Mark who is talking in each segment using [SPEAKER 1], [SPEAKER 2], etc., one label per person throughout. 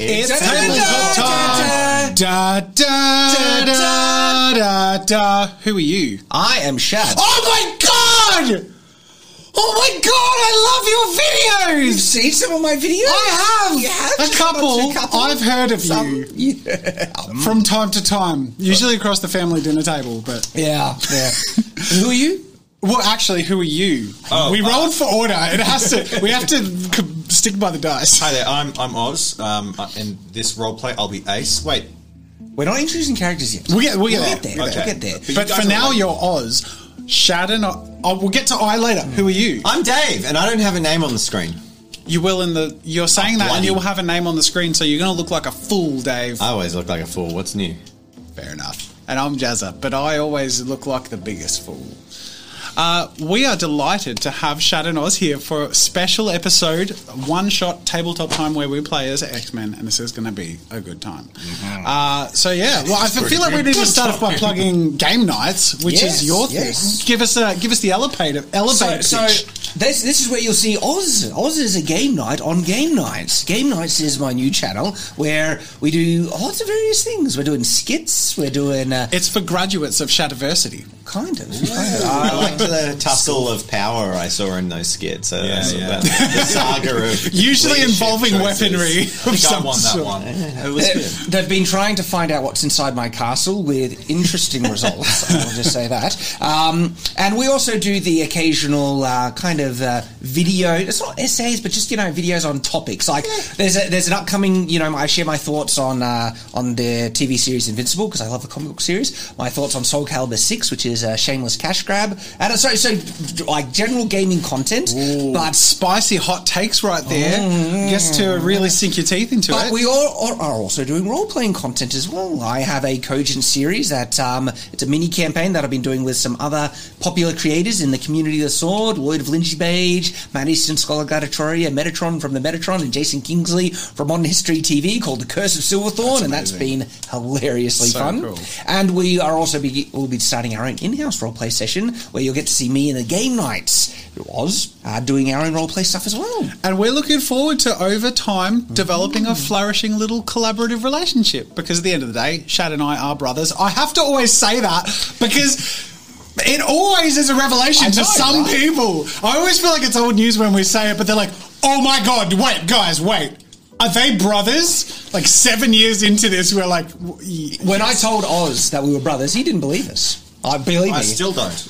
[SPEAKER 1] It's
[SPEAKER 2] Da-
[SPEAKER 1] Table
[SPEAKER 2] da-
[SPEAKER 1] Top
[SPEAKER 2] da-
[SPEAKER 1] Time. Da da da da da. Who are you?
[SPEAKER 2] I am Shad.
[SPEAKER 1] Oh my god! Oh my god! I love your
[SPEAKER 2] You've
[SPEAKER 1] videos.
[SPEAKER 2] seen some of my videos?
[SPEAKER 1] I have,
[SPEAKER 2] You have
[SPEAKER 1] a,
[SPEAKER 2] just
[SPEAKER 1] couple.
[SPEAKER 2] watched a couple?
[SPEAKER 1] I've heard of
[SPEAKER 2] Some-
[SPEAKER 1] you from time to time, usually across the family dinner table. But
[SPEAKER 2] Yeah, yeah. Who are you?
[SPEAKER 1] well, actually, who are you?
[SPEAKER 3] Oh,
[SPEAKER 1] we
[SPEAKER 3] uh,
[SPEAKER 1] rolled for order. It has to. we have to c- stick by the dice.
[SPEAKER 3] Hi there, I'm I'm Oz. Um, in this roleplay, I'll be Ace. Wait,
[SPEAKER 2] We're not introducing characters yet.
[SPEAKER 1] We get, we get,
[SPEAKER 2] We'll
[SPEAKER 1] there.
[SPEAKER 2] get there.
[SPEAKER 3] Okay.
[SPEAKER 2] We'll get there.
[SPEAKER 3] But you
[SPEAKER 1] But
[SPEAKER 3] guys
[SPEAKER 1] for
[SPEAKER 3] are
[SPEAKER 1] now,
[SPEAKER 3] like-
[SPEAKER 1] you're Oz. Shadon, oh, we'll get to I later. Who are you?
[SPEAKER 3] I'm Dave, and I don't have a name on the screen.
[SPEAKER 1] You will in the. You're saying that, and
[SPEAKER 3] bloody-
[SPEAKER 1] you'll have a name on the screen, so you're going to look like a fool, Dave.
[SPEAKER 3] I always look like a fool. What's new?
[SPEAKER 1] Fair enough. And I'm Jazza, but I always look like the biggest fool. Uh, we are delighted to have Shad and Oz here for a special episode, one shot tabletop time where we play as X Men, and this is going to be a good time.
[SPEAKER 2] Mm-hmm.
[SPEAKER 1] Uh, so, yeah, well, I feel like we need to start off by plugging game nights, which
[SPEAKER 2] Yes,
[SPEAKER 1] is your
[SPEAKER 2] yes.
[SPEAKER 1] thing. Give us a give us the elevator
[SPEAKER 2] So,
[SPEAKER 1] elevator
[SPEAKER 2] so
[SPEAKER 1] pitch.
[SPEAKER 2] this this is where you'll see Oz. Oz is a game night on game nights. Game nights is my new channel where we do lots of various things. We're doing skits. We're doing uh,
[SPEAKER 1] It's for graduates of Shadiversity.
[SPEAKER 2] kind of. Ah. Kind of.
[SPEAKER 3] I like the tussle of power I saw in those skits. Uh, that's
[SPEAKER 1] yeah.
[SPEAKER 3] about the saga of
[SPEAKER 1] Usually
[SPEAKER 3] leadership
[SPEAKER 1] involving
[SPEAKER 3] choices.
[SPEAKER 1] weaponry
[SPEAKER 3] I
[SPEAKER 1] of
[SPEAKER 3] think I
[SPEAKER 1] some
[SPEAKER 3] won that
[SPEAKER 1] sort.
[SPEAKER 3] one. It was
[SPEAKER 2] They-
[SPEAKER 3] good.
[SPEAKER 2] They've been trying to find out what's inside my castle with interesting results. I'll just say that. Um, and we also do the occasional uh, kind of uh, video. It's not essays, but just you know videos on topics. Like there's a, there's an upcoming. You know, I share my thoughts on uh, on the TV series Invincible because I love the comic book series. My thoughts on Soul Calibur Six, which is a shameless cash grab, and it's so so like general gaming content, but
[SPEAKER 1] Spicy hot takes right there. Gets to really sink your teeth into
[SPEAKER 2] Mm-hmm. But
[SPEAKER 1] it.
[SPEAKER 2] we all are also doing role playing content as well. I have a Cogent series that um, it's a mini campaign that I've been doing with some other popular creators in the community of the sword: Lloyd of Lynchy Page, Matt Easton, Scholar Gladiatoria, Metatron from the Metatron, and Jason Kingsley from Modern History TV called The Curse of Silverthorn, and that's been hilariously
[SPEAKER 1] So
[SPEAKER 2] fun.
[SPEAKER 1] cool.
[SPEAKER 2] And we are also be, we'll be starting our own in-house roleplay session where you'll get to see me in the game nights. Oz uh, doing our own roleplay stuff as well.
[SPEAKER 1] And we're looking forward to over time
[SPEAKER 2] Mm-hmm.
[SPEAKER 1] developing a flourishing little collaborative relationship because at the end of the day, Shad and I are brothers. I have to always say that because it always is a revelation
[SPEAKER 2] I
[SPEAKER 1] to
[SPEAKER 2] know,
[SPEAKER 1] some
[SPEAKER 2] right?
[SPEAKER 1] people. I always feel like it's old news when we say it, but they're like, oh my God, wait, guys, wait. Are they brothers? Like seven years into this, we're like, w- y-
[SPEAKER 2] When I told Oz that we were brothers, he didn't believe us. I believe
[SPEAKER 3] I
[SPEAKER 2] me.
[SPEAKER 3] still don't.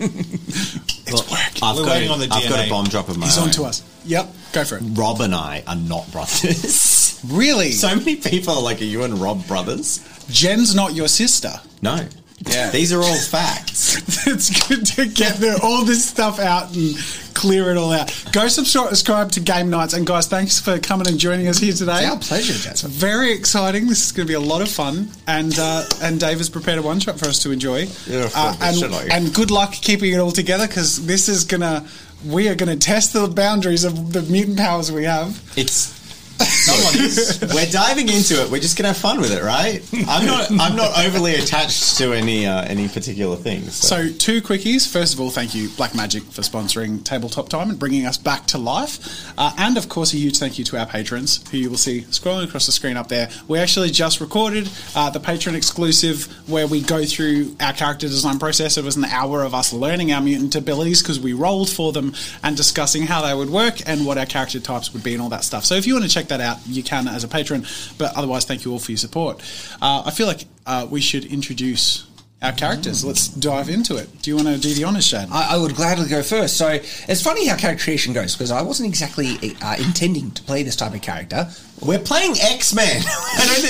[SPEAKER 1] it's working.
[SPEAKER 3] I've
[SPEAKER 4] We're
[SPEAKER 3] got,
[SPEAKER 4] waiting
[SPEAKER 3] a-
[SPEAKER 4] on the
[SPEAKER 3] I've got a
[SPEAKER 4] DNA.
[SPEAKER 3] bomb drop of my
[SPEAKER 1] He's
[SPEAKER 3] own.
[SPEAKER 1] on to us. Yep, go for it.
[SPEAKER 3] Rob and I are not brothers.
[SPEAKER 1] Really?
[SPEAKER 3] so many people are like, "Are you and Rob brothers?"
[SPEAKER 1] Jen's not your sister.
[SPEAKER 3] No.
[SPEAKER 1] Yeah.
[SPEAKER 3] These are all facts.
[SPEAKER 1] it's good to get the, all this stuff out and clear it all out. Go subscribe to Game Nights. And guys, thanks for coming and joining us here today.
[SPEAKER 2] It's our pleasure,
[SPEAKER 1] It's
[SPEAKER 2] Jasmine.
[SPEAKER 1] very exciting. This is going to be a lot of fun. And uh, and Dave has prepared a one shot for us to enjoy.
[SPEAKER 3] Yeah,
[SPEAKER 1] Uh, and,
[SPEAKER 3] should I?
[SPEAKER 1] and good luck keeping it all together because this is going to. We are going to test the boundaries of the mutant powers we have.
[SPEAKER 3] It's someone is. We're diving into it. We're just gonna have fun with it, right? I'm not. I'm not overly attached to any uh, any particular things. So.
[SPEAKER 1] So, two quickies. First of all, thank you, Black Magic, for sponsoring Tabletop Time and bringing us back to life. Uh, and, of course, a huge thank you to our patrons, who you will see scrolling across the screen up there. We actually just recorded uh, the patron exclusive where we go through our character design process. It was an hour of us learning our mutant abilities because we rolled for them and discussing how they would work and what our character types would be and all that stuff. So, if you want to check that out, you can as a patron. But otherwise, thank you all for your support. Uh, I feel like uh, we should introduce our characters. Let's dive into it. Do you want to do the honors, Shad?
[SPEAKER 2] I, I would gladly go first. So it's funny how character creation goes because I wasn't exactly uh, intending to play this type of character.
[SPEAKER 3] We're playing X Men.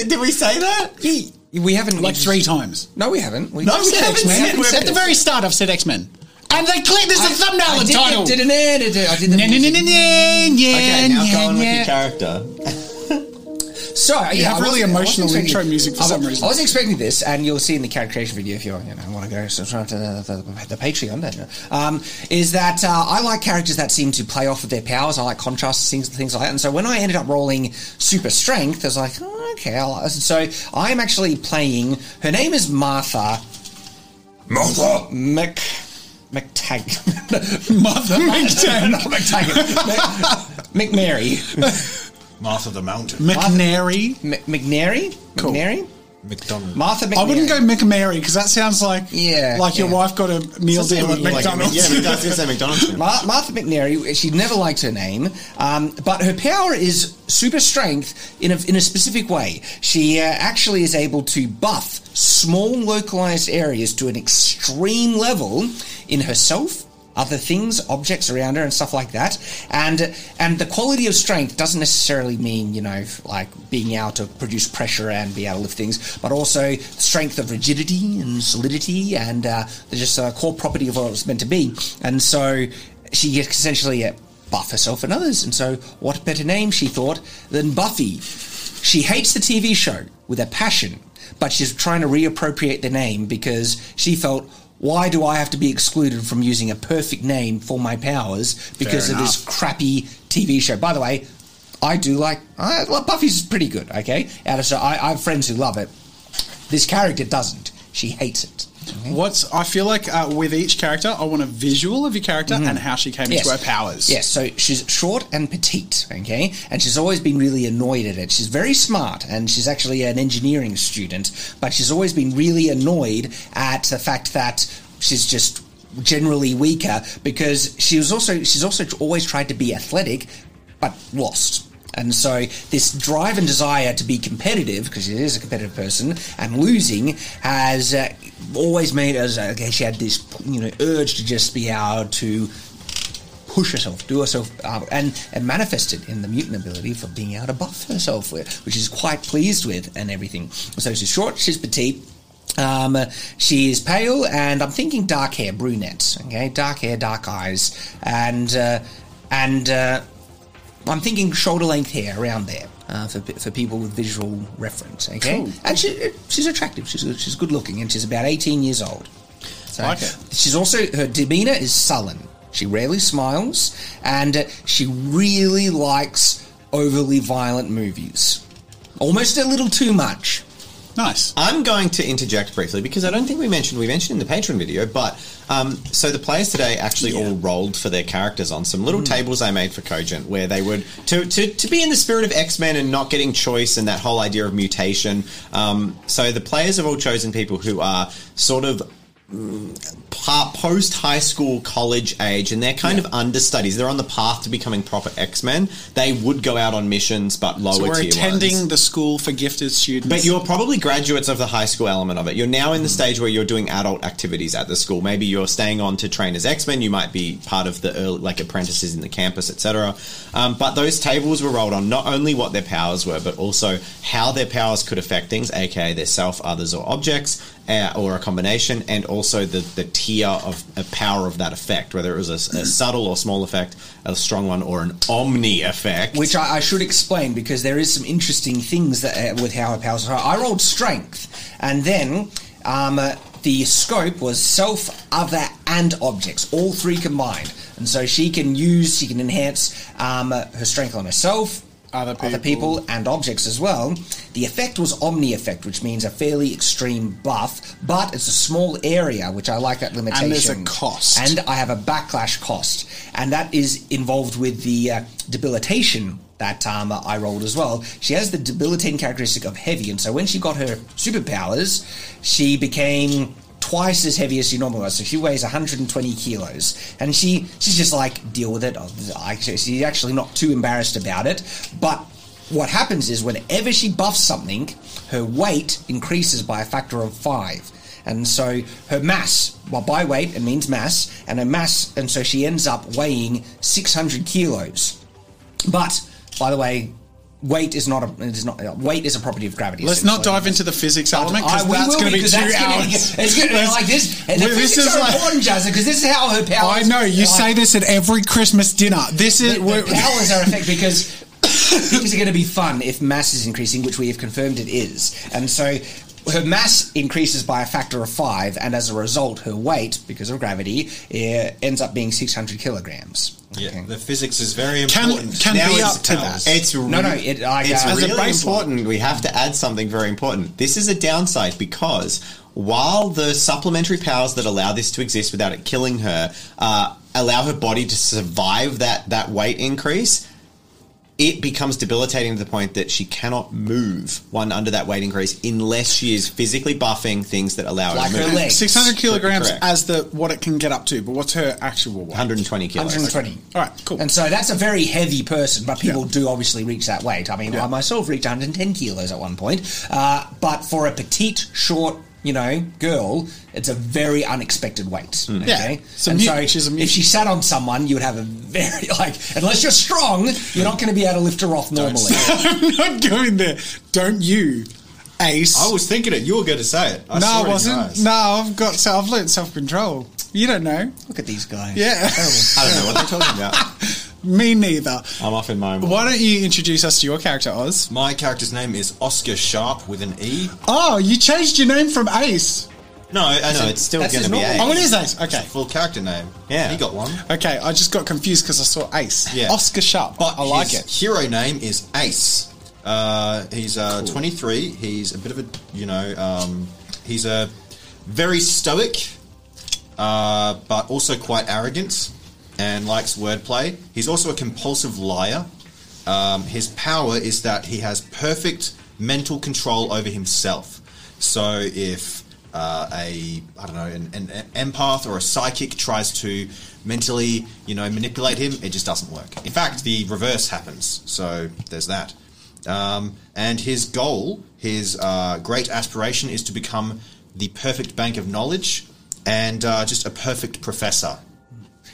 [SPEAKER 3] Did we say that?
[SPEAKER 2] We, we haven't
[SPEAKER 1] like three times.
[SPEAKER 2] No, we haven't. We,
[SPEAKER 3] No,
[SPEAKER 2] we
[SPEAKER 3] we haven't
[SPEAKER 2] actually-
[SPEAKER 3] said
[SPEAKER 2] haven't
[SPEAKER 3] we're-
[SPEAKER 2] said
[SPEAKER 1] At the very start, I've said X Men, and they clear. There's a thumbnail
[SPEAKER 2] I
[SPEAKER 1] and
[SPEAKER 2] did,
[SPEAKER 1] title.
[SPEAKER 2] Did an edit. I did the
[SPEAKER 1] Nah, nah, nah,
[SPEAKER 2] music.
[SPEAKER 1] nah, nah, yeah,
[SPEAKER 3] Okay, now
[SPEAKER 1] yeah,
[SPEAKER 3] go on with
[SPEAKER 1] yeah.
[SPEAKER 3] your character.
[SPEAKER 2] So yeah,
[SPEAKER 1] have
[SPEAKER 2] I wasn't-
[SPEAKER 1] really
[SPEAKER 2] I wasn't
[SPEAKER 1] emotional
[SPEAKER 2] expecting-
[SPEAKER 1] intro music for
[SPEAKER 2] I wa-
[SPEAKER 1] some reason.
[SPEAKER 2] I was expecting this, and you'll see in the character creation video if you you know, want to go subscribe to the, the, the Patreon. Don't you? Um, is that uh, I like characters that seem to play off of their powers. I like contrasts, things, things like that. And so when I ended up rolling super strength, I was like, oh, okay. I'll, and so I'm actually playing. Her name is Martha
[SPEAKER 4] Martha!
[SPEAKER 2] Mc. McTaggart.
[SPEAKER 1] Mother McTaggart.
[SPEAKER 2] McTaggart. Mc- McMary.
[SPEAKER 5] Martha the Mountain.
[SPEAKER 1] McNary.
[SPEAKER 2] M- McNary?
[SPEAKER 1] Cool.
[SPEAKER 2] McNary?
[SPEAKER 5] McDonald.
[SPEAKER 2] Martha McNary.
[SPEAKER 1] I wouldn't go McMary because that sounds like
[SPEAKER 2] Yeah,
[SPEAKER 1] like your
[SPEAKER 2] yeah.
[SPEAKER 1] wife got a meal
[SPEAKER 3] Doesn't
[SPEAKER 1] deal at
[SPEAKER 3] look like a-
[SPEAKER 1] McDonald's.
[SPEAKER 3] yeah, McDonald's. I was gonna say McDonald's.
[SPEAKER 2] Mar- Martha McNary, she never liked her name, um, but her power is super strength in a, in a specific way. She uh, actually is able to buff small localized areas to an extreme level in herself. Other things, objects around her, and stuff like that, and and the quality of strength doesn't necessarily mean you know like being able to produce pressure and be able to lift things, but also strength of rigidity and solidity, and uh, the just uh, core property of what it was meant to be. And so she gets essentially uh, buff herself and others. And so, what better name, she thought, than Buffy? She hates the TV show with a passion, but she's trying to reappropriate the name because she felt, why do I have to be excluded from using a perfect name for my powers because
[SPEAKER 1] Fair
[SPEAKER 2] of this crappy TV show? By the way, I do like, I, well, Buffy's pretty good, okay? Out of, so I, I have friends who love it. This character doesn't. She hates it.
[SPEAKER 1] What's I feel like uh, with each character, I want a visual of your character and how she came into her powers.
[SPEAKER 2] Yes, so she's short and petite, okay? And she's always been really annoyed at it. She's very smart and she's actually an engineering student, but she's always been really annoyed at the fact that she's just generally weaker because she was also she's also always tried to be athletic but lost. And so this drive and desire to be competitive, because she is a competitive person, and losing has uh, always made us. Okay, she had this, you know, urge to just be able to push herself, do herself, uh, and, and manifest it in the mutant ability for being able to buff herself with, which she's quite pleased with and everything. So she's short, she's petite. Um, she is pale, and I'm thinking dark hair, brunette. Okay, dark hair, dark eyes, and uh, and uh, I'm thinking shoulder length hair around there uh, for for people with visual reference. Okay,
[SPEAKER 1] Cool.
[SPEAKER 2] and she, uh, she's attractive. She's good- she's good looking, and she's about 18 years old. So
[SPEAKER 1] Like it.
[SPEAKER 2] She's also her demeanor is sullen. She rarely smiles, and uh, she really likes overly violent movies, almost a little too much.
[SPEAKER 1] Nice.
[SPEAKER 3] I'm going to interject briefly because I don't think we mentioned we mentioned in the Patreon video, but um, so the players today actually all rolled for their characters on some
[SPEAKER 1] Hmm.
[SPEAKER 3] little tables I made for Cogent, where they would to to, to be in the spirit of X Men and not getting choice and that whole idea of mutation. Um, so the players have all chosen people who are sort of post high school, college age, and they're kind of understudies. They're on the path to becoming proper X Men. They would go out on missions, but lower
[SPEAKER 1] So we're
[SPEAKER 3] tier
[SPEAKER 1] attending
[SPEAKER 3] ones.
[SPEAKER 1] the school for gifted students.
[SPEAKER 3] But you're probably graduates of the high school element of it. You're now in the stage where you're doing adult activities at the school. Maybe you're staying on to train as X Men. You might be part of the early, like apprentices in the campus, etc. Um, but those tables were rolled on not only what their powers were, but also how their powers could affect things, aka their self, others, or objects, uh, or a combination, and also the, the tier of uh, power of that effect, whether it was a, s- a subtle or small effect, a strong one, or an omni effect.
[SPEAKER 2] Which I, I should explain because there is some interesting things that uh, with how her powers are. I rolled strength, and then um, uh, the scope was self, other, and objects, all three combined. And so she can use, she can enhance um, uh, her strength on herself.
[SPEAKER 1] Other
[SPEAKER 2] other
[SPEAKER 1] people.
[SPEAKER 2] people and objects as well. The effect was Omni Effect, which means a fairly extreme buff, but it's a small area, which I like that limitation.
[SPEAKER 1] there's a cost.
[SPEAKER 2] And I have a backlash cost, and that is involved with the uh, debilitation that um, I rolled as well. She has the debilitating characteristic of heavy, and so when she got her superpowers, she became twice as heavy as she normally was. So she weighs 120 kilos, and she she's just like deal with it. Oh, I- She's actually not too embarrassed about it, but what happens is whenever she buffs something, her weight increases by a factor of five. And so her mass, well, by weight, it means mass, and her mass, and so she ends up weighing 600 kilos. But, by the way, weight is not a, it is not, weight is a property of gravity.
[SPEAKER 1] Let's not
[SPEAKER 2] essentially.
[SPEAKER 1] dive into the physics element
[SPEAKER 2] I-
[SPEAKER 1] because
[SPEAKER 2] we
[SPEAKER 1] that's
[SPEAKER 2] will,
[SPEAKER 1] going to be two
[SPEAKER 2] because that's gonna be-
[SPEAKER 1] hours.
[SPEAKER 2] it's going to be
[SPEAKER 1] Let's-
[SPEAKER 2] like this. And the
[SPEAKER 1] Well,
[SPEAKER 2] physics are important, Jazza, because this is how her powers.
[SPEAKER 1] I know you
[SPEAKER 2] I-
[SPEAKER 1] say this at every Christmas dinner. This is
[SPEAKER 2] the,
[SPEAKER 1] we're-
[SPEAKER 2] the powers are effective because things are going to be fun if mass is increasing, which we have confirmed it is, and so. Her mass increases by a factor of five, and as a result, her weight, because of gravity, eh, ends up being 600 kilograms.
[SPEAKER 5] Yeah,
[SPEAKER 2] Okay.
[SPEAKER 5] the physics is very
[SPEAKER 1] Can-
[SPEAKER 5] important.
[SPEAKER 1] can
[SPEAKER 5] Now
[SPEAKER 1] be
[SPEAKER 5] it's
[SPEAKER 1] up to
[SPEAKER 5] powers.
[SPEAKER 1] that.
[SPEAKER 3] It's re-
[SPEAKER 2] No, no, it- I-
[SPEAKER 3] it's
[SPEAKER 2] uh, as a
[SPEAKER 3] really
[SPEAKER 2] baseline.
[SPEAKER 3] important. We have to add something very important. This is a downside because while the supplementary powers that allow this to exist without it killing her uh, allow her body to survive that that weight increase. it becomes debilitating to the point that she cannot move one under that weight increase unless she is physically buffing things that allow
[SPEAKER 2] Like
[SPEAKER 3] her to
[SPEAKER 2] her
[SPEAKER 3] move.
[SPEAKER 2] legs.
[SPEAKER 1] Six hundred kilograms
[SPEAKER 3] Correct.
[SPEAKER 1] as the what it can get up to, but what's her actual weight?
[SPEAKER 3] 120 kilos.
[SPEAKER 2] 120.
[SPEAKER 1] All right, cool.
[SPEAKER 2] And so that's a very heavy person, but people
[SPEAKER 1] Yeah.
[SPEAKER 2] do obviously reach that weight. I mean, I myself reached 110 kilos at one point, uh, but for a petite, short, you know, girl, it's a very unexpected weight. Okay,
[SPEAKER 1] Hmm. Yeah. It's a
[SPEAKER 2] and
[SPEAKER 1] mute.
[SPEAKER 2] so
[SPEAKER 1] She's a mute.
[SPEAKER 2] if she sat on someone, you would have a very like, unless you're strong, you're not going to be able to lift her off normally.
[SPEAKER 1] I'm not going there. Don't you, Ace?
[SPEAKER 5] I was thinking it. You were going to say it.
[SPEAKER 1] no,
[SPEAKER 5] I saw it
[SPEAKER 1] I
[SPEAKER 5] in your
[SPEAKER 1] wasn't.
[SPEAKER 5] eyes.
[SPEAKER 1] No, I've got. So I've learned self control. You don't know.
[SPEAKER 2] Look at these guys.
[SPEAKER 1] Yeah.
[SPEAKER 2] Oh.
[SPEAKER 3] I don't know what they're talking about.
[SPEAKER 1] Me neither.
[SPEAKER 3] I'm off in my own.
[SPEAKER 1] Why don't you introduce us to your character, Oz?
[SPEAKER 5] My character's name is Oscar Sharp with an E.
[SPEAKER 1] Oh, you changed your name from Ace.
[SPEAKER 5] No, I
[SPEAKER 3] No, it's still
[SPEAKER 2] That's
[SPEAKER 3] going
[SPEAKER 2] his
[SPEAKER 3] to be
[SPEAKER 2] normal-
[SPEAKER 3] eight.
[SPEAKER 1] Oh, it is Ace. Okay.
[SPEAKER 5] full character name.
[SPEAKER 3] Yeah.
[SPEAKER 5] he got one.
[SPEAKER 1] Okay, I just got confused because I saw Ace.
[SPEAKER 5] Yeah.
[SPEAKER 1] Oscar Sharp.
[SPEAKER 5] But
[SPEAKER 1] I like
[SPEAKER 5] his
[SPEAKER 1] it.
[SPEAKER 5] Hero name is Ace. Uh, he's uh, 23. He's a bit of a you know um, he's a very stoic, uh, but also quite arrogant and likes wordplay. He's also a compulsive liar. Um, his power is that he has perfect mental control over himself. So if uh, a I don't know an, an, an empath or a psychic tries to mentally you know manipulate him, it just doesn't work. In fact, the reverse happens. So there's that. Um, and his goal, his uh, great aspiration, is to become the perfect bank of knowledge and uh, just a perfect professor.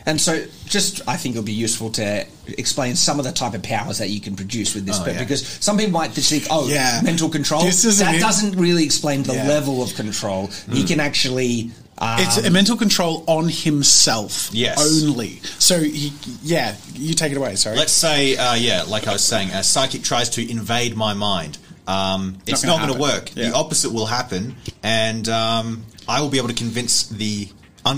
[SPEAKER 2] And so, just I think it'll be useful to explain some of the type of powers that you can produce with this,
[SPEAKER 5] Oh,
[SPEAKER 2] but
[SPEAKER 5] yeah.
[SPEAKER 2] because some people might just think, "Oh,
[SPEAKER 1] Yeah.
[SPEAKER 2] mental control."
[SPEAKER 1] This isn't
[SPEAKER 2] that
[SPEAKER 1] it.
[SPEAKER 2] doesn't really explain the
[SPEAKER 1] Yeah. Mm.
[SPEAKER 2] level of control. He can actually. Uh,
[SPEAKER 1] It's a mental control on himself
[SPEAKER 5] Yes.
[SPEAKER 1] only. So, he, yeah, you take it away. Sorry.
[SPEAKER 5] Let's say, uh, yeah, like I was saying, a psychic tries to invade my mind. Um, it's
[SPEAKER 1] gonna
[SPEAKER 5] not going to
[SPEAKER 1] happen.
[SPEAKER 5] work.
[SPEAKER 1] Yeah.
[SPEAKER 5] The opposite will happen, and um, I will be able to convince the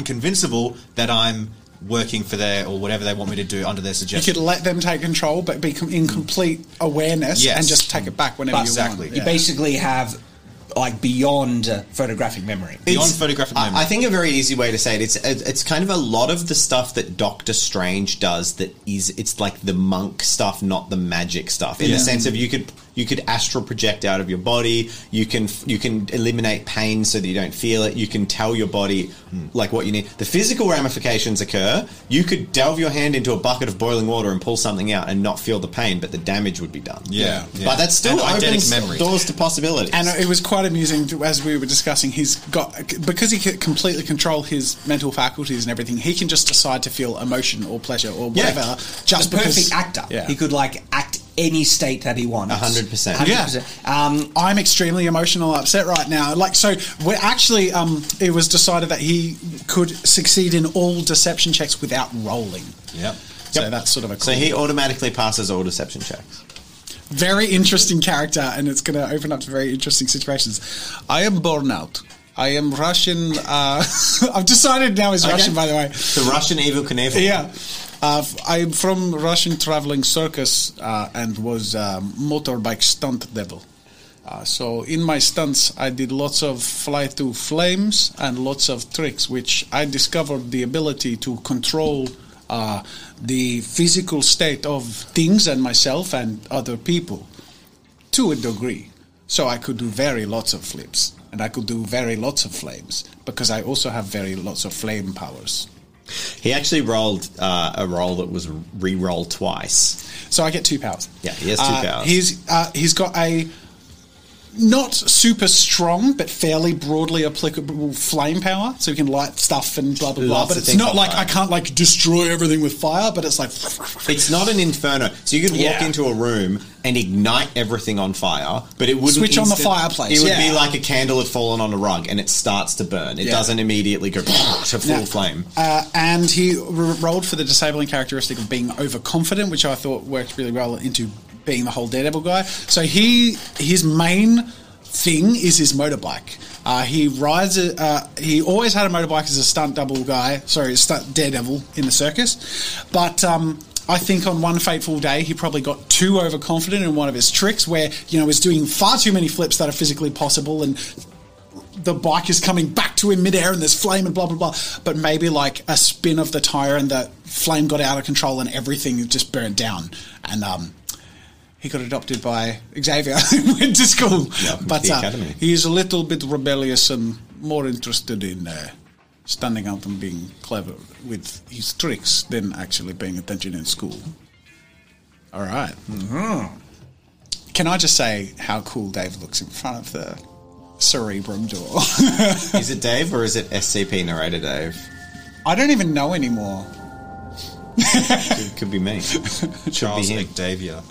[SPEAKER 5] unconvincible that I'm working for their or whatever they want me to do under their
[SPEAKER 1] you
[SPEAKER 5] suggestion.
[SPEAKER 1] could let them take control, but be com- in complete awareness
[SPEAKER 5] Yes.
[SPEAKER 1] and just take it back whenever
[SPEAKER 2] But-
[SPEAKER 1] you
[SPEAKER 5] Exactly.
[SPEAKER 1] want.
[SPEAKER 2] you basically have like beyond uh, photographic memory.
[SPEAKER 5] Beyond
[SPEAKER 3] It's-
[SPEAKER 5] photographic memory.
[SPEAKER 3] I, I think a very easy way to say it. It's it's kind of a lot of the stuff that Doctor Strange does. That is, it's like the monk stuff, not the magic stuff. In
[SPEAKER 5] Yeah.
[SPEAKER 3] the sense of you could you could astral project out of your body. You can you can eliminate pain so that you don't feel it. You can tell your body
[SPEAKER 5] Hmm.
[SPEAKER 3] like what you need. The physical ramifications occur. You could delve your hand into a bucket of boiling water and pull something out and not feel the pain, but the damage would be done.
[SPEAKER 5] Yeah, yeah.
[SPEAKER 3] but that's still
[SPEAKER 5] And eidetic
[SPEAKER 3] opens
[SPEAKER 5] memory.
[SPEAKER 3] doors to possibilities.
[SPEAKER 1] And it was quite amusing to- as we were discussing. He's got because he can completely control his mental faculties and everything. He can just decide to feel emotion or pleasure or
[SPEAKER 3] Yeah.
[SPEAKER 1] whatever. Just
[SPEAKER 2] the
[SPEAKER 1] because
[SPEAKER 2] perfect actor.
[SPEAKER 1] Yeah.
[SPEAKER 2] He could like act any state that he wants.
[SPEAKER 3] 100%.
[SPEAKER 2] 100%. Um,
[SPEAKER 1] I'm extremely emotional, upset right now. Like, so we're actually, um, it was decided that he could succeed in all deception checks without rolling.
[SPEAKER 5] Yep.
[SPEAKER 1] So that's sort of a cool,
[SPEAKER 3] so he automatically passes all deception checks.
[SPEAKER 1] very interesting character, and it's going to open up to very interesting situations. I am born out. I am Russian. Uh, I've decided now he's
[SPEAKER 3] Okay.
[SPEAKER 1] Russian, by the way.
[SPEAKER 3] The Russian evil Knievel.
[SPEAKER 1] Yeah. Uh, f- I'm from Russian traveling circus uh, and was a motorbike stunt devil. Uh, so in my stunts, I did lots of fly to flames and lots of tricks, which I discovered the ability to control uh, the physical state of things and myself and other people to a degree. So I could do very lots of flips and I could do very lots of flames because I also have very lots of flame powers.
[SPEAKER 3] He actually rolled uh, a roll that was re-rolled twice.
[SPEAKER 1] So I get two powers.
[SPEAKER 3] Yeah, he has two
[SPEAKER 1] Uh,
[SPEAKER 3] powers.
[SPEAKER 1] He's uh, he's got a not super strong but fairly broadly applicable flame power, so he can light stuff and blah blah blah.
[SPEAKER 3] Lots
[SPEAKER 1] but
[SPEAKER 3] of
[SPEAKER 1] it's
[SPEAKER 3] things
[SPEAKER 1] not
[SPEAKER 3] on
[SPEAKER 1] like
[SPEAKER 3] fire.
[SPEAKER 1] I can't like destroy everything with fire, but it's like
[SPEAKER 3] It's not an inferno, so you could walk
[SPEAKER 1] Yeah.
[SPEAKER 3] into a room and ignite everything on fire, but it wouldn't
[SPEAKER 1] Switch on the fireplace,
[SPEAKER 3] It would
[SPEAKER 1] yeah.
[SPEAKER 3] be like a candle had fallen on a rug and it starts to burn. It
[SPEAKER 1] Yeah.
[SPEAKER 3] doesn't immediately go to full
[SPEAKER 1] Now,
[SPEAKER 3] flame.
[SPEAKER 1] Uh, and he r- rolled for the disabling characteristic of being overconfident, which I thought worked really well into being the whole daredevil guy. So he his main thing is his motorbike. Uh, he rides. A, uh, he always had a motorbike as a stunt double guy. Sorry, stunt daredevil in the circus, but. Um, I think on one fateful day he probably got too overconfident in one of his tricks, where you know he's doing far too many flips that are physically possible, and the bike is coming back to him midair and there's flame and blah blah blah. But maybe like a spin of the tire and the flame got out of control and everything just burned down. And um, he got adopted by Xavier and went to school.
[SPEAKER 3] Yeah,
[SPEAKER 1] but
[SPEAKER 3] the
[SPEAKER 1] uh,
[SPEAKER 3] academy.
[SPEAKER 1] he's a little bit rebellious and more interested in uh, standing out and being clever with his tricks than actually paying attention in school. All right.
[SPEAKER 3] Hmm.
[SPEAKER 1] Can I just say how cool Dave looks in front of the cerebrum door?
[SPEAKER 3] Is it Dave or is it SCP narrator Dave?
[SPEAKER 1] I don't even know anymore.
[SPEAKER 3] It could be me.
[SPEAKER 5] Charles
[SPEAKER 3] be him.
[SPEAKER 5] McDavier.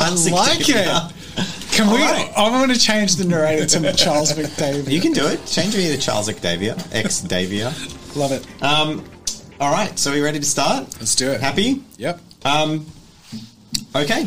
[SPEAKER 1] I like it. Can we? I want to change the narrator to Charles McDavid.
[SPEAKER 3] You can do it. Change me to Charles Xavier. X Davia.
[SPEAKER 1] Love it.
[SPEAKER 3] Um, all right. So, are we ready to start?
[SPEAKER 1] Let's do it.
[SPEAKER 3] Happy?
[SPEAKER 1] Yep.
[SPEAKER 3] Um, okay.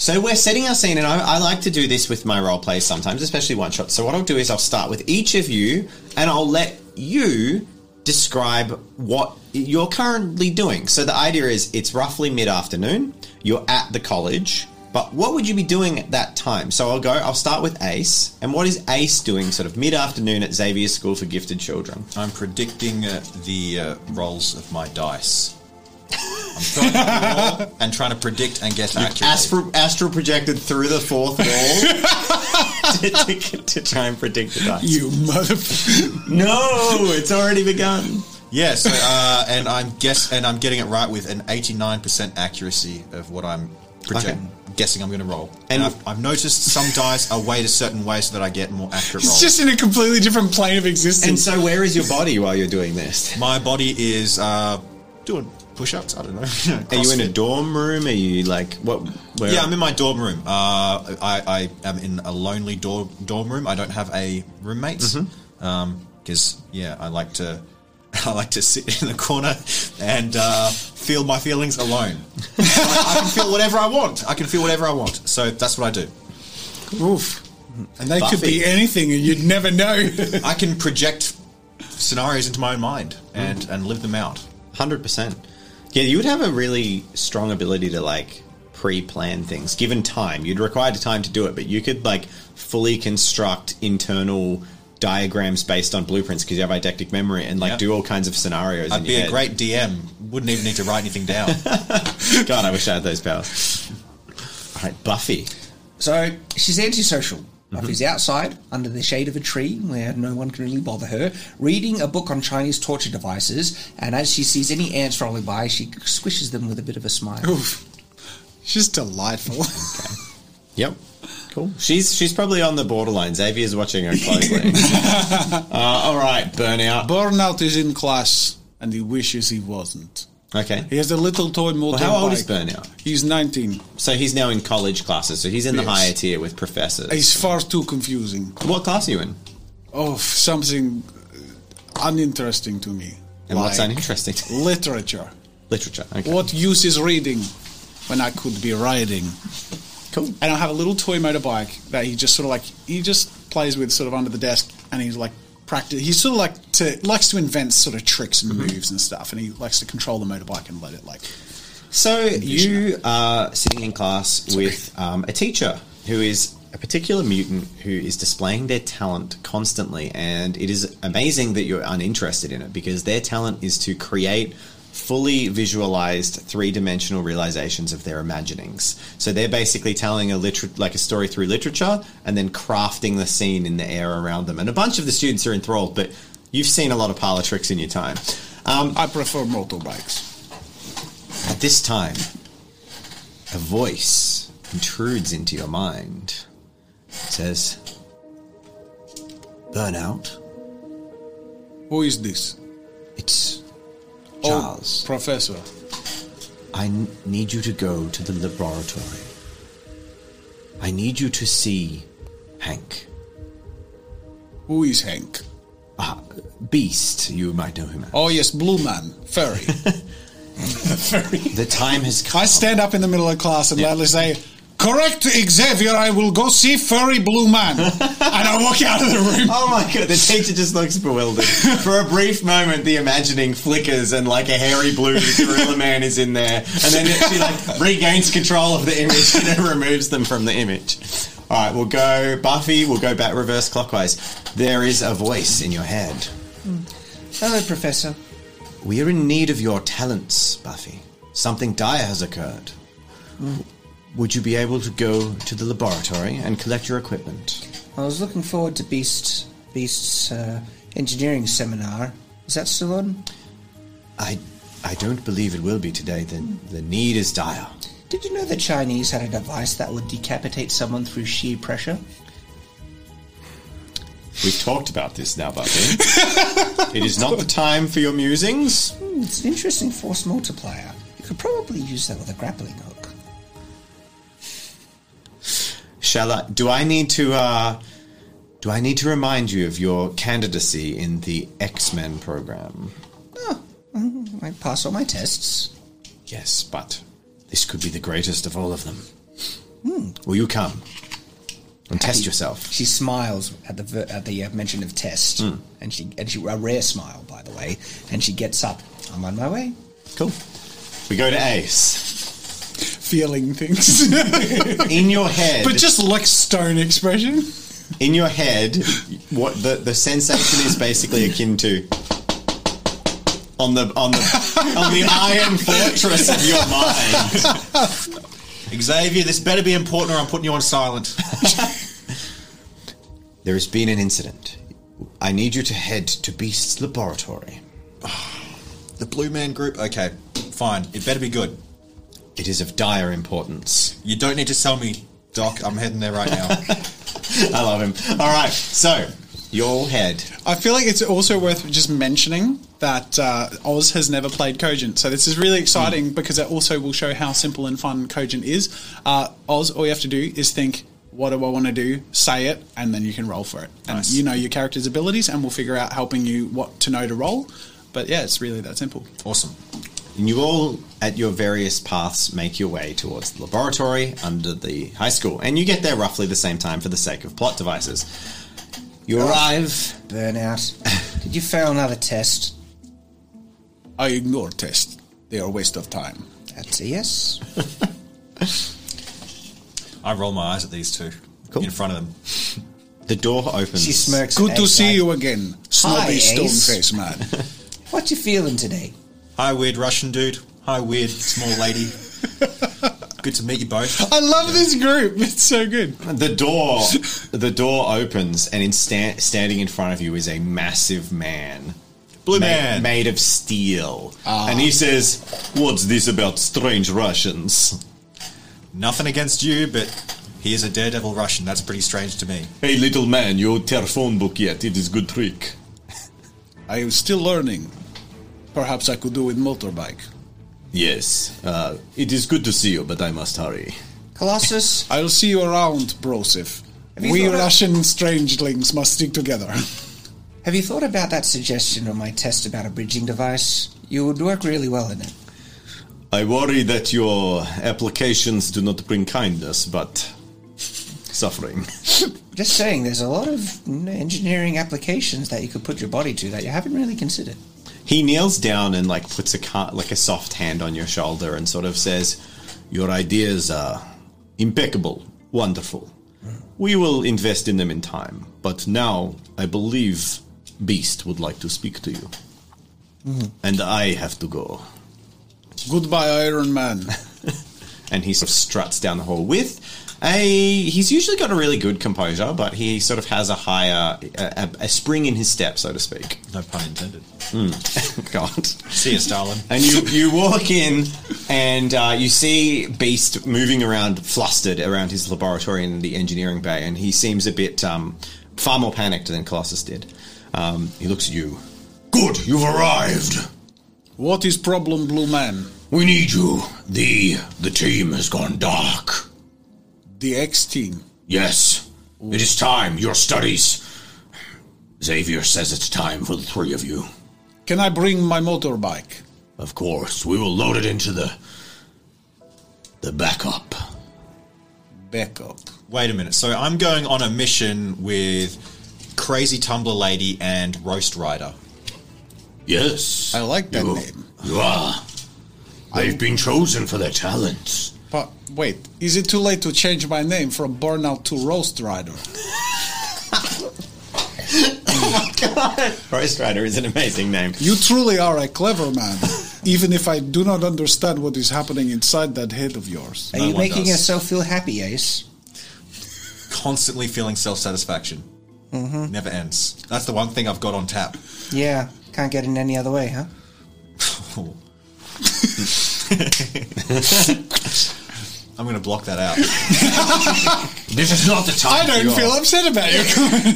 [SPEAKER 3] So we're setting our scene, and I, I like to do this with my role plays sometimes, especially one shot. So what I'll do is I'll start with each of you, and I'll let you describe what you're currently doing. So the idea is it's roughly mid afternoon. You're at the college, but what would you be doing at that time? So I'll go. I'll start with Ace, and what is Ace doing, sort of mid afternoon at Xavier's School for Gifted Children?
[SPEAKER 5] I'm predicting uh, the uh, rolls of my dice. I'm trying to roll and trying to predict and guess accurately.
[SPEAKER 3] Astral, Uh, astral projected through the fourth wall to, to, to try and predict the dice.
[SPEAKER 1] You motherfucker.
[SPEAKER 3] no, it's already begun.
[SPEAKER 5] Yeah, so uh, and I'm guess and I'm getting it right with an 89% accuracy of what I'm project-
[SPEAKER 3] Okay.
[SPEAKER 5] guessing I'm going to roll.
[SPEAKER 3] And-
[SPEAKER 5] And, I've, I've noticed some dice are weighted a certain way so that I get more accurate
[SPEAKER 1] It's
[SPEAKER 5] rolls.
[SPEAKER 1] just in a completely different plane of existence.
[SPEAKER 3] And so, where is your body while you're doing this?
[SPEAKER 5] My body is uh, doing push-ups. I don't know.
[SPEAKER 3] Are you in a
[SPEAKER 5] CrossFit.
[SPEAKER 3] dorm room? Are you like what? Where
[SPEAKER 5] Yeah, I'm in my dorm room. Uh, I, I am in a lonely dorm dorm room. I don't have a roommate because yeah, I like to I like to sit in the corner and uh, feel my feelings alone. I, I can feel whatever I want. I can feel whatever I want. So that's what I do.
[SPEAKER 1] Oof. And they could
[SPEAKER 5] Buffy.
[SPEAKER 1] be anything, and you'd never know.
[SPEAKER 5] I can project scenarios into my own mind and and live them out.
[SPEAKER 3] hundred percent. Yeah, you would have a really strong ability to like pre-plan things. Given time, you'd require time to do it, but you could like fully construct internal diagrams based on blueprints because you have eidetic memory and like
[SPEAKER 5] Yeah.
[SPEAKER 3] do all kinds of scenarios. in
[SPEAKER 5] I'd be
[SPEAKER 3] your
[SPEAKER 5] a
[SPEAKER 3] head.
[SPEAKER 5] great DM. Wouldn't even need to write anything down.
[SPEAKER 3] God, I wish I had those powers. All right, Buffy.
[SPEAKER 2] So she's antisocial. Buffy's outside, under the shade of a tree where no one can really bother her, reading a book on Chinese torture devices. And as she sees any ants rolling by, she squishes them with a bit of a smile.
[SPEAKER 1] Oof. She's delightful.
[SPEAKER 3] Yep. Cool. She's she's probably on the borderline. Xavier's watching her closely. uh, all right, burnout.
[SPEAKER 1] Burnout is in class, and he wishes he wasn't. He
[SPEAKER 3] Okay.
[SPEAKER 1] has a little toy motorbike.
[SPEAKER 3] how old is Burnout?
[SPEAKER 1] He's 19.
[SPEAKER 3] So he's now in college classes. So he's in the
[SPEAKER 1] Yes.
[SPEAKER 3] higher tier with professors.
[SPEAKER 1] It's far too confusing.
[SPEAKER 3] what class are you in?
[SPEAKER 1] Oh, something uh, uninteresting to me.
[SPEAKER 3] And what's
[SPEAKER 1] Like
[SPEAKER 3] uninteresting?
[SPEAKER 1] Literature.
[SPEAKER 3] Literature. Okay.
[SPEAKER 1] What use is reading when I could be riding?
[SPEAKER 3] Cool.
[SPEAKER 1] And I have a little toy motorbike that he just sort of like he just plays with sort of under the desk, and he's like practice. He's sort of like to likes to invent sort of tricks
[SPEAKER 3] Mm-hmm.
[SPEAKER 1] and moves and stuff, and he likes to control the motorbike and let it like.
[SPEAKER 3] So you are sitting in class with um, a teacher who is a particular mutant who is displaying their talent constantly, and it is amazing that you're uninterested in it because their talent is to create fully visualized three-dimensional realizations of their imaginings. So they're basically telling a liter- like a story through literature and then crafting the scene in the air around them. And a bunch of the students are enthralled, but you've seen a lot of parlor tricks in your time. Um,
[SPEAKER 1] I prefer motorbikes.
[SPEAKER 3] at this time, a voice intrudes into your mind. It says, Burnout,
[SPEAKER 1] Who is this?
[SPEAKER 3] it's
[SPEAKER 1] Oh,
[SPEAKER 3] Charles.
[SPEAKER 1] professor.
[SPEAKER 3] I n- need you to go to the laboratory. I need you to see Hank.
[SPEAKER 1] Who is Hank?
[SPEAKER 3] Ah, Beast, you might know him as.
[SPEAKER 1] Oh yes, Blue Man, furry.
[SPEAKER 3] The time has come.
[SPEAKER 1] I stand up in the middle of class and loudly say, "Correct, Xavier. I will go see furry Blue Man," and I walk out of the room.
[SPEAKER 3] Oh my god, the teacher just looks bewildered. For a brief moment, the imagining flickers and like a hairy blue gorilla man is in there. And then she like regains control of the image and then removes them from the image. All right, we'll go Buffy, we'll go back reverse clockwise. There is a voice in your head.
[SPEAKER 2] Hello, Professor.
[SPEAKER 3] We are in need of your talents, Buffy. Something dire has occurred. Would you be able to go to the laboratory and collect your equipment?
[SPEAKER 2] I was looking forward to Beast Beast's uh, engineering seminar. Is that still on?
[SPEAKER 3] I, I don't believe it will be today. The, the need is dire.
[SPEAKER 2] Did you know the Chinese had a device that would decapitate someone through sheer pressure?
[SPEAKER 3] We've talked about this now, Buffy. it is not the time for your musings.
[SPEAKER 2] Hmm, it's an interesting force multiplier. You could probably use that with a grappling hook.
[SPEAKER 3] Shall I? Do I need to? Uh, do I need to remind you of your candidacy in the X Men program?
[SPEAKER 2] Mm, I pass all my tests.
[SPEAKER 3] Yes, but this could be the greatest of all of them.
[SPEAKER 1] Hmm.
[SPEAKER 3] Will you come and test yourself?
[SPEAKER 2] She smiles at the ver- at the uh, mention of test, and she and she a rare smile, by the way. And she gets up. I'm on my way.
[SPEAKER 3] Cool. We go to Ace.
[SPEAKER 1] feeling things,
[SPEAKER 3] In your head,
[SPEAKER 1] but just like stone expression.
[SPEAKER 3] in your head, what the, the sensation is basically akin to on the on the on the iron fortress of your mind.
[SPEAKER 5] Xavier, this better be important or I'm putting you on silent.
[SPEAKER 3] There has been an incident. I need you to head to Beast's laboratory.
[SPEAKER 5] the Blue Man Group? Okay, fine. It better be good.
[SPEAKER 3] It is of dire importance.
[SPEAKER 5] You don't need to sell me, Doc. I'm heading there right now.
[SPEAKER 3] I love him. All right, so you all head.
[SPEAKER 1] I feel like it's also worth just mentioning that uh, Oz has never played Cogent, so this is really exciting because it also will show how simple and fun Cogent is. Uh, Oz, all you have to do is think, "What do I want to do?" Say it, and then you can roll for it. And
[SPEAKER 5] Nice.
[SPEAKER 1] you know your character's abilities, and we'll figure out helping you what to know to roll. But yeah, it's really that simple.
[SPEAKER 5] awesome.
[SPEAKER 3] And you all, at your various paths, make your way towards the laboratory under the high school. And you get there roughly the same time for the sake of plot devices. You arrive.
[SPEAKER 2] Burnout. Did you fail another test?
[SPEAKER 1] I ignore tests; they are a waste of time.
[SPEAKER 2] That's a yes.
[SPEAKER 5] I roll my eyes at these two
[SPEAKER 3] Cool.
[SPEAKER 5] in front of them.
[SPEAKER 3] The door opens.
[SPEAKER 2] She smirks.
[SPEAKER 1] Good to
[SPEAKER 2] Ace,
[SPEAKER 1] see
[SPEAKER 2] like,
[SPEAKER 1] you again, snobby
[SPEAKER 2] Ace.
[SPEAKER 1] stone face man.
[SPEAKER 2] What you feeling today?
[SPEAKER 5] Hi, weird Russian dude. Hi, weird small lady. Good to meet you both.
[SPEAKER 1] I love this group; it's so good.
[SPEAKER 3] The door, the door opens, and in sta- standing in front of you is a massive man,
[SPEAKER 5] Blue
[SPEAKER 3] ma-
[SPEAKER 5] Man.
[SPEAKER 3] made of steel, and he says, "What's this about strange Russians?
[SPEAKER 5] Nothing against you, but he is a daredevil Russian. That's pretty strange to me.
[SPEAKER 3] Hey, little man, you owe phone book yet? It is good trick."
[SPEAKER 1] I am still learning. Perhaps I could do with motorbike.
[SPEAKER 3] Yes, uh, it is good to see you, but I must hurry.
[SPEAKER 2] Colossus.
[SPEAKER 1] I'll see you around, Brosif.
[SPEAKER 2] you
[SPEAKER 1] We
[SPEAKER 2] thought of-
[SPEAKER 1] Russian strangelings must stick together.
[SPEAKER 2] Have you thought about that suggestion on my test about a bridging device? You would work really well in it.
[SPEAKER 3] I worry that your applications do not bring kindness, but suffering.
[SPEAKER 2] Just saying, there's a lot of you know, engineering applications that you could put your body to that you haven't really considered.
[SPEAKER 3] He kneels down and like puts a ca- like a soft hand on your shoulder and sort of says, "Your ideas are impeccable, wonderful. We will invest in them in time. But now, I believe Beast would like to speak to you, and I have to go."
[SPEAKER 1] Goodbye, Iron Man.
[SPEAKER 3] and he sort of struts down the hall with a. He's usually got a really good composure, but he sort of has a higher a, a, a spring in his step, so to speak.
[SPEAKER 5] No pun intended.
[SPEAKER 3] God.
[SPEAKER 5] See you, Stalin.
[SPEAKER 3] And you, you walk in and uh, you see Beast moving around, flustered around his laboratory in the engineering bay, and he seems a bit um, far more panicked than Colossus did. Um, he looks at you.
[SPEAKER 4] Good, you've arrived.
[SPEAKER 1] What is problem, Blue Man?
[SPEAKER 4] We need you. The the team has gone dark.
[SPEAKER 1] The X team.
[SPEAKER 4] Yes. It is time. Your studies. Xavier says it's time for the three of you.
[SPEAKER 1] Can I bring my motorbike?
[SPEAKER 4] Of course, we will load it into the the backup.
[SPEAKER 1] Back up.
[SPEAKER 5] Wait a minute. So I'm going on a mission with Crazy Tumbler Lady and Roast Rider.
[SPEAKER 4] Yes.
[SPEAKER 1] I like that
[SPEAKER 4] you,
[SPEAKER 1] name.
[SPEAKER 4] You are. They've been chosen for their talents.
[SPEAKER 1] But wait, is it too late to change my name from Burnout to Roast Rider?
[SPEAKER 3] Roast Rider is an amazing name.
[SPEAKER 1] You truly are a clever man.
[SPEAKER 6] even if I do not understand what is happening inside that head of yours.
[SPEAKER 2] Are
[SPEAKER 5] No
[SPEAKER 2] you
[SPEAKER 5] one
[SPEAKER 2] making
[SPEAKER 5] does.
[SPEAKER 2] yourself feel happy, Ace?
[SPEAKER 5] Constantly feeling self satisfaction. Never ends. That's the one thing I've got on tap.
[SPEAKER 2] Yeah, can't get in any other way, huh?
[SPEAKER 5] I'm going to block that out.
[SPEAKER 4] This is not the time.
[SPEAKER 6] I don't
[SPEAKER 4] for
[SPEAKER 6] feel
[SPEAKER 4] your,
[SPEAKER 6] upset about you.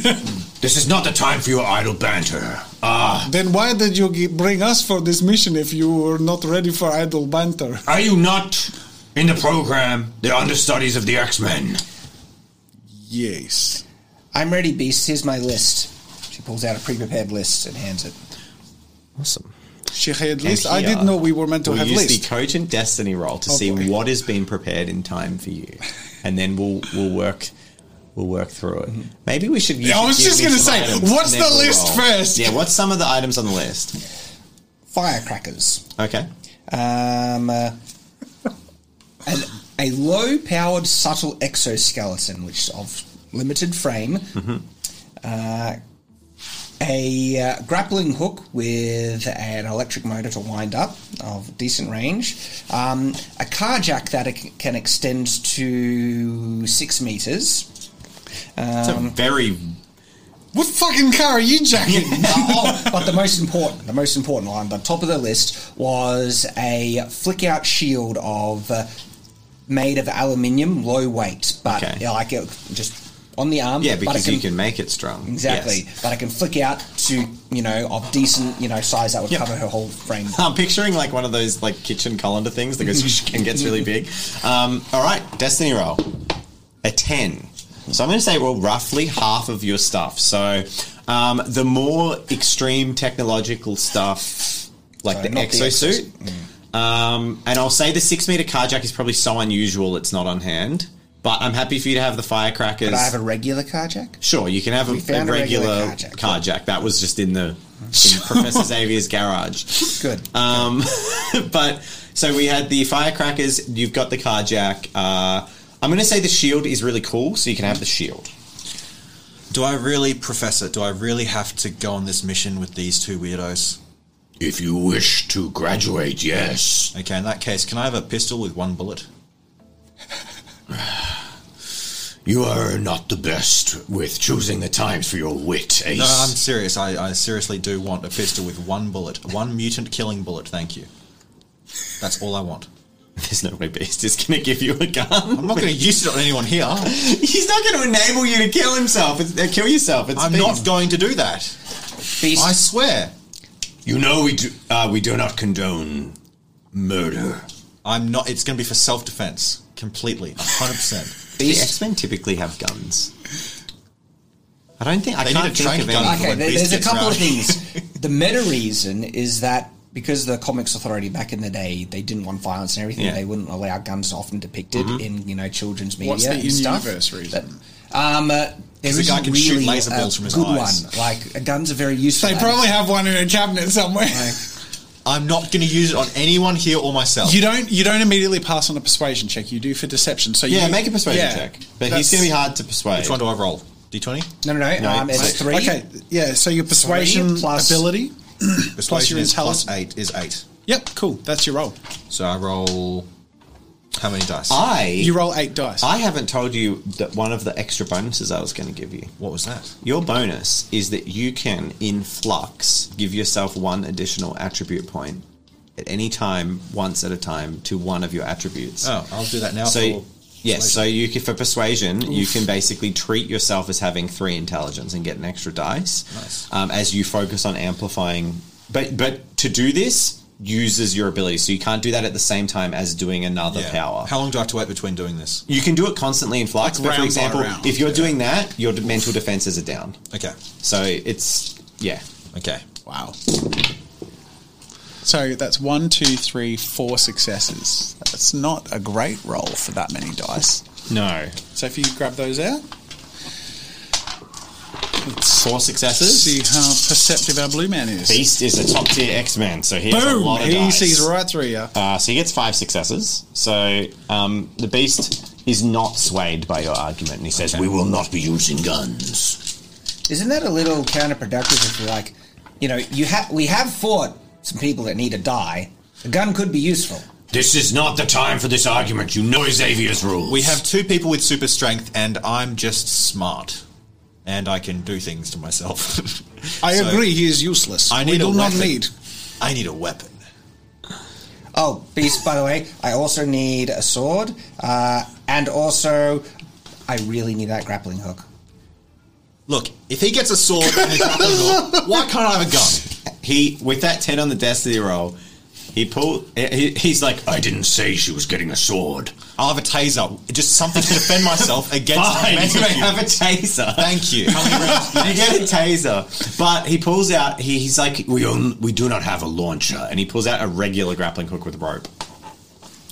[SPEAKER 4] This is not the time for your idle banter. Ah,
[SPEAKER 6] then why did you gi- bring us for this mission if you were not ready for idle banter?
[SPEAKER 4] are you not in the program? The understudies of the X Men.
[SPEAKER 6] Yes.
[SPEAKER 2] I'm ready, Beast. Here's my list. She pulls out a pre-prepared list and hands it.
[SPEAKER 3] Awesome.
[SPEAKER 6] She had list. I didn't know we were meant to
[SPEAKER 3] we'll
[SPEAKER 6] have
[SPEAKER 3] uh, use
[SPEAKER 6] list.
[SPEAKER 3] the cogent destiny roll to
[SPEAKER 6] Oh,
[SPEAKER 3] see
[SPEAKER 6] boy.
[SPEAKER 3] what has been prepared in time for you, and then we'll we'll work we'll work through it. Maybe we should. you
[SPEAKER 6] Mm-hmm. I
[SPEAKER 3] should
[SPEAKER 6] was
[SPEAKER 3] give
[SPEAKER 6] just
[SPEAKER 3] me
[SPEAKER 6] gonna say,
[SPEAKER 3] some items
[SPEAKER 6] what's
[SPEAKER 3] and then
[SPEAKER 6] the
[SPEAKER 3] we'll
[SPEAKER 6] list first?
[SPEAKER 3] Yeah, what's some of the items on the list?
[SPEAKER 2] Firecrackers.
[SPEAKER 3] Okay,
[SPEAKER 2] Um, uh, an, a low-powered subtle exoskeleton, which is of limited frame. Uh, a uh, grappling hook with an electric motor to wind up of decent range. Um, a carjack that it can extend to six meters.
[SPEAKER 3] it's a
[SPEAKER 2] Um,
[SPEAKER 3] very
[SPEAKER 6] What fucking car are you jacking?
[SPEAKER 2] Uh, oh, but the most important, the most important one, the top of the list was a flick out shield of uh, made of aluminium, low weight, but
[SPEAKER 3] Okay.
[SPEAKER 2] yeah, like it just on the arm.
[SPEAKER 3] yeah
[SPEAKER 2] but it
[SPEAKER 3] because you can make it strong
[SPEAKER 2] exactly,
[SPEAKER 3] Yes.
[SPEAKER 2] but I can flick out to you know of decent you know size that would
[SPEAKER 3] Yep.
[SPEAKER 2] cover her whole frame.
[SPEAKER 3] I'm picturing like one of those like kitchen colander things that goes and gets really big. Um, all right, destiny roll, a ten. So I'm going to say well, roughly half of your stuff. So um, the more extreme technological stuff, like
[SPEAKER 2] So
[SPEAKER 3] the
[SPEAKER 2] not the
[SPEAKER 3] exosuit, um, and I'll say the six meter carjack is probably so unusual it's not on hand. But I'm happy for you to have the firecrackers.
[SPEAKER 2] But I have a regular carjack.
[SPEAKER 3] Sure, you can have a,
[SPEAKER 2] We
[SPEAKER 3] a
[SPEAKER 2] found a regular
[SPEAKER 3] regular
[SPEAKER 2] carjack.
[SPEAKER 3] carjack. That was just in the in Professor Xavier's garage.
[SPEAKER 2] Good.
[SPEAKER 3] Um, but so we had the firecrackers. You've got the carjack. Uh, I'm going to say the shield is really cool, so you can have the shield.
[SPEAKER 5] Do I really, Professor, do I really have to go on this mission with these two weirdos?
[SPEAKER 4] If you wish to graduate, yes.
[SPEAKER 5] Okay, in that case, can I have a pistol with one bullet?
[SPEAKER 4] You are not the best with choosing the times for your wit, Ace.
[SPEAKER 5] No, I'm serious. I, I seriously do want a pistol with one bullet. One mutant killing bullet, thank you. That's all I want.
[SPEAKER 3] There's no way Beast is going to give you a gun.
[SPEAKER 5] I'm not going to use it on anyone here. I'm
[SPEAKER 3] He's not going to enable you to kill himself. It's, uh, kill yourself. It's
[SPEAKER 5] not going to do that.
[SPEAKER 2] Beast.
[SPEAKER 5] I swear.
[SPEAKER 4] you know we do. Uh, we do not condone murder.
[SPEAKER 5] I'm not. It's going to be for self defense. Completely. 100%.
[SPEAKER 3] The X Men typically have guns. I don't think I
[SPEAKER 5] They need
[SPEAKER 3] can't
[SPEAKER 5] a
[SPEAKER 3] think
[SPEAKER 5] trank
[SPEAKER 3] of
[SPEAKER 5] gun.
[SPEAKER 3] any.
[SPEAKER 2] Okay,
[SPEAKER 5] when
[SPEAKER 2] there,
[SPEAKER 5] Beast
[SPEAKER 2] there's a
[SPEAKER 5] gets
[SPEAKER 2] couple of
[SPEAKER 5] round.
[SPEAKER 2] things. the meta reason is that because the Comics Authority back in the day, they didn't want violence and everything.
[SPEAKER 3] Yeah.
[SPEAKER 2] They wouldn't allow guns often depicted
[SPEAKER 5] Mm-hmm.
[SPEAKER 2] in you know children's media.
[SPEAKER 1] What's the
[SPEAKER 2] and stuff.
[SPEAKER 1] in-universe reason?
[SPEAKER 2] But, um, uh, there
[SPEAKER 5] the
[SPEAKER 2] is
[SPEAKER 5] guy can shoot
[SPEAKER 2] really
[SPEAKER 5] laser
[SPEAKER 2] a
[SPEAKER 5] balls from his
[SPEAKER 2] good
[SPEAKER 5] eyes.
[SPEAKER 2] one. Like a guns are very useful.
[SPEAKER 6] They
[SPEAKER 2] And-
[SPEAKER 6] probably have one in a cabinet somewhere.
[SPEAKER 2] like,
[SPEAKER 5] I'm not going to use it on anyone here or myself.
[SPEAKER 1] You don't. You don't immediately pass on a persuasion check. You do for deception. So
[SPEAKER 3] Yeah,
[SPEAKER 1] you,
[SPEAKER 3] make a persuasion
[SPEAKER 1] yeah,
[SPEAKER 3] check. But
[SPEAKER 1] that's-
[SPEAKER 3] he's going to be hard to persuade.
[SPEAKER 5] Which one do I roll? D20?
[SPEAKER 2] no, no, no.
[SPEAKER 3] No,
[SPEAKER 2] um, it's
[SPEAKER 3] like-
[SPEAKER 2] three.
[SPEAKER 1] Okay, yeah. So your persuasion
[SPEAKER 2] Three plus-
[SPEAKER 1] ability.
[SPEAKER 5] Persuasion
[SPEAKER 1] your
[SPEAKER 5] is plus
[SPEAKER 1] intelligence.
[SPEAKER 5] eight is eight.
[SPEAKER 1] Yep, cool. That's your roll.
[SPEAKER 5] So I roll. How many dice?
[SPEAKER 3] I
[SPEAKER 1] You roll eight dice.
[SPEAKER 3] I haven't told you that one of the extra bonuses I was going to give you.
[SPEAKER 5] What was that?
[SPEAKER 3] Your bonus is that you can, in flux, give yourself one additional attribute point at any time, once at a time, to one of your attributes.
[SPEAKER 5] Oh, I'll do that now.
[SPEAKER 3] so
[SPEAKER 5] for
[SPEAKER 3] yes, so you can, for persuasion, you can basically treat yourself as having three intelligence and get an extra dice
[SPEAKER 5] Nice.
[SPEAKER 3] um, as you focus on amplifying. But but to do this uses your ability, so you can't do that at the same time as doing another
[SPEAKER 5] Yeah.
[SPEAKER 3] power.
[SPEAKER 5] How long do I have to wait between doing this?
[SPEAKER 3] You can do it constantly in flux,
[SPEAKER 1] Like
[SPEAKER 3] but for
[SPEAKER 1] round by
[SPEAKER 3] example,
[SPEAKER 1] round,
[SPEAKER 3] if you're
[SPEAKER 1] yeah.
[SPEAKER 3] doing that, your d- mental defenses are down.
[SPEAKER 5] Okay.
[SPEAKER 3] So it's yeah.
[SPEAKER 5] Okay.
[SPEAKER 1] Wow. So that's one, two, three, four successes. That's not a great roll for that many dice.
[SPEAKER 3] No.
[SPEAKER 1] So if you grab those out, let's
[SPEAKER 3] Four
[SPEAKER 1] see
[SPEAKER 3] successes.
[SPEAKER 1] how perceptive our blue man is.
[SPEAKER 3] Beast is a top tier X Man, so he has a
[SPEAKER 1] Boom!
[SPEAKER 3] lot of
[SPEAKER 1] He
[SPEAKER 3] dice.
[SPEAKER 1] sees right through you.
[SPEAKER 3] Uh, so he gets five successes. So um, the Beast is not swayed by your argument, and he says, "We will not be using guns."
[SPEAKER 2] Isn't that a little counterproductive if you're like, you know, you have we have fought some people that need to die, A gun could be useful.
[SPEAKER 4] This is not the time for this argument. You know Xavier's rules.
[SPEAKER 5] We have two people with super strength, and I'm just smart, and I can do things to myself.
[SPEAKER 1] I
[SPEAKER 5] So,
[SPEAKER 1] agree. He is useless.
[SPEAKER 5] I
[SPEAKER 1] we
[SPEAKER 5] need a
[SPEAKER 1] do not
[SPEAKER 5] weapon.
[SPEAKER 1] need.
[SPEAKER 5] I need a weapon.
[SPEAKER 2] Oh, Beast, by the way, I also need a sword, uh, and also I really need that grappling hook.
[SPEAKER 5] Look, if he gets a sword and a grappling hook, why can't I have a gun?
[SPEAKER 3] He with that ten on the destiny roll, he pulled. He, he's like,
[SPEAKER 4] I didn't say she was getting a sword.
[SPEAKER 5] I'll have a taser. Just something to defend myself against.
[SPEAKER 4] Fine.
[SPEAKER 5] men
[SPEAKER 3] Make
[SPEAKER 5] who
[SPEAKER 3] him
[SPEAKER 5] have
[SPEAKER 3] have a taser.
[SPEAKER 5] Thank you. How many rounds?
[SPEAKER 3] you get a taser, but he pulls out. He, he's like,
[SPEAKER 4] We own, we do not have a launcher.
[SPEAKER 3] uh, and he pulls out a regular grappling hook with rope.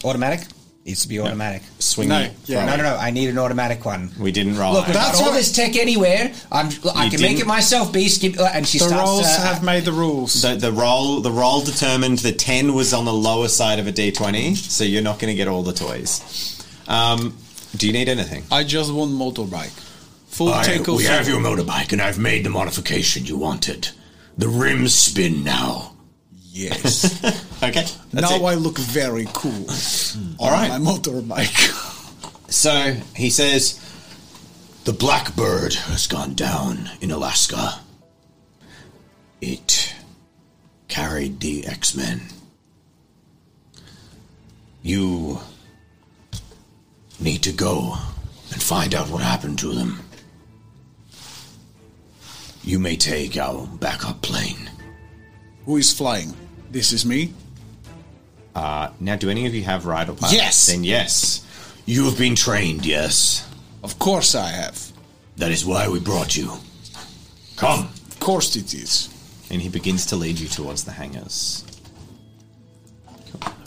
[SPEAKER 2] Automatic? Needs to be automatic.
[SPEAKER 3] Swing.
[SPEAKER 1] No,
[SPEAKER 3] it.
[SPEAKER 1] yeah,
[SPEAKER 2] No, no, no. I need an automatic one.
[SPEAKER 3] We didn't roll.
[SPEAKER 2] Look, without
[SPEAKER 1] That's
[SPEAKER 2] all
[SPEAKER 1] what-
[SPEAKER 2] this tech anywhere, I'm, I
[SPEAKER 3] You
[SPEAKER 2] can make
[SPEAKER 3] didn't-
[SPEAKER 2] it myself, Beast. Give, uh, and she
[SPEAKER 1] The
[SPEAKER 2] starts.
[SPEAKER 1] roles
[SPEAKER 2] uh,
[SPEAKER 1] have made the rules.
[SPEAKER 3] So the roll the roll determined the ten was on the lower side of a D twenty, so you're not going to get all the toys. Um, do you need anything?
[SPEAKER 1] I just want motorbike. Full
[SPEAKER 4] I-
[SPEAKER 1] tackle.
[SPEAKER 4] we
[SPEAKER 1] full-
[SPEAKER 4] have your motorbike, and I've made the modification you wanted. The rims spin now.
[SPEAKER 1] Yes.
[SPEAKER 3] Okay. That's
[SPEAKER 1] now
[SPEAKER 3] it.
[SPEAKER 1] I look very cool.
[SPEAKER 3] all
[SPEAKER 1] My
[SPEAKER 3] right.
[SPEAKER 1] motorbike.
[SPEAKER 3] So he says,
[SPEAKER 4] The blackbird has gone down in Alaska. It carried the X Men. You need to go and find out what happened to them. You may take our backup plane.
[SPEAKER 1] Who is flying? This is me.
[SPEAKER 3] "Now, do any of you have ride or pilot?"
[SPEAKER 1] Yes.
[SPEAKER 3] Then yes.
[SPEAKER 4] You have been trained, yes.
[SPEAKER 1] Of course I have.
[SPEAKER 4] That is why we brought you. Come.
[SPEAKER 1] Of course it is.
[SPEAKER 3] And he begins to lead you towards the hangars.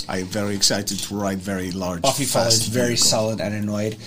[SPEAKER 1] I'm very excited to ride very large.
[SPEAKER 2] Buffy
[SPEAKER 1] fast
[SPEAKER 2] follows very
[SPEAKER 1] vehicle.
[SPEAKER 2] sullen and annoyed.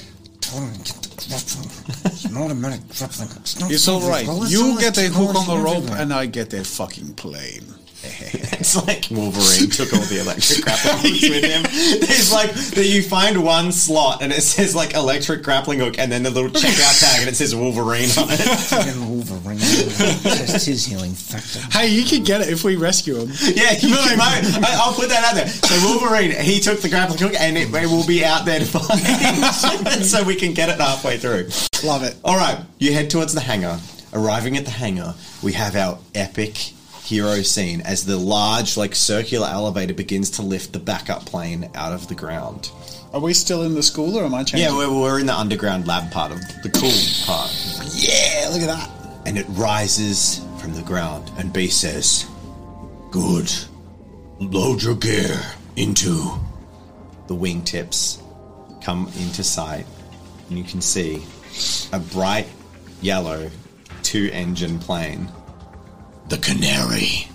[SPEAKER 2] Tell him to get the grappling hook. It's an automatic grappling hook. not
[SPEAKER 1] It's
[SPEAKER 2] something
[SPEAKER 1] all right.
[SPEAKER 2] roll, it's
[SPEAKER 1] You
[SPEAKER 2] something
[SPEAKER 1] get a
[SPEAKER 2] that's
[SPEAKER 1] hook on
[SPEAKER 2] noisy
[SPEAKER 1] the rope,
[SPEAKER 2] everywhere.
[SPEAKER 1] and I get a fucking plane.
[SPEAKER 3] It's like Wolverine took all the electric grappling hooks with him. There's like that you find one slot and it says like electric grappling hook, and then the little checkout tag and it says Wolverine on it.
[SPEAKER 2] Fucking Wolverine. Just his healing factor.
[SPEAKER 1] Hey, you could get it if we rescue him.
[SPEAKER 3] Yeah, you really might. I, I'll put that out there. So Wolverine, he took the grappling hook, and it, it will be out there to find, so we can get it halfway through.
[SPEAKER 1] Love it.
[SPEAKER 3] All right, you head towards the hangar. Arriving at the hangar, we have our epic hero scene as the large, like, circular elevator begins to lift the backup plane out of the ground.
[SPEAKER 1] Are we still in the school, or am I changing?
[SPEAKER 3] Yeah, we're, we're in the underground lab part of the cool part.
[SPEAKER 1] yeah. Look at that.
[SPEAKER 3] and it rises from the ground.
[SPEAKER 4] And B says, Good. Load your gear into.
[SPEAKER 3] The wingtips come into sight, and you can see a bright yellow two engine plane.
[SPEAKER 4] The canary.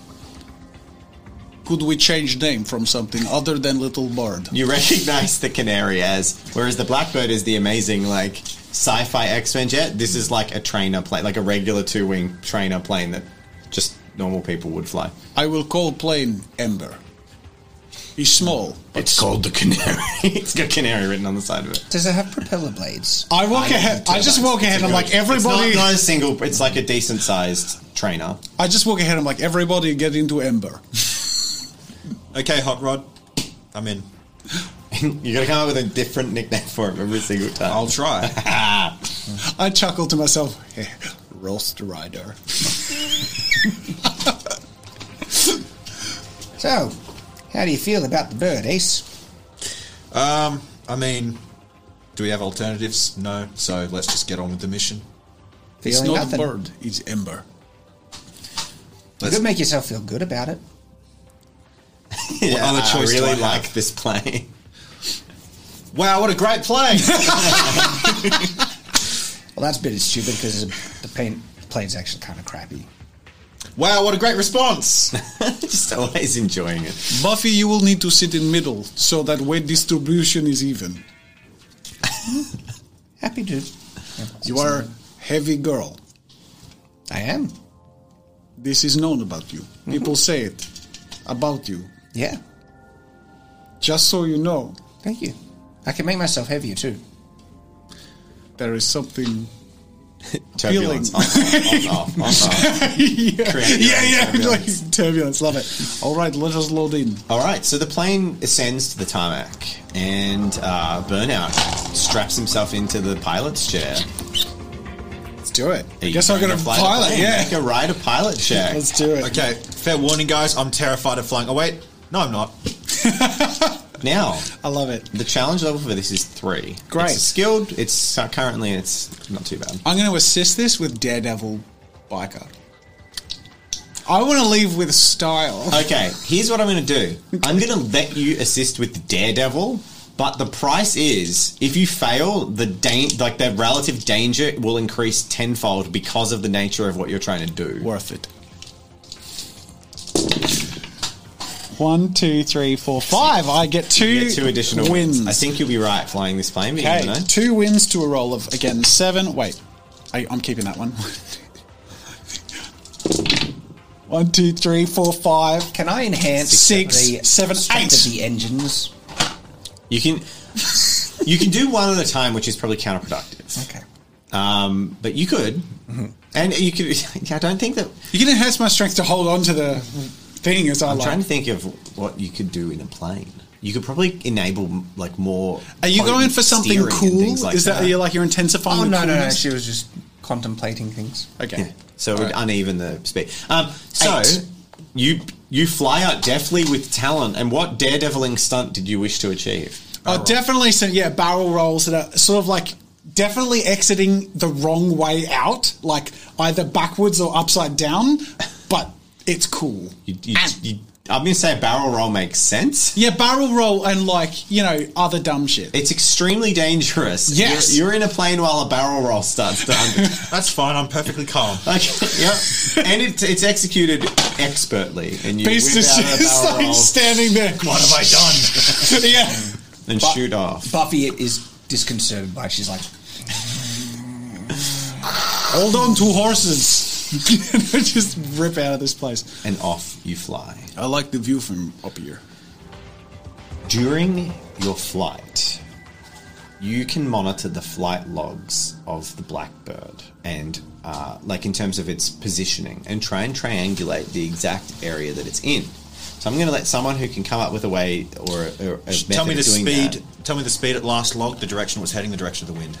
[SPEAKER 1] Could we change name from something other than Little Bird?
[SPEAKER 3] You recognize the canary as, whereas the blackbird is the amazing, like, sci fi X Men jet, this is like a trainer plane, like a regular two wing trainer plane that just normal people would fly.
[SPEAKER 1] I will call plane Ember. He's small.
[SPEAKER 4] It's called the canary.
[SPEAKER 3] it's got canary written on the side of it.
[SPEAKER 2] Does it have propeller blades?
[SPEAKER 1] I walk ahead. I just walk ahead. I'm like everybody.
[SPEAKER 3] It's not, not a single, it's like a decent sized trainer.
[SPEAKER 1] I just walk ahead. I'm like everybody. Get into Ember.
[SPEAKER 5] Okay, Hot Rod. I'm in.
[SPEAKER 3] You gotta come up with a different nickname for him every single time.
[SPEAKER 5] I'll try.
[SPEAKER 1] I chuckle to myself. Hey, roast rider.
[SPEAKER 2] So, how do you feel about the bird, Ace?
[SPEAKER 5] Um, I mean, do we have alternatives? No. So let's just get on with the mission.
[SPEAKER 1] It's
[SPEAKER 2] Feeling
[SPEAKER 1] not
[SPEAKER 2] nothing.
[SPEAKER 1] a bird. It's Ember.
[SPEAKER 2] You could make yourself feel good about it.
[SPEAKER 3] Yeah,
[SPEAKER 5] other
[SPEAKER 3] I
[SPEAKER 5] choice do
[SPEAKER 3] really
[SPEAKER 5] I have?
[SPEAKER 3] like this play.
[SPEAKER 5] Wow, what a great play!
[SPEAKER 2] Well, that's a bit stupid because the paint the plane's actually kind of crappy.
[SPEAKER 5] wow, what a great response!
[SPEAKER 3] Just always enjoying it.
[SPEAKER 1] Buffy, you will need to sit in middle so that weight distribution is even.
[SPEAKER 2] Happy dude.
[SPEAKER 1] You are heavy girl.
[SPEAKER 2] I am.
[SPEAKER 1] This is known about you. People say it about you.
[SPEAKER 2] Yeah.
[SPEAKER 1] Just so you know,
[SPEAKER 2] Thank you. I can make myself heavier too.
[SPEAKER 1] there is something
[SPEAKER 3] Turbulence. On, on, off, on, off.
[SPEAKER 1] yeah,
[SPEAKER 3] Create your
[SPEAKER 1] yeah,
[SPEAKER 3] own
[SPEAKER 1] yeah,
[SPEAKER 3] turbulence.
[SPEAKER 1] Like, turbulence. Love it. All right, let us load in.
[SPEAKER 3] All right, so the plane ascends to the tarmac, and uh, Burnout straps himself into the pilot's chair.
[SPEAKER 1] Let's do it. I
[SPEAKER 3] Are you
[SPEAKER 1] guess I'm
[SPEAKER 3] trying
[SPEAKER 1] gonna
[SPEAKER 3] to fly the
[SPEAKER 1] pilot.
[SPEAKER 3] plane?
[SPEAKER 1] Yeah,
[SPEAKER 3] Make a ride a pilot check.
[SPEAKER 1] let's do it.
[SPEAKER 5] Okay, fair warning, guys. I'm terrified of flying. Oh wait, no, I'm not.
[SPEAKER 3] Now,
[SPEAKER 1] I love it.
[SPEAKER 3] the challenge level for this is three.
[SPEAKER 1] Great.
[SPEAKER 3] It's skilled. It's uh, currently it's not too bad.
[SPEAKER 1] I'm going to assist this with Daredevil Biker. I want to leave with style.
[SPEAKER 3] Okay, here's what I'm going to do. I'm going to let you assist with the Daredevil, but the price is if you fail, the dan- like the relative danger will increase tenfold because of the nature of what you're trying to do.
[SPEAKER 1] Worth it. One, two, three, four, five. I get two,
[SPEAKER 3] You get two additional wins.
[SPEAKER 1] wins.
[SPEAKER 3] I think you'll be right flying this plane, but you
[SPEAKER 1] Okay,
[SPEAKER 3] never know.
[SPEAKER 1] two wins to a roll of again seven. Wait, I, I'm keeping that one. one, two, three, four, five.
[SPEAKER 2] Can I enhance
[SPEAKER 1] Six,
[SPEAKER 2] the
[SPEAKER 1] seven,
[SPEAKER 2] strength
[SPEAKER 1] eight.
[SPEAKER 2] of the engines?
[SPEAKER 3] You can you can do one at a time, which is probably counterproductive.
[SPEAKER 2] Okay.
[SPEAKER 3] Um, but you could,
[SPEAKER 1] Mm-hmm.
[SPEAKER 3] and you could. I don't think that
[SPEAKER 1] You can enhance my strength to hold on to the thing as I
[SPEAKER 3] I'm
[SPEAKER 1] like.
[SPEAKER 3] trying to think of what you could do in a plane. You could probably enable like more.
[SPEAKER 1] Are you
[SPEAKER 3] potent
[SPEAKER 1] going for something
[SPEAKER 3] steering and
[SPEAKER 1] cool?
[SPEAKER 3] things like
[SPEAKER 1] Is that,
[SPEAKER 3] that.
[SPEAKER 1] you're like you're intensifying?
[SPEAKER 2] Oh
[SPEAKER 1] the
[SPEAKER 2] no, no, no.
[SPEAKER 1] coolness?
[SPEAKER 2] She was just contemplating things.
[SPEAKER 1] Okay.
[SPEAKER 3] Yeah. So it would
[SPEAKER 1] Alright.
[SPEAKER 3] uneven the speed. Um, so
[SPEAKER 1] Eight.
[SPEAKER 3] you you fly out deftly with talent. And what daredeviling stunt did you wish to achieve?
[SPEAKER 1] Oh, definitely some yeah barrel rolls that are sort of like definitely exiting the wrong way out, like either backwards or upside down, but it's cool.
[SPEAKER 3] You, you, you, I'm going to say a barrel roll makes sense.
[SPEAKER 1] Yeah, barrel roll and like you know other dumb shit.
[SPEAKER 3] It's extremely dangerous.
[SPEAKER 1] Yes.
[SPEAKER 3] You're, you're in a plane while a barrel roll starts to under-
[SPEAKER 5] That's fine. I'm perfectly calm.
[SPEAKER 3] Okay, yep. And it, it's executed expertly. And you
[SPEAKER 1] Piece of
[SPEAKER 3] whip out
[SPEAKER 1] shit.
[SPEAKER 3] a
[SPEAKER 1] It's
[SPEAKER 3] barrel
[SPEAKER 1] like
[SPEAKER 3] roll
[SPEAKER 1] standing there.
[SPEAKER 5] What have I done?
[SPEAKER 1] yeah.
[SPEAKER 3] and shoot off.
[SPEAKER 2] Buffy is disconcerted by. it. She's like,
[SPEAKER 1] Hold on to horses. Just rip out of this place.
[SPEAKER 3] and off you fly.
[SPEAKER 1] I like the view from up here.
[SPEAKER 3] During your flight, you can monitor the flight logs of the Blackbird and, uh, like, in terms of its positioning and try and triangulate the exact area that it's in. So I'm going to let someone who can come up with a way or a, or a method
[SPEAKER 5] Tell me
[SPEAKER 3] of
[SPEAKER 5] the
[SPEAKER 3] doing
[SPEAKER 5] speed.
[SPEAKER 3] that.
[SPEAKER 5] Tell me the speed at last log. The direction it was heading. The direction of the wind.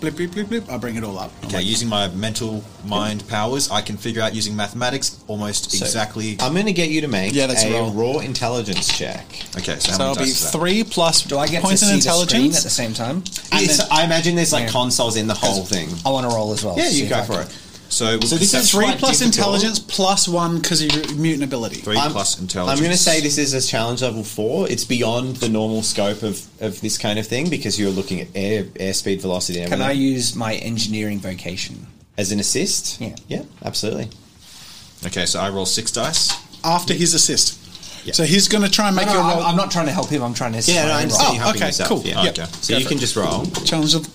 [SPEAKER 1] Blip, blip, blip, blip. I bring it all up. I'm
[SPEAKER 5] Okay,
[SPEAKER 1] like,
[SPEAKER 5] using my mental mind powers, I can figure out using mathematics almost
[SPEAKER 3] So
[SPEAKER 5] exactly.
[SPEAKER 3] I'm going to get you to make
[SPEAKER 1] Yeah, that's
[SPEAKER 3] a
[SPEAKER 1] a roll.
[SPEAKER 3] raw intelligence check.
[SPEAKER 5] okay, so,
[SPEAKER 1] so
[SPEAKER 5] how many
[SPEAKER 1] it'll be
[SPEAKER 5] dice is that?
[SPEAKER 1] three plus
[SPEAKER 2] "Do I get
[SPEAKER 1] points
[SPEAKER 2] to see
[SPEAKER 1] in
[SPEAKER 2] the screen at
[SPEAKER 1] intelligence?
[SPEAKER 2] the same time?
[SPEAKER 3] And so I imagine there's like
[SPEAKER 2] Yeah.
[SPEAKER 3] consoles in the whole thing.
[SPEAKER 2] I want to roll as well.
[SPEAKER 3] Yeah,
[SPEAKER 2] see
[SPEAKER 3] you
[SPEAKER 2] if
[SPEAKER 3] go
[SPEAKER 2] I
[SPEAKER 3] for
[SPEAKER 2] can-
[SPEAKER 3] it.
[SPEAKER 5] So,
[SPEAKER 3] So this is
[SPEAKER 1] Three
[SPEAKER 3] quite
[SPEAKER 1] plus
[SPEAKER 3] difficult.
[SPEAKER 1] intelligence plus one because of your mutant ability.
[SPEAKER 5] 3 plus intelligence.
[SPEAKER 3] I'm going to say this is a challenge level four. It's beyond the normal scope of, of this kind of thing because you're looking at air airspeed, velocity, and
[SPEAKER 2] Can I
[SPEAKER 3] everything.
[SPEAKER 2] use my engineering vocation?
[SPEAKER 3] as an assist.
[SPEAKER 2] Yeah.
[SPEAKER 3] yeah, absolutely.
[SPEAKER 5] Okay, so I roll six dice.
[SPEAKER 1] after his assist.
[SPEAKER 3] Yeah.
[SPEAKER 1] So he's going to try and make
[SPEAKER 2] No,
[SPEAKER 1] your
[SPEAKER 2] no,
[SPEAKER 1] roll.
[SPEAKER 2] I'm, I'm not trying to help him. I'm trying to. assist
[SPEAKER 3] Yeah,
[SPEAKER 2] my
[SPEAKER 3] no, I
[SPEAKER 2] own
[SPEAKER 3] understand.
[SPEAKER 2] role.
[SPEAKER 1] Oh,
[SPEAKER 3] you helping
[SPEAKER 1] okay,
[SPEAKER 3] yourself.
[SPEAKER 1] cool.
[SPEAKER 3] Yeah.
[SPEAKER 1] Yep.
[SPEAKER 5] Okay.
[SPEAKER 3] So you can just roll.
[SPEAKER 1] challenge of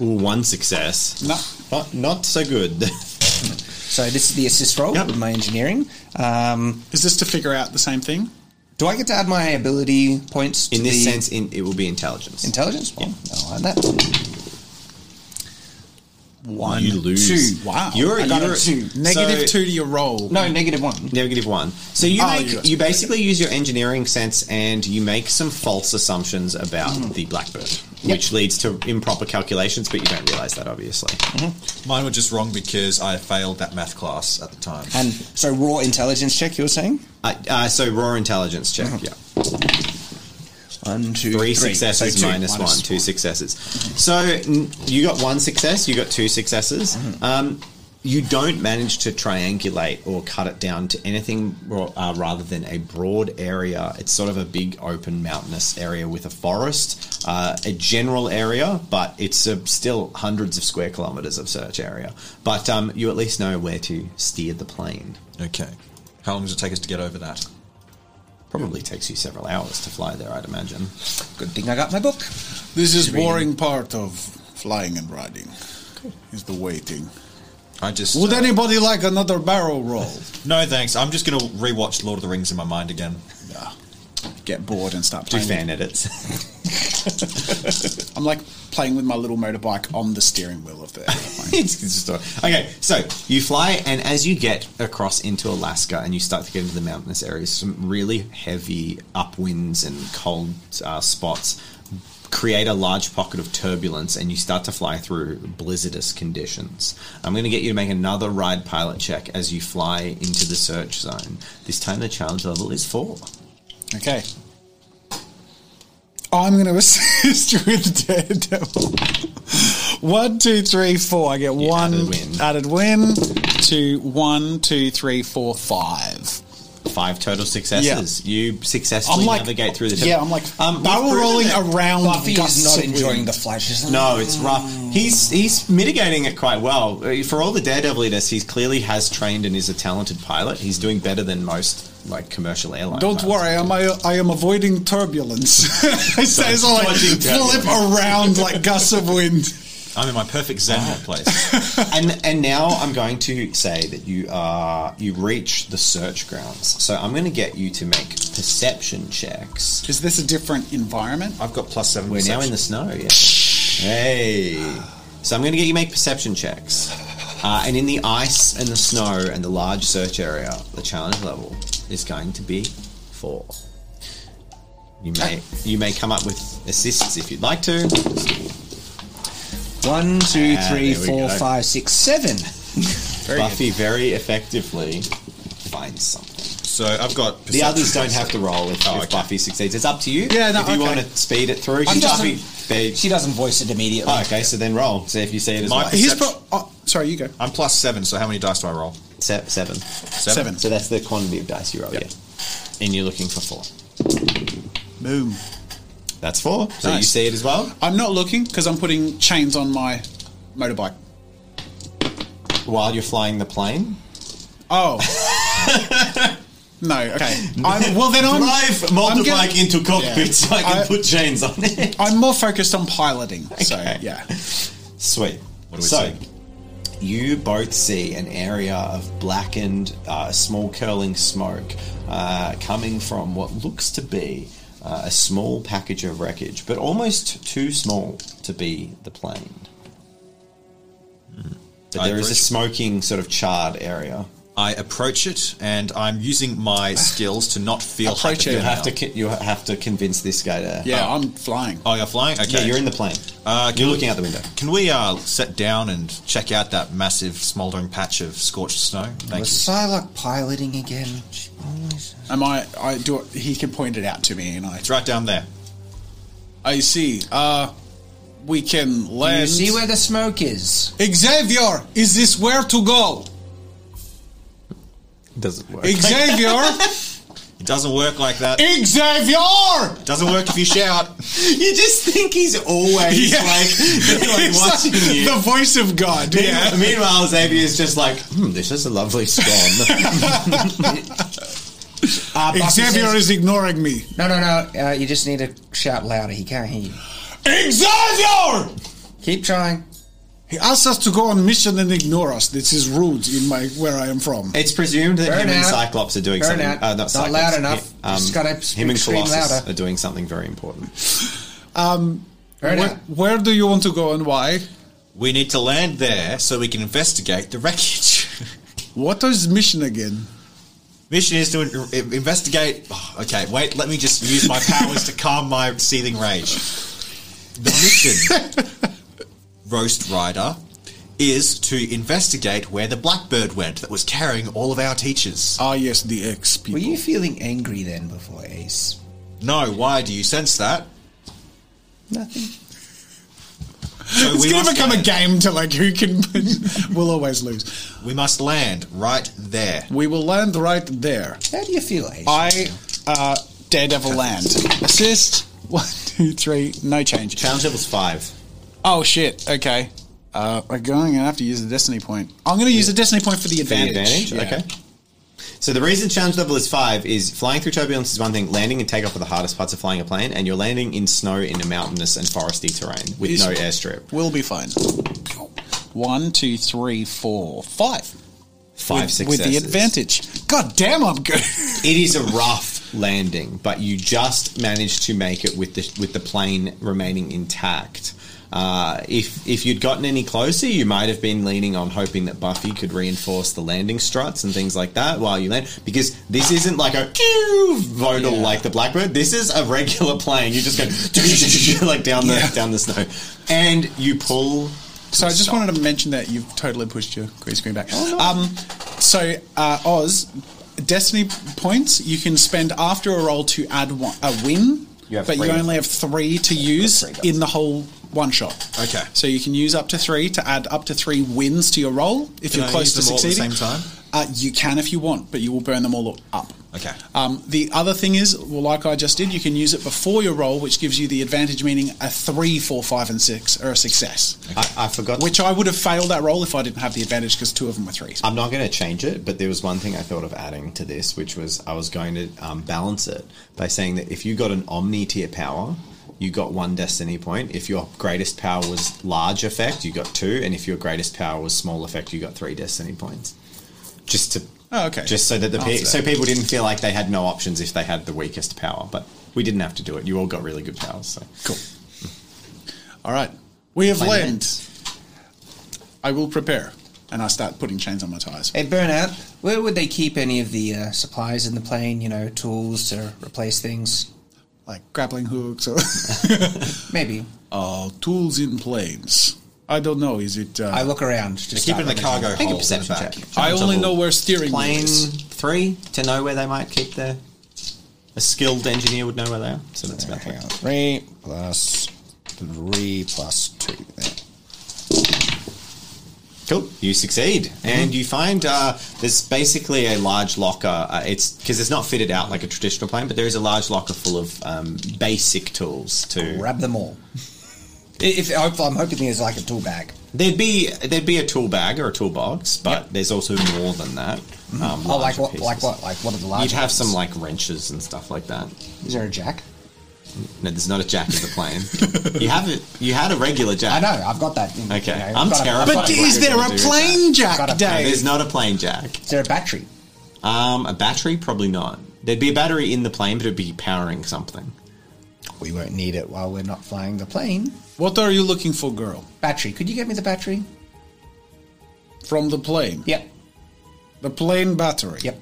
[SPEAKER 3] Ooh, one success.
[SPEAKER 1] no.
[SPEAKER 3] Not, not so good.
[SPEAKER 2] So this is the assist role
[SPEAKER 3] Yep.
[SPEAKER 2] with my engineering. Um,
[SPEAKER 1] Is this to figure out the same thing?
[SPEAKER 2] do I get to add my ability points to
[SPEAKER 3] in this
[SPEAKER 2] the
[SPEAKER 3] sense, in, it will be intelligence.
[SPEAKER 2] intelligence? Well, I'll add that.
[SPEAKER 3] one, you lose.
[SPEAKER 2] two.
[SPEAKER 1] Wow.
[SPEAKER 3] You're,
[SPEAKER 1] I got a
[SPEAKER 3] you're
[SPEAKER 1] two. Negative
[SPEAKER 3] so-
[SPEAKER 1] two to your roll.
[SPEAKER 2] No, negative one.
[SPEAKER 3] Negative one. So you
[SPEAKER 1] Oh,
[SPEAKER 3] make,
[SPEAKER 1] you-
[SPEAKER 3] you basically use your engineering sense and you make some false assumptions about the blackbird, which leads to improper calculations, but you don't realize that obviously.
[SPEAKER 5] Mine were just wrong because I failed that math class at the time.
[SPEAKER 2] And so raw intelligence check. You were saying
[SPEAKER 3] Uh, uh, so raw intelligence check. Yeah,
[SPEAKER 2] Mm-hmm. one, two,
[SPEAKER 3] three,
[SPEAKER 2] three.
[SPEAKER 3] successes
[SPEAKER 2] So two.
[SPEAKER 3] minus
[SPEAKER 1] minus
[SPEAKER 3] one, two successes. So n- you got one success. You got two successes.
[SPEAKER 2] Mm-hmm.
[SPEAKER 3] Um, you don't manage to triangulate or cut it down to anything ro- uh, rather than a broad area. It's sort of a big open mountainous area with a forest, uh, a general area, but it's uh, still hundreds of square kilometers of search area. But um, you at least know where to steer the plane.
[SPEAKER 5] Okay. How long does it take us to get over that?
[SPEAKER 3] Probably takes you several hours to fly there, I'd imagine.
[SPEAKER 2] Good thing I got my book.
[SPEAKER 1] This is boring part of flying and riding. Is the waiting.
[SPEAKER 5] I just.
[SPEAKER 1] Would
[SPEAKER 5] uh,
[SPEAKER 1] anybody like another barrel roll?
[SPEAKER 5] no, thanks. I'm just going to rewatch Lord of the Rings in my mind again.
[SPEAKER 1] Get bored and start
[SPEAKER 3] Do
[SPEAKER 1] playing.
[SPEAKER 3] fan edits.
[SPEAKER 1] I'm like playing with my little motorbike on the steering wheel of the airplane.
[SPEAKER 3] it's it's just a- okay. So you fly, and as you get across into Alaska and you start to get into the mountainous areas, some really heavy upwinds and cold uh, spots create a large pocket of turbulence, and you start to fly through blizzardous conditions. I'm going to get you to make another ride pilot check as you fly into the search zone. This time, the challenge level is four.
[SPEAKER 1] okay. I'm going to assist with Daredevil. One, two, three, four. I get one
[SPEAKER 3] added win.
[SPEAKER 1] added win to one, two, three, four, five.
[SPEAKER 3] Five total successes. You successfully navigate through the. tur-
[SPEAKER 1] yeah. I'm like
[SPEAKER 3] Um,
[SPEAKER 1] barrel
[SPEAKER 3] we've proven
[SPEAKER 1] rolling
[SPEAKER 3] that-
[SPEAKER 1] around.
[SPEAKER 2] Buffy
[SPEAKER 1] gusts
[SPEAKER 2] is not
[SPEAKER 1] of
[SPEAKER 2] enjoying
[SPEAKER 1] wind.
[SPEAKER 2] the flashes.
[SPEAKER 3] No, it's rough. He's he's mitigating it quite well. Uh, For all the daredeviliness, he clearly has trained and is a talented pilot. He's doing better than most like commercial airlines.
[SPEAKER 1] Don't worry, I'm, I, I am avoiding turbulence. I say it's all like
[SPEAKER 3] Dodging
[SPEAKER 1] flip around like gusts of wind.
[SPEAKER 5] I'm in my perfect
[SPEAKER 3] Ah.
[SPEAKER 5] zen place.
[SPEAKER 3] And and now I'm going to say that you are you reach the search grounds. So I'm going to get you to make perception checks.
[SPEAKER 1] Is this a different environment?
[SPEAKER 5] I've got plus seven.
[SPEAKER 3] We're now in the snow. Yeah. Hey. So I'm going to get you make perception checks. Uh, and in the ice and the snow and the large search area, the challenge level is going to be four. You may you may come up with assists if you'd like to.
[SPEAKER 2] One, two,
[SPEAKER 3] Ah,
[SPEAKER 2] three,
[SPEAKER 3] there we
[SPEAKER 2] four,
[SPEAKER 3] go.
[SPEAKER 2] five, six, seven.
[SPEAKER 3] Buffy very effectively finds something.
[SPEAKER 5] So I've got
[SPEAKER 3] The others don't have to roll if, if Buffy succeeds. It's up to you.
[SPEAKER 1] Yeah, no,
[SPEAKER 3] if you
[SPEAKER 1] okay.
[SPEAKER 3] want to speed it through,
[SPEAKER 2] I'm just-
[SPEAKER 3] Buffy. they-
[SPEAKER 2] She doesn't voice it immediately.
[SPEAKER 3] oh, okay, so then roll. So if you see it as
[SPEAKER 5] My-
[SPEAKER 3] well.
[SPEAKER 1] He's pro-
[SPEAKER 5] Perception.
[SPEAKER 1] oh, sorry, you go.
[SPEAKER 5] I'm plus seven. So how many dice do I roll?
[SPEAKER 3] Se- seven.
[SPEAKER 1] Seven.
[SPEAKER 3] So that's the quantity of dice you roll.
[SPEAKER 5] Yep.
[SPEAKER 3] Yeah. And you're looking for four.
[SPEAKER 1] Boom.
[SPEAKER 3] That's four. So you
[SPEAKER 1] Nice.
[SPEAKER 3] see it as well.
[SPEAKER 1] I'm not looking because I'm putting chains on my motorbike.
[SPEAKER 3] While you're flying the plane.
[SPEAKER 1] Oh. no, okay. I'm, well, then I'm.
[SPEAKER 3] Drive
[SPEAKER 1] I'm
[SPEAKER 3] motorbike
[SPEAKER 1] getting-
[SPEAKER 3] into cockpit
[SPEAKER 1] Yeah.
[SPEAKER 3] so I can
[SPEAKER 1] I-
[SPEAKER 3] put chains on it.
[SPEAKER 1] I'm more focused on piloting. So,
[SPEAKER 3] Okay.
[SPEAKER 1] yeah.
[SPEAKER 3] Sweet.
[SPEAKER 5] What do we
[SPEAKER 3] so, you both see an area of blackened, uh, small curling smoke uh, coming from what looks to be uh, a small package of wreckage, but almost too small to be the plane. But
[SPEAKER 5] Hmm. I
[SPEAKER 3] there is a
[SPEAKER 5] approach-
[SPEAKER 3] smoking, sort of charred area.
[SPEAKER 5] I approach it, and I'm using my skills to not feel.
[SPEAKER 1] Approach it.
[SPEAKER 5] hypothermia.
[SPEAKER 3] Ah. You have to, con- you have to convince this guy to.
[SPEAKER 1] Yeah, I'm flying.
[SPEAKER 5] Oh, you're flying. Okay,
[SPEAKER 3] Yeah, you're in the plane.
[SPEAKER 5] Uh,
[SPEAKER 3] you're looking out the window.
[SPEAKER 5] Can we uh, sit down and check out that massive smoldering patch of scorched snow? Thank
[SPEAKER 2] Was
[SPEAKER 5] you.
[SPEAKER 2] Psylocke piloting again? She always-
[SPEAKER 1] Am I? I do. He can point it out to me, and I.
[SPEAKER 5] It's right down there.
[SPEAKER 1] I see. Uh, we can land.
[SPEAKER 2] You see where the smoke is?
[SPEAKER 1] Xavier, is this where to go?
[SPEAKER 3] Doesn't work.
[SPEAKER 1] Xavier,
[SPEAKER 5] It doesn't work like that. It
[SPEAKER 1] Xavier.
[SPEAKER 5] doesn't work if you shout.
[SPEAKER 3] You just think he's always
[SPEAKER 1] Yeah.
[SPEAKER 3] like, he's like
[SPEAKER 1] It's like
[SPEAKER 3] watching you.
[SPEAKER 1] The voice of God.
[SPEAKER 3] Meanwhile,
[SPEAKER 1] Yeah.
[SPEAKER 3] meanwhile, Xavier's just like, hmm, this is a lovely scone.
[SPEAKER 2] Uh, Buffy
[SPEAKER 1] Xavier
[SPEAKER 2] says-
[SPEAKER 1] is ignoring me.
[SPEAKER 2] No, no, no. Uh, you just need to shout louder. He can't hear you.
[SPEAKER 1] Xavier!
[SPEAKER 2] Keep trying.
[SPEAKER 1] He asks us to go on mission and ignore us. This is rude in my where I am from.
[SPEAKER 3] it's presumed that
[SPEAKER 2] Burn
[SPEAKER 3] him and
[SPEAKER 2] out.
[SPEAKER 3] Cyclops are doing
[SPEAKER 2] Burn
[SPEAKER 3] something.
[SPEAKER 2] out.
[SPEAKER 3] Uh, not
[SPEAKER 2] Not
[SPEAKER 3] Cyclops.
[SPEAKER 2] loud enough.
[SPEAKER 3] hi-
[SPEAKER 2] Just gotta
[SPEAKER 3] him and
[SPEAKER 2] scream
[SPEAKER 3] Colossus
[SPEAKER 2] louder.
[SPEAKER 3] are doing something very important.
[SPEAKER 2] Very
[SPEAKER 1] Where,
[SPEAKER 2] nice.
[SPEAKER 1] where do you want to go and why?
[SPEAKER 5] We need to land there so we can investigate the wreckage.
[SPEAKER 1] What is mission again?
[SPEAKER 5] Mission is to in- investigate. oh, okay, wait. Let me just use my powers to calm my seething rage. The mission, Roast Rider, is to investigate where the Blackbird went that was carrying all of our teachers.
[SPEAKER 1] Ah, yes, the ex
[SPEAKER 2] Were
[SPEAKER 1] people.
[SPEAKER 2] you feeling angry then before Ace?
[SPEAKER 5] No, why do you sense that?
[SPEAKER 2] Nothing.
[SPEAKER 5] So
[SPEAKER 1] it's
[SPEAKER 5] we
[SPEAKER 1] going to
[SPEAKER 5] must
[SPEAKER 1] become a
[SPEAKER 5] land.
[SPEAKER 1] game to like who can. we'll always lose.
[SPEAKER 5] We must land right there.
[SPEAKER 1] We will land right there.
[SPEAKER 2] How do you feel, Ace?
[SPEAKER 1] I uh, Daredevil land. Assist. One, two, three. No change.
[SPEAKER 3] Challenge level's five.
[SPEAKER 1] Oh shit. Okay. Uh, I'm going to have to use a destiny point. I'm going to use a destiny point for the
[SPEAKER 3] For the
[SPEAKER 1] advantage.
[SPEAKER 3] advantage?
[SPEAKER 1] Yeah.
[SPEAKER 3] Okay. So the reason challenge level is five is flying through turbulence is one thing, landing and takeoff are the hardest parts of flying a plane, and you're landing in snow in a mountainous and foresty terrain with
[SPEAKER 1] Is-
[SPEAKER 3] no airstrip.
[SPEAKER 1] We'll be fine. One, two, three, four, five.
[SPEAKER 3] Five
[SPEAKER 1] with,
[SPEAKER 3] successes.
[SPEAKER 1] With the advantage. God damn, I'm good.
[SPEAKER 3] It is a rough landing, but you just managed to make it with the with the plane remaining intact. Uh, if if you'd gotten any closer, you might have been leaning on hoping that Buffy could reinforce the landing struts and things like that while you land, because this isn't like a vodal like the Blackbird. This is a regular plane. You just go like down the down the snow, and you pull.
[SPEAKER 1] So I just wanted to mention that you've totally pushed your green screen back.
[SPEAKER 5] Oh,
[SPEAKER 1] Um, so uh, Oz, destiny points you can spend after a roll to add one, a win,
[SPEAKER 3] You have
[SPEAKER 1] but
[SPEAKER 3] three.
[SPEAKER 1] you only have three to use
[SPEAKER 3] three dice.
[SPEAKER 1] in the whole one shot.
[SPEAKER 5] Okay.
[SPEAKER 1] So you can use up to three to add up to three wins to your roll if
[SPEAKER 5] Can
[SPEAKER 1] you're
[SPEAKER 5] I
[SPEAKER 1] close to
[SPEAKER 5] use them all at the
[SPEAKER 1] succeeding.
[SPEAKER 5] same time?
[SPEAKER 1] Uh, you can if you want, but you will burn them all up.
[SPEAKER 5] Okay.
[SPEAKER 1] Um, the other thing is, well, like I just did, you can use it before your roll, which gives you the advantage, meaning a three, four, five, and six are a success.
[SPEAKER 3] I, I forgot
[SPEAKER 1] Which I would have failed that roll if I didn't have the advantage because two of them were threes.
[SPEAKER 3] I'm not going to change it, but there was one thing I thought of adding to this, which was I was going to um, balance it by saying that if you got an omni tier power, you got one destiny point. If your greatest power was large effect, you got two, and if your greatest power was small effect, you got three destiny points. Just to
[SPEAKER 1] Oh, okay.
[SPEAKER 3] just so that the
[SPEAKER 1] I'll
[SPEAKER 3] pe-
[SPEAKER 1] do
[SPEAKER 3] so
[SPEAKER 1] that.
[SPEAKER 3] people didn't feel like they had no options if they had the weakest power, but we didn't have to do it. You all got really good powers, so
[SPEAKER 1] Cool. All right. We have
[SPEAKER 3] Fine,
[SPEAKER 1] learned. I will prepare. And I start putting chains on my tires.
[SPEAKER 3] Eh.
[SPEAKER 2] Hey, Burnout, where would they keep any of the uh, supplies in the plane? You know, tools to replace things?
[SPEAKER 1] Like grappling hooks or
[SPEAKER 3] Oh.
[SPEAKER 2] Maybe.
[SPEAKER 1] uh, tools in planes. I don't know. Is it. Uh,
[SPEAKER 2] I look around. Just
[SPEAKER 5] Keep it in the cargo
[SPEAKER 3] Make a
[SPEAKER 5] hold. in the
[SPEAKER 3] perception
[SPEAKER 5] back.
[SPEAKER 3] check.
[SPEAKER 1] I only know where steering wheel
[SPEAKER 3] plane
[SPEAKER 1] is.
[SPEAKER 3] three to know where they might keep their. A skilled engineer would know where they are, so that's about three.
[SPEAKER 2] Three plus three plus two.
[SPEAKER 3] Cool. You succeed,
[SPEAKER 2] Mm-hmm.
[SPEAKER 3] and you find uh, there's basically a large locker. Uh, it's because it's not fitted out like a traditional plane, but there is a large locker full of um, basic tools to.
[SPEAKER 2] Grab them all. If, if I'm hoping there's like a tool bag.
[SPEAKER 3] There'd be there'd be a tool bag or a toolbox, but
[SPEAKER 2] Yep.
[SPEAKER 3] there's also more than that. Um,
[SPEAKER 2] Oh, like
[SPEAKER 3] larger
[SPEAKER 2] what? Like
[SPEAKER 3] pieces.
[SPEAKER 2] what? Like what are the large?
[SPEAKER 3] You'd have
[SPEAKER 2] ones?
[SPEAKER 3] some like wrenches and stuff like that.
[SPEAKER 2] Is there a jack?
[SPEAKER 3] No, there's not a jack in the plane. you have it. You had a regular jack.
[SPEAKER 2] I know. I've got that. In,
[SPEAKER 3] Okay.
[SPEAKER 2] you know, I've
[SPEAKER 3] I'm
[SPEAKER 2] got a-
[SPEAKER 3] terrified.
[SPEAKER 1] But
[SPEAKER 3] Fine, what
[SPEAKER 1] is
[SPEAKER 3] are we
[SPEAKER 1] there
[SPEAKER 3] gonna
[SPEAKER 1] a
[SPEAKER 3] do with
[SPEAKER 2] Got a
[SPEAKER 1] plane jack,
[SPEAKER 3] No,
[SPEAKER 2] plane.
[SPEAKER 1] Dave?
[SPEAKER 3] there's not a plane jack.
[SPEAKER 2] Is there a battery?
[SPEAKER 3] Um, a battery? Probably not. There'd be a battery in the plane, but it'd be powering something.
[SPEAKER 2] We won't need it while we're not flying the plane.
[SPEAKER 1] What are you looking for, girl?
[SPEAKER 2] Battery. Could you get me the battery?
[SPEAKER 1] From the plane?
[SPEAKER 2] Yep.
[SPEAKER 1] The plane battery?
[SPEAKER 2] Yep.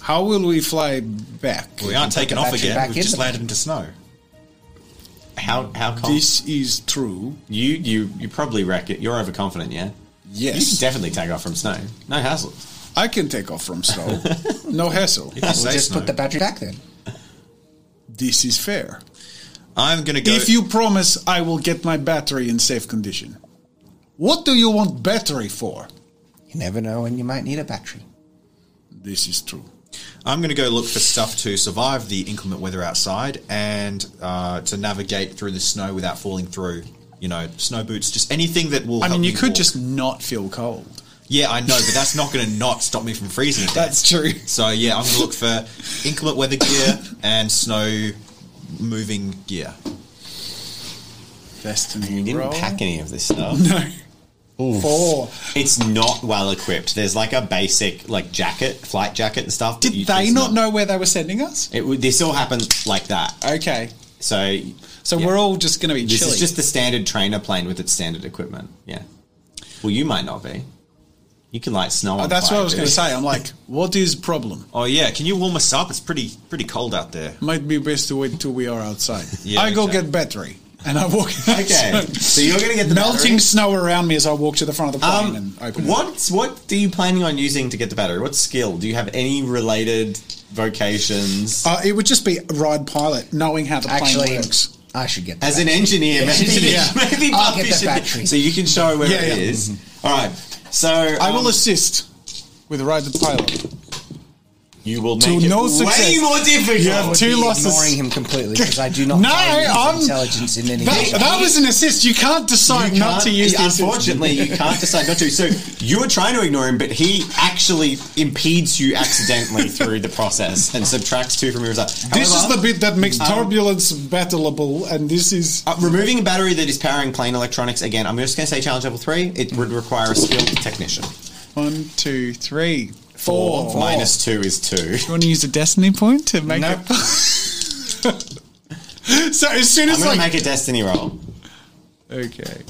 [SPEAKER 1] How will we fly back?
[SPEAKER 5] We aren't taking off
[SPEAKER 2] Battery back
[SPEAKER 5] again.
[SPEAKER 2] in
[SPEAKER 5] We've just
[SPEAKER 2] the-
[SPEAKER 5] landed into snow.
[SPEAKER 3] How how come
[SPEAKER 1] This is true.
[SPEAKER 3] you you you probably wreck it? You're overconfident, yeah. You can
[SPEAKER 1] Yes.
[SPEAKER 3] definitely take off from snow. No hassles.
[SPEAKER 1] I can take off from snow. no hassle.
[SPEAKER 2] We'll just put the battery back then.
[SPEAKER 1] This is fair.
[SPEAKER 5] I'm gonna go.
[SPEAKER 1] If you promise I will get my battery in safe condition. What do you want battery for?
[SPEAKER 2] You never know when you might need a battery.
[SPEAKER 1] This is true.
[SPEAKER 5] I'm going to go look for stuff to survive the inclement weather outside and uh, to navigate through the snow without falling through. You know, snow boots, just anything that will.
[SPEAKER 1] I mean,
[SPEAKER 5] help
[SPEAKER 1] you could
[SPEAKER 5] walk.
[SPEAKER 1] just not feel cold.
[SPEAKER 5] Yeah, I know, but that's not going to not stop me from freezing. to death.
[SPEAKER 1] true.
[SPEAKER 5] So yeah, I'm going to look for inclement weather gear and snow moving gear.
[SPEAKER 1] Destiny,
[SPEAKER 3] You didn't
[SPEAKER 1] bro.
[SPEAKER 3] pack any of this stuff.
[SPEAKER 1] No.
[SPEAKER 2] Four.
[SPEAKER 3] It's not well equipped. There's like a basic like jacket, flight jacket and stuff.
[SPEAKER 1] Did
[SPEAKER 3] You-
[SPEAKER 1] they
[SPEAKER 3] it's
[SPEAKER 1] not know where they were sending us?
[SPEAKER 3] It would. This all happened like that.
[SPEAKER 1] Okay.
[SPEAKER 3] So
[SPEAKER 1] So
[SPEAKER 3] Yeah.
[SPEAKER 1] we're all just going to be
[SPEAKER 3] this
[SPEAKER 1] chilly.
[SPEAKER 3] is just the standard trainer plane with its standard equipment. Yeah. Well, you might not be. You can light snow.
[SPEAKER 1] Oh,
[SPEAKER 3] on
[SPEAKER 1] that's
[SPEAKER 3] fire,
[SPEAKER 1] what I was
[SPEAKER 3] dude.
[SPEAKER 1] going to say. I'm like, what is problem?
[SPEAKER 5] Oh yeah, can you warm us up? It's pretty pretty cold out there.
[SPEAKER 1] Might be best to wait till we are outside.
[SPEAKER 5] Yeah,
[SPEAKER 1] I go get
[SPEAKER 5] exactly.
[SPEAKER 1] battery. And I walk.
[SPEAKER 3] Okay, so you're gonna get the
[SPEAKER 1] melting
[SPEAKER 3] battery?
[SPEAKER 1] snow around me as I walk to the front of the plane
[SPEAKER 3] Um,
[SPEAKER 1] and open. it.
[SPEAKER 3] what's what are you planning on using to get the battery? What skill? Do you have any related vocations?
[SPEAKER 1] Uh, it would just be ride pilot, knowing how the plane
[SPEAKER 2] Actually,
[SPEAKER 1] works.
[SPEAKER 2] I should get. The
[SPEAKER 3] As an
[SPEAKER 2] battery.
[SPEAKER 3] engineer, maybe,
[SPEAKER 1] Yeah.
[SPEAKER 3] maybe
[SPEAKER 2] I'll
[SPEAKER 3] Buffy
[SPEAKER 2] get the
[SPEAKER 3] should-
[SPEAKER 2] battery.
[SPEAKER 3] So you can show where
[SPEAKER 1] Yeah,
[SPEAKER 3] it
[SPEAKER 1] yeah.
[SPEAKER 3] is. All right. So
[SPEAKER 1] I will
[SPEAKER 3] um,
[SPEAKER 1] assist with ride the pilot.
[SPEAKER 3] you will
[SPEAKER 1] to
[SPEAKER 3] make it
[SPEAKER 1] no
[SPEAKER 3] way
[SPEAKER 1] success.
[SPEAKER 3] more difficult.
[SPEAKER 1] You have
[SPEAKER 2] I would
[SPEAKER 1] two
[SPEAKER 2] be
[SPEAKER 1] losses.
[SPEAKER 2] Ignoring him completely because I do not.
[SPEAKER 1] No,
[SPEAKER 2] find his
[SPEAKER 1] I'm-
[SPEAKER 2] intelligence in any.
[SPEAKER 1] That,
[SPEAKER 2] way.
[SPEAKER 1] that was an assist. You can't decide
[SPEAKER 3] You
[SPEAKER 1] not to
[SPEAKER 3] can't-
[SPEAKER 1] use the assist.
[SPEAKER 3] Unfortunately, you can't decide not to. So you were trying to ignore him, but he actually impedes you accidentally through the process and subtracts two from your result.
[SPEAKER 1] This is
[SPEAKER 3] However-
[SPEAKER 1] the bit that
[SPEAKER 3] Um,
[SPEAKER 1] makes turbulence battleable, and this is
[SPEAKER 3] Uh, removing a battery that is powering plane electronics again. I'm just going to say challenge level three. It would require a skilled technician.
[SPEAKER 1] one, two, three. Four.
[SPEAKER 3] Minus two is two.
[SPEAKER 1] Do you want to use a destiny point to make it?
[SPEAKER 3] No.
[SPEAKER 1] so as soon
[SPEAKER 3] I'm
[SPEAKER 1] as
[SPEAKER 3] gonna
[SPEAKER 1] like
[SPEAKER 3] make a destiny roll.
[SPEAKER 1] okay,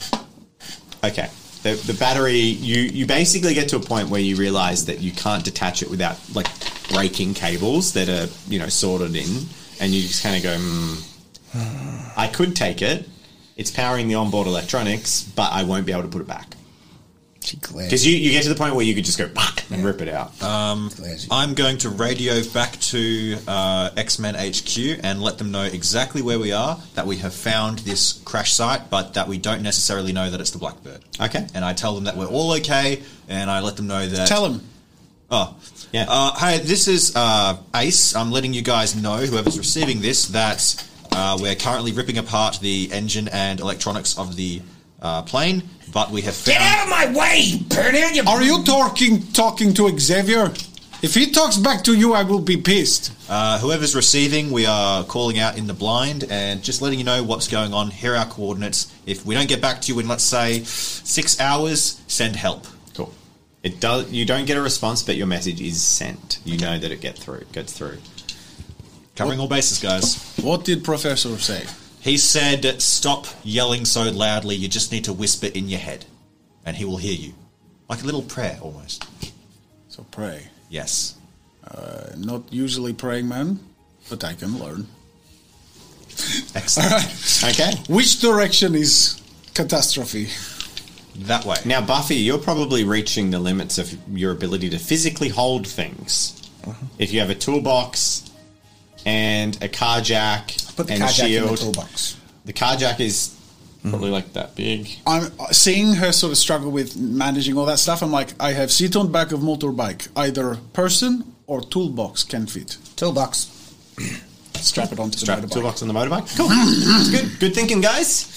[SPEAKER 3] Okay. The, the battery, you, you basically get to a point where you realize that you can't detach it without like breaking cables that are, you know, sorted in. And you just kind of go, hmm, I could take it. It's powering the onboard electronics, but I won't be able to put it back.
[SPEAKER 2] She glares,
[SPEAKER 3] Because you, you get to the point where you could just go "Bah," and rip it out.
[SPEAKER 2] glares at you.
[SPEAKER 5] I'm going to radio back to uh, X Men HQ and let them know exactly where we are, that we have found this crash site, but that we don't necessarily know that it's the Blackbird.
[SPEAKER 3] Okay.
[SPEAKER 5] And I tell them that we're all okay, and I let them know that.
[SPEAKER 1] tell him.
[SPEAKER 5] Oh,
[SPEAKER 3] Yeah.
[SPEAKER 5] Uh, hey, this is uh, Ace. I'm letting you guys know, whoever's receiving this, that uh, we're currently ripping apart the engine and electronics of the uh, plane, but we have
[SPEAKER 2] Get
[SPEAKER 5] found.
[SPEAKER 2] out of my way! Burn out your.
[SPEAKER 6] Are you talking talking to Xavier? If he talks back to you, I will be pissed.
[SPEAKER 5] Uh, whoever's receiving, we are calling out in the blind and just letting you know what's going on. Here are our coordinates. If we don't get back to you in, let's say, six hours, send help.
[SPEAKER 3] Cool. It does. You don't get a response, but your message is sent. You know that it get through. Gets through.
[SPEAKER 5] Covering all bases, guys.
[SPEAKER 1] What did Professor say?
[SPEAKER 5] He said, "Stop yelling so loudly. You just need to whisper in your head, and he will hear you, like a little prayer almost."
[SPEAKER 1] So pray.
[SPEAKER 5] Yes.
[SPEAKER 1] I'm not usually praying man, but I can learn.
[SPEAKER 5] Excellent.
[SPEAKER 3] Okay.
[SPEAKER 1] Which direction is catastrophe?
[SPEAKER 5] That way.
[SPEAKER 3] Now, Buffy, you're probably reaching the limits of your ability to physically hold things. If you have a toolbox and a car jack
[SPEAKER 2] Put the
[SPEAKER 3] and a
[SPEAKER 2] car jack in
[SPEAKER 3] shield,
[SPEAKER 2] the toolbox.
[SPEAKER 3] the car jack is probably like that big.
[SPEAKER 1] I'm uh, seeing her sort of struggle with managing all that stuff. I'm like, I have seat on back of motorbike. Either person or toolbox can fit.
[SPEAKER 2] Toolbox.
[SPEAKER 1] Strap it onto
[SPEAKER 3] Strap
[SPEAKER 1] the motorbike.
[SPEAKER 3] toolbox on the motorbike. Cool. That's good. Good thinking, guys.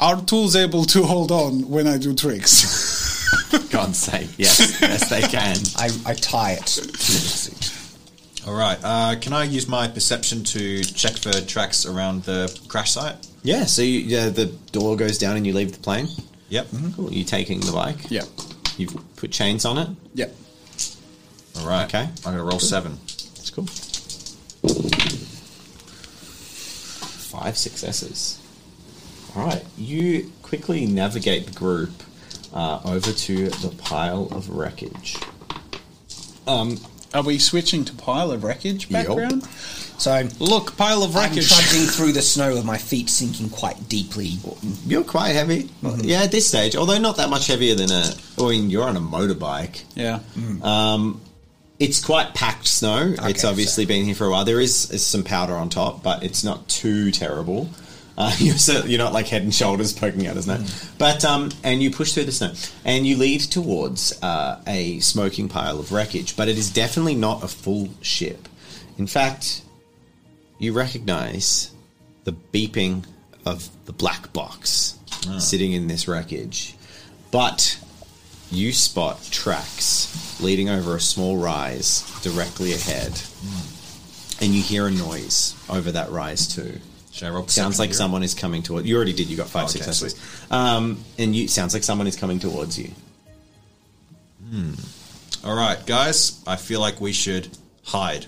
[SPEAKER 1] Are tools able to hold on when I do tricks?
[SPEAKER 3] God's sake. Yes. Yes, they can.
[SPEAKER 2] I, I tie it. to the
[SPEAKER 5] All right. Uh, can I use my perception to check for tracks around the crash site?
[SPEAKER 3] Yeah, so you, yeah, the door goes down and you leave the plane.
[SPEAKER 5] Yep.
[SPEAKER 3] Cool. You taking the bike?
[SPEAKER 1] Yeah.
[SPEAKER 3] You've put chains on it.
[SPEAKER 1] Yeah.
[SPEAKER 5] All right.
[SPEAKER 3] Okay.
[SPEAKER 5] I'm gonna roll seven.
[SPEAKER 3] That's cool. Five successes. All right. You quickly navigate the group uh, over to the pile of wreckage.
[SPEAKER 1] Are we switching to pile of wreckage
[SPEAKER 3] Yep.
[SPEAKER 1] background?
[SPEAKER 2] So I'm,
[SPEAKER 1] Look, pile of
[SPEAKER 2] I'm
[SPEAKER 1] wreckage.
[SPEAKER 2] trudging through the snow with my feet sinking quite deeply.
[SPEAKER 3] You're quite heavy. Yeah, at this stage, although not that much heavier than a. I mean, you're on a motorbike.
[SPEAKER 1] yeah.
[SPEAKER 3] It's quite packed snow. it's
[SPEAKER 2] Okay,
[SPEAKER 3] obviously been here for a while. There is, is some powder on top, but it's not too terrible. Uh, you're, so, you're not like head and shoulders poking out, isn't it? But um, and you push through the snow and you lead towards uh, a smoking pile of wreckage. But it is definitely not a full ship. In fact, you recognise the beeping of the black box sitting in this wreckage, but you spot tracks leading over a small rise directly ahead. And you hear a noise over that rise too.
[SPEAKER 5] Should I roll
[SPEAKER 3] Sounds
[SPEAKER 5] perception
[SPEAKER 3] like
[SPEAKER 5] here?
[SPEAKER 3] someone is coming toward. You already did. You got five
[SPEAKER 5] Okay.
[SPEAKER 3] successes. Um, and you sounds like someone is coming towards you.
[SPEAKER 5] All right, guys. I feel like we should hide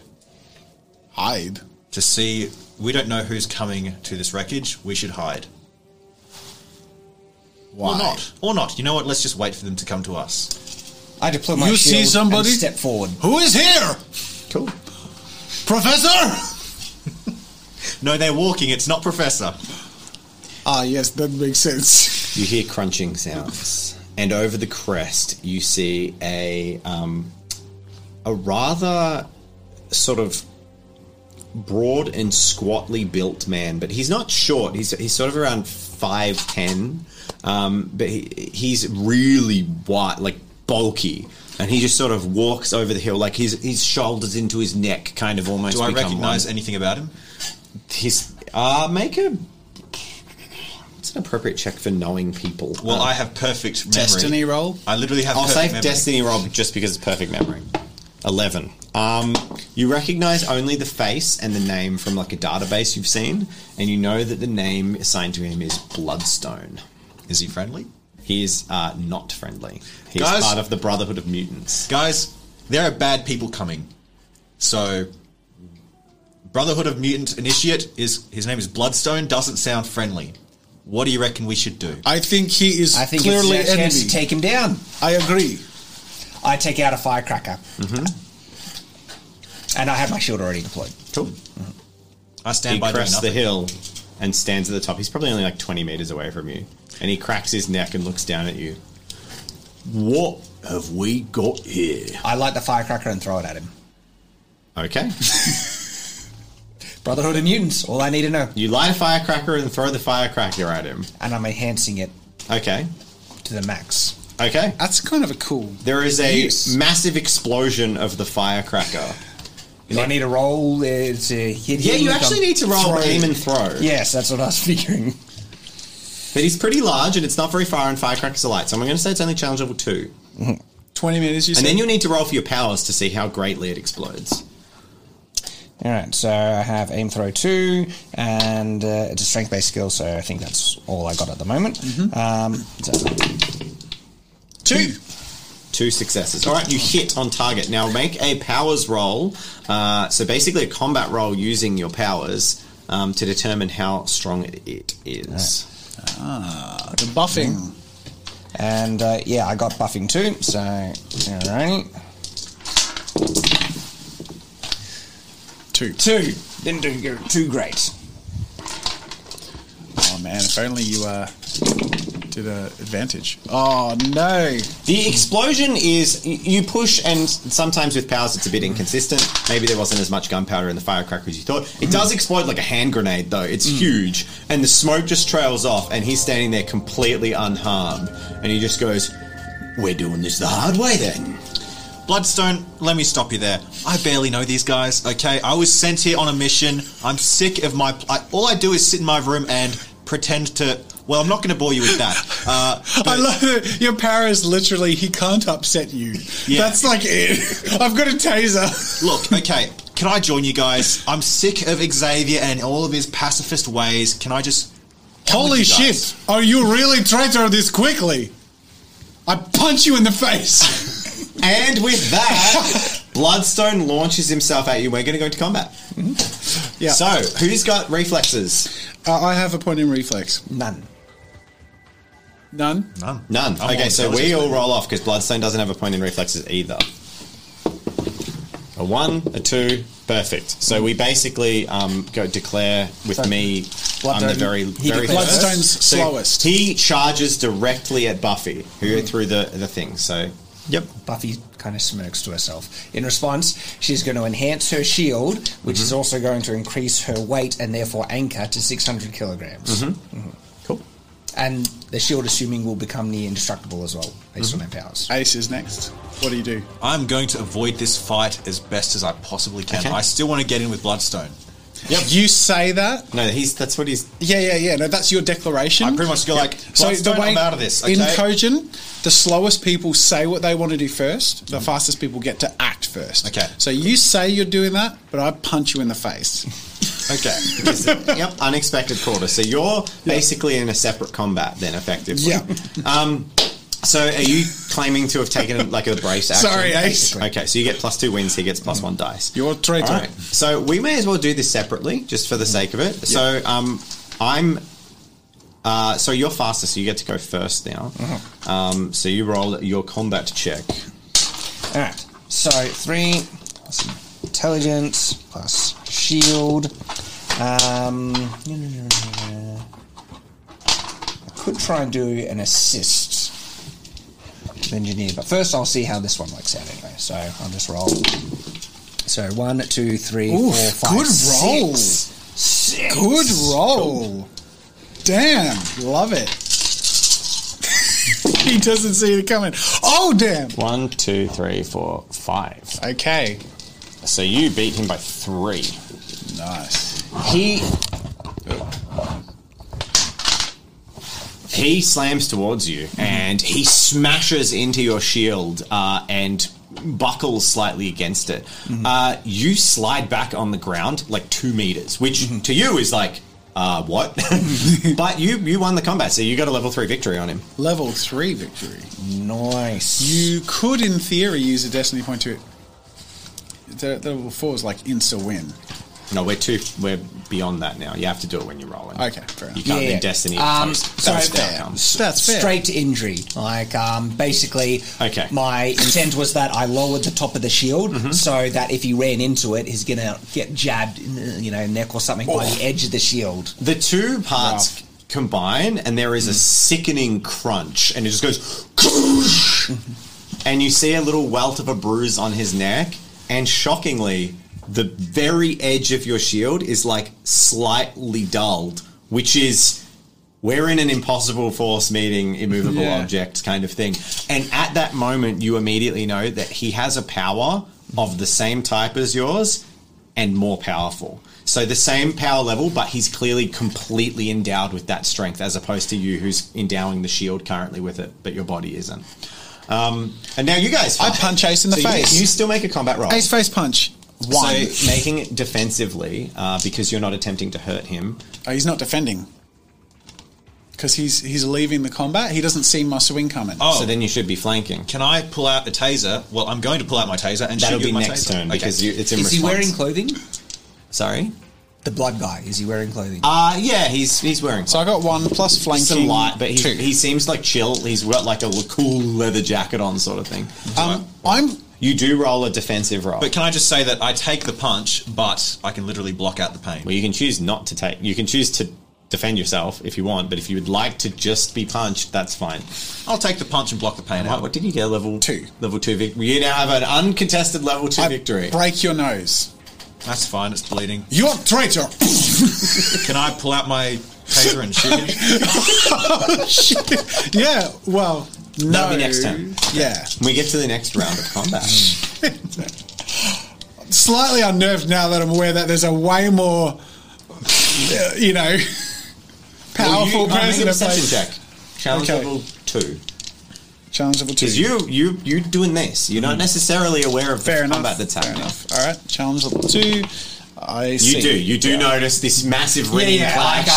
[SPEAKER 1] Hide.
[SPEAKER 5] to see. We don't know who's coming to this wreckage. We should hide. Or not. Or not. You know what? Let's just wait for them to come to us.
[SPEAKER 2] I deploy my
[SPEAKER 1] You see
[SPEAKER 2] shield
[SPEAKER 1] somebody?
[SPEAKER 2] and step forward.
[SPEAKER 1] Who is here?
[SPEAKER 3] Cool.
[SPEAKER 1] Professor?
[SPEAKER 5] No, they're walking. It's not Professor.
[SPEAKER 1] Ah, yes, that makes sense.
[SPEAKER 3] You hear crunching sounds, and over the crest, you see a um, a rather sort of broad and squatly built man, but he's not short. He's he's sort of around five ten, um, but he, he's really wide, like bulky, and he just sort of walks over the hill, like his his shoulders into his neck, kind of almost.
[SPEAKER 5] Do I
[SPEAKER 3] become
[SPEAKER 5] recognize
[SPEAKER 3] one.
[SPEAKER 5] anything about him?
[SPEAKER 3] his? Uh, make a. It's an appropriate check for knowing people.
[SPEAKER 5] Well,
[SPEAKER 3] Um,
[SPEAKER 5] I have perfect memory.
[SPEAKER 1] Destiny roll?
[SPEAKER 5] I literally have.
[SPEAKER 3] I'll
[SPEAKER 5] perfect
[SPEAKER 3] save
[SPEAKER 5] memory.
[SPEAKER 3] Destiny Rob just because it's perfect memory. Eleven. Um, you recognise only the face and the name from like a database you've seen, and you know that the name assigned to him is Bloodstone.
[SPEAKER 5] Is he friendly?
[SPEAKER 3] He is uh, not friendly. He's
[SPEAKER 5] Guys-
[SPEAKER 3] part of the Brotherhood of Mutants.
[SPEAKER 5] Guys, there are bad people coming. So, Brotherhood of Mutant Initiate is his name is Bloodstone. Doesn't sound friendly. What do you reckon we should do?
[SPEAKER 1] I think he is
[SPEAKER 2] I think
[SPEAKER 1] clearly
[SPEAKER 2] it's our chance
[SPEAKER 1] enemy.
[SPEAKER 2] to take him down.
[SPEAKER 1] I agree.
[SPEAKER 2] I take out a firecracker.
[SPEAKER 3] Mm-hmm.
[SPEAKER 2] And I have my shield already deployed.
[SPEAKER 5] Cool. I stand
[SPEAKER 3] He
[SPEAKER 5] by doing
[SPEAKER 3] crests the
[SPEAKER 5] nothing.
[SPEAKER 3] hill and stands at the top. He's probably only like 20 meters away from you. And he cracks his neck and looks down at you.
[SPEAKER 4] What have we got here?
[SPEAKER 2] I light the firecracker and throw it at him.
[SPEAKER 3] Okay.
[SPEAKER 2] Brotherhood of Mutants, all I need to know.
[SPEAKER 3] you light a firecracker and throw the firecracker at him.
[SPEAKER 2] And I'm enhancing it
[SPEAKER 3] Okay.
[SPEAKER 2] to the max.
[SPEAKER 3] Okay.
[SPEAKER 1] That's kind of a cool.
[SPEAKER 3] There is a
[SPEAKER 1] Use.
[SPEAKER 3] massive explosion of the firecracker.
[SPEAKER 2] Do I need to roll uh, to hit
[SPEAKER 3] Yeah,
[SPEAKER 2] him
[SPEAKER 3] you
[SPEAKER 2] with
[SPEAKER 3] actually
[SPEAKER 2] a
[SPEAKER 3] need to roll
[SPEAKER 2] throw?
[SPEAKER 3] aim and throw.
[SPEAKER 2] Yes, that's what I was figuring.
[SPEAKER 3] But he's pretty large and it's not very far and firecrackers are light. So I'm going to say it's only challenge level two.
[SPEAKER 1] 20 minutes, you
[SPEAKER 3] And
[SPEAKER 1] said?
[SPEAKER 3] then you'll need to roll for your powers to see how greatly it explodes.
[SPEAKER 2] All right, so I have aim throw two, and uh, it's a strength based skill, so I think that's all I got at the moment.
[SPEAKER 3] Mm-hmm.
[SPEAKER 2] Um, so-
[SPEAKER 1] Two.
[SPEAKER 3] Two successes. All right, you hit on target. Now make a powers roll. Uh, so basically, a combat roll using your powers um, to determine how strong it is.
[SPEAKER 1] Ah, the buffing.
[SPEAKER 2] and uh, yeah, I got buffing too, so all right,
[SPEAKER 1] Two.
[SPEAKER 2] two didn't do good, too great.
[SPEAKER 1] Oh, man. If only you uh, did a advantage. Oh, no.
[SPEAKER 3] The explosion is y- you push, and sometimes with powers it's a bit inconsistent. Maybe there wasn't as much gunpowder in the firecracker as you thought. It does explode like a hand grenade, though. It's huge, and the smoke just trails off, and he's standing there completely unharmed. And he just goes, "We're doing this the hard way, then."
[SPEAKER 5] Bloodstone, let me stop you there. I barely know these guys, okay? I was sent here on a mission. I'm sick of my. I, all I do is sit in my room and pretend to. Well, I'm not going to bore you with that. Uh,
[SPEAKER 1] I love it. Your power is literally he can't upset you.
[SPEAKER 5] Yeah.
[SPEAKER 1] That's like it. I've got a taser.
[SPEAKER 5] look, okay, can I join you guys? I'm sick of Xavier and all of his pacifist ways. Can I just. come with
[SPEAKER 1] Holy
[SPEAKER 5] you guys?
[SPEAKER 1] shit. Are you really traitor this quickly? I punch you in the face.
[SPEAKER 3] And with that, Bloodstone launches himself at you. We're going to go into combat.
[SPEAKER 1] yeah.
[SPEAKER 3] So, who's got reflexes?
[SPEAKER 1] Uh, I have a point in reflex.
[SPEAKER 2] None.
[SPEAKER 1] None.
[SPEAKER 5] None.
[SPEAKER 3] None.
[SPEAKER 5] I'm
[SPEAKER 3] okay,
[SPEAKER 5] on
[SPEAKER 3] so we
[SPEAKER 5] intelligence,
[SPEAKER 3] all
[SPEAKER 5] baby.
[SPEAKER 3] roll off because Bloodstone doesn't have a point in reflexes either. A one, a two, perfect. So we basically um, go declare with me. I'm the
[SPEAKER 2] Bloodstone-
[SPEAKER 3] very,
[SPEAKER 2] he
[SPEAKER 3] very
[SPEAKER 2] declares-
[SPEAKER 3] first.
[SPEAKER 1] Bloodstone's
[SPEAKER 3] So
[SPEAKER 1] slowest.
[SPEAKER 3] He charges directly at Buffy, who through the the thing. So yep,
[SPEAKER 2] Buffy kind of smirks to herself. In response, she's going to enhance her shield, which is also going to increase her weight and therefore anchor to 600 kilograms. Mm-hmm.
[SPEAKER 3] cool.
[SPEAKER 2] And the shield, assuming, will become near indestructible as well, based on her powers.
[SPEAKER 1] Ace is next. What do you do?
[SPEAKER 5] I'm going to avoid this fight as best as I possibly can.
[SPEAKER 3] Okay.
[SPEAKER 5] I still want to get in with Bloodstone.
[SPEAKER 1] Yep. You say that.
[SPEAKER 3] No, he's that's what he's
[SPEAKER 1] Yeah, yeah, yeah. No, that's your declaration.
[SPEAKER 5] I pretty much go like,
[SPEAKER 1] so the
[SPEAKER 5] Bloodstone,
[SPEAKER 1] way
[SPEAKER 5] I'm out of this.
[SPEAKER 1] in
[SPEAKER 5] okay?
[SPEAKER 1] Kojin, the slowest people say what they want to do first. The fastest people get to act first.
[SPEAKER 5] Mm-hmm. Okay.
[SPEAKER 1] So you say you're doing that, but I punch you in the face.
[SPEAKER 5] okay.
[SPEAKER 3] Because, yep, unexpected quarter. So you're basically in a separate combat then, effectively.
[SPEAKER 1] Yeah.
[SPEAKER 3] Um, so are you claiming to have taken like a brace action?
[SPEAKER 1] Sorry, Ace.
[SPEAKER 3] Okay, so you get plus two wins. He gets plus one dice.
[SPEAKER 1] You're a traitor.
[SPEAKER 3] All right. So we may as well do this separately, just for the sake of it. So um, I'm. Uh, so you're faster, so you get to go first now. Um, so you roll your combat check.
[SPEAKER 2] All right. So three plus intelligence plus shield. Um, I could try and do an assist with engineer, but first I'll see how this one works out anyway. So I'll just roll. So one, two, three, four,
[SPEAKER 1] Oof,
[SPEAKER 2] five,
[SPEAKER 1] good
[SPEAKER 2] six.
[SPEAKER 1] roll.
[SPEAKER 2] Six.
[SPEAKER 1] Good roll. Damn, love it. he doesn't see it coming. Oh, damn.
[SPEAKER 3] One, two, three, four, five.
[SPEAKER 1] Okay.
[SPEAKER 3] So you beat him by three.
[SPEAKER 1] Nice.
[SPEAKER 3] He he slams towards you and he smashes into your shield uh, and buckles slightly against it. Uh, you slide back on the ground like two meters, which to you is like uh, what? but you you won the combat, so you got a level three victory on him.
[SPEAKER 1] Level three victory.
[SPEAKER 2] Nice.
[SPEAKER 1] You could, in theory, use a destiny point to the, the level four is like insta win.
[SPEAKER 3] No, we're too we're beyond that now. You have to do it when you're rolling.
[SPEAKER 1] Okay, fair enough.
[SPEAKER 3] You can't
[SPEAKER 2] Yeah, yeah.
[SPEAKER 3] be destiny.
[SPEAKER 2] Um,
[SPEAKER 3] close.
[SPEAKER 2] so
[SPEAKER 3] That's the
[SPEAKER 1] fair.
[SPEAKER 3] outcome.
[SPEAKER 1] That's fair.
[SPEAKER 2] straight to injury. Like, um, basically,
[SPEAKER 3] Okay.
[SPEAKER 2] my intent was that I lowered the top of the shield so that if he ran into it, he's going to get jabbed in the, you know, neck or something by the edge of the shield.
[SPEAKER 3] The two parts combine, and there is a sickening crunch, and it just goes, and you see a little welt of a bruise on his neck, and shockingly, the very edge of your shield is like slightly dulled, which is. We're in an impossible force meeting, immovable
[SPEAKER 1] Yeah.
[SPEAKER 3] objects kind of thing. And at that moment, you immediately know that he has a power of the same type as yours, and more powerful. So the same power level, but he's clearly completely endowed with that strength, as opposed to you, who's endowing the shield currently with it, but your body isn't. Um, and now you guys,
[SPEAKER 1] I punch Ace in the
[SPEAKER 3] So you-
[SPEAKER 1] face.
[SPEAKER 3] You, still make a combat roll.
[SPEAKER 1] Ace face punch. One.
[SPEAKER 3] So making it defensively uh, because you're not attempting to hurt him.
[SPEAKER 1] Oh, he's not defending because he's he's leaving the combat. He doesn't see my swing coming.
[SPEAKER 5] Oh.
[SPEAKER 3] So then you should be flanking.
[SPEAKER 5] Can I pull out a taser? Well, I'm going to pull out my taser and
[SPEAKER 3] That'll
[SPEAKER 5] shoot you
[SPEAKER 3] be
[SPEAKER 5] with my
[SPEAKER 3] next
[SPEAKER 5] taser.
[SPEAKER 3] turn
[SPEAKER 5] Okay.
[SPEAKER 3] because you, it's in
[SPEAKER 2] Is he
[SPEAKER 3] response.
[SPEAKER 2] wearing clothing?
[SPEAKER 3] Sorry.
[SPEAKER 2] The blood guy, is he wearing clothing?
[SPEAKER 3] Uh, yeah, he's he's wearing.
[SPEAKER 1] So I got one plus flanking.
[SPEAKER 3] some light, but
[SPEAKER 1] two.
[SPEAKER 3] he, he seems like chill. He's got like a l- cool leather jacket on, sort of thing.
[SPEAKER 1] um, I'm
[SPEAKER 3] You do roll a defensive roll.
[SPEAKER 5] But can I just say that I take the punch, but I can literally block out the pain.
[SPEAKER 3] Well, you can choose not to take. You can choose to defend yourself if you want, but if you would like to just be punched, that's fine.
[SPEAKER 5] I'll take the punch and block the pain
[SPEAKER 3] What,
[SPEAKER 5] out.
[SPEAKER 3] what did you get? Level
[SPEAKER 1] Two.
[SPEAKER 3] Level two victory. You now have an uncontested level two
[SPEAKER 1] I
[SPEAKER 3] victory.
[SPEAKER 1] break your nose.
[SPEAKER 5] That's fine. It's bleeding.
[SPEAKER 1] You're a traitor.
[SPEAKER 5] Can I pull out my taser and shoot him?
[SPEAKER 1] yeah. Well, no.
[SPEAKER 3] That'll be next turn.
[SPEAKER 1] Yeah.
[SPEAKER 3] we get to the next round of combat.
[SPEAKER 1] Slightly unnerved now that I'm aware that there's a way more, uh, you know, powerful
[SPEAKER 3] Well, you- uh, make a
[SPEAKER 1] person. in
[SPEAKER 3] perception
[SPEAKER 1] place.
[SPEAKER 3] check. Challenge
[SPEAKER 1] Okay.
[SPEAKER 3] level two.
[SPEAKER 1] Challenge level two.
[SPEAKER 3] Because you you you're doing this. You're not necessarily aware of the
[SPEAKER 1] Hmm. Fair enough.
[SPEAKER 3] combat that's
[SPEAKER 1] Fair
[SPEAKER 3] happening.
[SPEAKER 1] enough. All right. Challenge level two. I
[SPEAKER 3] You
[SPEAKER 1] see.
[SPEAKER 3] do. You do notice this massive
[SPEAKER 2] yeah,
[SPEAKER 3] ringing
[SPEAKER 2] yeah.
[SPEAKER 3] clash.
[SPEAKER 2] Like,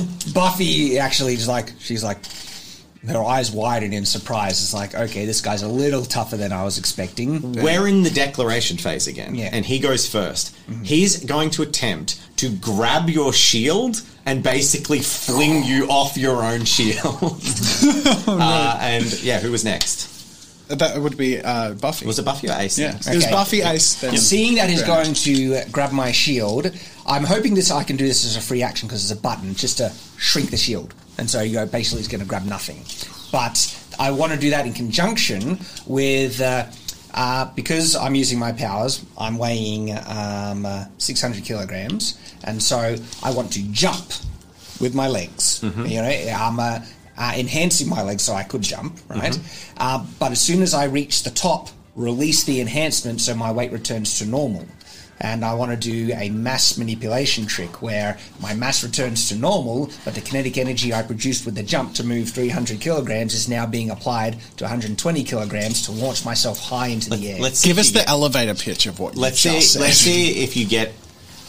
[SPEAKER 2] um, Buffy actually is like, she's like, her eyes widen in surprise. It's like, okay, this guy's a little tougher than I was expecting.
[SPEAKER 3] We're in the declaration phase again,
[SPEAKER 2] Yeah.
[SPEAKER 3] and he goes 1st He's going to attempt to grab your shield and basically fling you off your own shield.
[SPEAKER 1] Oh,
[SPEAKER 3] uh, and yeah, who was next?
[SPEAKER 1] That would be uh, Buffy.
[SPEAKER 3] Was it Buffy or Ace?
[SPEAKER 1] Yeah.
[SPEAKER 3] next?
[SPEAKER 1] It was
[SPEAKER 2] Okay.
[SPEAKER 1] Buffy Ace. Then.
[SPEAKER 2] Seeing that he's
[SPEAKER 1] Yeah.
[SPEAKER 2] going to grab my shield, I'm hoping this I can do this as a free action because there's a button just to shrink the shield, and so you go basically he's going to grab nothing. But I want to do that in conjunction with uh, uh, because I'm using my powers. I'm weighing um, uh, 600 kilograms, and so I want to jump with my legs. You know, I'm uh, uh, enhancing my legs so I could jump, right? Uh, but as soon as I reach the top, release the enhancement so my weight returns to normal. And I want to do a mass manipulation trick where my mass returns to normal, but the kinetic energy I produced with the jump to move 300 kilograms is now being applied to 120 kilograms to launch myself high into the air.
[SPEAKER 3] Let's see
[SPEAKER 1] Give
[SPEAKER 3] if
[SPEAKER 1] us
[SPEAKER 3] you
[SPEAKER 1] the
[SPEAKER 3] get-
[SPEAKER 1] elevator pitch of what
[SPEAKER 3] Let's
[SPEAKER 1] you
[SPEAKER 3] see.
[SPEAKER 1] just said.
[SPEAKER 3] Let's see if you get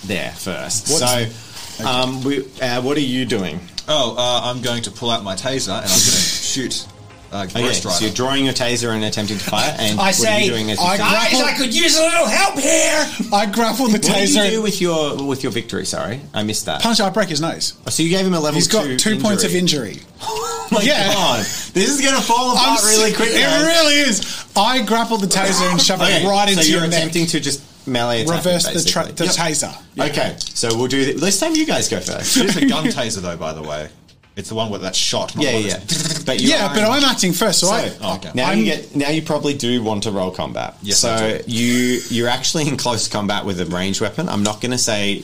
[SPEAKER 3] there first.
[SPEAKER 1] What's-
[SPEAKER 3] so, um, we, uh, what are you doing?
[SPEAKER 5] Oh, uh, I'm going to pull out my taser and I'm going to shoot uh,
[SPEAKER 3] Okay,
[SPEAKER 5] Ghost
[SPEAKER 3] so you're
[SPEAKER 5] Rider.
[SPEAKER 3] drawing your taser and attempting to fire. And
[SPEAKER 2] I
[SPEAKER 3] what are
[SPEAKER 2] say,
[SPEAKER 3] you doing as you
[SPEAKER 1] I-
[SPEAKER 3] fire?
[SPEAKER 2] guys, I could use a little help here.
[SPEAKER 1] I grapple the
[SPEAKER 3] What do you
[SPEAKER 1] taser.
[SPEAKER 3] do with your with your victory? Sorry, I missed that.
[SPEAKER 1] Punch. I break his nose.
[SPEAKER 3] Oh, So you gave him a level.
[SPEAKER 1] He's got two points of injury.
[SPEAKER 3] Oh my
[SPEAKER 1] Yeah.
[SPEAKER 3] god, this is gonna fall
[SPEAKER 1] I'm
[SPEAKER 3] apart really
[SPEAKER 1] sick.
[SPEAKER 3] quick.
[SPEAKER 1] It
[SPEAKER 3] man.
[SPEAKER 1] really is. I grapple the taser and shove
[SPEAKER 3] Okay,
[SPEAKER 1] it right into
[SPEAKER 3] so you're
[SPEAKER 1] your neck.
[SPEAKER 3] attempting to just melee attack.
[SPEAKER 1] Reverse
[SPEAKER 3] it,
[SPEAKER 1] the, tra- the
[SPEAKER 3] basically.
[SPEAKER 1] taser.
[SPEAKER 3] Okay, so we'll do. Th- this time you guys go first.
[SPEAKER 5] It is a gun taser, though, by the way. It's the one with that shot. not
[SPEAKER 3] yeah,
[SPEAKER 5] one
[SPEAKER 3] yeah.
[SPEAKER 5] that's-
[SPEAKER 3] But you
[SPEAKER 1] Yeah,
[SPEAKER 3] are-
[SPEAKER 1] but I'm acting first, so, I.
[SPEAKER 5] Oh, okay.
[SPEAKER 3] Now
[SPEAKER 1] I'm-
[SPEAKER 3] you get. Now you probably do want to roll combat.
[SPEAKER 5] Yes, I
[SPEAKER 3] so
[SPEAKER 5] do.
[SPEAKER 3] you you're actually in close combat with a ranged weapon. I'm not going to say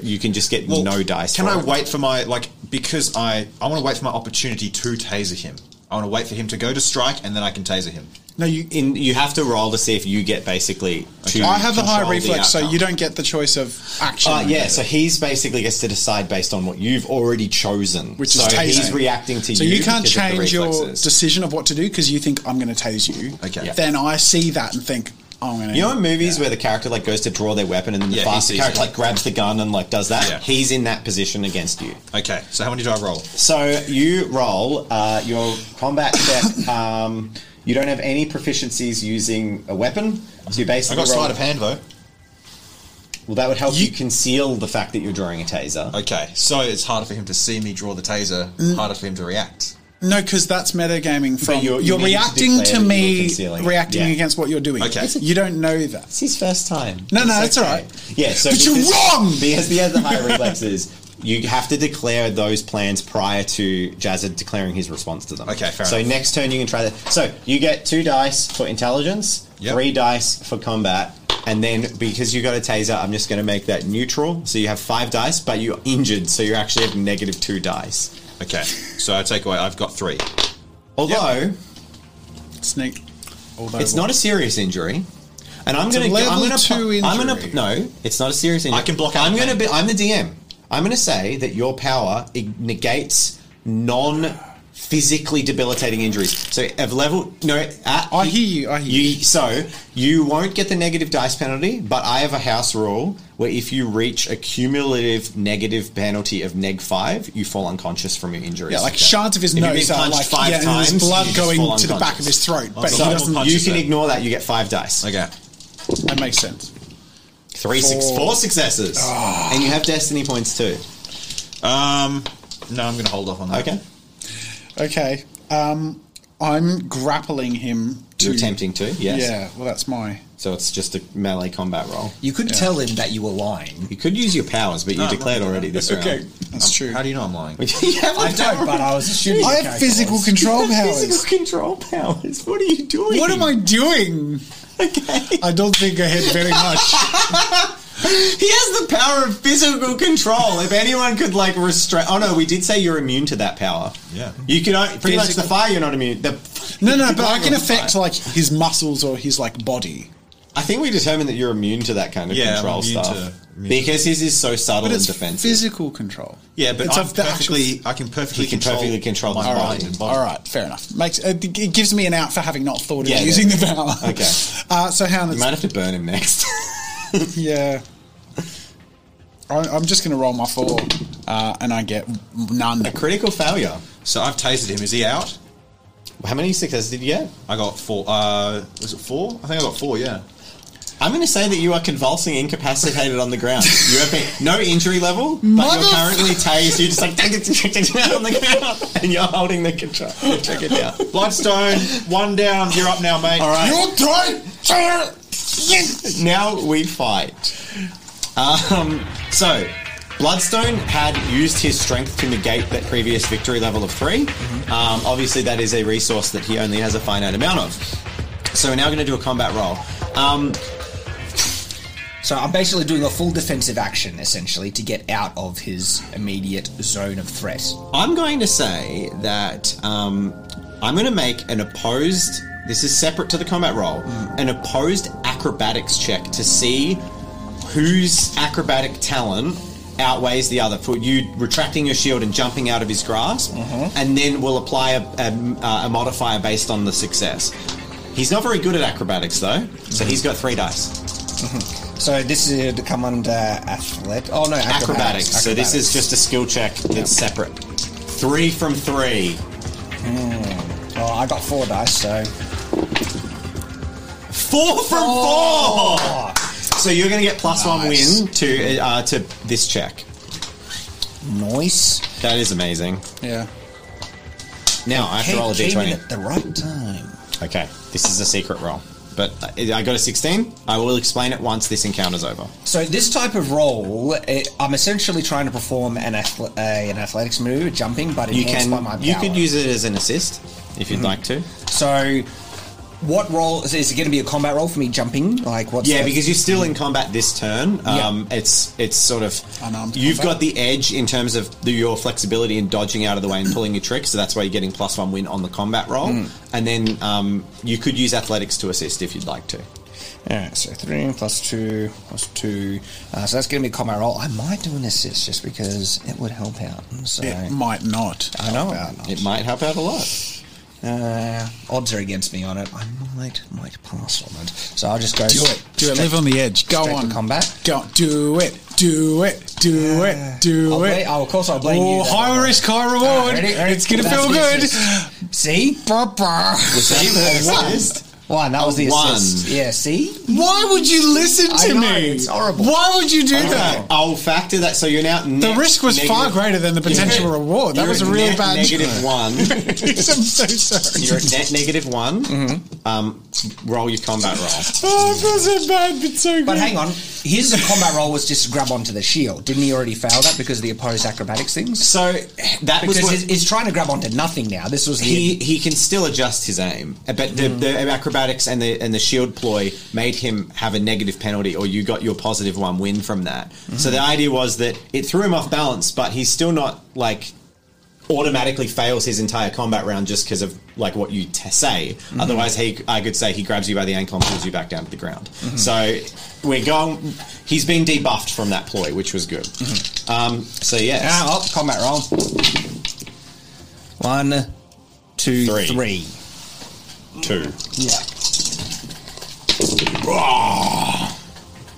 [SPEAKER 3] you can just get
[SPEAKER 5] Well,
[SPEAKER 3] no dice.
[SPEAKER 5] Can
[SPEAKER 3] for
[SPEAKER 5] I
[SPEAKER 3] it.
[SPEAKER 5] wait for my like because I I want to wait for my opportunity to taser him. I want to wait for him to go to strike and then I can taser him.
[SPEAKER 1] No, you.
[SPEAKER 3] In you have to roll to see if you get basically. to
[SPEAKER 1] I have a high
[SPEAKER 3] control the
[SPEAKER 1] reflex, so
[SPEAKER 3] outcome.
[SPEAKER 1] you don't get the choice of action.
[SPEAKER 3] Uh, yeah, so he's basically gets to decide based on what you've already chosen.
[SPEAKER 1] Which
[SPEAKER 3] so
[SPEAKER 1] is tasing.
[SPEAKER 3] he's reacting to
[SPEAKER 1] So
[SPEAKER 3] you.
[SPEAKER 1] you, can't
[SPEAKER 3] because of the
[SPEAKER 1] change your
[SPEAKER 3] reflexes.
[SPEAKER 1] decision of what to do because you think I'm going to tase you.
[SPEAKER 5] Okay. Yeah.
[SPEAKER 1] Then I see that and think I'm going to.
[SPEAKER 3] You know in movies where the character like goes to draw their weapon and then the
[SPEAKER 5] Yeah, he
[SPEAKER 3] faster
[SPEAKER 5] sees
[SPEAKER 3] character
[SPEAKER 5] it.
[SPEAKER 3] like grabs the gun and like does that?
[SPEAKER 5] Yeah.
[SPEAKER 3] He's in that position against you.
[SPEAKER 5] Okay, so how many do I roll?
[SPEAKER 3] So you roll uh, your combat check. Um, you don't have any proficiencies using a weapon, You
[SPEAKER 5] I
[SPEAKER 3] basically
[SPEAKER 5] got sleight
[SPEAKER 3] roll,
[SPEAKER 5] of hand though.
[SPEAKER 3] Well, that would help you,
[SPEAKER 5] You-
[SPEAKER 3] conceal the fact that you're drawing a taser.
[SPEAKER 5] Okay, so it's harder for him to see me draw the taser.
[SPEAKER 1] Mm.
[SPEAKER 5] Harder for him to react.
[SPEAKER 1] No, because that's metagaming from
[SPEAKER 3] you're-
[SPEAKER 1] you're,
[SPEAKER 3] you needed to
[SPEAKER 1] reacting
[SPEAKER 3] declare
[SPEAKER 1] to
[SPEAKER 3] that you were
[SPEAKER 1] me
[SPEAKER 3] concealing it.
[SPEAKER 1] reacting
[SPEAKER 3] Yeah.
[SPEAKER 1] against what you're doing.
[SPEAKER 5] Okay. It's a-
[SPEAKER 1] You don't know that.
[SPEAKER 3] It's his first time.
[SPEAKER 1] No, no, it's all right.
[SPEAKER 3] Yeah, so
[SPEAKER 1] But you're wrong!
[SPEAKER 3] because he has the high reflexes. You have to declare those plans prior to Jazza declaring his response to them.
[SPEAKER 5] Okay, fair
[SPEAKER 3] So
[SPEAKER 5] enough.
[SPEAKER 3] next turn you can try that. So you get two dice for intelligence,
[SPEAKER 5] Yep.
[SPEAKER 3] three dice for combat, and then because you got a taser, I'm just going to make that neutral. So you have five dice, but you're injured, so you actually have negative two dice.
[SPEAKER 5] Okay, so I take away. I've got three.
[SPEAKER 3] Although
[SPEAKER 1] Sneak. Although
[SPEAKER 3] it's not a serious injury. And I'm
[SPEAKER 1] a
[SPEAKER 3] going to. I'm
[SPEAKER 1] level
[SPEAKER 3] going to.
[SPEAKER 1] two
[SPEAKER 3] I'm going
[SPEAKER 1] injury.
[SPEAKER 3] to. No, it's not a serious injury.
[SPEAKER 5] I can block out
[SPEAKER 3] I'm
[SPEAKER 5] pain.
[SPEAKER 3] going to be. I'm the DM. I'm going to say that your power ig- negates non. Physically debilitating injuries. So, of level no, at,
[SPEAKER 1] I hear you, I hear you.
[SPEAKER 3] So you won't get the negative dice penalty, but I have a house rule where if you reach a cumulative negative penalty of neg five, you fall unconscious from your injuries.
[SPEAKER 1] yeah, like shards of his
[SPEAKER 3] If you've been
[SPEAKER 1] nose are
[SPEAKER 3] punched
[SPEAKER 1] like
[SPEAKER 3] five
[SPEAKER 1] yeah, and there's
[SPEAKER 3] times,
[SPEAKER 1] blood
[SPEAKER 3] you just fall
[SPEAKER 1] going to the back of
[SPEAKER 3] unconscious.
[SPEAKER 1] his throat, but he
[SPEAKER 5] so-
[SPEAKER 1] doesn't.
[SPEAKER 5] punches
[SPEAKER 3] you can
[SPEAKER 5] it.
[SPEAKER 3] ignore that. You get five dice.
[SPEAKER 5] Okay,
[SPEAKER 1] That makes sense.
[SPEAKER 3] Three, six,
[SPEAKER 1] Four.
[SPEAKER 3] four successes, and you have destiny points too.
[SPEAKER 5] um, no, I'm going to hold off on that. Um,
[SPEAKER 3] Okay,
[SPEAKER 1] Okay, um, I'm grappling him. To,
[SPEAKER 3] you're attempting to, yes.
[SPEAKER 1] Yeah, well, that's my.
[SPEAKER 3] So it's just a melee combat roll.
[SPEAKER 2] You could tell him that you were lying.
[SPEAKER 3] You could use your powers, but you
[SPEAKER 5] No,
[SPEAKER 3] declared
[SPEAKER 5] no, no, no.
[SPEAKER 3] already this round.
[SPEAKER 1] That's true.
[SPEAKER 5] How do you know I'm lying?
[SPEAKER 3] you have like
[SPEAKER 2] but I was assuming.
[SPEAKER 1] I have physical control powers.
[SPEAKER 3] control powers. What are you doing?
[SPEAKER 1] What am I doing?
[SPEAKER 3] Okay.
[SPEAKER 1] I don't think I hit very much.
[SPEAKER 3] He has the power of physical control. If anyone could like restrain. Oh no, we did say you're immune to that power.
[SPEAKER 5] Yeah.
[SPEAKER 3] You can o- pretty much
[SPEAKER 1] Physical-
[SPEAKER 3] the fire. You're not immune. The,
[SPEAKER 1] No, no, but I can
[SPEAKER 3] the
[SPEAKER 1] affect
[SPEAKER 3] fire.
[SPEAKER 1] like his muscles or his like body.
[SPEAKER 3] I think we determined that you're immune to that kind of
[SPEAKER 5] Yeah, I'm
[SPEAKER 3] control
[SPEAKER 5] immune
[SPEAKER 3] stuff
[SPEAKER 5] to- immune to-
[SPEAKER 3] because his is so subtle
[SPEAKER 1] But
[SPEAKER 3] and
[SPEAKER 1] it's
[SPEAKER 3] defensive.
[SPEAKER 1] physical control.
[SPEAKER 5] Yeah, but
[SPEAKER 1] It's
[SPEAKER 5] I'm
[SPEAKER 1] of the
[SPEAKER 5] perfectly. I can perfectly.
[SPEAKER 3] He can
[SPEAKER 5] control
[SPEAKER 3] perfectly control
[SPEAKER 5] my
[SPEAKER 3] his
[SPEAKER 5] mind
[SPEAKER 3] body.
[SPEAKER 5] and body.
[SPEAKER 1] All right, fair enough. Makes it, it gives me an out for having not thought of
[SPEAKER 3] Yeah,
[SPEAKER 1] using
[SPEAKER 3] yeah.
[SPEAKER 1] the power.
[SPEAKER 3] Okay.
[SPEAKER 1] Uh, so how?
[SPEAKER 3] You might have to burn him next.
[SPEAKER 1] Yeah. I, I'm just going to roll my four, uh, and I get none.
[SPEAKER 3] Critical failure.
[SPEAKER 5] So I've tasered him. Is he out?
[SPEAKER 3] How many successes did you get?
[SPEAKER 5] I got four. Uh, was it four? I think I got four. Yeah.
[SPEAKER 3] I'm going to say that you are convulsing, incapacitated on the ground. You have been, no injury level, but
[SPEAKER 1] Mother-
[SPEAKER 3] you're currently tased. You're just like on the ground, and you're holding the control. Check it out.
[SPEAKER 5] Bloodstone, one down. You're up now, mate.
[SPEAKER 3] All right.
[SPEAKER 1] You're trying.
[SPEAKER 3] now we fight. Um, so, Bloodstone had used his strength to negate that previous victory level of 3 Um, obviously, that is a resource that he only has a finite amount of. So, we're now going to do a combat roll. Um,
[SPEAKER 2] So I'm basically doing a full defensive action, essentially, to get out of his immediate zone of threat.
[SPEAKER 3] I'm going to say that um, I'm going to make an opposed. This is separate to the combat roll. An opposed acrobatics check to see whose acrobatic talent outweighs the other. For you retracting your shield and jumping out of his grasp, and then we'll apply a, uh, a, a modifier based on the success. He's not very good at acrobatics though, so he's got three dice.
[SPEAKER 2] So this is to come under athletic. Oh no, acrobatics.
[SPEAKER 3] Acrobatics. So this is just a skill check that's separate. Three from three.
[SPEAKER 2] Acrobatics. Oh, I got four dice, so
[SPEAKER 3] Four from four. So you're going to get plus
[SPEAKER 2] Nice.
[SPEAKER 3] one win to uh, to this check.
[SPEAKER 2] nice.
[SPEAKER 3] That is amazing.
[SPEAKER 1] Yeah.
[SPEAKER 3] Now I have to roll a
[SPEAKER 2] Came in
[SPEAKER 3] d20.
[SPEAKER 2] at the right time.
[SPEAKER 3] Okay, this is a secret roll, but I I got a 16. I will explain it once this encounter's over.
[SPEAKER 2] So this type of role, it, I'm essentially trying to perform an athle- uh, an athletics move, jumping, but
[SPEAKER 3] You
[SPEAKER 2] enhanced by my
[SPEAKER 3] can
[SPEAKER 2] power.
[SPEAKER 3] you could use it as an assist if you'd like to.
[SPEAKER 2] So, what role is it going to be? A combat role for me jumping? Like what's
[SPEAKER 3] Yeah,
[SPEAKER 2] the-
[SPEAKER 3] because you're still in combat this turn.
[SPEAKER 2] Yeah.
[SPEAKER 3] Um, It's it's sort of
[SPEAKER 1] Unarmed
[SPEAKER 3] you've
[SPEAKER 1] combat.
[SPEAKER 3] got the edge in terms of the, your flexibility in dodging out of the way and pulling your trick. So that's why you're getting plus one win on the combat roll,
[SPEAKER 1] Hmm.
[SPEAKER 3] and then um, you could use athletics to assist if you'd like to.
[SPEAKER 2] Alright, so three plus two plus two. Uh, so that's going to be a combat roll. I might do an assist just because it would help out. So
[SPEAKER 1] It might not.
[SPEAKER 2] I know.
[SPEAKER 3] It might help out a lot.
[SPEAKER 2] Uh, odds are against me on it. I might might pass on it. So I'll just go.
[SPEAKER 1] Do it. Do it. Live on the edge. Go
[SPEAKER 2] straight to
[SPEAKER 1] on.
[SPEAKER 2] combat.
[SPEAKER 1] Go. Do it. Do it. Do it. Do
[SPEAKER 2] I'll
[SPEAKER 1] it.
[SPEAKER 2] blame- I'll- of course I'll blame you
[SPEAKER 1] oh,
[SPEAKER 2] that
[SPEAKER 1] High
[SPEAKER 2] one.
[SPEAKER 1] risk, high reward.
[SPEAKER 2] Ah, ready? Ready?
[SPEAKER 1] It's gonna
[SPEAKER 2] That's
[SPEAKER 1] feel
[SPEAKER 2] the
[SPEAKER 1] good.
[SPEAKER 2] assist. See?
[SPEAKER 1] Bah, bah.
[SPEAKER 3] Was that an
[SPEAKER 2] What?
[SPEAKER 3] assist?
[SPEAKER 2] One. That was the
[SPEAKER 3] one.
[SPEAKER 2] assist. Yeah. See.
[SPEAKER 1] Why would you listen
[SPEAKER 2] I
[SPEAKER 1] to
[SPEAKER 2] know,
[SPEAKER 1] me?
[SPEAKER 2] it's horrible.
[SPEAKER 1] Why would you do that?
[SPEAKER 3] I'll factor that. So you're now
[SPEAKER 1] The risk was far greater than the potential reward. That was a really bad
[SPEAKER 3] negative one.
[SPEAKER 1] choice. I'm so sorry.
[SPEAKER 3] You're at net negative one.
[SPEAKER 1] Mm-hmm.
[SPEAKER 3] Um, roll your combat roll.
[SPEAKER 1] Oh, it was so bad, but so good.
[SPEAKER 2] But hang on, his combat roll was just to grab onto the shield. Didn't he already fail that because of the opposed acrobatics things?
[SPEAKER 3] So that
[SPEAKER 2] Because
[SPEAKER 3] was what,
[SPEAKER 2] he's, he's trying to grab onto nothing now. This was the
[SPEAKER 3] he he can still adjust his aim, Uh, but the, the acrobatics and the and the shield ploy made him have a negative penalty, or you got your positive one win from that. So the idea was that it threw him off balance, but he's still not like automatically fails his entire combat round just because of like what you t- say. Otherwise, he I could say he grabs you by the ankle and pulls you back down to the ground. So we're going. He's been debuffed from that ploy, which was good. Um, so yes.
[SPEAKER 2] Ah, oh, combat roll. One, two,
[SPEAKER 3] Three.
[SPEAKER 2] three.
[SPEAKER 3] Two.
[SPEAKER 2] Yeah.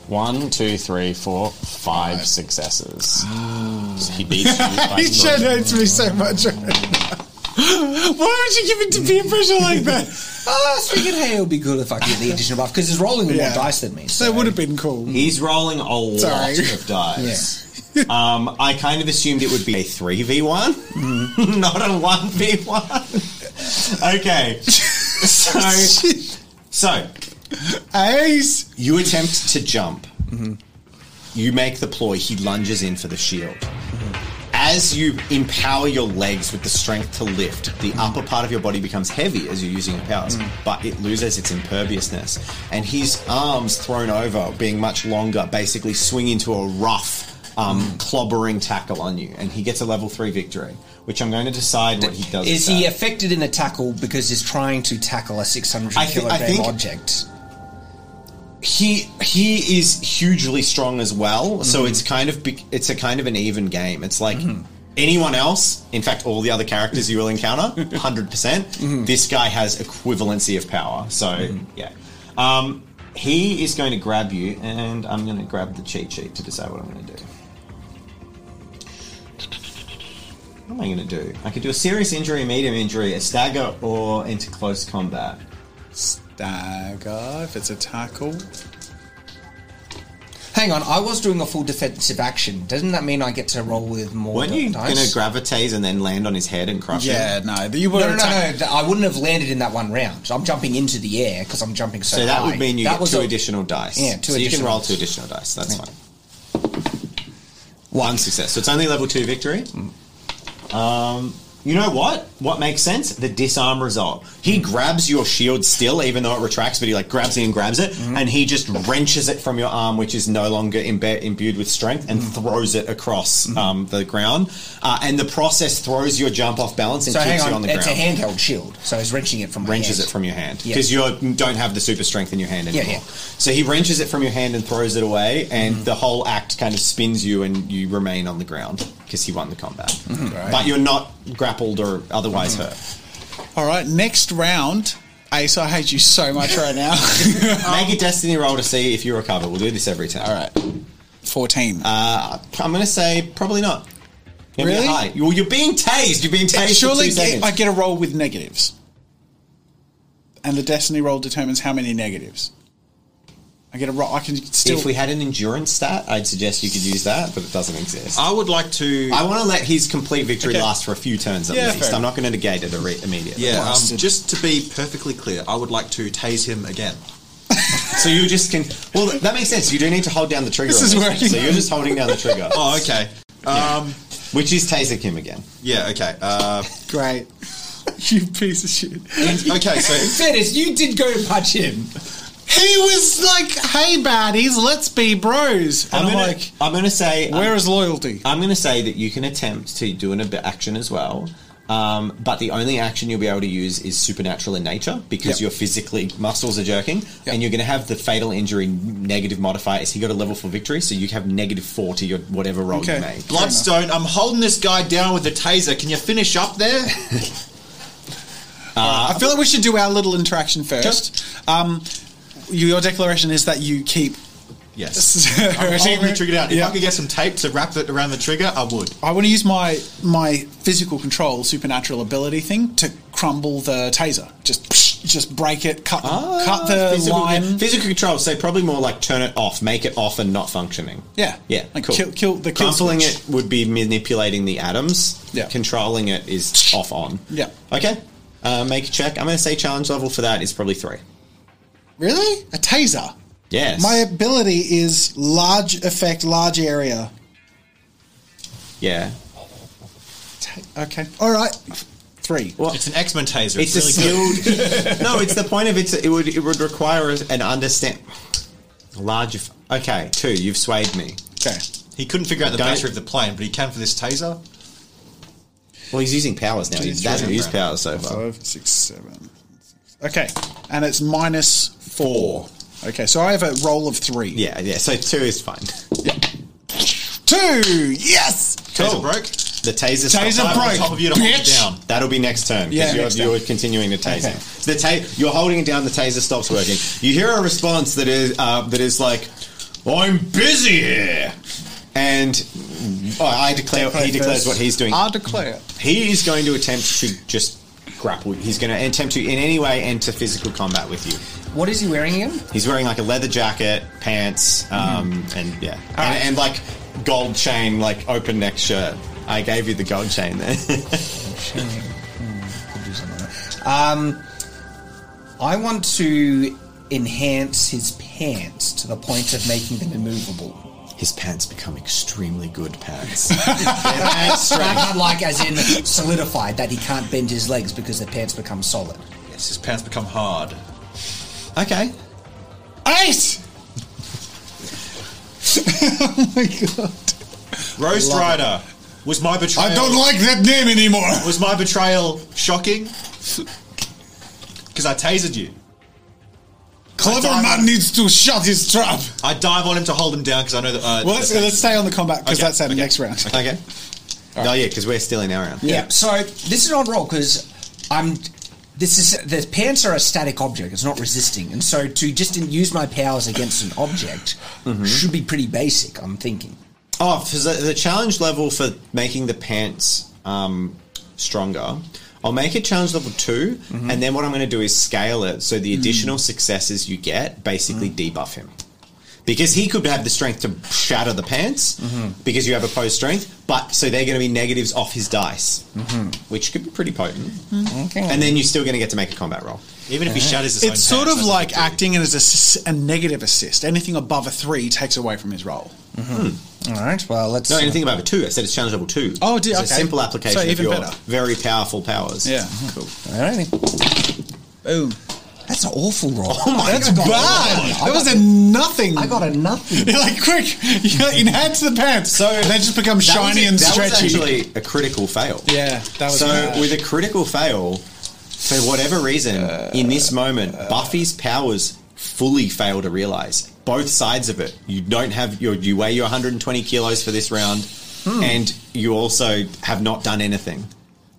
[SPEAKER 3] One, two, three, four, five successes. So he beats you by
[SPEAKER 1] He shit
[SPEAKER 3] three.
[SPEAKER 1] hates me so much. right now. Why would you give it to peer pressure like that?
[SPEAKER 2] Oh, I was thinking, hey, it would be good if I could get the additional buff because he's rolling with
[SPEAKER 1] Yeah.
[SPEAKER 2] more dice than me. So
[SPEAKER 1] So it would have been cool.
[SPEAKER 3] He's rolling a
[SPEAKER 1] Sorry.
[SPEAKER 3] lot of dice. um, I kind of assumed it would be a three v one, not a one v one. Okay, so so
[SPEAKER 1] Ace.
[SPEAKER 3] you attempt to jump. You make the ploy. He lunges in for the shield. As you empower your legs with the strength to lift, the upper part of your body becomes heavy as you're using your powers, but it loses its imperviousness. And his arms thrown over, being much longer, basically swing into a rough, um, clobbering tackle on you. And he gets a level three victory, which I'm going to decide what he does.
[SPEAKER 2] is
[SPEAKER 3] with
[SPEAKER 2] he
[SPEAKER 3] that.
[SPEAKER 2] affected in a tackle because he's trying to tackle a 600
[SPEAKER 3] I thi- I
[SPEAKER 2] kilogram
[SPEAKER 3] think-
[SPEAKER 2] object?
[SPEAKER 3] he he is hugely strong as well.
[SPEAKER 5] Mm-hmm.
[SPEAKER 3] So it's kind of be- it's a kind of an even game. It's like anyone else. In fact, all the other characters you will encounter, hundred percent. This guy has equivalency of power. So yeah, um, he is going to grab you, and I'm going to grab the cheat sheet to decide what I'm going to do. What am I going to do? I could do a serious injury, medium injury, a stagger, or into close combat.
[SPEAKER 1] Dagger, if it's a tackle.
[SPEAKER 2] Hang on, I was doing a full defensive action. Doesn't that mean I get to roll with more
[SPEAKER 3] Weren't
[SPEAKER 2] di-
[SPEAKER 3] you
[SPEAKER 2] dice?
[SPEAKER 3] going to gravitate and then land on his head and crush
[SPEAKER 1] Yeah,
[SPEAKER 3] him?
[SPEAKER 1] no. You were
[SPEAKER 2] No, no, no,
[SPEAKER 1] attack-
[SPEAKER 2] no. th- I wouldn't have landed in that one round. I'm jumping into the air because I'm jumping so
[SPEAKER 3] So that
[SPEAKER 2] high.
[SPEAKER 3] would mean you
[SPEAKER 2] That
[SPEAKER 3] get two
[SPEAKER 2] a-
[SPEAKER 3] additional dice.
[SPEAKER 2] Yeah, two
[SPEAKER 3] So you can
[SPEAKER 2] additional
[SPEAKER 3] roll
[SPEAKER 2] dice.
[SPEAKER 3] two additional dice. That's fine.
[SPEAKER 2] One.
[SPEAKER 3] One success. So it's only level two victory. Um, you know what? What makes sense? The disarm result. He grabs your shield still, even though it retracts, but he like grabs it and grabs it,
[SPEAKER 2] Mm-hmm.
[SPEAKER 3] and he just wrenches it from your arm, which is no longer imbe- imbued with strength, and
[SPEAKER 2] Mm-hmm.
[SPEAKER 3] throws it across um, the ground. Uh, and the process throws your jump off balance and
[SPEAKER 2] So hang
[SPEAKER 3] keeps
[SPEAKER 2] on,
[SPEAKER 3] you on the
[SPEAKER 2] it's
[SPEAKER 3] ground.
[SPEAKER 2] a handheld shield. So he's wrenching it from my
[SPEAKER 3] wrenches
[SPEAKER 2] hand.
[SPEAKER 3] it from your hand
[SPEAKER 2] Yeah.
[SPEAKER 3] because you don't have the super strength in your hand
[SPEAKER 2] Yeah,
[SPEAKER 3] anymore.
[SPEAKER 2] yeah.
[SPEAKER 3] So he wrenches it from your hand and throws it away, and
[SPEAKER 1] Mm-hmm.
[SPEAKER 3] the whole act kind of spins you, and you remain on the ground because he won the combat.
[SPEAKER 1] Mm-hmm.
[SPEAKER 3] But you're not grappled or otherwise hurt.
[SPEAKER 1] All right, next round. Ace, I hate you so much right now.
[SPEAKER 3] Make a destiny roll to see if you recover. We'll do this every time. All right.
[SPEAKER 1] 14.
[SPEAKER 3] I'm going to say probably not. You're gonna
[SPEAKER 1] Really?
[SPEAKER 3] get high. Well, you're being tased. You're being tased.
[SPEAKER 1] Surely
[SPEAKER 3] for two seconds.
[SPEAKER 1] I get a roll with negatives. And the destiny roll determines how many negatives. I get a roll. I can still.
[SPEAKER 3] if we had an endurance stat, I'd suggest you could use that, but it doesn't exist.
[SPEAKER 5] I would like to.
[SPEAKER 3] I want to let his complete victory
[SPEAKER 1] Okay.
[SPEAKER 3] last for a few turns at
[SPEAKER 1] Yeah,
[SPEAKER 3] least.
[SPEAKER 1] fair
[SPEAKER 3] I'm not going to negate it irre- immediately.
[SPEAKER 5] yeah, um, just to be perfectly clear, I would like to tase him again.
[SPEAKER 3] So you just can. Well, that makes sense. You do need to hold down the trigger.
[SPEAKER 1] This
[SPEAKER 3] on
[SPEAKER 1] is working.
[SPEAKER 3] So you're just holding down the trigger,
[SPEAKER 5] Oh, okay. Um,
[SPEAKER 3] which is tasing him again.
[SPEAKER 5] yeah, okay. Uh,
[SPEAKER 1] Great. you piece of shit.
[SPEAKER 5] okay, so
[SPEAKER 2] Fairness, you did go punch him.
[SPEAKER 1] He was like, hey, baddies, let's be bros. And I'm,
[SPEAKER 3] gonna,
[SPEAKER 1] like,
[SPEAKER 3] I'm gonna say. I'm-
[SPEAKER 1] where is loyalty?
[SPEAKER 3] I'm gonna say that you can attempt to do an ab- action as well. Um, but the only action you'll be able to use is supernatural in nature
[SPEAKER 1] Yep.
[SPEAKER 3] because your physically muscles are jerking, and you're going to have the fatal injury negative modifier. Is he got a level for victory? So you have negative four to your whatever roll
[SPEAKER 1] Okay.
[SPEAKER 3] you make.
[SPEAKER 5] Bloodstone, I'm holding this guy down with a taser. Can you finish up there?
[SPEAKER 3] Ah.
[SPEAKER 1] I feel like we should do our little interaction first. Um, you- your declaration is that you keep.
[SPEAKER 5] Yes. I'm holding the trigger down. If I could get some tape to wrap it around the trigger, I would.
[SPEAKER 1] I want to use my my physical control supernatural ability thing to crumble the taser. Just psh, just break it, cut,
[SPEAKER 3] Ah,
[SPEAKER 1] cut the
[SPEAKER 3] physical,
[SPEAKER 1] line.
[SPEAKER 3] yeah. Physical control. So probably more like turn it off, make it off, and not functioning.
[SPEAKER 1] Yeah.
[SPEAKER 3] yeah.
[SPEAKER 1] Like
[SPEAKER 3] cool.
[SPEAKER 1] kill- kill- the kill
[SPEAKER 3] Crumpling
[SPEAKER 1] switch.
[SPEAKER 3] it would be manipulating the atoms.
[SPEAKER 1] Yeah.
[SPEAKER 3] Controlling it is off on.
[SPEAKER 1] Yeah.
[SPEAKER 3] Okay. Uh, make a check. I'm going to say challenge level for that is probably three.
[SPEAKER 1] Really? A taser?
[SPEAKER 3] Yes.
[SPEAKER 7] My ability is large effect, large area.
[SPEAKER 3] yeah.
[SPEAKER 1] Ta- okay.
[SPEAKER 7] All right.
[SPEAKER 1] Three.
[SPEAKER 3] It's
[SPEAKER 5] an X Men taser.
[SPEAKER 3] It's, a skilled. no, it's the point of it's. It would it would require an understand. Large. If, okay, two. You've swayed me.
[SPEAKER 1] Okay.
[SPEAKER 5] He couldn't figure out the
[SPEAKER 3] Don't-
[SPEAKER 5] battery of the plane, but he can for this taser.
[SPEAKER 3] Well, he's using powers now. He
[SPEAKER 1] He's
[SPEAKER 3] hasn't
[SPEAKER 1] using
[SPEAKER 3] used powers so far.
[SPEAKER 1] Five, six, seven. Okay. And it's minus four. Okay, so I have a roll of three.
[SPEAKER 3] Yeah, yeah. So two is fine.
[SPEAKER 1] Two! Yes!
[SPEAKER 3] Cool.
[SPEAKER 5] Taser broke.
[SPEAKER 3] The taser.
[SPEAKER 1] Taser
[SPEAKER 3] stopped.
[SPEAKER 1] broke,
[SPEAKER 3] On top of you to hold it
[SPEAKER 1] bitch.
[SPEAKER 3] down. That'll be next turn
[SPEAKER 1] Yeah,
[SPEAKER 3] because
[SPEAKER 1] next
[SPEAKER 3] you're, you're continuing to taser.
[SPEAKER 1] Okay.
[SPEAKER 3] So the ta- you're holding it down. The taser stops working. You hear a response that is uh, that is like, "I'm busy here," and oh, I declare he declares what he's doing.
[SPEAKER 1] I declare.
[SPEAKER 3] He is going to attempt to just grapple. He's going to attempt to, in any way, enter physical combat with you.
[SPEAKER 2] What is he wearing again?
[SPEAKER 3] He's wearing like a leather jacket, pants, um,
[SPEAKER 1] Mm-hmm.
[SPEAKER 3] and yeah, and, and like gold chain, like open neck shirt. I gave you the gold chain there.
[SPEAKER 2] Could do something like that. Um, I want to enhance his pants to the point of making them immovable.
[SPEAKER 3] His pants become extremely good pants. They're pants strength.
[SPEAKER 2] Not like as in solidified that he can't bend his legs because the pants become solid.
[SPEAKER 5] Yes, his pants become hard.
[SPEAKER 3] Okay.
[SPEAKER 1] Eight!
[SPEAKER 5] Roast Rider. Was my betrayal?
[SPEAKER 1] I don't like that name anymore!
[SPEAKER 5] Was my betrayal shocking? Because I tasered you.
[SPEAKER 1] Clever man needs to shut his trap!
[SPEAKER 5] I dive on him to hold him down because I know that. Uh,
[SPEAKER 1] Well, let's, let's stay on the combat because
[SPEAKER 5] Okay,
[SPEAKER 1] that's our
[SPEAKER 5] okay.
[SPEAKER 1] next round.
[SPEAKER 3] Okay. Oh yeah, because we're still in our round.
[SPEAKER 1] Yeah.
[SPEAKER 2] Yeah. So this is an odd roll because I'm. This is the pants are a static object. It's not resisting, and so to just use my powers against an object should be pretty basic. I'm thinking.
[SPEAKER 3] Oh, for the, the challenge level for making the pants um, stronger, I'll make it challenge level 2
[SPEAKER 5] Mm-hmm.
[SPEAKER 3] and then what I'm going to do is scale it so
[SPEAKER 5] Mm.
[SPEAKER 3] the additional successes you get basically debuff him. Because he could have the strength to shatter the pants
[SPEAKER 5] Mm-hmm.
[SPEAKER 3] because you have opposed strength, but so they're going to be negatives off his dice,
[SPEAKER 5] Mm-hmm.
[SPEAKER 3] which could be pretty potent. And then you're still going to get to make a combat roll.
[SPEAKER 5] even if he shatters his own
[SPEAKER 1] It's sort
[SPEAKER 5] pants,
[SPEAKER 1] of
[SPEAKER 5] that's
[SPEAKER 1] like
[SPEAKER 5] not good.
[SPEAKER 1] acting as a, s- a negative assist. Anything above a three takes away from his roll.
[SPEAKER 2] All right. Well, let's.
[SPEAKER 3] No, anything about a two. I said it's challenge level two.
[SPEAKER 1] Oh, dear,
[SPEAKER 3] It's
[SPEAKER 1] okay.
[SPEAKER 3] a simple application
[SPEAKER 1] So
[SPEAKER 3] of
[SPEAKER 1] even
[SPEAKER 3] your
[SPEAKER 1] better.
[SPEAKER 3] very powerful powers.
[SPEAKER 1] Yeah, cool.
[SPEAKER 2] All right.
[SPEAKER 1] Boom.
[SPEAKER 2] That's an awful roll.
[SPEAKER 3] Oh my
[SPEAKER 1] That's
[SPEAKER 3] God.
[SPEAKER 1] bad.
[SPEAKER 2] I
[SPEAKER 1] That was
[SPEAKER 2] got-
[SPEAKER 1] a nothing.
[SPEAKER 2] I got a nothing.
[SPEAKER 1] You're like, quick, you know, enhance the pants. So they just become
[SPEAKER 3] That was
[SPEAKER 1] shiny
[SPEAKER 3] a-
[SPEAKER 1] and
[SPEAKER 3] that was
[SPEAKER 1] stretchy.
[SPEAKER 3] actually a critical fail.
[SPEAKER 1] yeah, that was
[SPEAKER 3] so
[SPEAKER 1] bad.
[SPEAKER 3] with a critical fail, for whatever reason, in this
[SPEAKER 1] Uh,
[SPEAKER 3] moment, Buffy's powers fully fail to realize both sides of it. You don't have your you weigh your 120 kilos for this round,
[SPEAKER 1] Hmm.
[SPEAKER 3] and you also have not done anything.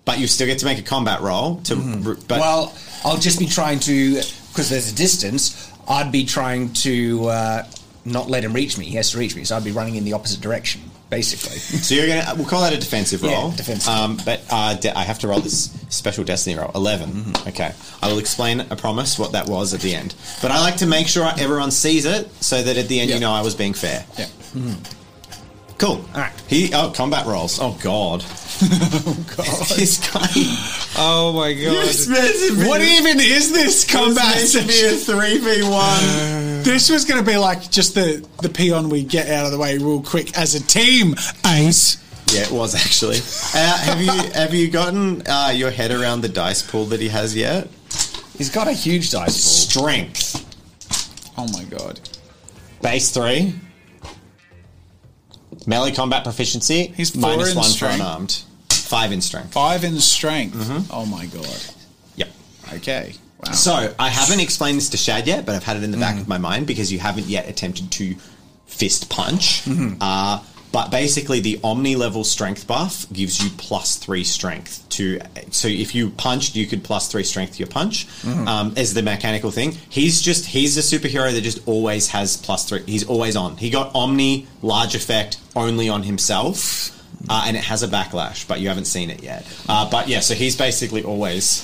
[SPEAKER 3] But you still get to make a combat roll. To
[SPEAKER 1] Hmm.
[SPEAKER 3] but
[SPEAKER 2] well, I'll just be trying to because there's a distance. I'd be trying to uh, not let him reach me. He has to reach me, so I'd be running in the opposite direction, basically.
[SPEAKER 3] so you're gonna we'll call that a defensive
[SPEAKER 2] Yeah,
[SPEAKER 3] roll.
[SPEAKER 2] defensive.
[SPEAKER 3] Um, but uh, de- I have to roll this special destiny roll 11 Okay, I will explain. I promise what that was at the end. But I like to make sure everyone sees it so that at the end
[SPEAKER 1] Yeah.
[SPEAKER 3] you know I was being fair. Mm-hmm.
[SPEAKER 1] yeah.
[SPEAKER 3] Cool.
[SPEAKER 2] All right.
[SPEAKER 3] He oh combat rolls. Oh god.
[SPEAKER 1] God.
[SPEAKER 3] this guy.
[SPEAKER 1] Oh my What
[SPEAKER 3] What
[SPEAKER 1] even is this combat?
[SPEAKER 3] to be a three v one.
[SPEAKER 1] This was going to be like just the the peon we get out of the way real quick as a team. Ace.
[SPEAKER 3] Yeah, it was actually. Uh, have you have you gotten uh, your head around the dice pool that he has yet?
[SPEAKER 2] He's got a huge dice pool.
[SPEAKER 3] Strength
[SPEAKER 1] Oh my god.
[SPEAKER 3] base three. Melee combat proficiency.
[SPEAKER 1] He's four
[SPEAKER 3] minus
[SPEAKER 1] in
[SPEAKER 3] one
[SPEAKER 1] strength.
[SPEAKER 3] for unarmed. Five in strength.
[SPEAKER 1] Five in strength. Oh my god.
[SPEAKER 3] Yep.
[SPEAKER 1] Okay. Wow.
[SPEAKER 3] Mm-hmm. So I haven't explained this to Shad yet, but I've had it in the back of my mind because you haven't yet attempted to fist punch. Uh, but basically, the omni level strength buff gives you plus three strength to. So if you punched, you could plus three strength to your punch um, as the mechanical thing. He's just he's a superhero that just always has plus three. He's always on. He got omni large effect only on himself. Uh, and it has a backlash, but you haven't seen it yet. Uh, but yeah, so he's basically always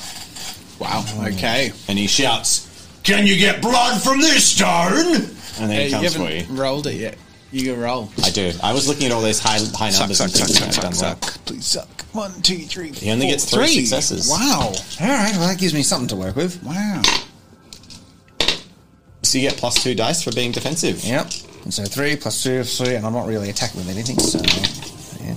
[SPEAKER 1] Wow. Okay.
[SPEAKER 4] and he shouts, "Can you get blood from this stone?" And then
[SPEAKER 1] Hey, you
[SPEAKER 4] he comes for
[SPEAKER 1] haven't
[SPEAKER 4] you.
[SPEAKER 1] rolled it yet. You can roll.
[SPEAKER 3] I do. I was looking at all those high high numbers and thinking I've done well.
[SPEAKER 1] Please suck. One, two, three.
[SPEAKER 3] He only
[SPEAKER 1] four,
[SPEAKER 3] gets three
[SPEAKER 1] three.
[SPEAKER 3] successes.
[SPEAKER 1] Wow.
[SPEAKER 2] All right, well, that gives me something to work with.
[SPEAKER 1] Wow.
[SPEAKER 3] So you get plus two dice for being defensive.
[SPEAKER 2] Yep. And so three plus two, three, and I'm not really attacking with anything, so. Yeah.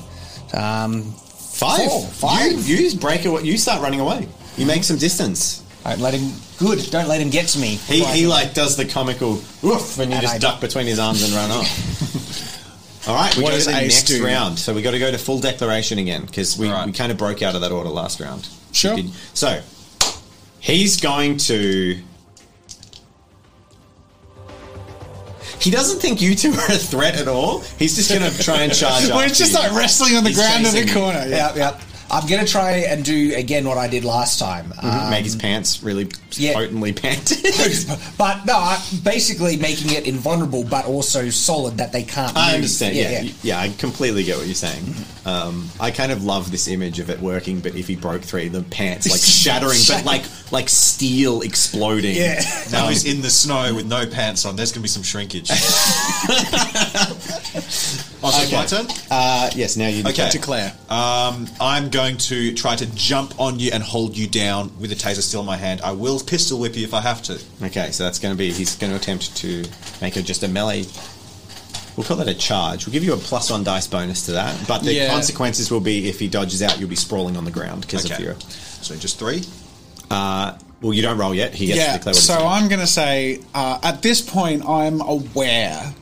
[SPEAKER 2] Um,
[SPEAKER 3] Five.
[SPEAKER 2] Four, five.
[SPEAKER 3] You, you break away. You start running away. You make some distance.
[SPEAKER 2] don't let him. Good, don't let him get to me.
[SPEAKER 3] He, he like does the comical woof, and you
[SPEAKER 2] And
[SPEAKER 3] just
[SPEAKER 2] I-
[SPEAKER 3] duck between his arms and run off. All right, we
[SPEAKER 1] What
[SPEAKER 3] go
[SPEAKER 1] does
[SPEAKER 3] to the
[SPEAKER 1] Ace
[SPEAKER 3] next
[SPEAKER 1] do?
[SPEAKER 3] round. So we got to go to full declaration again because we,
[SPEAKER 5] Alright.
[SPEAKER 3] we kind of broke out of that order last round.
[SPEAKER 1] Sure.
[SPEAKER 3] We did- So he's going to. He doesn't think you two are a threat at all. He's just going to try and charge
[SPEAKER 1] We're
[SPEAKER 3] after
[SPEAKER 1] just
[SPEAKER 3] you.
[SPEAKER 1] like wrestling on the
[SPEAKER 3] He's
[SPEAKER 1] ground in
[SPEAKER 3] chasing
[SPEAKER 1] the
[SPEAKER 3] you.
[SPEAKER 1] corner. Yeah.
[SPEAKER 2] Yep, yep. I'm going to try and do again what I did last time. Um,
[SPEAKER 3] Make his pants really
[SPEAKER 2] yeah.
[SPEAKER 3] potently panted.
[SPEAKER 2] but no, I- basically making it invulnerable, but also solid that they can't.
[SPEAKER 3] I
[SPEAKER 2] move.
[SPEAKER 3] understand. Yeah, yeah, I completely get what you're saying. Um, I kind of love this image of it working, but if he broke three, the pants like shattering, but like like steel exploding.
[SPEAKER 1] Yeah.
[SPEAKER 5] Now
[SPEAKER 1] um,
[SPEAKER 5] he's in the snow with no pants on. There's going to be some shrinkage. oh, so it's my
[SPEAKER 3] Okay.
[SPEAKER 5] turn?
[SPEAKER 3] Uh, yes. Now you.
[SPEAKER 5] Okay.
[SPEAKER 1] Declare.
[SPEAKER 5] Um, I'm going to try to jump on you and hold you down with a taser still in my hand. I will pistol whip you if I have to.
[SPEAKER 3] Okay. So that's going to be. He's going to attempt to make it just a melee. We'll call that a charge. We'll give you a plus one dice bonus to that, but the
[SPEAKER 1] Yeah.
[SPEAKER 3] consequences will be if he dodges out, you'll be sprawling on the ground because of
[SPEAKER 5] Okay.
[SPEAKER 3] your.
[SPEAKER 5] So just three.
[SPEAKER 3] Well, you don't roll yet. He gets to
[SPEAKER 1] yeah.
[SPEAKER 3] declare what he's
[SPEAKER 1] So
[SPEAKER 3] doing.
[SPEAKER 1] I'm going to say uh, at this point, I'm aware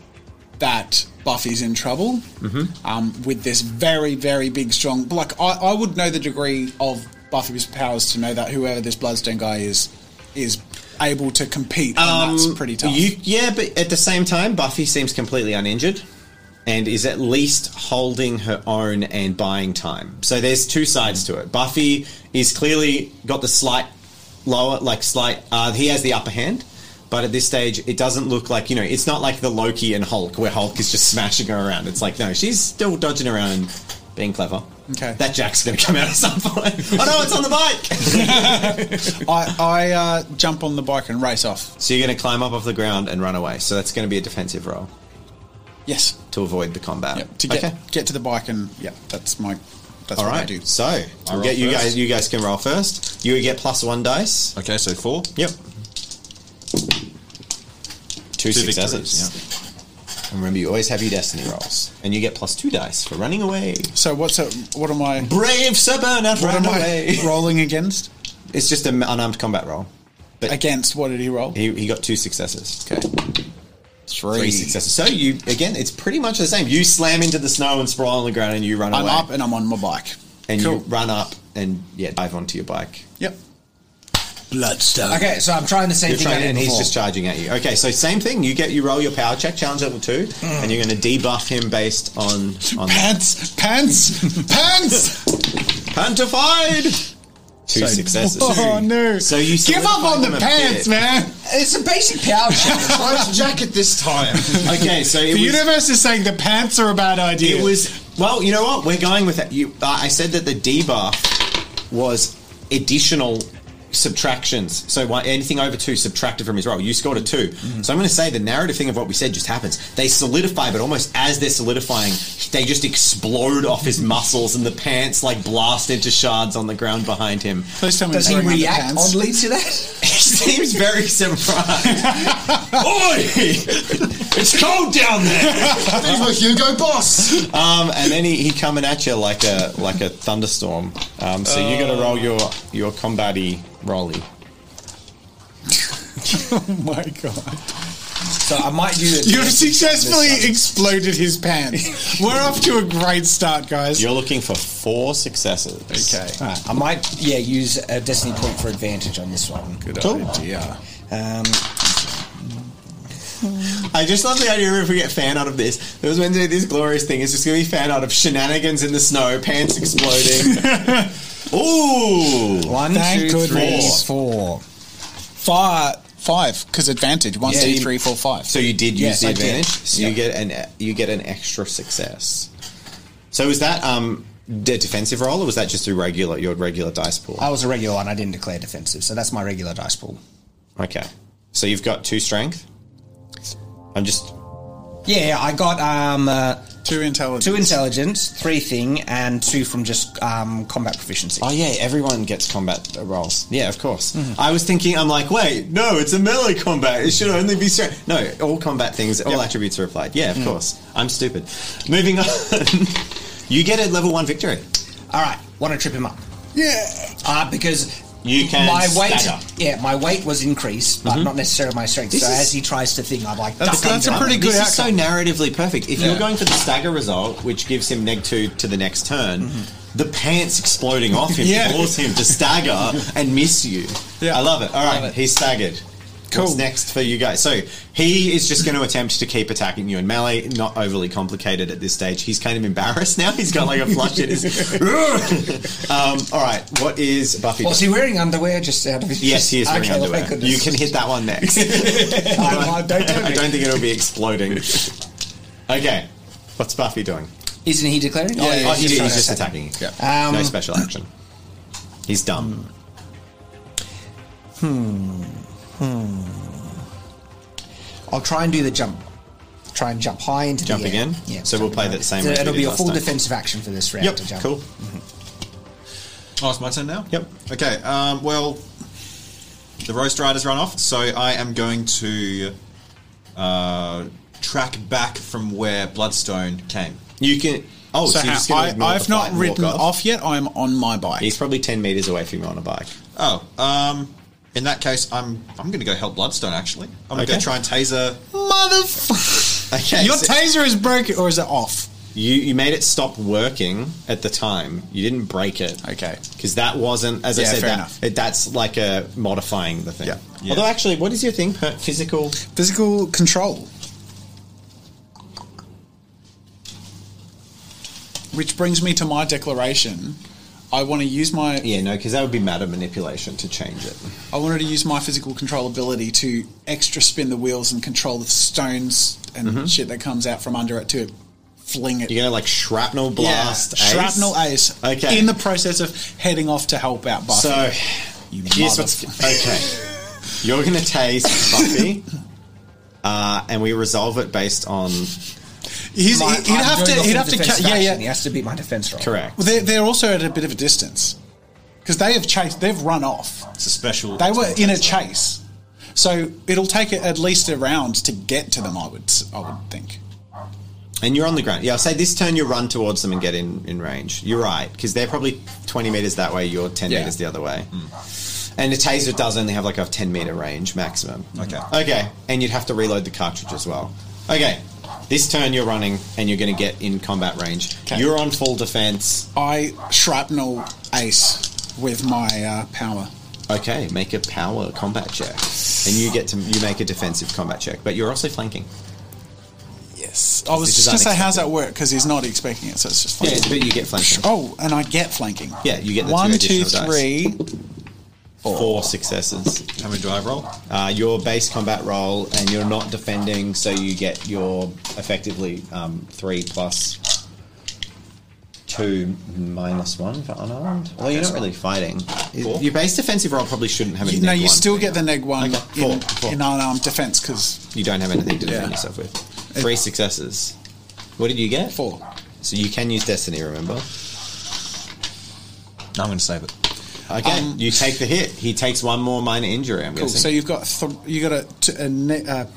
[SPEAKER 1] that Buffy's in trouble
[SPEAKER 3] Mm-hmm.
[SPEAKER 1] um, with this very, very big, strong. Like, I, I would know the degree of Buffy's powers to know that whoever this Bloodstone guy is, is able to compete. and that's pretty tough.
[SPEAKER 3] Um, You, yeah, but at the same time, Buffy seems completely uninjured and is at least holding her own and buying time. So there's two sides to it. Buffy is clearly got the slight lower, like slight. Uh, he has the upper hand. But at this stage, it doesn't look like you know. It's not like the Loki and Hulk, where Hulk is just smashing her around. It's like no, she's still dodging around and being clever.
[SPEAKER 1] Okay.
[SPEAKER 3] that Jack's going to come out at some point. oh no, it's on the bike.
[SPEAKER 1] I, I uh, jump on the bike and race off.
[SPEAKER 3] so you're going to climb up off the ground and run away. So that's going to be a defensive roll.
[SPEAKER 1] Yes.
[SPEAKER 3] to avoid the combat.
[SPEAKER 1] Yep. To get
[SPEAKER 3] okay.
[SPEAKER 1] get to the bike and yeah, that's my that's
[SPEAKER 3] All
[SPEAKER 1] what
[SPEAKER 3] right.
[SPEAKER 1] I do.
[SPEAKER 3] So we'll
[SPEAKER 5] roll
[SPEAKER 3] get you
[SPEAKER 5] first?
[SPEAKER 3] guys. You guys can roll first. You get plus one dice.
[SPEAKER 5] Okay, so four.
[SPEAKER 3] Yep. Two,
[SPEAKER 5] Two
[SPEAKER 3] successes. And remember, you always have your destiny rolls, and you get plus two dice for running away.
[SPEAKER 1] So what's a, what am I
[SPEAKER 3] Brave Sir Bernard,
[SPEAKER 1] what am
[SPEAKER 3] ran away.
[SPEAKER 1] I rolling against?
[SPEAKER 3] It's just an unarmed combat roll. But
[SPEAKER 1] Against what did he roll?
[SPEAKER 3] he, he got two successes. Okay.
[SPEAKER 1] Three.
[SPEAKER 3] Three successes. So you again, it's pretty much the same. You slam into the snow and sprawl on the ground, and you run
[SPEAKER 1] I'm
[SPEAKER 3] away.
[SPEAKER 1] up and I'm on my bike.
[SPEAKER 3] and you
[SPEAKER 1] cool.
[SPEAKER 3] run up and yeah, dive onto your bike.
[SPEAKER 1] Yep.
[SPEAKER 4] Bloodstone.
[SPEAKER 2] Okay, so I'm trying the same
[SPEAKER 3] You're
[SPEAKER 2] thing I
[SPEAKER 3] trying,
[SPEAKER 2] did
[SPEAKER 3] and he's
[SPEAKER 2] before.
[SPEAKER 3] just charging at you. Okay, so same thing. You get you roll your power check, challenge level two,
[SPEAKER 1] Hmm.
[SPEAKER 3] and you're going to debuff him based on on that.
[SPEAKER 1] Pants, pants, pants.
[SPEAKER 3] Pantified. Two successes.
[SPEAKER 1] Oh no!
[SPEAKER 3] So you
[SPEAKER 1] give up on the pants, man.
[SPEAKER 2] it's a basic power check.
[SPEAKER 5] Nice jacket this time.
[SPEAKER 3] man. Okay, so it
[SPEAKER 1] The
[SPEAKER 3] was,
[SPEAKER 1] universe is saying the pants are a bad idea.
[SPEAKER 3] it was well. You know what? We're going with that. You, uh, I said that the debuff was additional subtractions. So why, anything over two subtracted from his roll. You scored a 2 So I'm going to say the narrative thing of what we said just happens. They solidify, but almost as they're solidifying, they just explode off his muscles, and the pants like blast into shards on the ground behind him.
[SPEAKER 1] Please tell me
[SPEAKER 2] Does
[SPEAKER 1] he's
[SPEAKER 2] he
[SPEAKER 1] wearing
[SPEAKER 2] react
[SPEAKER 1] underpants.
[SPEAKER 2] oddly to that?
[SPEAKER 3] He seems very surprised.
[SPEAKER 4] Oi! it's cold down there.
[SPEAKER 5] These were Hugo Boss.
[SPEAKER 3] Um, and then he, he coming at you like a like a thunderstorm. Um, so you got to roll your your combatty rolly.
[SPEAKER 1] Oh my god!
[SPEAKER 2] So I might do it.
[SPEAKER 1] You've successfully exploded his pants. We're off to a great start, guys. Ah,
[SPEAKER 3] You're looking for four successes.
[SPEAKER 1] okay.
[SPEAKER 2] Alright, I might, yeah, use a destiny point for advantage on this one.
[SPEAKER 1] Good idea.
[SPEAKER 2] Um,
[SPEAKER 3] I just love the idea if we get fan out of this. There was meant to be this glorious thing. It's just going to be fan out of shenanigans in the snow, pants exploding. Ooh!
[SPEAKER 2] one,
[SPEAKER 1] Thank
[SPEAKER 2] two, three,
[SPEAKER 1] goodness.
[SPEAKER 2] four.
[SPEAKER 1] Five, five, because advantage. One,
[SPEAKER 2] Yeah.
[SPEAKER 1] two, three, four, five.
[SPEAKER 3] So you did
[SPEAKER 2] Yes,
[SPEAKER 3] use the
[SPEAKER 2] I did.
[SPEAKER 3] advantage. So
[SPEAKER 2] Yeah.
[SPEAKER 3] you get an you get an extra success. So is that um d- defensive roll, or was that just through regular your regular dice pool?
[SPEAKER 2] I was a regular and I didn't declare defensive, so that's my regular dice pool.
[SPEAKER 3] Okay, so you've got two strength. I'm just
[SPEAKER 2] Yeah, yeah, I got um, uh,
[SPEAKER 1] Two intelligence.
[SPEAKER 2] two intelligence, three thing, and two from just um, combat proficiency.
[SPEAKER 3] Oh yeah, everyone gets combat uh, rolls. Yeah, of course.
[SPEAKER 2] Mm-hmm.
[SPEAKER 3] I was thinking, I'm like, wait, no, it's a melee combat. It should only be strength. No, all combat things, all attributes are applied. Yeah, of
[SPEAKER 2] Mm.
[SPEAKER 3] course. I'm stupid. Moving on, you get a level one victory.
[SPEAKER 2] All right, want to trip him up?
[SPEAKER 1] Yeah.
[SPEAKER 2] Uh, because
[SPEAKER 3] You can
[SPEAKER 2] my weight,
[SPEAKER 3] stagger. Mm-hmm.
[SPEAKER 2] yeah, my weight was increased, but not necessarily my strength.
[SPEAKER 3] This
[SPEAKER 2] so
[SPEAKER 3] is-
[SPEAKER 2] as he tries to think, I'm like,
[SPEAKER 1] That's-
[SPEAKER 2] duck him
[SPEAKER 1] that's a
[SPEAKER 2] down.
[SPEAKER 1] pretty good
[SPEAKER 3] this
[SPEAKER 1] outcome.
[SPEAKER 3] is so narratively perfect. If
[SPEAKER 1] Yeah.
[SPEAKER 3] you're going for the stagger result, which gives him neg two to the next turn, the pants exploding off him
[SPEAKER 1] Mm-hmm. Yeah.
[SPEAKER 3] force him to stagger and miss you.
[SPEAKER 1] Yeah.
[SPEAKER 3] I love it. All right,
[SPEAKER 2] it.
[SPEAKER 3] he's staggered.
[SPEAKER 1] Cool.
[SPEAKER 3] What's next for you guys? So he is just going to attempt to keep attacking you in melee. Not overly complicated at this stage. He's kind of embarrassed now. He's got like a flush in his. um, all right, what is Buffy?
[SPEAKER 2] Was he wearing underwear just out of his
[SPEAKER 3] yes, he is wearing
[SPEAKER 2] Okay, well,
[SPEAKER 3] underwear.
[SPEAKER 2] thank goodness.
[SPEAKER 3] You can hit that one next.
[SPEAKER 2] I, I don't do
[SPEAKER 3] I
[SPEAKER 2] it.
[SPEAKER 3] don't think it'll be exploding. okay, what's Buffy doing?
[SPEAKER 2] Isn't he declaring?
[SPEAKER 3] oh,
[SPEAKER 2] yeah,
[SPEAKER 3] he- he's,
[SPEAKER 2] trying to
[SPEAKER 3] just
[SPEAKER 2] attack.
[SPEAKER 3] attacking. you.
[SPEAKER 2] Yeah. Um,
[SPEAKER 3] no special action. He's dumb.
[SPEAKER 2] I'll try and do the jump. Try and jump high into
[SPEAKER 3] Jump
[SPEAKER 2] the air.
[SPEAKER 3] again?
[SPEAKER 2] Yeah.
[SPEAKER 3] So we'll
[SPEAKER 2] something
[SPEAKER 3] play
[SPEAKER 2] like
[SPEAKER 3] that same
[SPEAKER 2] So
[SPEAKER 3] way we
[SPEAKER 2] it'll
[SPEAKER 3] did
[SPEAKER 2] be a
[SPEAKER 3] last
[SPEAKER 2] full
[SPEAKER 3] time.
[SPEAKER 2] defensive action for this round
[SPEAKER 3] Yep,
[SPEAKER 2] to jump.
[SPEAKER 3] cool.
[SPEAKER 5] Oh, it's my turn now?
[SPEAKER 3] Yep.
[SPEAKER 5] Okay, um, well, the Roast Rider's run off, so I am going to uh, track back from where Bloodstone came.
[SPEAKER 3] You can. Oh, so,
[SPEAKER 1] So,
[SPEAKER 3] you're
[SPEAKER 1] ha-
[SPEAKER 3] just going to ignore
[SPEAKER 1] I,
[SPEAKER 3] the
[SPEAKER 1] I've
[SPEAKER 3] fight
[SPEAKER 1] not
[SPEAKER 3] and
[SPEAKER 1] ridden
[SPEAKER 3] walk
[SPEAKER 1] off. yet. I'm on my bike.
[SPEAKER 3] He's probably ten meters away from you on a bike.
[SPEAKER 5] Oh, um, in that case, I'm I'm going to go help Bloodstone, actually. I'm going
[SPEAKER 3] Okay.
[SPEAKER 5] to try and taser.
[SPEAKER 1] Motherfucker.
[SPEAKER 3] Okay,
[SPEAKER 1] Your
[SPEAKER 3] so-
[SPEAKER 1] taser is broken or is it off?
[SPEAKER 3] You you made it stop working at the time. You didn't break it.
[SPEAKER 1] Okay.
[SPEAKER 3] Because that wasn't, as I
[SPEAKER 1] Yeah,
[SPEAKER 3] said,
[SPEAKER 1] fair
[SPEAKER 3] that,
[SPEAKER 1] enough.
[SPEAKER 3] it, that's like a modifying the thing.
[SPEAKER 1] Yeah.
[SPEAKER 5] Yeah.
[SPEAKER 3] Although, actually, what is your thing? Per- Physical.
[SPEAKER 1] Physical control. Which brings me to my declaration. I want to use my
[SPEAKER 3] Yeah, no, because that would be matter manipulation to change it.
[SPEAKER 1] I wanted to use my physical control ability to extra spin the wheels and control the stones and
[SPEAKER 3] Mm-hmm.
[SPEAKER 1] shit that comes out from under it to fling it.
[SPEAKER 3] You're gonna like shrapnel blast,
[SPEAKER 1] yeah,
[SPEAKER 3] ace?
[SPEAKER 1] shrapnel ace.
[SPEAKER 3] Okay.
[SPEAKER 1] In the process of heading off to help out Buffy.
[SPEAKER 3] So
[SPEAKER 1] You
[SPEAKER 3] here's what's okay. You're gonna tase Buffy, uh, and we resolve it based on
[SPEAKER 1] he's,
[SPEAKER 2] My-
[SPEAKER 1] he'd
[SPEAKER 2] I'm
[SPEAKER 1] have to.
[SPEAKER 2] doing a
[SPEAKER 1] He'd
[SPEAKER 2] full
[SPEAKER 1] have to. Ca-
[SPEAKER 2] defensive
[SPEAKER 1] yeah,
[SPEAKER 2] action.
[SPEAKER 1] yeah.
[SPEAKER 2] He has to beat my defense roll.
[SPEAKER 3] correct.
[SPEAKER 1] Well, they're, they're also at a bit of a distance because they have chased. They've run off.
[SPEAKER 5] It's a special.
[SPEAKER 1] They were in a chase, so it'll take a- at least a round to get to them. I would. s- I would think.
[SPEAKER 3] and you're on the ground. Yeah, I'll say this turn you run towards them and get in, in range. You're right, because they're probably 20 meters that way, you're 10
[SPEAKER 1] Yeah.
[SPEAKER 3] meters the other way. And the taser does only have like a 10 meter range maximum.
[SPEAKER 5] Okay.
[SPEAKER 3] Okay, and you'd have to reload the cartridge as well. Okay, this turn you're running and you're going to get in combat range.
[SPEAKER 1] Okay.
[SPEAKER 3] You're on full defense.
[SPEAKER 1] I shrapnel ace with my uh, power.
[SPEAKER 3] Okay, make a power combat check, and you get to you make a defensive combat check, but you're also flanking.
[SPEAKER 1] Yes. I was
[SPEAKER 3] This is
[SPEAKER 1] just going to say,
[SPEAKER 3] unexpected.
[SPEAKER 1] how's that work? Because he's not expecting it, so it's just
[SPEAKER 3] Yeah,
[SPEAKER 1] flanking.
[SPEAKER 3] but you get flanking.
[SPEAKER 1] Oh, and I get flanking.
[SPEAKER 3] Yeah, you get the two
[SPEAKER 1] One, two,
[SPEAKER 3] additional dice.
[SPEAKER 1] three.
[SPEAKER 3] Four successes.
[SPEAKER 5] How many do I roll?
[SPEAKER 3] Uh, your base combat roll, and you're not defending, so you get your effectively um, three plus two minus one for unarmed. Well, you're not really fighting. Your base defensive roll probably shouldn't have any.
[SPEAKER 1] You, no,
[SPEAKER 3] neg
[SPEAKER 1] you
[SPEAKER 3] one.
[SPEAKER 1] still get the neg one
[SPEAKER 3] Okay,
[SPEAKER 1] in,
[SPEAKER 3] four, four.
[SPEAKER 1] in unarmed defense because
[SPEAKER 3] You don't have anything to defend
[SPEAKER 1] Yeah.
[SPEAKER 3] yourself with. Three successes. What did you get?
[SPEAKER 1] four.
[SPEAKER 3] So you can use destiny. Remember.
[SPEAKER 5] No, I'm going to save it.
[SPEAKER 3] Okay,
[SPEAKER 1] Um,
[SPEAKER 3] you take the hit. He takes one more minor injury. I'm
[SPEAKER 1] Cool. Oh, So
[SPEAKER 3] guessing.
[SPEAKER 1] you've got th- you got a, t- a, ne- a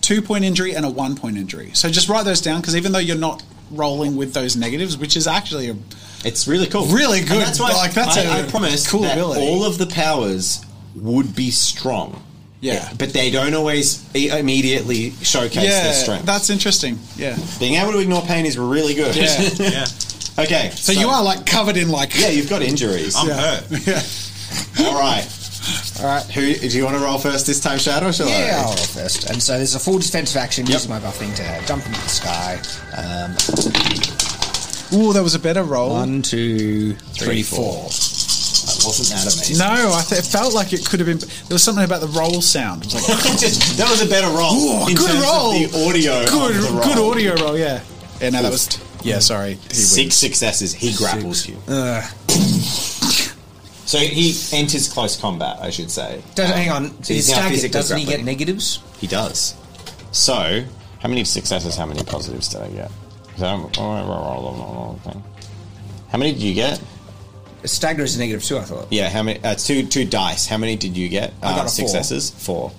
[SPEAKER 1] two point injury and a one point injury. So just write those down because even though you're not rolling with those negatives, which is actually a
[SPEAKER 3] it's really cool.
[SPEAKER 1] Really
[SPEAKER 3] And
[SPEAKER 1] good.
[SPEAKER 3] that's why
[SPEAKER 1] Like, that's
[SPEAKER 3] I
[SPEAKER 1] a
[SPEAKER 3] I promise
[SPEAKER 1] cool
[SPEAKER 3] that
[SPEAKER 1] ability.
[SPEAKER 3] all of the powers would be strong.
[SPEAKER 1] Yeah.
[SPEAKER 3] but they don't always i- immediately showcase their
[SPEAKER 1] yeah.
[SPEAKER 3] strength.
[SPEAKER 1] That's interesting. Yeah.
[SPEAKER 3] Being able to ignore pain is really good.
[SPEAKER 1] Yeah.
[SPEAKER 5] Yeah.
[SPEAKER 3] okay,
[SPEAKER 1] So, you are like covered in like
[SPEAKER 3] Yeah, you've got injuries.
[SPEAKER 5] I'm
[SPEAKER 1] Yeah.
[SPEAKER 5] hurt.
[SPEAKER 1] yeah.
[SPEAKER 3] all right. All right. Who do you want to roll first this time, Shadow? or Shall I?
[SPEAKER 2] Yeah, I'll roll first. And so there's a full defensive action
[SPEAKER 3] Yep.
[SPEAKER 2] using my buffing to jump into the sky. Um,
[SPEAKER 1] Ooh, that was a better roll.
[SPEAKER 2] one, two, three, four.
[SPEAKER 3] That wasn't that amazing.
[SPEAKER 1] No, I th- it felt like it could have been. There was something about the roll sound. It was like
[SPEAKER 3] Just- that was a better roll.
[SPEAKER 1] Ooh,
[SPEAKER 3] in
[SPEAKER 1] good
[SPEAKER 3] terms of
[SPEAKER 1] roll.
[SPEAKER 3] the audio. of
[SPEAKER 1] good,
[SPEAKER 3] the roll.
[SPEAKER 1] good audio roll. Yeah. Yeah, no, that was. Yeah, sorry. He
[SPEAKER 3] Six
[SPEAKER 1] wins.
[SPEAKER 3] successes. He grapples you. So he enters close combat, I should say.
[SPEAKER 2] Does, hang on.
[SPEAKER 3] So
[SPEAKER 2] he's
[SPEAKER 3] he's now
[SPEAKER 2] staggered.
[SPEAKER 3] physically
[SPEAKER 2] Doesn't he get
[SPEAKER 3] grappling.
[SPEAKER 2] negatives?
[SPEAKER 3] He does. So, how many successes, how many positives did I get? So, How many did you get?
[SPEAKER 2] A stagger is a negative two, I thought.
[SPEAKER 3] Yeah, how many? Uh, two two dice. How many did you get? Uh,
[SPEAKER 2] got a four.
[SPEAKER 3] successes. Four.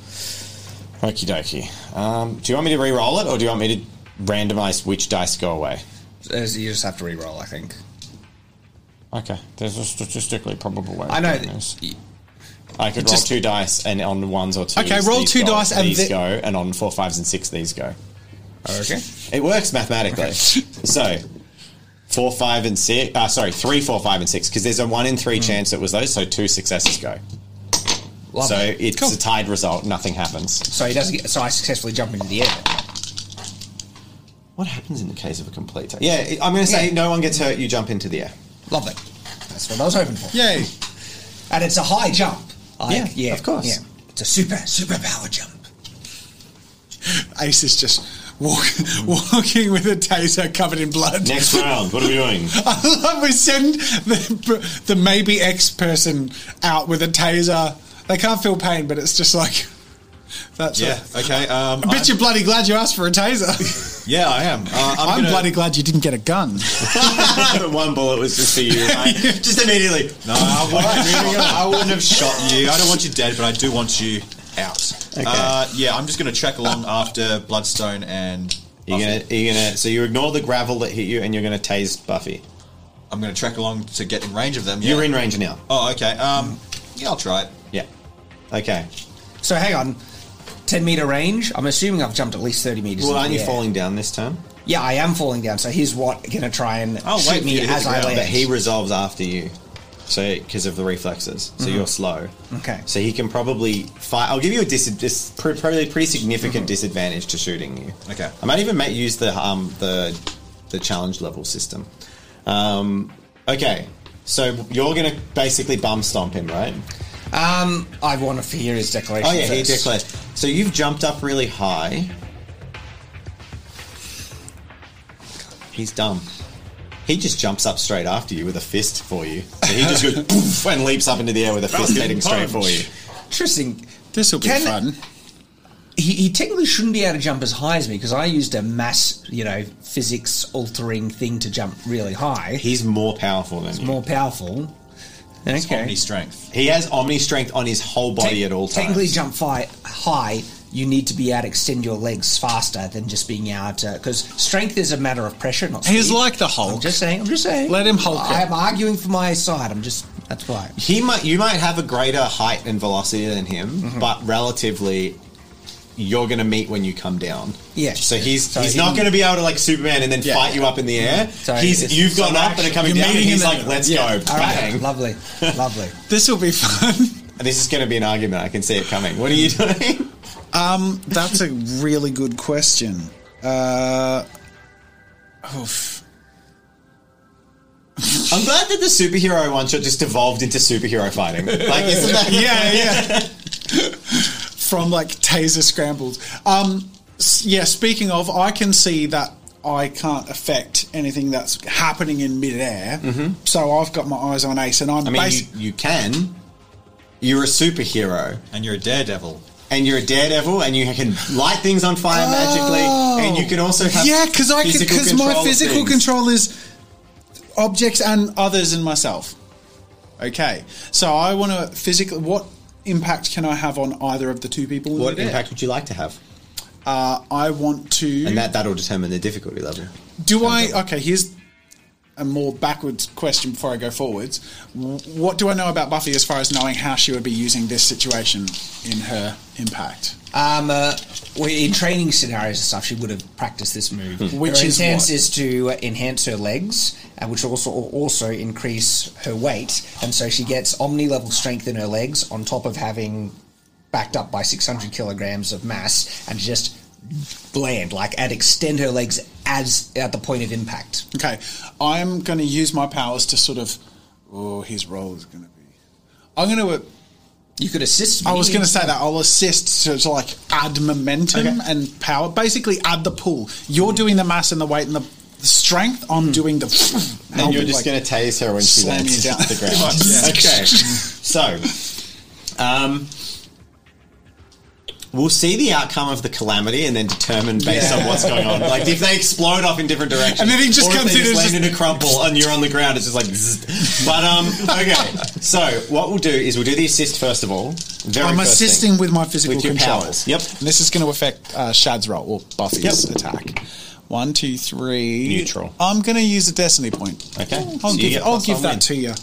[SPEAKER 3] Okie dokie. Um, do you want me to re-roll it, or do you want me to randomize which dice go away?
[SPEAKER 2] Uh, You just have to re-roll, I think.
[SPEAKER 3] Okay, there's a statistically probable way. of
[SPEAKER 2] I know.
[SPEAKER 3] doing
[SPEAKER 2] that-
[SPEAKER 3] this. I could
[SPEAKER 1] Just-
[SPEAKER 3] roll two dice, and on ones or twos.
[SPEAKER 1] Okay, roll
[SPEAKER 3] these
[SPEAKER 1] two
[SPEAKER 3] go,
[SPEAKER 1] dice and
[SPEAKER 3] these
[SPEAKER 1] the-
[SPEAKER 3] go, and on four, fives, and six, these go.
[SPEAKER 2] oh, Okay.
[SPEAKER 3] It works mathematically. so four, five, and six. Uh, sorry, three, four, five, and six. Because there's a one in
[SPEAKER 1] Hmm.
[SPEAKER 3] three chance it was those. So two successes go.
[SPEAKER 2] Love
[SPEAKER 3] so
[SPEAKER 2] it.
[SPEAKER 3] it's a tied result. Nothing happens.
[SPEAKER 2] So he doesn't get. So I successfully jump into the air.
[SPEAKER 3] What happens in the case of a complete? Yeah, it- I'm going to say
[SPEAKER 2] Yeah.
[SPEAKER 3] no one gets hurt. You jump into the air.
[SPEAKER 2] Lovely. That's what I was hoping for.
[SPEAKER 1] Yay.
[SPEAKER 2] And it's a high jump. Like,
[SPEAKER 3] Yeah, of course.
[SPEAKER 2] Yeah. It's a super superpower jump.
[SPEAKER 1] Ace is just walk, walking with a taser covered in blood.
[SPEAKER 3] Next round. What are we doing?
[SPEAKER 1] I love we send the, the maybe ex person out with a taser. They can't feel pain, but it's just like that's
[SPEAKER 5] Yeah. Okay. Um,
[SPEAKER 1] I bet
[SPEAKER 5] I'm-
[SPEAKER 1] you're bloody glad you asked for a taser.
[SPEAKER 5] Yeah, I am. Uh, I'm,
[SPEAKER 1] I'm,
[SPEAKER 5] gonna-
[SPEAKER 1] bloody glad you didn't get a gun.
[SPEAKER 3] one bullet was just for you. right? just immediately.
[SPEAKER 5] No, I wouldn't, I wouldn't have shot you. I don't want you dead, but I do want you out. Uh, yeah, I'm just going to track along after Bloodstone and.
[SPEAKER 3] You're gonna, you're gonna. So you ignore the gravel that hit you, and you're gonna tase Buffy.
[SPEAKER 5] I'm going to track along to get in range of them. yeah.
[SPEAKER 3] You're in range now.
[SPEAKER 5] Oh, okay. Um, yeah, I'll try it.
[SPEAKER 3] Yeah. Okay.
[SPEAKER 2] So hang on. 10 meter range. I'm assuming I've jumped at least 30 meters.
[SPEAKER 3] Well,
[SPEAKER 2] into
[SPEAKER 3] aren't
[SPEAKER 2] the
[SPEAKER 3] you
[SPEAKER 2] air.
[SPEAKER 3] falling down this time?
[SPEAKER 2] Yeah, I am falling down. So here's what going to try and
[SPEAKER 3] Oh,
[SPEAKER 2] shoot
[SPEAKER 3] wait
[SPEAKER 2] me as I land.
[SPEAKER 3] But he resolves after you, so because of the reflexes.
[SPEAKER 2] Mm-hmm.
[SPEAKER 3] So you're slow.
[SPEAKER 2] Okay.
[SPEAKER 3] So he can probably fight. I'll give you a dis- dis- pr- probably pretty significant
[SPEAKER 2] Mm-hmm.
[SPEAKER 3] disadvantage to shooting you.
[SPEAKER 5] Okay.
[SPEAKER 3] I might even make use the um the the challenge level system. Um. Okay. So you're gonna basically bum stomp him, right?
[SPEAKER 2] um, I want to hear his declaration.
[SPEAKER 3] Oh yeah, he
[SPEAKER 2] first.
[SPEAKER 3] declares. So you've jumped up really high. He's dumb. He just jumps up straight after you with a fist for you. So he just goes poof and leaps up into the air with a fist heading straight for you.
[SPEAKER 2] Interesting.
[SPEAKER 1] this will be
[SPEAKER 2] Can-
[SPEAKER 1] fun.
[SPEAKER 2] He, he technically shouldn't be able to jump as high as me because I used a mass, you know, physics altering thing to jump really high.
[SPEAKER 3] He's more powerful than you.
[SPEAKER 2] More powerful. Okay.
[SPEAKER 5] Any strength.
[SPEAKER 3] he has omni strength on his whole body
[SPEAKER 2] Te-
[SPEAKER 3] at all times.
[SPEAKER 2] Technically, jump fi- high, you need to be able to extend your legs faster than just being able to. Because strength is a matter of pressure, not
[SPEAKER 1] He's
[SPEAKER 2] speed.
[SPEAKER 1] like the
[SPEAKER 2] I'm
[SPEAKER 1] Hulk.
[SPEAKER 2] just saying. I'm just saying.
[SPEAKER 1] Let him Hulk it.
[SPEAKER 2] I'm arguing for my side. I'm just. That's why.
[SPEAKER 3] he might you might have a greater height and velocity than him,
[SPEAKER 1] Mm-hmm.
[SPEAKER 3] but relatively you're going to meet when you come down.
[SPEAKER 2] Yeah.
[SPEAKER 3] So he's
[SPEAKER 2] So
[SPEAKER 3] he's
[SPEAKER 2] he-
[SPEAKER 3] not going to be able to like Superman and then
[SPEAKER 1] Yeah. Mm-hmm.
[SPEAKER 3] fight you up in the air.
[SPEAKER 2] So
[SPEAKER 3] he's
[SPEAKER 2] it's-
[SPEAKER 3] you've
[SPEAKER 2] so
[SPEAKER 3] gone
[SPEAKER 2] we're
[SPEAKER 3] up and
[SPEAKER 2] actually-
[SPEAKER 3] are coming
[SPEAKER 1] you're
[SPEAKER 3] down. And
[SPEAKER 1] meeting
[SPEAKER 3] he's
[SPEAKER 1] in the
[SPEAKER 3] like,
[SPEAKER 1] middle.
[SPEAKER 3] let's go,
[SPEAKER 2] All right.
[SPEAKER 3] bang.
[SPEAKER 2] Lovely. Lovely.
[SPEAKER 1] This will be fun.
[SPEAKER 3] This is going to be an argument. I can see it coming. What are you
[SPEAKER 1] Oh.
[SPEAKER 3] doing?
[SPEAKER 1] That's a really good question. Uh, oof.
[SPEAKER 3] I'm glad that the superhero one shot just evolved into superhero fighting. Like, isn't that?
[SPEAKER 1] yeah, yeah. From like taser scrambles. Um, s- yeah. Speaking of, I can see that I can't affect anything that's happening in midair. Mm-hmm. So I've got my eyes on Ace, and I'm
[SPEAKER 3] I mean, you,
[SPEAKER 1] basically
[SPEAKER 3] you can. You're a superhero.
[SPEAKER 5] And you're a daredevil. Uh,
[SPEAKER 3] and you're a daredevil and you can light things on fire magically and you can also have
[SPEAKER 1] yeah, because I
[SPEAKER 3] physical
[SPEAKER 1] because my
[SPEAKER 3] control of
[SPEAKER 1] physical
[SPEAKER 3] things.
[SPEAKER 1] control is objects and others and myself. Okay, so I want to physically. What impact can I have on either of the two people? in
[SPEAKER 3] what
[SPEAKER 1] midair?
[SPEAKER 3] impact would you like to have
[SPEAKER 1] Uh, I want to.
[SPEAKER 3] and that that'll determine the difficulty level
[SPEAKER 1] Do I? Okay, here's a more backwards question before I go forwards. W- What do I know about Buffy as far as knowing how she would be using this situation in her impact?
[SPEAKER 2] Um, uh, well, in training scenarios and stuff, she would have practiced this move.
[SPEAKER 1] Which
[SPEAKER 2] her
[SPEAKER 1] is
[SPEAKER 2] intent
[SPEAKER 1] what?
[SPEAKER 2] is to enhance her legs, uh, which also also increase her weight, and so she gets omni level strength in her legs on top of having backed up by 600 kilograms of mass, and just land like and extend her legs as at the point of impact.
[SPEAKER 1] Okay, I'm going to use my powers to sort of. Oh, his role is going to be. I'm going to.
[SPEAKER 2] You could assist.
[SPEAKER 1] I was
[SPEAKER 2] me.
[SPEAKER 1] going to say that I'll assist to, to like add momentum and power. Basically, add the pull. You're doing the mass and the weight and the strength on doing the.
[SPEAKER 3] And you're just going to tase her when she
[SPEAKER 1] slam
[SPEAKER 3] lands
[SPEAKER 1] you down.
[SPEAKER 3] the ground. Okay. So, um, we'll see the outcome of the calamity and then determine based on what's going on. Like, if they explode off in different directions.
[SPEAKER 1] And then he just
[SPEAKER 3] or if
[SPEAKER 1] comes
[SPEAKER 3] they
[SPEAKER 1] in
[SPEAKER 3] just
[SPEAKER 1] and
[SPEAKER 3] land
[SPEAKER 1] just-
[SPEAKER 3] in a crumple and you're on the ground. It's just like... zzz. But, um, okay. So, what we'll do is we'll do the assist first of all. Very
[SPEAKER 1] I'm
[SPEAKER 3] first thing.
[SPEAKER 1] assisting with my physical
[SPEAKER 3] With your
[SPEAKER 1] control.
[SPEAKER 3] powers. Yep.
[SPEAKER 1] And this is going to affect uh, Shad's roll or Buffy's
[SPEAKER 3] Yep.
[SPEAKER 1] attack. One, two, three.
[SPEAKER 3] Neutral.
[SPEAKER 1] I'm going to use a destiny point.
[SPEAKER 3] Okay.
[SPEAKER 1] I'll
[SPEAKER 3] So you
[SPEAKER 1] give,
[SPEAKER 3] get
[SPEAKER 1] I'll
[SPEAKER 3] plus
[SPEAKER 1] give
[SPEAKER 3] one
[SPEAKER 1] that
[SPEAKER 3] win.
[SPEAKER 1] to you.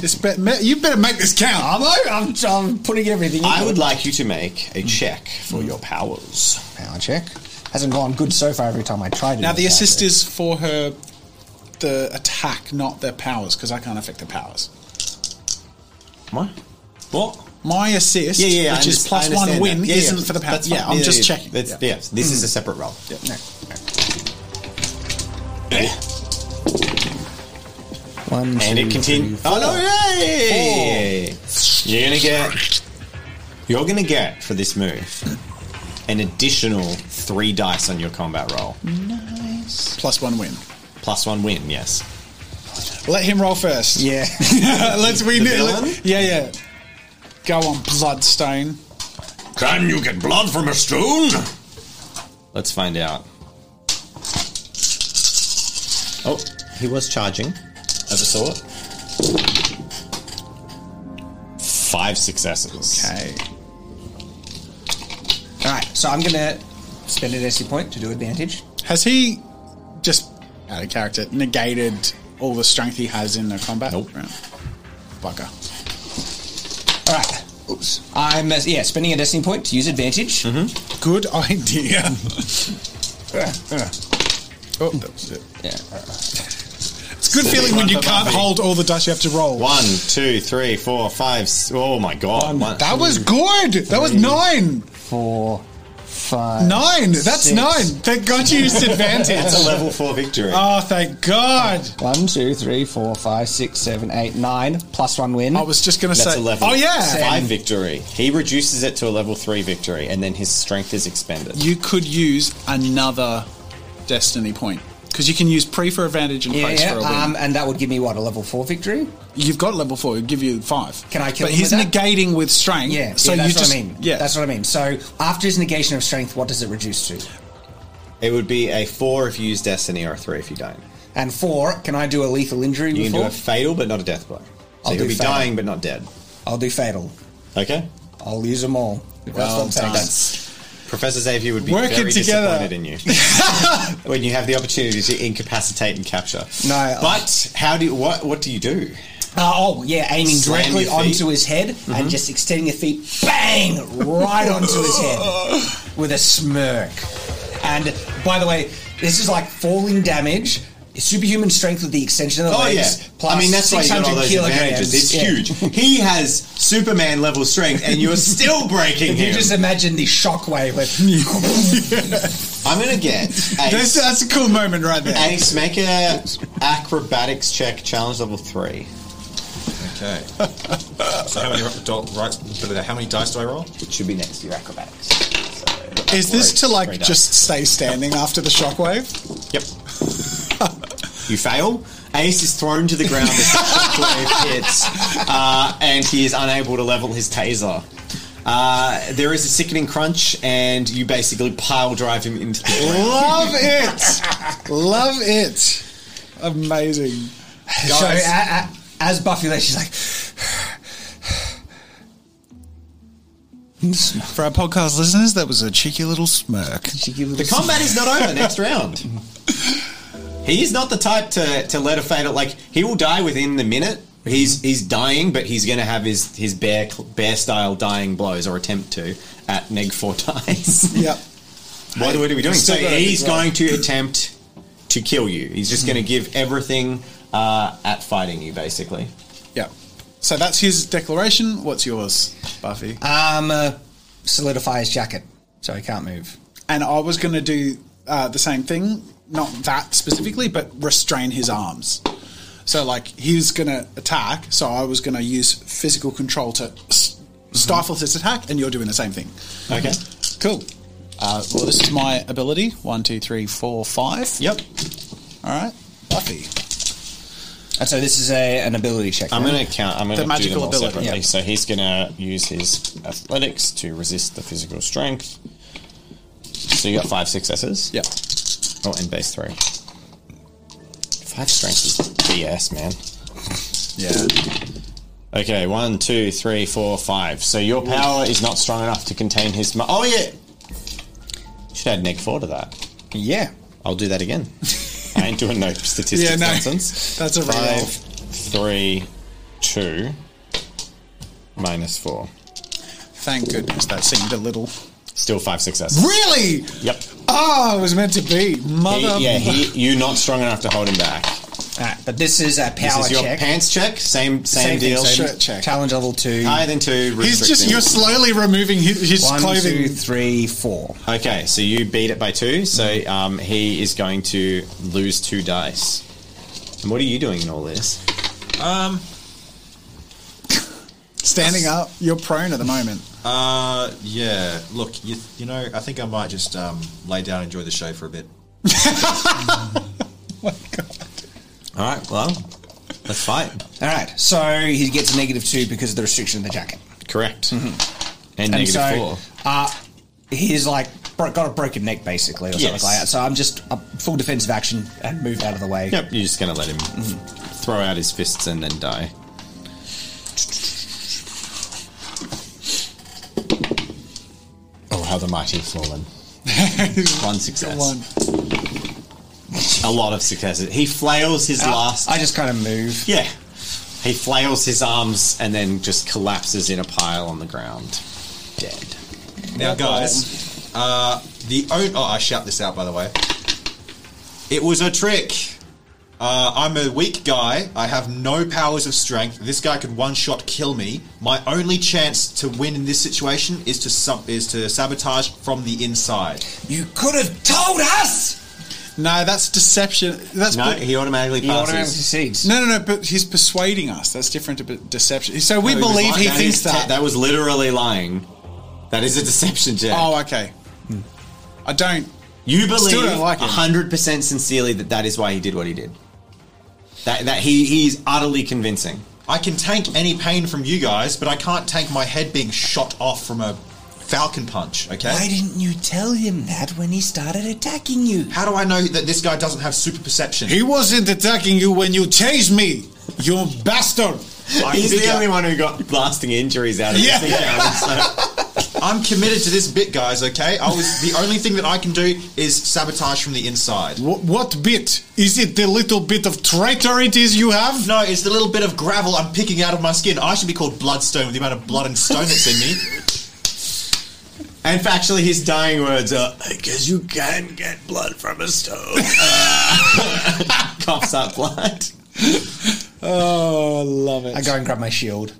[SPEAKER 1] This bet me- you better make this count.
[SPEAKER 2] I'm, I'm, I'm putting everything in.
[SPEAKER 3] I would like you to make a check for your powers.
[SPEAKER 2] Power check. Hasn't gone good so far every time I tried it.
[SPEAKER 1] Now the assist is for her, the attack, not their powers, because I can't affect the powers.
[SPEAKER 3] What? What?
[SPEAKER 1] My assist,
[SPEAKER 3] Yeah, yeah, yeah, I
[SPEAKER 1] which is
[SPEAKER 3] underst-
[SPEAKER 1] plus
[SPEAKER 3] I
[SPEAKER 1] one
[SPEAKER 3] understand
[SPEAKER 1] win,
[SPEAKER 3] that. Yeah,
[SPEAKER 1] isn't
[SPEAKER 3] yeah,
[SPEAKER 1] for the powers.
[SPEAKER 3] that's fine.
[SPEAKER 1] Yeah, I'm just checking.
[SPEAKER 3] That's,
[SPEAKER 1] Yeah.
[SPEAKER 3] yeah. this
[SPEAKER 5] Mm.
[SPEAKER 3] is a separate roll.
[SPEAKER 2] One,
[SPEAKER 3] And it continues. Oh no! Yay! You're gonna get. You're gonna get for this move an additional three dice on your combat roll,
[SPEAKER 1] Plus one win.
[SPEAKER 3] plus one win. Yes.
[SPEAKER 1] Let him roll first.
[SPEAKER 2] Yeah.
[SPEAKER 1] let's we
[SPEAKER 3] The
[SPEAKER 1] need. let-
[SPEAKER 3] villain?
[SPEAKER 1] yeah, yeah. Go on, Bloodstone.
[SPEAKER 4] Can you get blood from a stone?
[SPEAKER 3] Let's find out. Oh, he was charging of a sort. Five successes.
[SPEAKER 1] Okay.
[SPEAKER 2] All right, so I'm gonna spend a destiny point to do advantage.
[SPEAKER 1] Has he just out of character negated all the strength he has in the combat?
[SPEAKER 3] Nope.
[SPEAKER 1] Right. Bugger.
[SPEAKER 2] All right. Oops. I'm uh, yeah spending a destiny point to use advantage.
[SPEAKER 1] Mm-hmm. Good idea. oh, that was it.
[SPEAKER 2] Yeah.
[SPEAKER 1] It's a good feeling when you can't hold all the dice you have to roll.
[SPEAKER 3] One, two, three, four, five. s- Oh my god! One-
[SPEAKER 1] That was good. That was nine.
[SPEAKER 2] Four, five.
[SPEAKER 1] Nine. That's
[SPEAKER 2] Six.
[SPEAKER 1] nine. Thank God you used advantage.
[SPEAKER 3] That's a level four victory.
[SPEAKER 1] Oh, thank God.
[SPEAKER 2] One, two, three, four, five, six, seven, eight, nine. Plus one win.
[SPEAKER 1] I was just going to
[SPEAKER 3] That's
[SPEAKER 1] say.
[SPEAKER 3] a level
[SPEAKER 1] oh, yeah.
[SPEAKER 3] five victory. He reduces it to a level three victory, and then his strength is expended.
[SPEAKER 1] You could use another destiny point because you can use pre for advantage and
[SPEAKER 2] yeah,
[SPEAKER 1] post
[SPEAKER 2] yeah.
[SPEAKER 1] for a win.
[SPEAKER 2] Um, and that would give me what a level four victory.
[SPEAKER 1] You've got level four. It'd give you five.
[SPEAKER 2] Can I kill
[SPEAKER 1] But
[SPEAKER 2] him
[SPEAKER 1] he's
[SPEAKER 2] with that?
[SPEAKER 1] negating with strength.
[SPEAKER 2] Yeah.
[SPEAKER 1] So
[SPEAKER 2] So yeah, that's
[SPEAKER 1] you
[SPEAKER 2] what
[SPEAKER 1] just
[SPEAKER 2] I mean.
[SPEAKER 1] yeah.
[SPEAKER 2] That's what I mean. So after his negation of strength, what does it reduce to?
[SPEAKER 3] It would be a four if you use destiny, or a three if you don't.
[SPEAKER 2] And four, can I do a lethal injury
[SPEAKER 3] You can
[SPEAKER 2] before?
[SPEAKER 3] do a fatal, but not a death blow. So
[SPEAKER 2] I'll
[SPEAKER 3] he'll
[SPEAKER 2] do
[SPEAKER 3] be
[SPEAKER 2] fatal.
[SPEAKER 3] dying, but not dead.
[SPEAKER 2] I'll do fatal.
[SPEAKER 3] Okay.
[SPEAKER 2] I'll use them all. That's
[SPEAKER 1] Well
[SPEAKER 2] what I'm
[SPEAKER 1] done.
[SPEAKER 2] saying.
[SPEAKER 3] Professor Xavier would be
[SPEAKER 1] Work it
[SPEAKER 3] very
[SPEAKER 1] together.
[SPEAKER 3] disappointed in you when you have the opportunity to incapacitate and capture.
[SPEAKER 2] No,
[SPEAKER 3] but how do you, what? What do you do?
[SPEAKER 2] Uh, oh, yeah, aiming
[SPEAKER 3] Slam
[SPEAKER 2] directly
[SPEAKER 3] your feet. Mm-hmm.
[SPEAKER 2] onto his head and just extending your feet, bang, right onto his head with a smirk. And by the way, this is like falling damage. Superhuman strength with the extension of the legs. Plus
[SPEAKER 3] Oh, I mean that's why you got all
[SPEAKER 2] 600
[SPEAKER 3] those
[SPEAKER 2] kilograms.
[SPEAKER 3] advantages. It's
[SPEAKER 2] Yeah.
[SPEAKER 3] huge. He has Superman level strength, and you're still breaking
[SPEAKER 2] You
[SPEAKER 3] him.
[SPEAKER 2] just imagine the shockwave. Of,
[SPEAKER 3] I'm gonna get
[SPEAKER 1] That's,
[SPEAKER 3] Ace.
[SPEAKER 1] that's a cool moment right there.
[SPEAKER 3] Ace, make a acrobatics check, challenge level three.
[SPEAKER 5] Okay. so how many, ro- do, right, how many dice do I roll?
[SPEAKER 3] It should be next to your acrobatics. So,
[SPEAKER 1] Is this to
[SPEAKER 3] three
[SPEAKER 1] like
[SPEAKER 3] dice.
[SPEAKER 1] just stay standing after the shockwave?
[SPEAKER 3] Yep. you fail. Ace is thrown to the ground as the shockwave hits, uh, and he is unable to level his taser. Uh, there is a sickening crunch, and you basically pile drive him into the ground.
[SPEAKER 1] Love it, love it, amazing.
[SPEAKER 2] so a, a, as Buffy left, she's like,
[SPEAKER 1] For our podcast listeners, that was a cheeky little smirk.
[SPEAKER 2] she gave
[SPEAKER 3] The combat is not over next round. He is not the type to, to let a fatal like he will die within the minute. He's he's dying, but he's going to have his his bear cl- bear style dying blows or attempt to at neg four dice.
[SPEAKER 1] Yep.
[SPEAKER 3] what are we doing? So
[SPEAKER 1] still got it
[SPEAKER 3] he's
[SPEAKER 1] as well.
[SPEAKER 3] going to attempt to kill you. He's just going to give everything uh, at fighting you, basically.
[SPEAKER 1] Yep. So that's his declaration. What's yours, Buffy?
[SPEAKER 2] um, uh, solidify his jacket, so he can't move.
[SPEAKER 1] And I was going to do uh, the same thing, not that specifically, but restrain his arms. So, like, he was going to attack, so I was going to use physical control to s-
[SPEAKER 3] Mm-hmm.
[SPEAKER 1] stifle his attack, and you're doing the same thing.
[SPEAKER 3] Okay.
[SPEAKER 1] Cool. Uh, well, this is my ability. One, two, three, four, five.
[SPEAKER 3] Yep.
[SPEAKER 1] All All right, Buffy.
[SPEAKER 2] And so this is a, an ability check.
[SPEAKER 3] I'm
[SPEAKER 2] right?
[SPEAKER 3] going to count. I'm going
[SPEAKER 1] The
[SPEAKER 3] to do
[SPEAKER 1] magical
[SPEAKER 3] them all
[SPEAKER 1] ability,
[SPEAKER 3] separately.
[SPEAKER 2] yeah.
[SPEAKER 3] So he's going to use his athletics to resist the physical strength. So you got five successes.
[SPEAKER 1] Yep.
[SPEAKER 3] Oh, and base three. Five strength is BS, man.
[SPEAKER 1] Yeah.
[SPEAKER 3] Okay, one, two, three, four, five. So your power is not strong enough to contain his. Mu- oh yeah. Should add neg four to that.
[SPEAKER 2] Yeah.
[SPEAKER 3] I'll do that again. I ain't doing no statistics
[SPEAKER 1] Yeah, no.
[SPEAKER 3] nonsense.
[SPEAKER 1] That's a
[SPEAKER 3] Five,
[SPEAKER 1] roll.
[SPEAKER 3] three, two, minus four.
[SPEAKER 1] Thank goodness that seemed a little.
[SPEAKER 3] Still five successes.
[SPEAKER 1] Really?
[SPEAKER 3] Yep.
[SPEAKER 1] Oh, it was meant to be. Mother.
[SPEAKER 3] He, yeah, he, you're not strong enough to hold him back.
[SPEAKER 2] Alright, but this is a
[SPEAKER 3] This
[SPEAKER 2] power
[SPEAKER 3] is your
[SPEAKER 2] check.
[SPEAKER 3] pants check. Same same,
[SPEAKER 2] Same thing,
[SPEAKER 3] deal.
[SPEAKER 2] same
[SPEAKER 1] Shirt check.
[SPEAKER 2] Challenge level two.
[SPEAKER 3] Higher than two.
[SPEAKER 1] He's
[SPEAKER 3] restrict
[SPEAKER 1] just,
[SPEAKER 3] him.
[SPEAKER 1] you're slowly removing his, his
[SPEAKER 2] One,
[SPEAKER 1] clothing.
[SPEAKER 2] two, three, four.
[SPEAKER 3] Okay, so you beat it by two. So um, he is going to lose two dice. And what are you doing in all this?
[SPEAKER 1] Standing up. You're prone at the moment.
[SPEAKER 5] Uh, yeah. Look, you, you know, I think I might just um, lay down and enjoy the show for a bit.
[SPEAKER 3] All right, well, let's fight.
[SPEAKER 2] All right, so he gets a negative two because of the restriction of the jacket.
[SPEAKER 3] Correct. And,
[SPEAKER 2] Mm-hmm. And
[SPEAKER 3] negative
[SPEAKER 2] so,
[SPEAKER 3] four.
[SPEAKER 2] Uh, he's like bro- got a broken neck basically, or something
[SPEAKER 3] Yes.
[SPEAKER 2] like that. So I'm just uh, full defensive action and moved out of the way.
[SPEAKER 3] Yep, you're just going to let him throw out his fists and then die. Oh, how the mighty have fallen. One success.
[SPEAKER 1] One.
[SPEAKER 3] A lot of successes. He flails his
[SPEAKER 2] Uh,
[SPEAKER 3] last.
[SPEAKER 2] I just kind of move.
[SPEAKER 3] Yeah. He flails his arms and then just collapses in a pile on the ground. Dead.
[SPEAKER 5] Now, guys, uh, the own oh, I shout this out by the way. It was a trick. Uh, I'm a weak guy. I have no powers of strength. This guy could one shot kill me. My only chance to win in this situation is to sum- is to sabotage from the inside.
[SPEAKER 2] You could have told us.
[SPEAKER 1] No, that's deception. That's
[SPEAKER 3] No,
[SPEAKER 1] per-
[SPEAKER 3] he automatically
[SPEAKER 2] You automatically
[SPEAKER 3] passes.
[SPEAKER 2] succeeds.
[SPEAKER 1] no, no, no. But he's persuading us. That's different to be- deception. So we
[SPEAKER 3] No, was
[SPEAKER 1] believe
[SPEAKER 3] lying.
[SPEAKER 1] he
[SPEAKER 3] That
[SPEAKER 1] thinks
[SPEAKER 3] is te-
[SPEAKER 1] that.
[SPEAKER 3] that was literally lying. That is a deception, Jack.
[SPEAKER 1] oh, okay. I don't.
[SPEAKER 3] you believe
[SPEAKER 1] don't like him.
[SPEAKER 3] 100% sincerely that that is why he did what he did. That, that he, he's utterly convincing.
[SPEAKER 5] I can tank any pain from you guys, but I can't tank my head being shot off from a falcon punch. Okay.
[SPEAKER 2] Why didn't you tell him that when he started attacking you?
[SPEAKER 5] How do I know that this guy doesn't have super perception?
[SPEAKER 1] He wasn't attacking you when you chased me, you bastard.
[SPEAKER 3] he's
[SPEAKER 5] bigger.
[SPEAKER 3] the only one who got lasting injuries out of
[SPEAKER 1] Yeah.
[SPEAKER 3] this encounter. so-
[SPEAKER 5] I'm committed to this bit, guys. Okay, I was the only thing that I can do is sabotage from the inside.
[SPEAKER 1] What, what bit? Is it the little bit of traitor it is you have?
[SPEAKER 5] No, it's the little bit of gravel I'm picking out of my skin. I should be called Bloodstone with the amount of blood and stone that's in me.
[SPEAKER 3] And factually, his dying words are, because you can get blood from a stone. Coughs up blood.
[SPEAKER 1] Oh, I love it.
[SPEAKER 2] I go and grab my shield.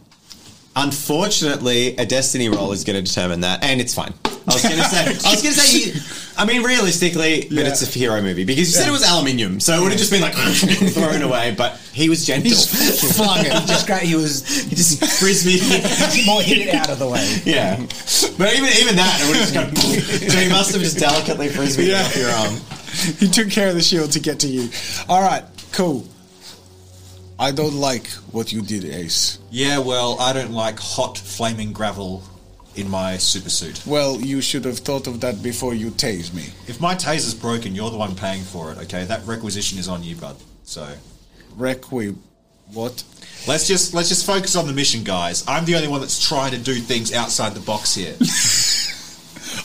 [SPEAKER 3] Unfortunately, a destiny roll is going to determine that, and it's fine. I was going to say, I was going to say, you, I mean, realistically, but it's a hero movie because you said it was aluminium, so it would have just been like thrown away. But he was gentle.
[SPEAKER 2] Flung it. Just gra- he was
[SPEAKER 3] he just frisbee.
[SPEAKER 2] more hit it out of the way.
[SPEAKER 3] yeah, but even even that, it would have just gone. so he must have just delicately frisbee
[SPEAKER 1] Yeah.
[SPEAKER 3] off your arm.
[SPEAKER 1] um, he took care of the shield to get to you. All right, cool. I don't like what you did, Ace.
[SPEAKER 5] yeah, well, I don't like hot flaming gravel in my super suit.
[SPEAKER 1] Well, you should have thought of that before you tased me.
[SPEAKER 5] If my taser's broken, you're the one paying for it. Okay, that requisition is on you, bud. So
[SPEAKER 1] Requi, what?
[SPEAKER 5] let's just let's just focus on the mission, guys. I'm the only one that's trying to do things outside the box here.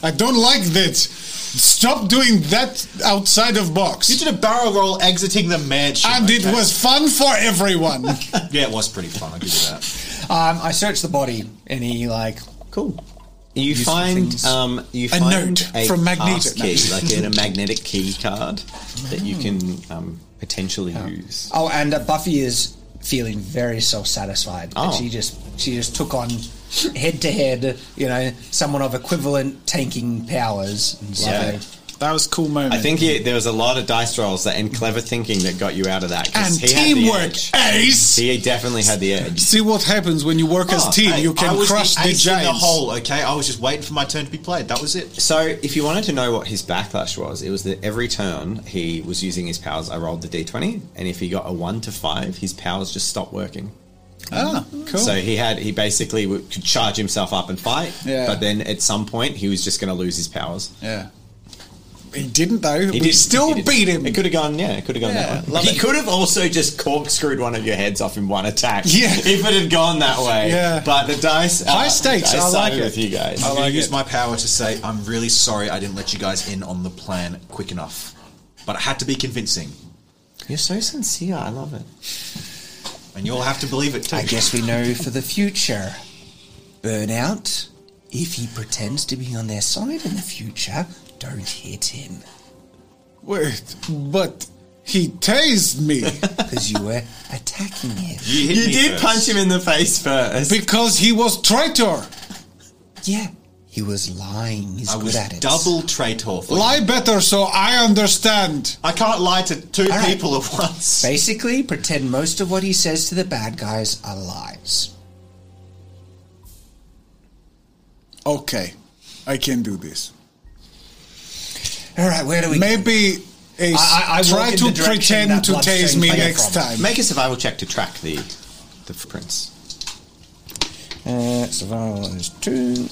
[SPEAKER 1] I don't like that. Stop doing that outside of
[SPEAKER 5] you
[SPEAKER 1] box.
[SPEAKER 5] did a barrel roll exiting the mansion,
[SPEAKER 1] And it
[SPEAKER 5] okay?
[SPEAKER 1] was fun for everyone.
[SPEAKER 5] yeah, it was pretty fun. I'll give you that.
[SPEAKER 2] Um, I search the body, and he like
[SPEAKER 3] Cool. You
[SPEAKER 2] Useful
[SPEAKER 3] find
[SPEAKER 2] things.
[SPEAKER 3] um, you
[SPEAKER 1] A
[SPEAKER 3] find
[SPEAKER 1] note from Magneto.
[SPEAKER 3] pass key, like in a magnetic key card that you can
[SPEAKER 1] Mm.
[SPEAKER 3] um, potentially use.
[SPEAKER 2] oh, and uh, Buffy is feeling very self satisfied.
[SPEAKER 3] Oh.
[SPEAKER 2] She just she just took on head to head, you know, someone of equivalent tanking powers. And
[SPEAKER 3] Yeah.
[SPEAKER 2] yeah.
[SPEAKER 1] That was a cool moment.
[SPEAKER 3] I think he, there was a lot of dice rolls that, and clever thinking that got you out of that. 'cause
[SPEAKER 1] and
[SPEAKER 3] he had the
[SPEAKER 1] teamwork,
[SPEAKER 3] edge.
[SPEAKER 1] Ace.
[SPEAKER 3] He definitely had the edge.
[SPEAKER 1] See what happens when you work as
[SPEAKER 5] Oh,
[SPEAKER 1] team.
[SPEAKER 5] hey,
[SPEAKER 1] you
[SPEAKER 5] I
[SPEAKER 1] can
[SPEAKER 5] was
[SPEAKER 1] crush
[SPEAKER 5] the,
[SPEAKER 1] the,
[SPEAKER 5] ace in the
[SPEAKER 1] giants.
[SPEAKER 5] hole. Okay, I was just waiting for my turn to be played. That was it.
[SPEAKER 3] So, if you wanted to know what his backlash was, it was that every turn he was using his powers. I rolled the d20, and if he got a one to five, his powers just stopped working.
[SPEAKER 1] Ah, cool.
[SPEAKER 3] So he had he basically w- could charge himself up and fight,
[SPEAKER 1] Yeah.
[SPEAKER 3] but then at some point he was just going to lose his powers.
[SPEAKER 1] yeah. He didn't though. we
[SPEAKER 3] did-
[SPEAKER 1] still
[SPEAKER 3] he did.
[SPEAKER 1] beat him.
[SPEAKER 3] It could have gone, yeah, it could have gone
[SPEAKER 1] Yeah,
[SPEAKER 3] that way. He could have also just corkscrewed one of your heads off in one attack.
[SPEAKER 1] Yeah.
[SPEAKER 3] if it had gone that way.
[SPEAKER 1] Yeah.
[SPEAKER 3] but the dice
[SPEAKER 1] High
[SPEAKER 3] uh,
[SPEAKER 1] stakes,
[SPEAKER 3] the dice
[SPEAKER 1] I like
[SPEAKER 3] sided
[SPEAKER 1] it. Oh.
[SPEAKER 3] with you guys.
[SPEAKER 5] I'm going
[SPEAKER 1] like
[SPEAKER 5] to use
[SPEAKER 1] it.
[SPEAKER 5] my power to say I'm really sorry I didn't let you guys in on the plan quick enough, but it had to be convincing,
[SPEAKER 3] You're so sincere. I love it.
[SPEAKER 5] and you'll have to believe it too.
[SPEAKER 2] I guess we know for the future. Burnout, if he pretends to be on their side in the future, don't hit him.
[SPEAKER 1] Wait, but he tased me
[SPEAKER 2] Because you were attacking him.
[SPEAKER 5] You, hit
[SPEAKER 3] You
[SPEAKER 5] me
[SPEAKER 3] did
[SPEAKER 5] first.
[SPEAKER 3] punch him in the face first.
[SPEAKER 1] because he was traitor.
[SPEAKER 2] Yeah. He was lying. He's
[SPEAKER 5] I
[SPEAKER 2] good
[SPEAKER 5] was
[SPEAKER 2] at it.
[SPEAKER 5] double traitor. For
[SPEAKER 1] Lie better so I understand.
[SPEAKER 5] I can't lie to two
[SPEAKER 2] right.
[SPEAKER 5] people at once.
[SPEAKER 2] Basically, pretend most of what he says to the bad guys are lies.
[SPEAKER 1] Okay, I can do this.
[SPEAKER 2] All right, where do we
[SPEAKER 1] Maybe Ace,
[SPEAKER 2] I- I- I walk
[SPEAKER 1] try
[SPEAKER 2] in
[SPEAKER 1] to
[SPEAKER 2] the direction
[SPEAKER 1] pretend
[SPEAKER 2] that
[SPEAKER 1] to
[SPEAKER 2] bloodstain
[SPEAKER 1] tase me
[SPEAKER 2] came
[SPEAKER 1] next
[SPEAKER 2] from.
[SPEAKER 1] time.
[SPEAKER 3] Make a survival check to track the the footprints.
[SPEAKER 2] Uh, survival is two.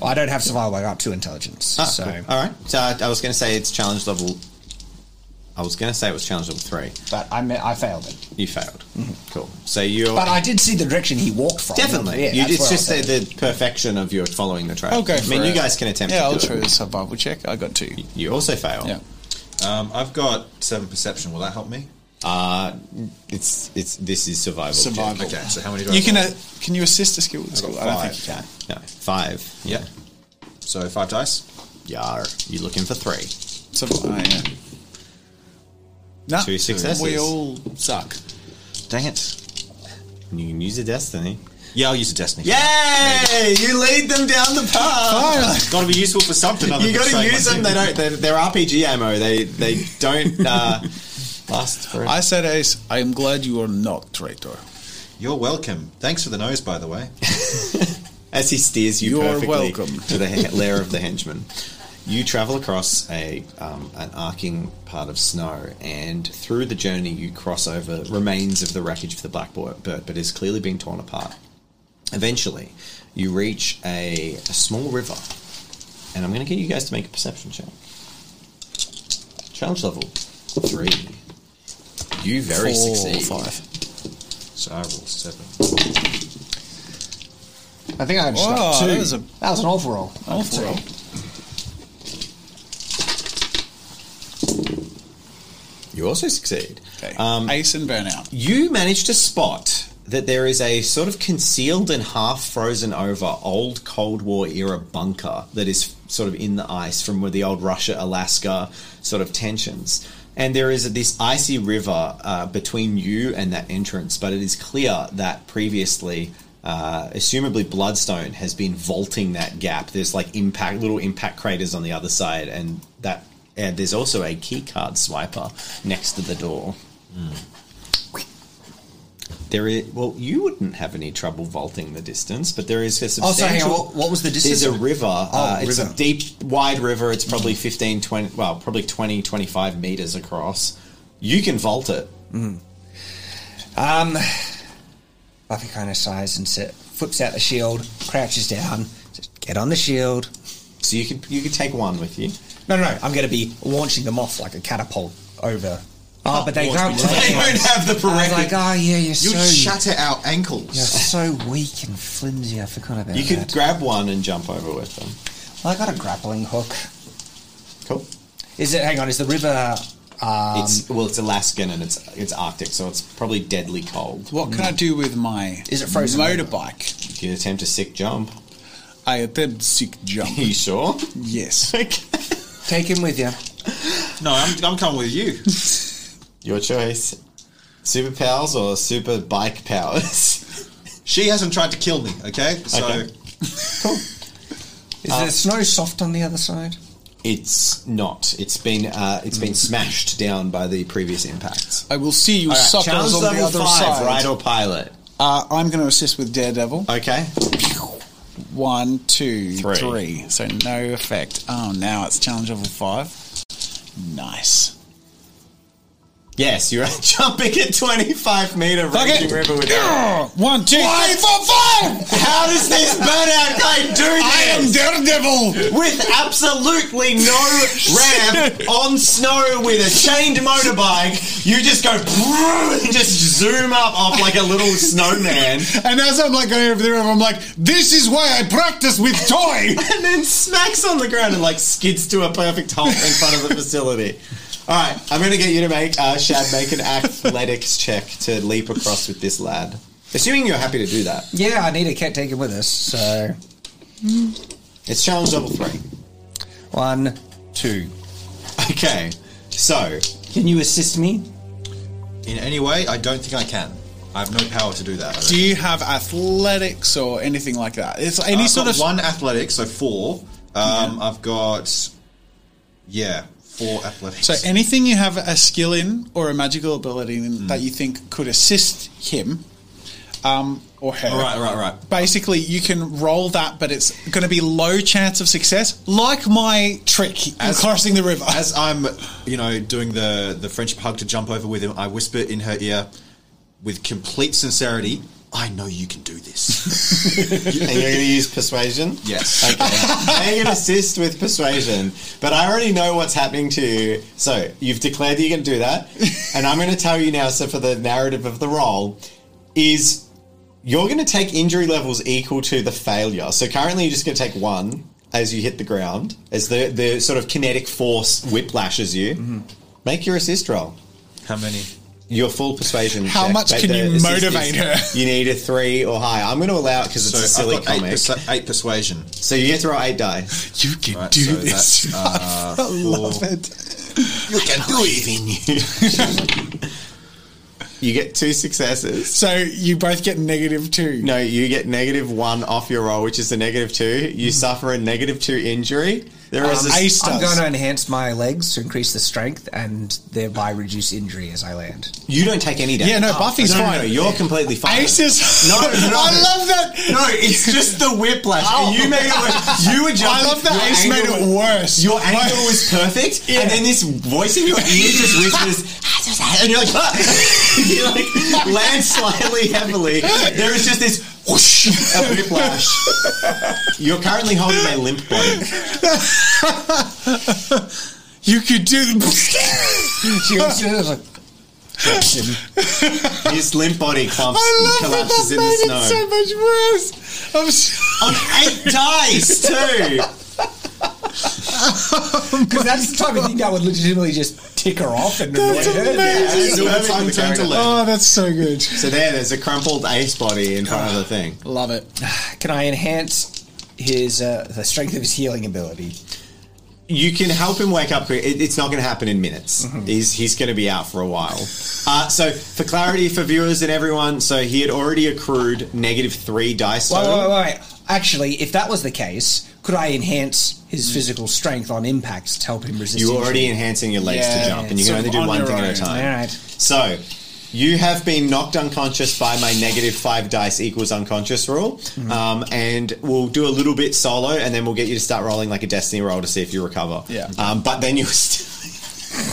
[SPEAKER 2] Well, I don't have survival. I got two intelligence.
[SPEAKER 3] Ah,
[SPEAKER 2] so
[SPEAKER 3] cool. all right. So I, I was going to say it's challenge level. I was going to say it was challenge level three.
[SPEAKER 2] but I me- I failed it.
[SPEAKER 3] You failed.
[SPEAKER 1] Mm-hmm.
[SPEAKER 3] Cool. So you're
[SPEAKER 2] But I did see the direction he walked from.
[SPEAKER 3] definitely.
[SPEAKER 2] Yeah,
[SPEAKER 3] you,
[SPEAKER 2] that's
[SPEAKER 3] it's
[SPEAKER 2] where
[SPEAKER 3] just
[SPEAKER 2] I
[SPEAKER 3] the,
[SPEAKER 2] was at.
[SPEAKER 3] the perfection of your following the trail.
[SPEAKER 1] Okay,
[SPEAKER 3] I mean,
[SPEAKER 1] for
[SPEAKER 3] you
[SPEAKER 1] it.
[SPEAKER 3] guys can attempt.
[SPEAKER 1] Yeah,
[SPEAKER 3] to
[SPEAKER 1] I'll
[SPEAKER 3] do
[SPEAKER 1] try
[SPEAKER 3] it.
[SPEAKER 1] a survival check. I got two.
[SPEAKER 3] You also fail.
[SPEAKER 1] Yeah.
[SPEAKER 5] Um, I've got seven perception. Will that help me?
[SPEAKER 3] Uh, it's it's this is survival. check.
[SPEAKER 1] Survival.
[SPEAKER 5] Okay, so how many do I
[SPEAKER 1] You can
[SPEAKER 5] roll?
[SPEAKER 1] uh, can you assist a skill? skill? I don't think you can.
[SPEAKER 3] No, five.
[SPEAKER 5] yeah. So five dice.
[SPEAKER 3] Yar. You're looking for three.
[SPEAKER 1] So, uh, yeah. Nah,
[SPEAKER 3] Two successes.
[SPEAKER 1] We all suck.
[SPEAKER 3] Dang it. And you can use a destiny.
[SPEAKER 5] Yeah, I'll use a destiny.
[SPEAKER 3] Yay! You lead them down the path.
[SPEAKER 5] got to be useful for something. other
[SPEAKER 3] you
[SPEAKER 5] than
[SPEAKER 3] got to
[SPEAKER 5] saying
[SPEAKER 3] use
[SPEAKER 5] my
[SPEAKER 3] them. They
[SPEAKER 5] name.
[SPEAKER 3] don't. They're, they're RPG ammo. They they don't uh, last for.
[SPEAKER 1] I said, Ace, I am glad you are not traitor.
[SPEAKER 5] You're welcome. Thanks for the nose, by the way.
[SPEAKER 3] As he steers you
[SPEAKER 1] You're
[SPEAKER 3] perfectly
[SPEAKER 1] welcome.
[SPEAKER 3] to the he- lair of the henchman, you travel across a um, an arcing part of snow, and through the journey you cross over remains of the wreckage of the blackbird, but it has clearly been torn apart. Eventually, you reach a, a small river, and I'm going to get you guys to make a perception check. Challenge level three. You very
[SPEAKER 1] Four,
[SPEAKER 3] succeed.
[SPEAKER 1] five.
[SPEAKER 5] So I roll seven.
[SPEAKER 2] I think I just
[SPEAKER 1] Wow,
[SPEAKER 2] got two.
[SPEAKER 1] Oh, that was a-
[SPEAKER 2] that was an overall.
[SPEAKER 1] Awful.
[SPEAKER 3] You also succeed.
[SPEAKER 1] Okay.
[SPEAKER 3] Um,
[SPEAKER 1] Ace and burnout.
[SPEAKER 3] you manage to spot that there is a sort of concealed and half frozen over old Cold War era bunker that is sort of in the ice from where the old Russia Alaska sort of tensions. And there is this icy river uh, between you and that entrance, but it is clear that previously, uh, assumably, Bloodstone has been vaulting that gap. There's like impact, little impact craters on the other side, and that and there's also a key card swiper next to the door. There is well, you wouldn't have any trouble vaulting the distance, but there is a
[SPEAKER 2] Oh,
[SPEAKER 3] substantial.
[SPEAKER 2] sorry. hang on, What, what was the distance? Oh,
[SPEAKER 3] There's a river. uh, it's
[SPEAKER 2] river.
[SPEAKER 3] a deep, wide river. It's probably 15, 20, well, probably 20, 25 meters across. You can vault it.
[SPEAKER 2] Um, Buffy kind of sighs and sit, flips out the shield, crouches down. Just get on the shield.
[SPEAKER 3] So you could you could take one with you.
[SPEAKER 2] No, no, no. I'm going to be launching them off like a catapult over.
[SPEAKER 3] Ah,
[SPEAKER 2] Oh, but they can't.
[SPEAKER 5] launch them.
[SPEAKER 2] break
[SPEAKER 5] They
[SPEAKER 2] it.
[SPEAKER 5] won't have the
[SPEAKER 2] I was like,
[SPEAKER 5] prerequisite.
[SPEAKER 2] oh yeah, you're
[SPEAKER 5] You
[SPEAKER 2] so
[SPEAKER 5] shatter our ankles.
[SPEAKER 2] you're so weak and flimsy. I forgot about
[SPEAKER 3] You could
[SPEAKER 2] that.
[SPEAKER 3] grab one and jump over with them.
[SPEAKER 2] I got a grappling hook.
[SPEAKER 3] Cool.
[SPEAKER 2] Is it? Hang on. Is the river?
[SPEAKER 3] it's
[SPEAKER 2] Um,
[SPEAKER 3] well, it's Alaskan and it's it's Arctic, so it's probably deadly cold.
[SPEAKER 1] What can I do with my
[SPEAKER 2] Is it frozen?
[SPEAKER 1] motorbike?
[SPEAKER 3] You can attempt a sick jump.
[SPEAKER 1] I attempt sick jump.
[SPEAKER 3] Are you sure?
[SPEAKER 1] yes.
[SPEAKER 2] Take him with you.
[SPEAKER 5] No, I'm, I'm coming with you.
[SPEAKER 3] Your choice. Super powers or super bike powers?
[SPEAKER 5] she hasn't tried to kill me. Okay, so
[SPEAKER 3] Okay.
[SPEAKER 2] Uh, Is the snow soft on the other side?
[SPEAKER 3] It's not. It's been uh, it's been smashed down by the previous impacts.
[SPEAKER 1] I will see you
[SPEAKER 3] All right,
[SPEAKER 1] suckers
[SPEAKER 3] challenge
[SPEAKER 1] on the
[SPEAKER 3] level
[SPEAKER 1] other
[SPEAKER 3] five,
[SPEAKER 1] side.
[SPEAKER 3] ride or pilot.
[SPEAKER 1] Uh, I'm going to assist with Daredevil.
[SPEAKER 3] Okay.
[SPEAKER 1] One, two, three.
[SPEAKER 3] Three.
[SPEAKER 1] So no effect. Oh, now it's challenge level five. Nice.
[SPEAKER 3] Yes, you're jumping at 25 meter raging
[SPEAKER 1] it.
[SPEAKER 3] river with
[SPEAKER 1] Yeah. One, two, three, four, five.
[SPEAKER 3] How does this burnout guy do this?
[SPEAKER 1] I am Daredevil.
[SPEAKER 3] with absolutely no ramp on snow with a chained motorbike. You just go and just zoom up off like a little snowman,
[SPEAKER 1] And as I'm like going over there, I'm like, this is why I practice with toy.
[SPEAKER 3] and then smacks on the ground and like skids to a perfect halt in front of the facility. All right, I'm going to get you to make uh, Shad make an athletics check to leap across with this lad. Assuming you're happy to do that,
[SPEAKER 2] Yeah, I need a cat taken with us. So
[SPEAKER 3] it's challenge level three.
[SPEAKER 2] one, two.
[SPEAKER 3] Okay, so can you assist me?
[SPEAKER 5] In any way, I don't think I can. I have no power to do that. I don't
[SPEAKER 1] Do you have athletics or anything like that? It's any
[SPEAKER 5] I've
[SPEAKER 1] sort
[SPEAKER 5] got
[SPEAKER 1] of
[SPEAKER 5] one athletics, so four. Um, I've got yeah, four athletics.
[SPEAKER 1] So anything you have a skill in or a magical ability in that you think could assist him um, or her.
[SPEAKER 5] All right, all right, all right.
[SPEAKER 1] Basically, you can roll that, but it's going to be low chance of success, like my trick in
[SPEAKER 5] As-
[SPEAKER 1] crossing the river.
[SPEAKER 5] As I'm, you know, doing the the friendship hug to jump over with him, I whisper in her ear with complete sincerity, "I know you can do this."
[SPEAKER 3] And you're going to use persuasion?
[SPEAKER 5] Yes.
[SPEAKER 3] Okay. Make an assist with persuasion. But I already know what's happening to you. So you've declared that you can do that. And I'm going to tell you now, so for the narrative of the role, is you're going to take injury levels equal to the failure. So currently you're just going to take one as you hit the ground, as the, the sort of kinetic force whiplashes you.
[SPEAKER 1] Mm-hmm.
[SPEAKER 3] Make your assist roll.
[SPEAKER 5] How many?
[SPEAKER 3] Your full persuasion.
[SPEAKER 1] How
[SPEAKER 3] check,
[SPEAKER 1] much
[SPEAKER 3] but
[SPEAKER 1] can
[SPEAKER 3] the
[SPEAKER 1] you
[SPEAKER 3] assist is-
[SPEAKER 1] motivate her?
[SPEAKER 3] You need a three or higher. I'm going to allow it because it's
[SPEAKER 5] So
[SPEAKER 3] a silly
[SPEAKER 5] I've got
[SPEAKER 3] comic.
[SPEAKER 5] eight, persu- eight persuasion.
[SPEAKER 3] So you get to roll eight die.
[SPEAKER 1] you can
[SPEAKER 5] Right,
[SPEAKER 1] do
[SPEAKER 5] so
[SPEAKER 1] this.
[SPEAKER 5] that's, uh,
[SPEAKER 1] I love
[SPEAKER 5] four.
[SPEAKER 1] it.
[SPEAKER 3] You can do it in you. you get two successes.
[SPEAKER 1] So you both get negative two.
[SPEAKER 3] No, you get negative one off your roll, which is a negative two. You suffer a negative two injury. There is a
[SPEAKER 1] Hmm. Um, Ace
[SPEAKER 2] I'm going
[SPEAKER 1] does.
[SPEAKER 2] to enhance my legs to increase the strength and thereby reduce injury as I land.
[SPEAKER 3] you don't take any damage.
[SPEAKER 1] Yeah, no, Buffy's
[SPEAKER 3] no, no,
[SPEAKER 1] fine.
[SPEAKER 3] No, you're completely fine.
[SPEAKER 1] Ace is.
[SPEAKER 3] No, no.
[SPEAKER 1] I love that.
[SPEAKER 3] No, it's just the whiplash. And you made it worse. You were
[SPEAKER 1] I
[SPEAKER 3] jumping.
[SPEAKER 1] love that
[SPEAKER 3] your
[SPEAKER 1] Ace made
[SPEAKER 3] angle
[SPEAKER 1] it
[SPEAKER 3] was-
[SPEAKER 1] worse.
[SPEAKER 3] Your angle was perfect, and then this voice in your ear just whispers, and you're like, "Ah!" you like land slightly heavily. There is just this whoosh of whiplash. You're currently holding a limp body.
[SPEAKER 1] You could do.
[SPEAKER 2] She was just like,
[SPEAKER 3] His limp body clumps
[SPEAKER 1] I
[SPEAKER 3] and
[SPEAKER 1] love that.
[SPEAKER 3] collapses
[SPEAKER 1] That
[SPEAKER 3] in the
[SPEAKER 1] made
[SPEAKER 3] snow.
[SPEAKER 1] it so much worse. I'm so-
[SPEAKER 3] On eight dice too.
[SPEAKER 2] because that's the type of thing that would legitimately just tick her off and annoy
[SPEAKER 1] That's
[SPEAKER 2] her.
[SPEAKER 1] amazing.
[SPEAKER 3] Yeah, it's
[SPEAKER 5] Silver
[SPEAKER 3] perfect
[SPEAKER 5] tongue
[SPEAKER 3] with
[SPEAKER 5] turned to
[SPEAKER 3] character.
[SPEAKER 5] lead.
[SPEAKER 1] Oh, that's so good.
[SPEAKER 3] So there, there's a crumpled ace body in front of the thing.
[SPEAKER 1] Love it.
[SPEAKER 2] Can I enhance his uh, the strength of his healing ability?
[SPEAKER 3] You can help him wake up. quick. It, it's not going to happen in minutes.
[SPEAKER 1] Mm-hmm.
[SPEAKER 3] He's he's going to be out for a while. Uh, so for clarity for viewers and everyone, so he had already accrued negative three dice
[SPEAKER 2] Wait,
[SPEAKER 3] total.
[SPEAKER 2] wait, wait, wait. Actually, if that was the case, could I enhance his
[SPEAKER 5] Hmm.
[SPEAKER 2] physical strength on impacts to help him resist?
[SPEAKER 3] You're
[SPEAKER 2] injury?
[SPEAKER 3] already enhancing your legs
[SPEAKER 1] Yeah,
[SPEAKER 3] to jump, and you can
[SPEAKER 1] sort
[SPEAKER 3] only
[SPEAKER 1] of
[SPEAKER 3] do
[SPEAKER 1] on
[SPEAKER 3] one
[SPEAKER 1] your
[SPEAKER 3] thing
[SPEAKER 1] own.
[SPEAKER 3] at a time.
[SPEAKER 2] All right.
[SPEAKER 3] So you have been knocked unconscious by my negative five dice equals unconscious rule,
[SPEAKER 1] Mm-hmm.
[SPEAKER 3] um, and we'll do a little bit solo, and then we'll get you to start rolling like a destiny roll to see if you recover.
[SPEAKER 1] Yeah.
[SPEAKER 3] Um, but then you'll still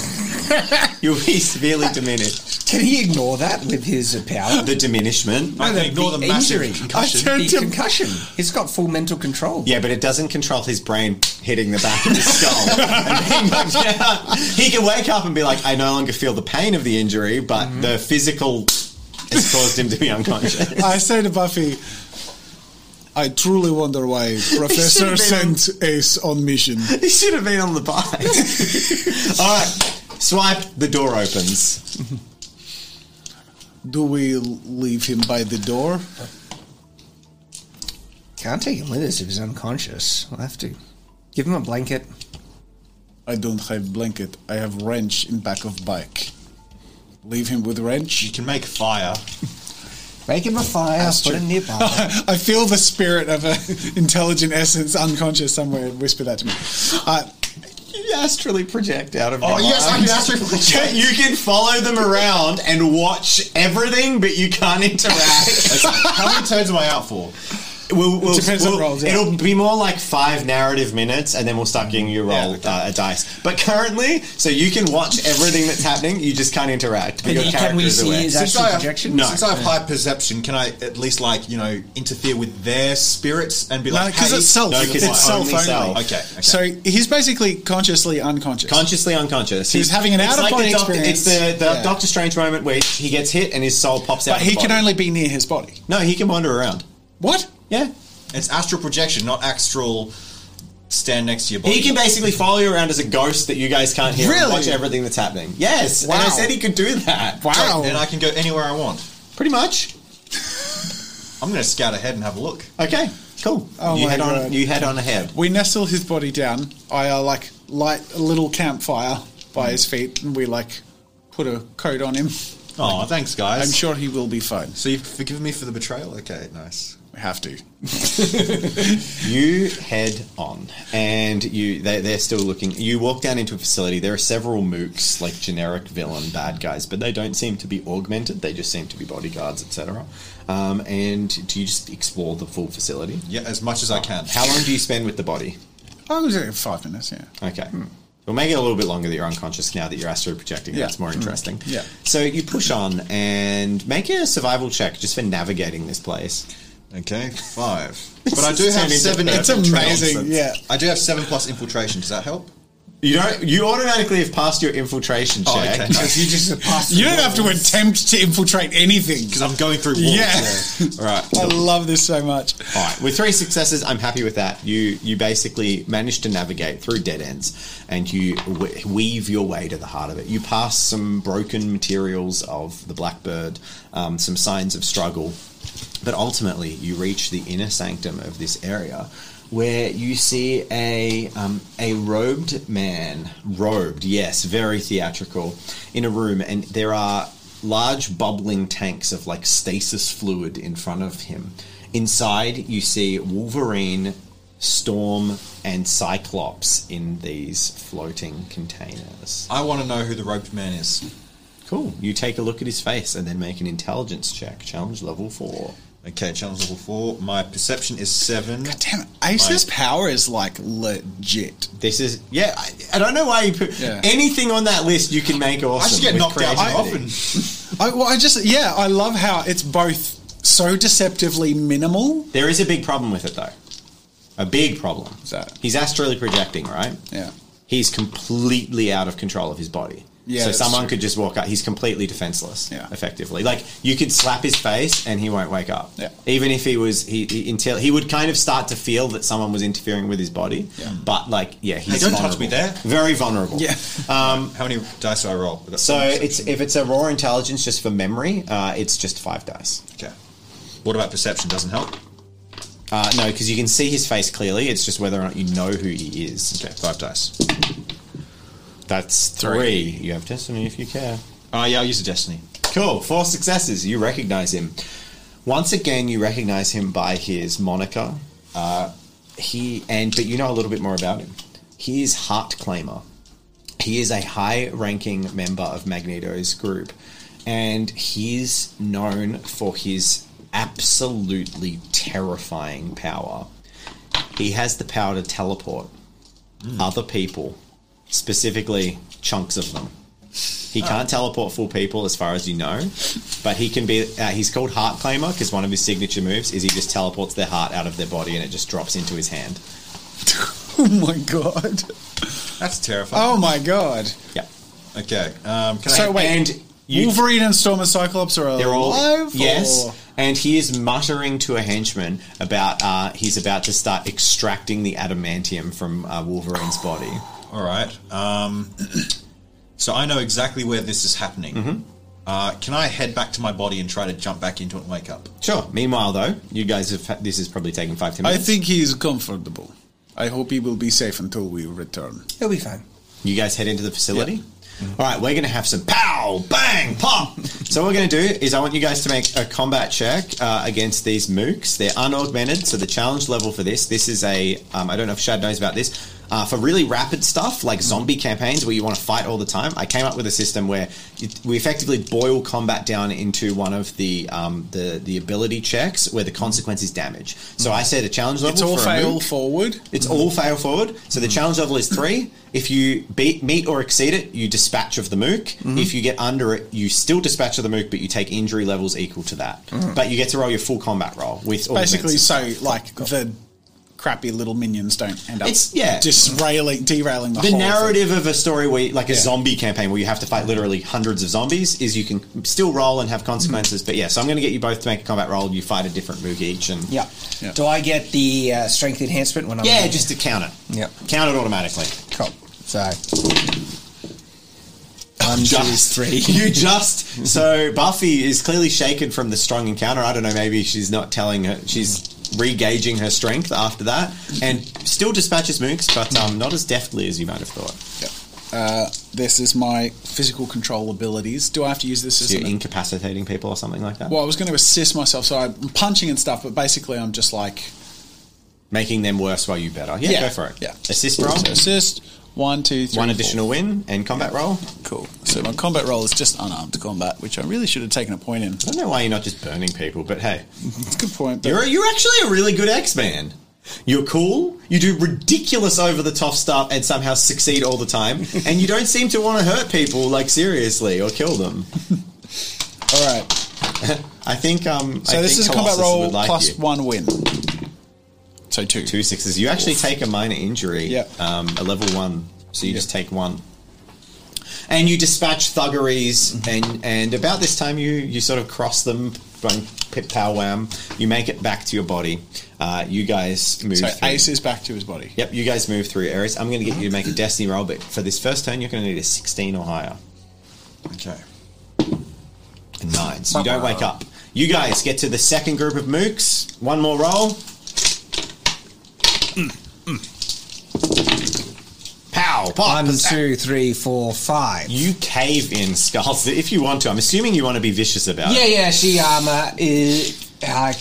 [SPEAKER 3] you'll be severely diminished.
[SPEAKER 2] Can he ignore that with his uh, power?
[SPEAKER 3] The diminishment.
[SPEAKER 5] I can ignore the massive concussion.
[SPEAKER 2] The
[SPEAKER 1] I turned to-
[SPEAKER 2] concussion. He's got full mental control.
[SPEAKER 3] Yeah, but it doesn't control his brain hitting the back of his skull and being knocked out. He can wake up and be like, I no longer feel the pain of the injury, but the physical has caused him to be unconscious.
[SPEAKER 1] I say to Buffy, I truly wonder why Professor
[SPEAKER 3] should've been
[SPEAKER 1] sent Ace on mission.
[SPEAKER 3] he should have been on the bike. All right, swipe, the door opens.
[SPEAKER 1] Do we leave him by the door?
[SPEAKER 2] Can't take him with us if he's unconscious. We'll have to give him a blanket.
[SPEAKER 1] I don't have blanket. I have wrench in back of bike. Leave him with
[SPEAKER 5] You
[SPEAKER 1] wrench.
[SPEAKER 5] can make fire.
[SPEAKER 2] Make him a fire. put him nearby.
[SPEAKER 1] I feel the spirit of an intelligent essence unconscious somewhere. Whisper that to me. Uh,
[SPEAKER 3] astrally project out of.
[SPEAKER 5] Oh,
[SPEAKER 3] your
[SPEAKER 5] yes, I
[SPEAKER 3] mind.
[SPEAKER 5] can astrally project.
[SPEAKER 3] You can follow them around and watch everything, but you can't interact.
[SPEAKER 5] How many turns am I out for?
[SPEAKER 3] We'll, we'll,
[SPEAKER 1] Depends on
[SPEAKER 3] we'll-
[SPEAKER 1] rolls, yeah.
[SPEAKER 3] It'll be more like five narrative minutes, and then we'll start getting you roll uh, a dice. But currently, so you can watch everything that's happening. You just can't interact. But your
[SPEAKER 2] Can- can
[SPEAKER 3] character
[SPEAKER 2] we
[SPEAKER 3] is
[SPEAKER 2] see
[SPEAKER 3] aware.
[SPEAKER 2] his-
[SPEAKER 5] Since
[SPEAKER 2] Astral
[SPEAKER 5] I, have,
[SPEAKER 2] projection?
[SPEAKER 5] no.
[SPEAKER 2] No.
[SPEAKER 5] since I have high perception, can I at least like you know interfere with their spirits and be
[SPEAKER 1] No,
[SPEAKER 5] like,
[SPEAKER 1] because
[SPEAKER 5] hey,
[SPEAKER 1] it's self.
[SPEAKER 3] no, 'cause
[SPEAKER 1] it's,
[SPEAKER 3] it's
[SPEAKER 1] self
[SPEAKER 3] only
[SPEAKER 1] only.
[SPEAKER 3] self.
[SPEAKER 5] Okay, okay.
[SPEAKER 1] So he's basically consciously unconscious.
[SPEAKER 3] consciously unconscious.
[SPEAKER 1] He's having an
[SPEAKER 3] it's
[SPEAKER 1] out-of-body
[SPEAKER 3] the doc-
[SPEAKER 1] experience.
[SPEAKER 3] It's the, the
[SPEAKER 1] Yeah.
[SPEAKER 3] Doctor Strange moment where he gets hit and his soul pops out.
[SPEAKER 1] but
[SPEAKER 3] of the
[SPEAKER 1] he can
[SPEAKER 3] body.
[SPEAKER 1] only be near his body.
[SPEAKER 3] no, he can wander around.
[SPEAKER 1] What?
[SPEAKER 3] Yeah,
[SPEAKER 5] it's astral projection, not astral. Stand next to your body.
[SPEAKER 3] he can basically follow you around as a ghost that you guys can't hear. and
[SPEAKER 1] Really?
[SPEAKER 3] watch everything that's happening. Yes, and I
[SPEAKER 1] Wow.
[SPEAKER 3] said he could do that.
[SPEAKER 1] Wow.
[SPEAKER 5] and I can go anywhere I want.
[SPEAKER 3] pretty much.
[SPEAKER 5] I'm going to scout ahead and have a look.
[SPEAKER 3] Okay, cool.
[SPEAKER 1] Oh
[SPEAKER 3] you
[SPEAKER 1] my
[SPEAKER 3] head on.
[SPEAKER 1] God.
[SPEAKER 3] You head on ahead.
[SPEAKER 1] We nestle his body down. I uh, like light a little campfire by his feet, and we like put a coat on him.
[SPEAKER 5] Oh, thanks, guys.
[SPEAKER 1] I'm sure he will be fine.
[SPEAKER 5] So you've forgiven me for the betrayal? Okay, nice.
[SPEAKER 1] We have to.
[SPEAKER 3] You head on, and you they, they're still looking. You walk down into a facility. There are several mooks, like generic villain bad guys, but they don't seem to be augmented. They just seem to be bodyguards, etc. Um, and do you just explore the full facility?
[SPEAKER 5] Yeah, as much as I can.
[SPEAKER 3] How long do you spend with the body?
[SPEAKER 1] I was there five minutes. Yeah.
[SPEAKER 3] Okay. We'll make it a little bit longer that you're unconscious now that you're astro projecting.
[SPEAKER 1] Yeah.
[SPEAKER 3] That's more interesting.
[SPEAKER 1] Yeah.
[SPEAKER 3] So you push on and make a survival check just for navigating this place.
[SPEAKER 5] Okay, five. But I do
[SPEAKER 3] This
[SPEAKER 5] have
[SPEAKER 3] turned into
[SPEAKER 5] seven.
[SPEAKER 3] It's
[SPEAKER 5] infiltration.
[SPEAKER 1] amazing, yeah.
[SPEAKER 5] I do have seven plus infiltration. Does that help?
[SPEAKER 3] You don't. You automatically have passed your infiltration check.
[SPEAKER 5] Oh, okay. Because
[SPEAKER 2] You just pass
[SPEAKER 1] You don't have to attempt to infiltrate anything.
[SPEAKER 5] I'm going through walls.
[SPEAKER 1] Yeah.
[SPEAKER 3] All right.
[SPEAKER 1] I love this so much.
[SPEAKER 3] All right, with three successes, I'm happy with that. You you basically manage to navigate through dead ends, and you we- weave your way to the heart of it. You pass some broken materials of the blackbird, um, some signs of struggle, but ultimately you reach the inner sanctum of this area, where you see a um, a robed man, robed, yes, very theatrical, in a room, and there are large bubbling tanks of like stasis fluid in front of him. Inside, you see Wolverine, Storm, and Cyclops in these floating containers.
[SPEAKER 5] I want to know who the robed man is.
[SPEAKER 3] Cool. You take a look at his face and then make an intelligence check. Challenge level four.
[SPEAKER 5] Okay, challenge level four. My perception is seven.
[SPEAKER 1] God damn it. Ace's power is like legit.
[SPEAKER 3] This is yeah. I, I don't know why you put
[SPEAKER 1] Yeah.
[SPEAKER 3] anything on that list. You can make awesome.
[SPEAKER 5] I should get
[SPEAKER 3] with
[SPEAKER 5] knocked out more
[SPEAKER 3] creativity.
[SPEAKER 5] often.
[SPEAKER 1] I, well, I just, yeah, I love how it's both so deceptively minimal.
[SPEAKER 3] There is a big problem with it though. A big problem.
[SPEAKER 1] that?
[SPEAKER 3] he's astrally projecting, right?
[SPEAKER 1] Yeah.
[SPEAKER 3] He's completely out of control of his body.
[SPEAKER 1] Yeah,
[SPEAKER 3] so
[SPEAKER 1] that's
[SPEAKER 3] someone
[SPEAKER 1] true.
[SPEAKER 3] could just walk up. He's completely defenseless.
[SPEAKER 1] Yeah.
[SPEAKER 3] Effectively, like you could slap his face and he won't wake up.
[SPEAKER 1] Yeah.
[SPEAKER 3] Even if he was he, he until he would kind of start to feel that someone was interfering with his body.
[SPEAKER 1] Yeah.
[SPEAKER 3] But like yeah, he's
[SPEAKER 5] don't touch
[SPEAKER 3] vulnerable.
[SPEAKER 5] me there.
[SPEAKER 3] Very vulnerable.
[SPEAKER 1] Yeah.
[SPEAKER 5] Um, How many dice do I roll? That's
[SPEAKER 3] So
[SPEAKER 5] seven.
[SPEAKER 3] it's if it's a raw intelligence just for memory, uh, it's just five dice.
[SPEAKER 5] okay. What about perception? Doesn't help.
[SPEAKER 3] Uh, no, because you can see his face clearly. It's just whether or not you know who he is.
[SPEAKER 5] Okay, five dice.
[SPEAKER 3] That's three. You have destiny if you care.
[SPEAKER 5] Oh yeah, I'll use a destiny.
[SPEAKER 3] Cool. Four successes. You recognize him. Once again, you recognize him by his moniker. Uh, he and but you know a little bit more about him. He is Heart Claimer. He is a high-ranking member of Magneto's group, and he's known for his absolutely terrifying power. He has the power to teleport other people, specifically chunks of them.
[SPEAKER 1] Oh.
[SPEAKER 3] He can't teleport full people, as far as you know, but he can be. Uh, he's called Heart Claimer because one of his signature moves is he just teleports their heart out of their body and it just drops into his hand.
[SPEAKER 1] oh my God.
[SPEAKER 5] That's terrifying.
[SPEAKER 1] Oh my God.
[SPEAKER 3] Yeah. Oh.
[SPEAKER 5] Okay. Um, can
[SPEAKER 1] So
[SPEAKER 5] I,
[SPEAKER 1] wait,
[SPEAKER 3] And you-
[SPEAKER 1] Wolverine and Storm and Cyclops are
[SPEAKER 3] They're all
[SPEAKER 1] alive?
[SPEAKER 3] yes.
[SPEAKER 1] or-
[SPEAKER 3] And he is muttering to a henchman about uh, he's about to start extracting the adamantium from uh, Wolverine's body.
[SPEAKER 5] All right. Um, so I know exactly where this is happening.
[SPEAKER 3] Mm-hmm.
[SPEAKER 5] Uh, can I head back to my body and try to jump back into it and wake up?
[SPEAKER 3] Sure. Meanwhile, though, you guys have ha- this is probably taking five ten
[SPEAKER 1] I
[SPEAKER 3] minutes.
[SPEAKER 1] think he is comfortable. I hope he will be safe until we return.
[SPEAKER 2] He'll be fine.
[SPEAKER 3] You guys head into the facility. All right, we're going to have some pow, bang, pop. so what we're going to do is I want you guys to make a combat check uh, against these mooks. They're unaugmented, so the challenge level for this, this is a, um, I don't know if Shad knows about this, Uh, for really rapid stuff like zombie campaigns where you want to fight all the time, I came up with a system where it, we effectively boil combat down into one of the um, the the ability checks where the consequence is damage. So I set a challenge level.
[SPEAKER 1] It's all
[SPEAKER 3] for a
[SPEAKER 1] fail
[SPEAKER 3] mook.
[SPEAKER 1] forward.
[SPEAKER 3] It's all fail forward. So the
[SPEAKER 1] Mm.
[SPEAKER 3] challenge level is three. If you beat, meet or exceed it, you dispatch of the mook.
[SPEAKER 1] Mm-hmm.
[SPEAKER 3] If you get under it, you still dispatch of the mook, but you take injury levels equal to that. But you get to roll your full combat roll with augments
[SPEAKER 1] Mm. Basically,
[SPEAKER 3] and
[SPEAKER 1] so like the crappy little minions don't end up
[SPEAKER 3] It's- yeah.
[SPEAKER 1] disrailing, derailing the,
[SPEAKER 3] the
[SPEAKER 1] whole
[SPEAKER 3] narrative of a story where you- like a
[SPEAKER 1] Yeah.
[SPEAKER 3] zombie campaign where you have to fight literally hundreds of zombies is you can still roll and have
[SPEAKER 1] Mm.
[SPEAKER 3] consequences but yeah so i'm going to get you both to make a combat roll you fight a different move each and
[SPEAKER 2] Yeah.
[SPEAKER 1] Yeah.
[SPEAKER 2] Do I get the uh, strength enhancement when I'm?
[SPEAKER 3] yeah just to count it
[SPEAKER 2] Yep.
[SPEAKER 3] count it automatically
[SPEAKER 2] Cool. So. One, two, three.
[SPEAKER 3] you just so buffy is clearly shaken from the strong encounter i don't know maybe she's not telling her she's re-gauging her strength after that and still dispatches mooks but um, not as deftly as you might have thought
[SPEAKER 1] Thing. Uh, this is my physical control abilities. Do I have to use this as
[SPEAKER 3] so
[SPEAKER 1] an
[SPEAKER 3] you're incapacitating people or something like that
[SPEAKER 1] Well, I was going to assist myself, so I'm punching and stuff, but basically I'm just like
[SPEAKER 3] making them worse while you better yeah,
[SPEAKER 1] Yeah.
[SPEAKER 3] go for it
[SPEAKER 1] Yeah.
[SPEAKER 3] assist roll
[SPEAKER 1] so assist. One, two, three,
[SPEAKER 3] one
[SPEAKER 1] four.
[SPEAKER 3] additional win and combat roll.
[SPEAKER 1] Cool. So my combat roll is just unarmed combat, which I really should have taken a point in.
[SPEAKER 3] I don't know why you're not just burning people, but hey,
[SPEAKER 1] It's a good point. But
[SPEAKER 3] you're you're actually a really good X man. You're cool. You do ridiculous over the top stuff and somehow succeed all the time. and you don't seem to want to hurt people like seriously or kill them.
[SPEAKER 1] all right.
[SPEAKER 3] I think. Um,
[SPEAKER 1] So
[SPEAKER 3] I
[SPEAKER 1] this
[SPEAKER 3] think
[SPEAKER 1] is a combat
[SPEAKER 3] Colossus
[SPEAKER 1] roll
[SPEAKER 3] would like
[SPEAKER 1] plus
[SPEAKER 3] you.
[SPEAKER 1] one win. So two.
[SPEAKER 3] two sixes. You actually take a minor injury.
[SPEAKER 1] Yep.
[SPEAKER 3] Um, a level one. So you just take one. And you dispatch thuggeries,
[SPEAKER 1] Mm-hmm.
[SPEAKER 3] and and about this time you you sort of cross them, bang, pip pow wham. You make it back to your body. Uh, you guys move.
[SPEAKER 1] So
[SPEAKER 3] through.
[SPEAKER 1] Ace is back to his body.
[SPEAKER 3] Yep, you guys move through areas. I'm going to get you to make a destiny roll, but for this first turn, you're going to need a 16 or higher.
[SPEAKER 5] Okay.
[SPEAKER 3] A nine. So you don't wake up. You guys get to the second group of mooks. One more roll. Pow!
[SPEAKER 5] Oh,
[SPEAKER 2] One,
[SPEAKER 3] Pop.
[SPEAKER 2] two, three, four, five.
[SPEAKER 3] You cave in, Skulls, if you want to. I'm assuming you want to be vicious about
[SPEAKER 2] Yeah,
[SPEAKER 3] it.
[SPEAKER 2] yeah. She um uh, is like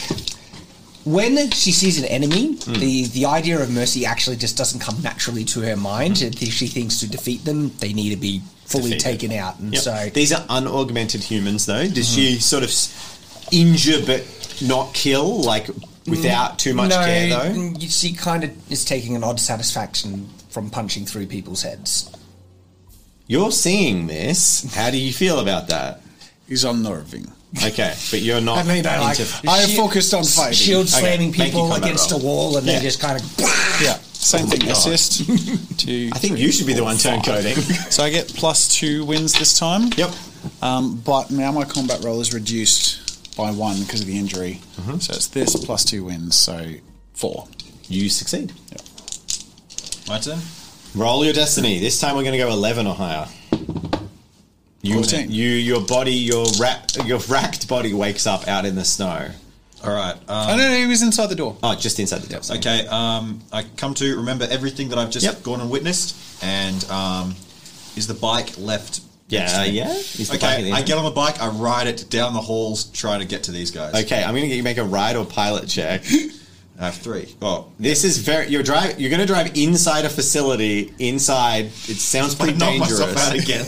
[SPEAKER 2] when she sees an enemy, the the idea of mercy actually just doesn't come naturally to her mind. It- She thinks to defeat them, they need to be fully
[SPEAKER 3] Defeated.
[SPEAKER 2] taken out, and
[SPEAKER 3] Yep.
[SPEAKER 2] so
[SPEAKER 3] These are unaugmented humans, though. Does she sort of s- injure but not kill, like without too much care, though?
[SPEAKER 2] mm, she kind of is taking an odd satisfaction from punching through people's heads.
[SPEAKER 3] You're seeing this. How do you feel about that?
[SPEAKER 1] He's unnerving.
[SPEAKER 3] Okay, but you're not. interf-
[SPEAKER 1] I have focused on fighting.
[SPEAKER 2] Shield
[SPEAKER 3] Okay,
[SPEAKER 2] slamming
[SPEAKER 3] thank you,
[SPEAKER 2] people
[SPEAKER 3] combat
[SPEAKER 2] against
[SPEAKER 3] roll.
[SPEAKER 2] a wall, and
[SPEAKER 3] Yeah.
[SPEAKER 2] they just kind of
[SPEAKER 1] Yeah. Same thing. Assist. two.
[SPEAKER 3] I think you should be the one turn coding.
[SPEAKER 1] So I get plus two wins this time.
[SPEAKER 3] yep.
[SPEAKER 1] Um, but now my combat roll is reduced by one because of the injury. So it's this plus two wins, so four.
[SPEAKER 3] You succeed.
[SPEAKER 5] My turn.
[SPEAKER 3] Roll your destiny. This time we're going to go 11 or higher. You,
[SPEAKER 1] 14.
[SPEAKER 3] you, your body, your ra- your racked body wakes up out in the snow.
[SPEAKER 5] All right.
[SPEAKER 1] Oh,
[SPEAKER 5] Um,
[SPEAKER 1] no, no, he was inside the door.
[SPEAKER 3] Oh, just inside the door. sorry.
[SPEAKER 5] okay. Um, I come to remember everything that I've just
[SPEAKER 3] Yep.
[SPEAKER 5] gone and witnessed, and um, is the bike left? next
[SPEAKER 3] Yeah,
[SPEAKER 5] to me?
[SPEAKER 3] yeah. Is the bike at
[SPEAKER 5] Okay.
[SPEAKER 3] the
[SPEAKER 5] I
[SPEAKER 3] end?
[SPEAKER 5] get on the bike. I ride it down the halls, trying to get to these guys.
[SPEAKER 3] Okay, I'm going to get you make a ride or pilot check.
[SPEAKER 5] I have three. Oh,
[SPEAKER 3] This is very. You're drive. You're going to drive inside a facility. Inside. It sounds
[SPEAKER 5] I
[SPEAKER 3] pretty
[SPEAKER 5] knock
[SPEAKER 3] dangerous.
[SPEAKER 5] myself out again.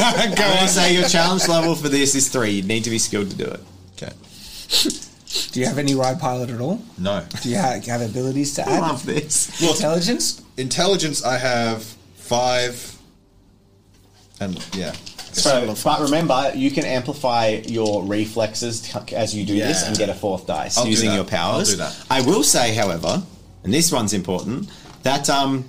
[SPEAKER 3] I'm going to say your challenge level for this is three. You need to be skilled to do it.
[SPEAKER 5] okay.
[SPEAKER 2] Do you have any ride pilot at all?
[SPEAKER 5] No.
[SPEAKER 2] Do you ha- have abilities to add?
[SPEAKER 3] this.
[SPEAKER 2] Intelligence?
[SPEAKER 5] Intelligence. I have five. And yeah.
[SPEAKER 3] So, but remember, you can amplify your reflexes t- as you do this
[SPEAKER 5] Yeah.
[SPEAKER 3] and get a fourth dice
[SPEAKER 5] I'll do
[SPEAKER 3] using
[SPEAKER 5] that.
[SPEAKER 3] your powers.
[SPEAKER 5] I'll do that.
[SPEAKER 3] I will say, however, and this one's important, that um,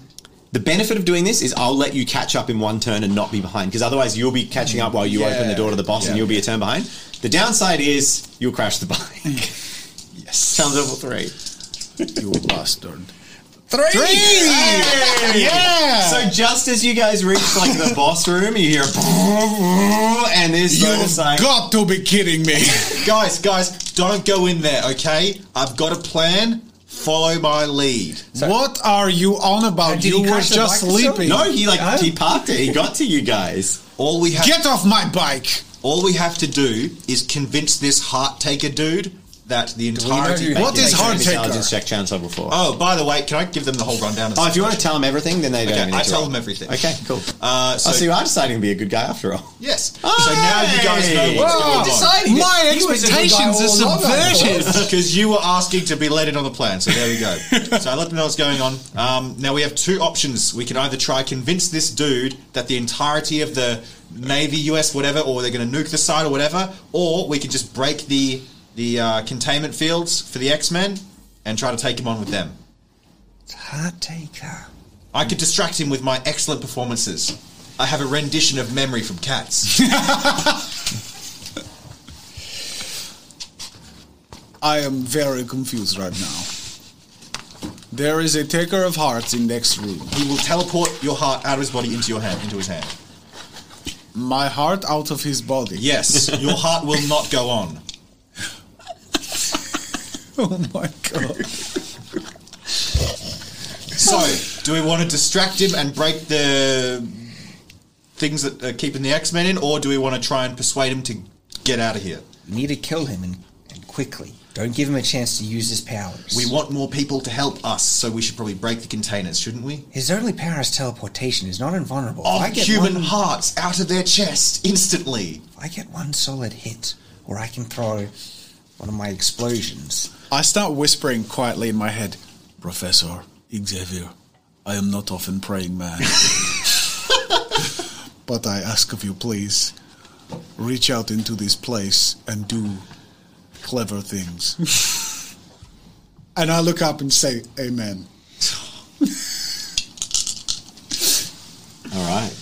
[SPEAKER 3] the benefit of doing this is I'll let you catch up in one turn and not be behind, because otherwise you'll be catching up while you
[SPEAKER 5] Yeah.
[SPEAKER 3] open the door to the boss and
[SPEAKER 5] Yeah.
[SPEAKER 3] you'll be a turn behind. The downside is you'll crash the bike. yes. Sounds level three.
[SPEAKER 1] You bastard.
[SPEAKER 2] Three!
[SPEAKER 1] Yeah!
[SPEAKER 3] So just as you guys reach like the boss room, you hear and there's motorcycle.
[SPEAKER 1] got to be kidding me.
[SPEAKER 5] Guys, guys, don't go in there, okay? I've got a plan. Follow my lead.
[SPEAKER 1] what are you on about?
[SPEAKER 2] And did
[SPEAKER 1] You
[SPEAKER 2] he
[SPEAKER 1] were
[SPEAKER 2] crash the
[SPEAKER 1] just
[SPEAKER 2] bike or something?
[SPEAKER 1] sleeping.
[SPEAKER 3] No, he like
[SPEAKER 2] Oh.
[SPEAKER 3] he parked it. He got to you guys.
[SPEAKER 5] All we have
[SPEAKER 1] Get off my bike.
[SPEAKER 5] all we have to do is convince this heart taker dude that the
[SPEAKER 2] we know
[SPEAKER 5] entirety.
[SPEAKER 2] who-
[SPEAKER 1] What is
[SPEAKER 3] Make an
[SPEAKER 1] Hard Taker?
[SPEAKER 3] Intelligence check challenge level four. Oh,
[SPEAKER 5] Oh, by the way, can I give them the whole rundown?
[SPEAKER 3] if you want to tell them everything, then they don't.
[SPEAKER 5] Okay,
[SPEAKER 3] even
[SPEAKER 5] I
[SPEAKER 3] need to
[SPEAKER 5] tell
[SPEAKER 3] roll.
[SPEAKER 5] them everything.
[SPEAKER 3] Okay, cool.
[SPEAKER 5] Uh,
[SPEAKER 3] oh,
[SPEAKER 5] so,
[SPEAKER 3] so you are deciding to be a good guy after all.
[SPEAKER 5] yes. So now you guys know what's
[SPEAKER 3] Whoa.
[SPEAKER 5] going on.
[SPEAKER 3] Deciding
[SPEAKER 1] My
[SPEAKER 2] He was a good guy
[SPEAKER 1] expectations are
[SPEAKER 2] all along, I thought.
[SPEAKER 1] subverted.
[SPEAKER 5] Because you were asking to be let in on the plan, so there we go. so I let them know what's going on. Um, now we have two options. We can either try convince this dude that the entirety of the Navy, US, whatever, or they're going to nuke the site or whatever, or we can just break the the uh, containment fields for the X Men and try to take him on with them.
[SPEAKER 2] Heart taker.
[SPEAKER 5] I could distract him with my excellent performances. I have a rendition of Memory from Cats.
[SPEAKER 1] I am very confused right now. There is a taker of hearts in next room.
[SPEAKER 5] he will teleport your heart out of his body into your hand, into his hand.
[SPEAKER 1] My heart out of his body.
[SPEAKER 5] Yes, your heart will not go on.
[SPEAKER 1] Oh my god.
[SPEAKER 5] So, do we want to distract him and break the things that are keeping the X Men in, or do we want to try and persuade him to get out of here?
[SPEAKER 2] You need to kill him and, and quickly. Don't give him a chance to use his powers.
[SPEAKER 5] We want more people to help us, so we should probably break the containers, shouldn't we?
[SPEAKER 2] his only power is teleportation. He's not invulnerable. If
[SPEAKER 5] Of
[SPEAKER 2] I Oh, get
[SPEAKER 5] Oh, human
[SPEAKER 2] one,
[SPEAKER 5] hearts out of their chest instantly.
[SPEAKER 2] if I get one solid hit, or I can throw one of my explosions.
[SPEAKER 1] I start whispering quietly in my head, Professor Xavier, I am not often praying man. but I ask of you, please, reach out into this place and do clever things. and I look up and say, Amen.
[SPEAKER 3] All right.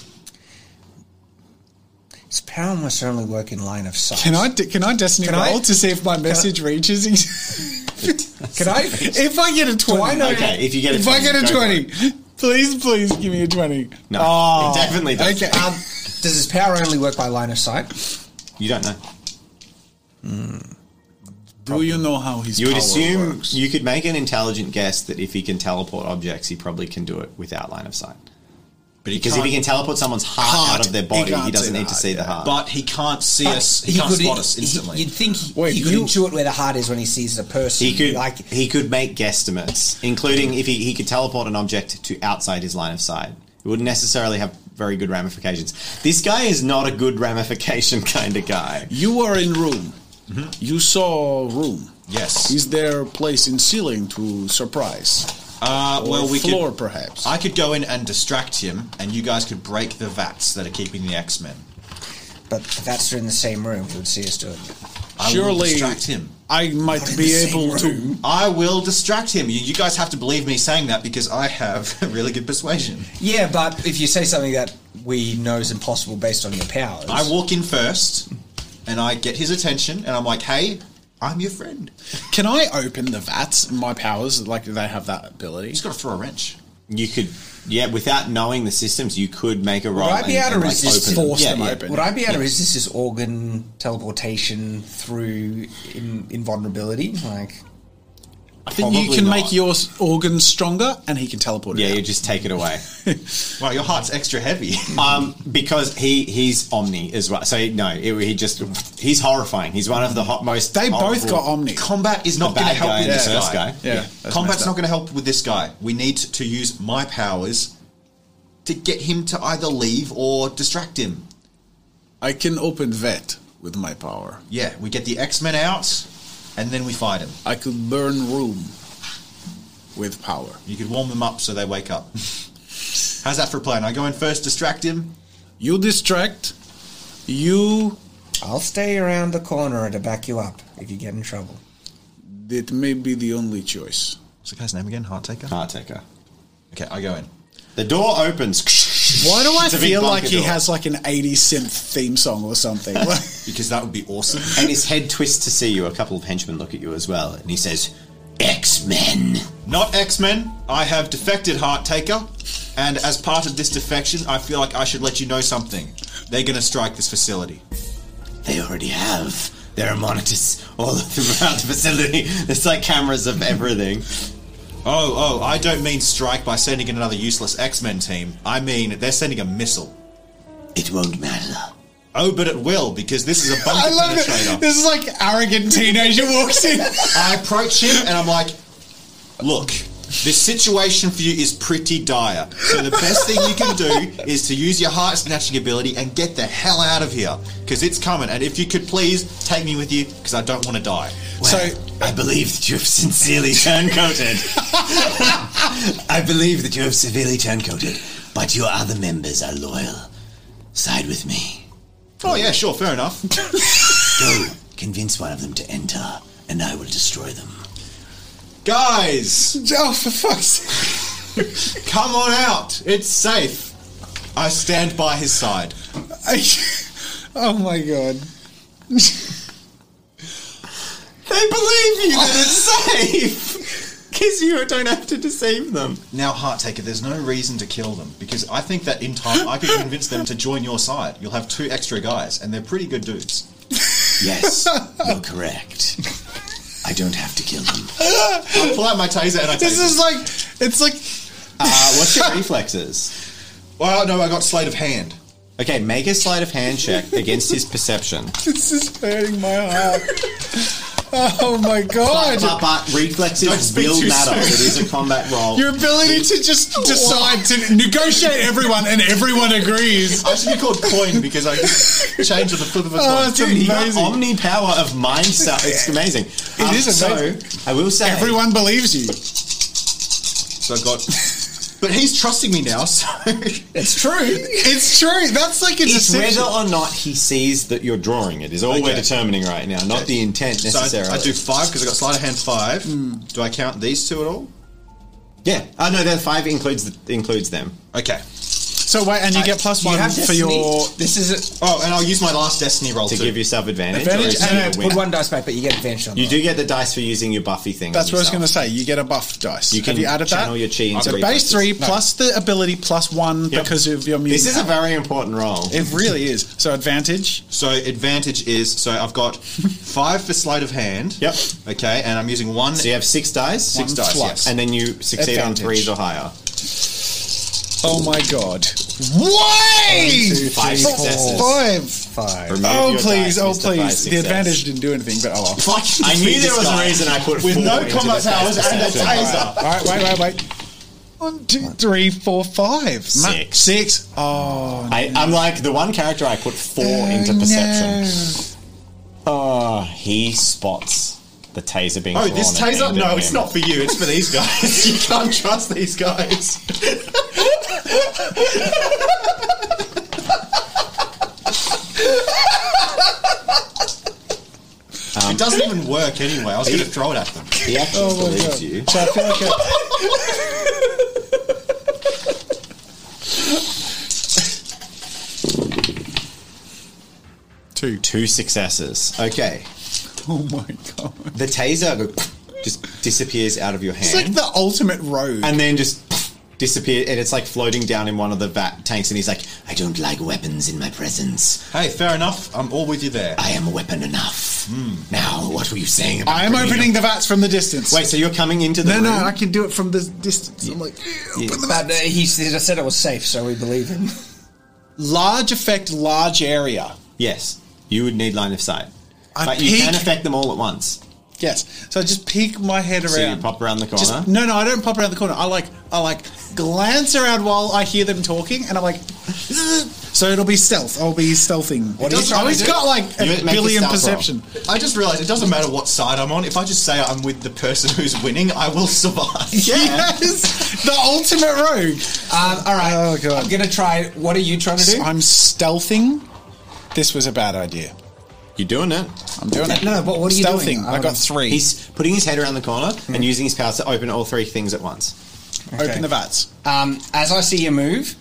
[SPEAKER 2] His power must only work in line of sight.
[SPEAKER 1] Can I, de- can I destiny
[SPEAKER 2] Can I-
[SPEAKER 1] roll to see if my message reaches?
[SPEAKER 2] Can I?
[SPEAKER 1] if I get a 20.
[SPEAKER 2] I know-
[SPEAKER 3] Okay, if you get a
[SPEAKER 1] If I get a
[SPEAKER 3] go for it.
[SPEAKER 1] 20, please, please give me a Ah. 20.
[SPEAKER 3] No, it definitely does.
[SPEAKER 1] Oh. Okay.
[SPEAKER 2] Um, does his power only work by line of sight?
[SPEAKER 3] You don't know.
[SPEAKER 1] Do you know how his
[SPEAKER 3] You would
[SPEAKER 1] power
[SPEAKER 3] assume
[SPEAKER 1] works?
[SPEAKER 3] you could make an intelligent guess that if he can teleport objects, he probably can do it without line of sight.
[SPEAKER 5] But
[SPEAKER 3] Because if he can teleport someone's heart,
[SPEAKER 1] Heart,
[SPEAKER 3] out of their
[SPEAKER 1] he
[SPEAKER 3] body, he,
[SPEAKER 1] can't
[SPEAKER 3] doesn't
[SPEAKER 1] see
[SPEAKER 3] need
[SPEAKER 1] the
[SPEAKER 3] to see the
[SPEAKER 1] heart,
[SPEAKER 3] heart.
[SPEAKER 5] But he can't see us.
[SPEAKER 2] But
[SPEAKER 5] He, can't
[SPEAKER 2] could- e-
[SPEAKER 5] spot us
[SPEAKER 2] he-
[SPEAKER 5] instantly.
[SPEAKER 2] you'd think he,
[SPEAKER 1] Wait,
[SPEAKER 2] he could
[SPEAKER 1] you-
[SPEAKER 2] intuit where the heart is when he sees the person.
[SPEAKER 3] he could
[SPEAKER 2] like
[SPEAKER 3] he could make guesstimates, including if he, he could teleport an object to outside his line of sight. It wouldn't necessarily have very good ramifications. This guy is not a good ramification kind of guy.
[SPEAKER 1] You were in room. You saw room.
[SPEAKER 5] Yes.
[SPEAKER 1] Is there a place in ceiling to surprise?
[SPEAKER 5] uh,
[SPEAKER 1] Or
[SPEAKER 5] well, we
[SPEAKER 1] floor,
[SPEAKER 5] could.
[SPEAKER 1] perhaps.
[SPEAKER 5] I could go in and distract him, and you guys could break the vats that are keeping the X Men.
[SPEAKER 2] But if that's in the same room, he would see us doing it.
[SPEAKER 5] I will
[SPEAKER 1] Surely
[SPEAKER 5] distract him.
[SPEAKER 1] I might be able to.
[SPEAKER 5] I will distract him. You, you guys have to believe me saying that because I have really good persuasion.
[SPEAKER 2] Yeah, but if you say something that we know is impossible based on your powers,
[SPEAKER 5] I walk in first, and I get his attention, and I'm like, "Hey, I'm your friend."
[SPEAKER 1] Can I open the vats? My powers, like they have that ability.
[SPEAKER 5] He's got to throw a wrench.
[SPEAKER 3] You could yeah, without knowing the systems, you could make a roll.
[SPEAKER 2] Would I be able
[SPEAKER 3] and-
[SPEAKER 2] to
[SPEAKER 3] and, like,
[SPEAKER 2] resist
[SPEAKER 3] open them.
[SPEAKER 1] force
[SPEAKER 3] Yeah,
[SPEAKER 1] them
[SPEAKER 3] yeah.
[SPEAKER 1] open?
[SPEAKER 2] Would I be able to resist his organ teleportation through in, invulnerability? Like,
[SPEAKER 1] I think you
[SPEAKER 3] Probably
[SPEAKER 1] can
[SPEAKER 3] not.
[SPEAKER 1] make your organs stronger, and he can teleport.
[SPEAKER 3] Yeah,
[SPEAKER 1] it
[SPEAKER 3] you just take it away.
[SPEAKER 5] Wow, your heart's extra heavy.
[SPEAKER 3] Um, because he he's omni as well. So no, it, he just he's horrifying. He's one of the hot, most.
[SPEAKER 1] They both
[SPEAKER 3] horrible-
[SPEAKER 1] got omni.
[SPEAKER 5] Combat is not
[SPEAKER 3] The
[SPEAKER 5] going
[SPEAKER 3] bad
[SPEAKER 5] to help
[SPEAKER 3] guy
[SPEAKER 5] with
[SPEAKER 3] and
[SPEAKER 5] this
[SPEAKER 3] the first
[SPEAKER 5] guy.
[SPEAKER 3] guy.
[SPEAKER 1] Yeah,
[SPEAKER 3] Yeah.
[SPEAKER 1] that's
[SPEAKER 5] Combat's
[SPEAKER 1] messed
[SPEAKER 5] not
[SPEAKER 1] up.
[SPEAKER 5] going to help with this guy. We need to use my powers to get him to either leave or distract him.
[SPEAKER 1] I can open vet with my power.
[SPEAKER 5] Yeah, we get the X Men out, and then we fight him.
[SPEAKER 1] I could burn room with power.
[SPEAKER 5] You could warm them up so they wake up. How's that for a plan? I go in first, distract him.
[SPEAKER 1] You distract. You.
[SPEAKER 2] I'll stay around the corner to back you up if you get in trouble.
[SPEAKER 1] It may be the only choice.
[SPEAKER 5] What's the guy's name again? Heart Taker?
[SPEAKER 3] Heart taker.
[SPEAKER 5] Okay, I go in.
[SPEAKER 3] The door opens.
[SPEAKER 1] Why do I
[SPEAKER 3] It's a big
[SPEAKER 1] feel like
[SPEAKER 3] bunker
[SPEAKER 1] he
[SPEAKER 3] door.
[SPEAKER 1] has like an 80 synth theme song or something?
[SPEAKER 5] Because that would be awesome.
[SPEAKER 3] and his head twists to see you. A couple of henchmen look at you as well, and he says, "X Men."
[SPEAKER 5] Not X Men. I have defected Heart Taker, and as part of this defection, I feel like I should let you know something. They're gonna strike this facility.
[SPEAKER 3] They already have. There are monitors all throughout the facility. There's like cameras of everything.
[SPEAKER 5] Oh, oh, I don't mean strike by sending in another useless X Men team. I mean, they're sending a missile.
[SPEAKER 3] It won't matter.
[SPEAKER 5] Oh, but it will because this is a bunker
[SPEAKER 1] I love it.
[SPEAKER 5] penetrator.
[SPEAKER 1] This is like arrogant teenager walks in.
[SPEAKER 5] I approach him and I'm like, look, the situation for you is pretty dire. So the best thing you can do is to use your heart snatching ability and get the hell out of here because it's coming. And if you could please take me with you because I don't want to die.
[SPEAKER 1] So
[SPEAKER 3] I believe that you have sincerely turncoated. I believe that you have severely turncoated, but your other members are loyal. Side with me.
[SPEAKER 5] Oh yeah, sure, fair enough.
[SPEAKER 3] Go, convince one of them to enter, and I will destroy them.
[SPEAKER 5] Guys,
[SPEAKER 1] oh for fuck's sake.
[SPEAKER 5] come on out. It's safe. I stand by his side.
[SPEAKER 1] I- oh my god.
[SPEAKER 3] They believe you that it's safe! Because you don't have to deceive them.
[SPEAKER 5] Now, Hearttaker, there's no reason to kill them because I think that in time I could convince them to join your side. You'll have two extra guys, and they're pretty good dudes.
[SPEAKER 3] Yes, you're correct. I don't have to kill them.
[SPEAKER 5] I pull out my taser and I.
[SPEAKER 1] This
[SPEAKER 5] taser.
[SPEAKER 1] is like it's like
[SPEAKER 3] Uh, what's your reflexes?
[SPEAKER 5] Well, no, I got sleight of hand.
[SPEAKER 3] Okay, make a sleight of hand check against his perception.
[SPEAKER 1] this is hurting my heart. Oh my god.
[SPEAKER 3] But, but
[SPEAKER 5] Don't
[SPEAKER 3] reflexes
[SPEAKER 5] speak
[SPEAKER 3] will
[SPEAKER 5] too
[SPEAKER 3] matter.
[SPEAKER 5] soon.
[SPEAKER 3] It is a combat roll.
[SPEAKER 1] Your ability to just decide to negotiate everyone and everyone agrees.
[SPEAKER 5] I should be called coin because I just changed with the flip of a coin.
[SPEAKER 1] Oh, that's
[SPEAKER 5] Dude,
[SPEAKER 3] You got
[SPEAKER 1] amazing.
[SPEAKER 3] omni power of mind stuff. It's amazing. It is
[SPEAKER 1] is amazing.
[SPEAKER 3] So I will say,
[SPEAKER 1] Everyone believes you.
[SPEAKER 5] So I got. But he's trusting me now, so
[SPEAKER 1] It's true. It's true. That's like a
[SPEAKER 3] it's
[SPEAKER 1] decision.
[SPEAKER 3] whether or not he sees that you're drawing it is all we're
[SPEAKER 5] Okay.
[SPEAKER 3] determining right now, not the intent
[SPEAKER 5] so
[SPEAKER 3] necessarily.
[SPEAKER 5] I, I do five because I got sleight of hand five.
[SPEAKER 1] Hmm.
[SPEAKER 5] Do I count these two at all?
[SPEAKER 3] Yeah. Oh no, the five includes the, includes them.
[SPEAKER 5] Okay.
[SPEAKER 1] So wait, and you get plus
[SPEAKER 2] You
[SPEAKER 1] one
[SPEAKER 2] have
[SPEAKER 1] for
[SPEAKER 2] destiny.
[SPEAKER 1] your
[SPEAKER 2] This is
[SPEAKER 5] Oh, and I'll use my last destiny roll
[SPEAKER 3] To
[SPEAKER 5] too.
[SPEAKER 3] give yourself advantage.
[SPEAKER 1] Advantage
[SPEAKER 3] or is
[SPEAKER 1] and
[SPEAKER 3] it a
[SPEAKER 1] a-
[SPEAKER 2] a,
[SPEAKER 3] win?
[SPEAKER 2] put one dice back, but you get advantage on
[SPEAKER 3] You
[SPEAKER 2] that.
[SPEAKER 3] do get the dice for using your buffy thing.
[SPEAKER 1] That's what I was going to
[SPEAKER 3] to
[SPEAKER 1] say. You get a buff dice.
[SPEAKER 3] You
[SPEAKER 1] Have
[SPEAKER 3] can
[SPEAKER 1] you added that?
[SPEAKER 3] channel your chi into
[SPEAKER 1] so
[SPEAKER 3] three
[SPEAKER 1] base
[SPEAKER 3] pluses.
[SPEAKER 1] three
[SPEAKER 3] No.
[SPEAKER 1] plus the ability plus one
[SPEAKER 3] Yep.
[SPEAKER 1] because of your music.
[SPEAKER 3] This is a very important role.
[SPEAKER 1] it really is. So advantage.
[SPEAKER 5] So advantage is so I've got five for sleight of hand.
[SPEAKER 3] Yep.
[SPEAKER 5] Okay, and I'm using one.
[SPEAKER 3] So you have six dice, six
[SPEAKER 5] dice, yes.
[SPEAKER 3] and then you succeed
[SPEAKER 1] Advantage.
[SPEAKER 3] on threes or higher.
[SPEAKER 1] Oh my god! Why?
[SPEAKER 3] Five
[SPEAKER 1] Four,
[SPEAKER 3] successes.
[SPEAKER 1] Five.
[SPEAKER 2] five.
[SPEAKER 3] Remove
[SPEAKER 1] Oh
[SPEAKER 3] your
[SPEAKER 1] please!
[SPEAKER 3] dice,
[SPEAKER 1] Oh
[SPEAKER 3] Mr. Five
[SPEAKER 1] please! The
[SPEAKER 3] Success.
[SPEAKER 1] advantage didn't do anything, but oh well.
[SPEAKER 3] I knew there was a reason I put
[SPEAKER 5] with
[SPEAKER 3] four
[SPEAKER 5] no
[SPEAKER 3] into
[SPEAKER 5] combat
[SPEAKER 3] the dice
[SPEAKER 5] powers and a
[SPEAKER 3] perception.
[SPEAKER 5] taser.
[SPEAKER 1] All right, wait, wait, wait. One, two, three, four, five. Ma-
[SPEAKER 3] Six.
[SPEAKER 1] Six. Oh,
[SPEAKER 3] I, I'm like the one character I put four into
[SPEAKER 1] no.
[SPEAKER 3] perception. Oh, he spots the taser being.
[SPEAKER 5] Oh,
[SPEAKER 3] drawn
[SPEAKER 5] this
[SPEAKER 3] and
[SPEAKER 5] taser?
[SPEAKER 3] aimed at
[SPEAKER 5] No, it's
[SPEAKER 3] him.
[SPEAKER 5] not for you. It's for these guys. You can't trust these guys. it doesn't even work anyway. I was going to throw it at them.
[SPEAKER 3] He actually
[SPEAKER 1] Oh my god!
[SPEAKER 3] believes you.
[SPEAKER 1] So I feel like a,
[SPEAKER 3] Two, two successes. Okay,
[SPEAKER 1] oh my god!
[SPEAKER 3] the taser go- just disappears out of your hand,
[SPEAKER 1] It's like the ultimate road.
[SPEAKER 3] and then just disappears, and it's like floating down in one of the vat tanks. And he's like, "I don't like weapons in my presence.
[SPEAKER 5] Hey, fair enough. I'm all with you there.
[SPEAKER 3] I am a weapon enough." Now, what were you saying? about
[SPEAKER 1] I am
[SPEAKER 3] bringing
[SPEAKER 1] opening the vats from the distance.
[SPEAKER 3] Wait, so you're coming into the
[SPEAKER 1] No,
[SPEAKER 3] room?
[SPEAKER 1] no, I can do it from this distance. I'm like, yeah, open the
[SPEAKER 2] But uh, he said- said it was safe, so we believe him.
[SPEAKER 1] Large effect, large area.
[SPEAKER 3] Yes, you would need line of sight,
[SPEAKER 1] I
[SPEAKER 3] but you can
[SPEAKER 1] peek-
[SPEAKER 3] affect them all at once.
[SPEAKER 1] Yes. So I just peek my head around.
[SPEAKER 3] So you pop around the corner.
[SPEAKER 1] Just, no, no, I don't pop around the corner. I like, I like glance around while I hear them talking, and I'm like, "Ugh." so it'll be stealth. I'll be stealthing. What
[SPEAKER 5] are you trying to
[SPEAKER 1] I've
[SPEAKER 5] do?
[SPEAKER 1] got like
[SPEAKER 3] You
[SPEAKER 1] a
[SPEAKER 3] make a
[SPEAKER 1] billion
[SPEAKER 3] stealth roll.
[SPEAKER 1] perception.
[SPEAKER 5] I just realised it doesn't matter what side I'm on. If I just say I'm with the person who's winning, I will survive.
[SPEAKER 1] Yes, the ultimate rogue.
[SPEAKER 2] Um, all right.
[SPEAKER 1] Oh, God.
[SPEAKER 2] I'm gonna try. What are you trying to do?
[SPEAKER 1] I'm stealthing. This was a bad idea.
[SPEAKER 3] You're doing it.
[SPEAKER 1] I'm doing it.
[SPEAKER 2] No, but what are you
[SPEAKER 1] stealthing.
[SPEAKER 2] doing?
[SPEAKER 1] I got three. Mm.
[SPEAKER 3] He's putting his head around the corner and using his powers to open all three things at once.
[SPEAKER 1] Open the vats.
[SPEAKER 2] Um, as I see you move,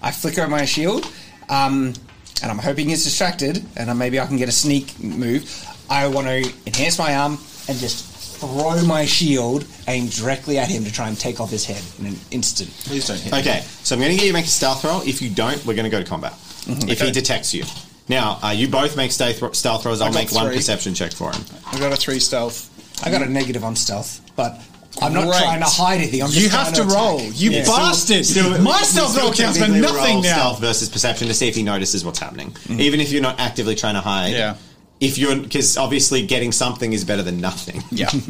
[SPEAKER 2] I flicker my shield, um, and I'm hoping he's distracted, and I, maybe I can get a sneak move. I want to enhance my arm and just throw my shield aimed directly at him to try and take off his head in an instant.
[SPEAKER 5] Please don't hit. me.
[SPEAKER 3] Okay, so I'm going to get you to make a stealth roll. If you don't, we're going to go to combat.
[SPEAKER 1] Mm-hmm.
[SPEAKER 3] If he detects you. Now, uh, you both make stealth, stealth rolls. I'll
[SPEAKER 1] got
[SPEAKER 3] make one
[SPEAKER 1] three.
[SPEAKER 3] perception check for him.
[SPEAKER 1] I got a three stealth.
[SPEAKER 2] I got a negative on stealth, but I'm not
[SPEAKER 1] Great.
[SPEAKER 2] trying to hide anything. I'm just
[SPEAKER 1] you
[SPEAKER 2] trying
[SPEAKER 1] have to,
[SPEAKER 2] attack.
[SPEAKER 1] roll. You bastard. My stealth roll counts for
[SPEAKER 3] Technically,
[SPEAKER 1] nothing
[SPEAKER 3] roll
[SPEAKER 1] now. Mm-hmm.
[SPEAKER 3] Stealth versus perception to see if he notices what's happening, even if you're not actively trying to hide.
[SPEAKER 1] Yeah.
[SPEAKER 3] If you're, because obviously getting something is better than nothing.
[SPEAKER 1] Yeah.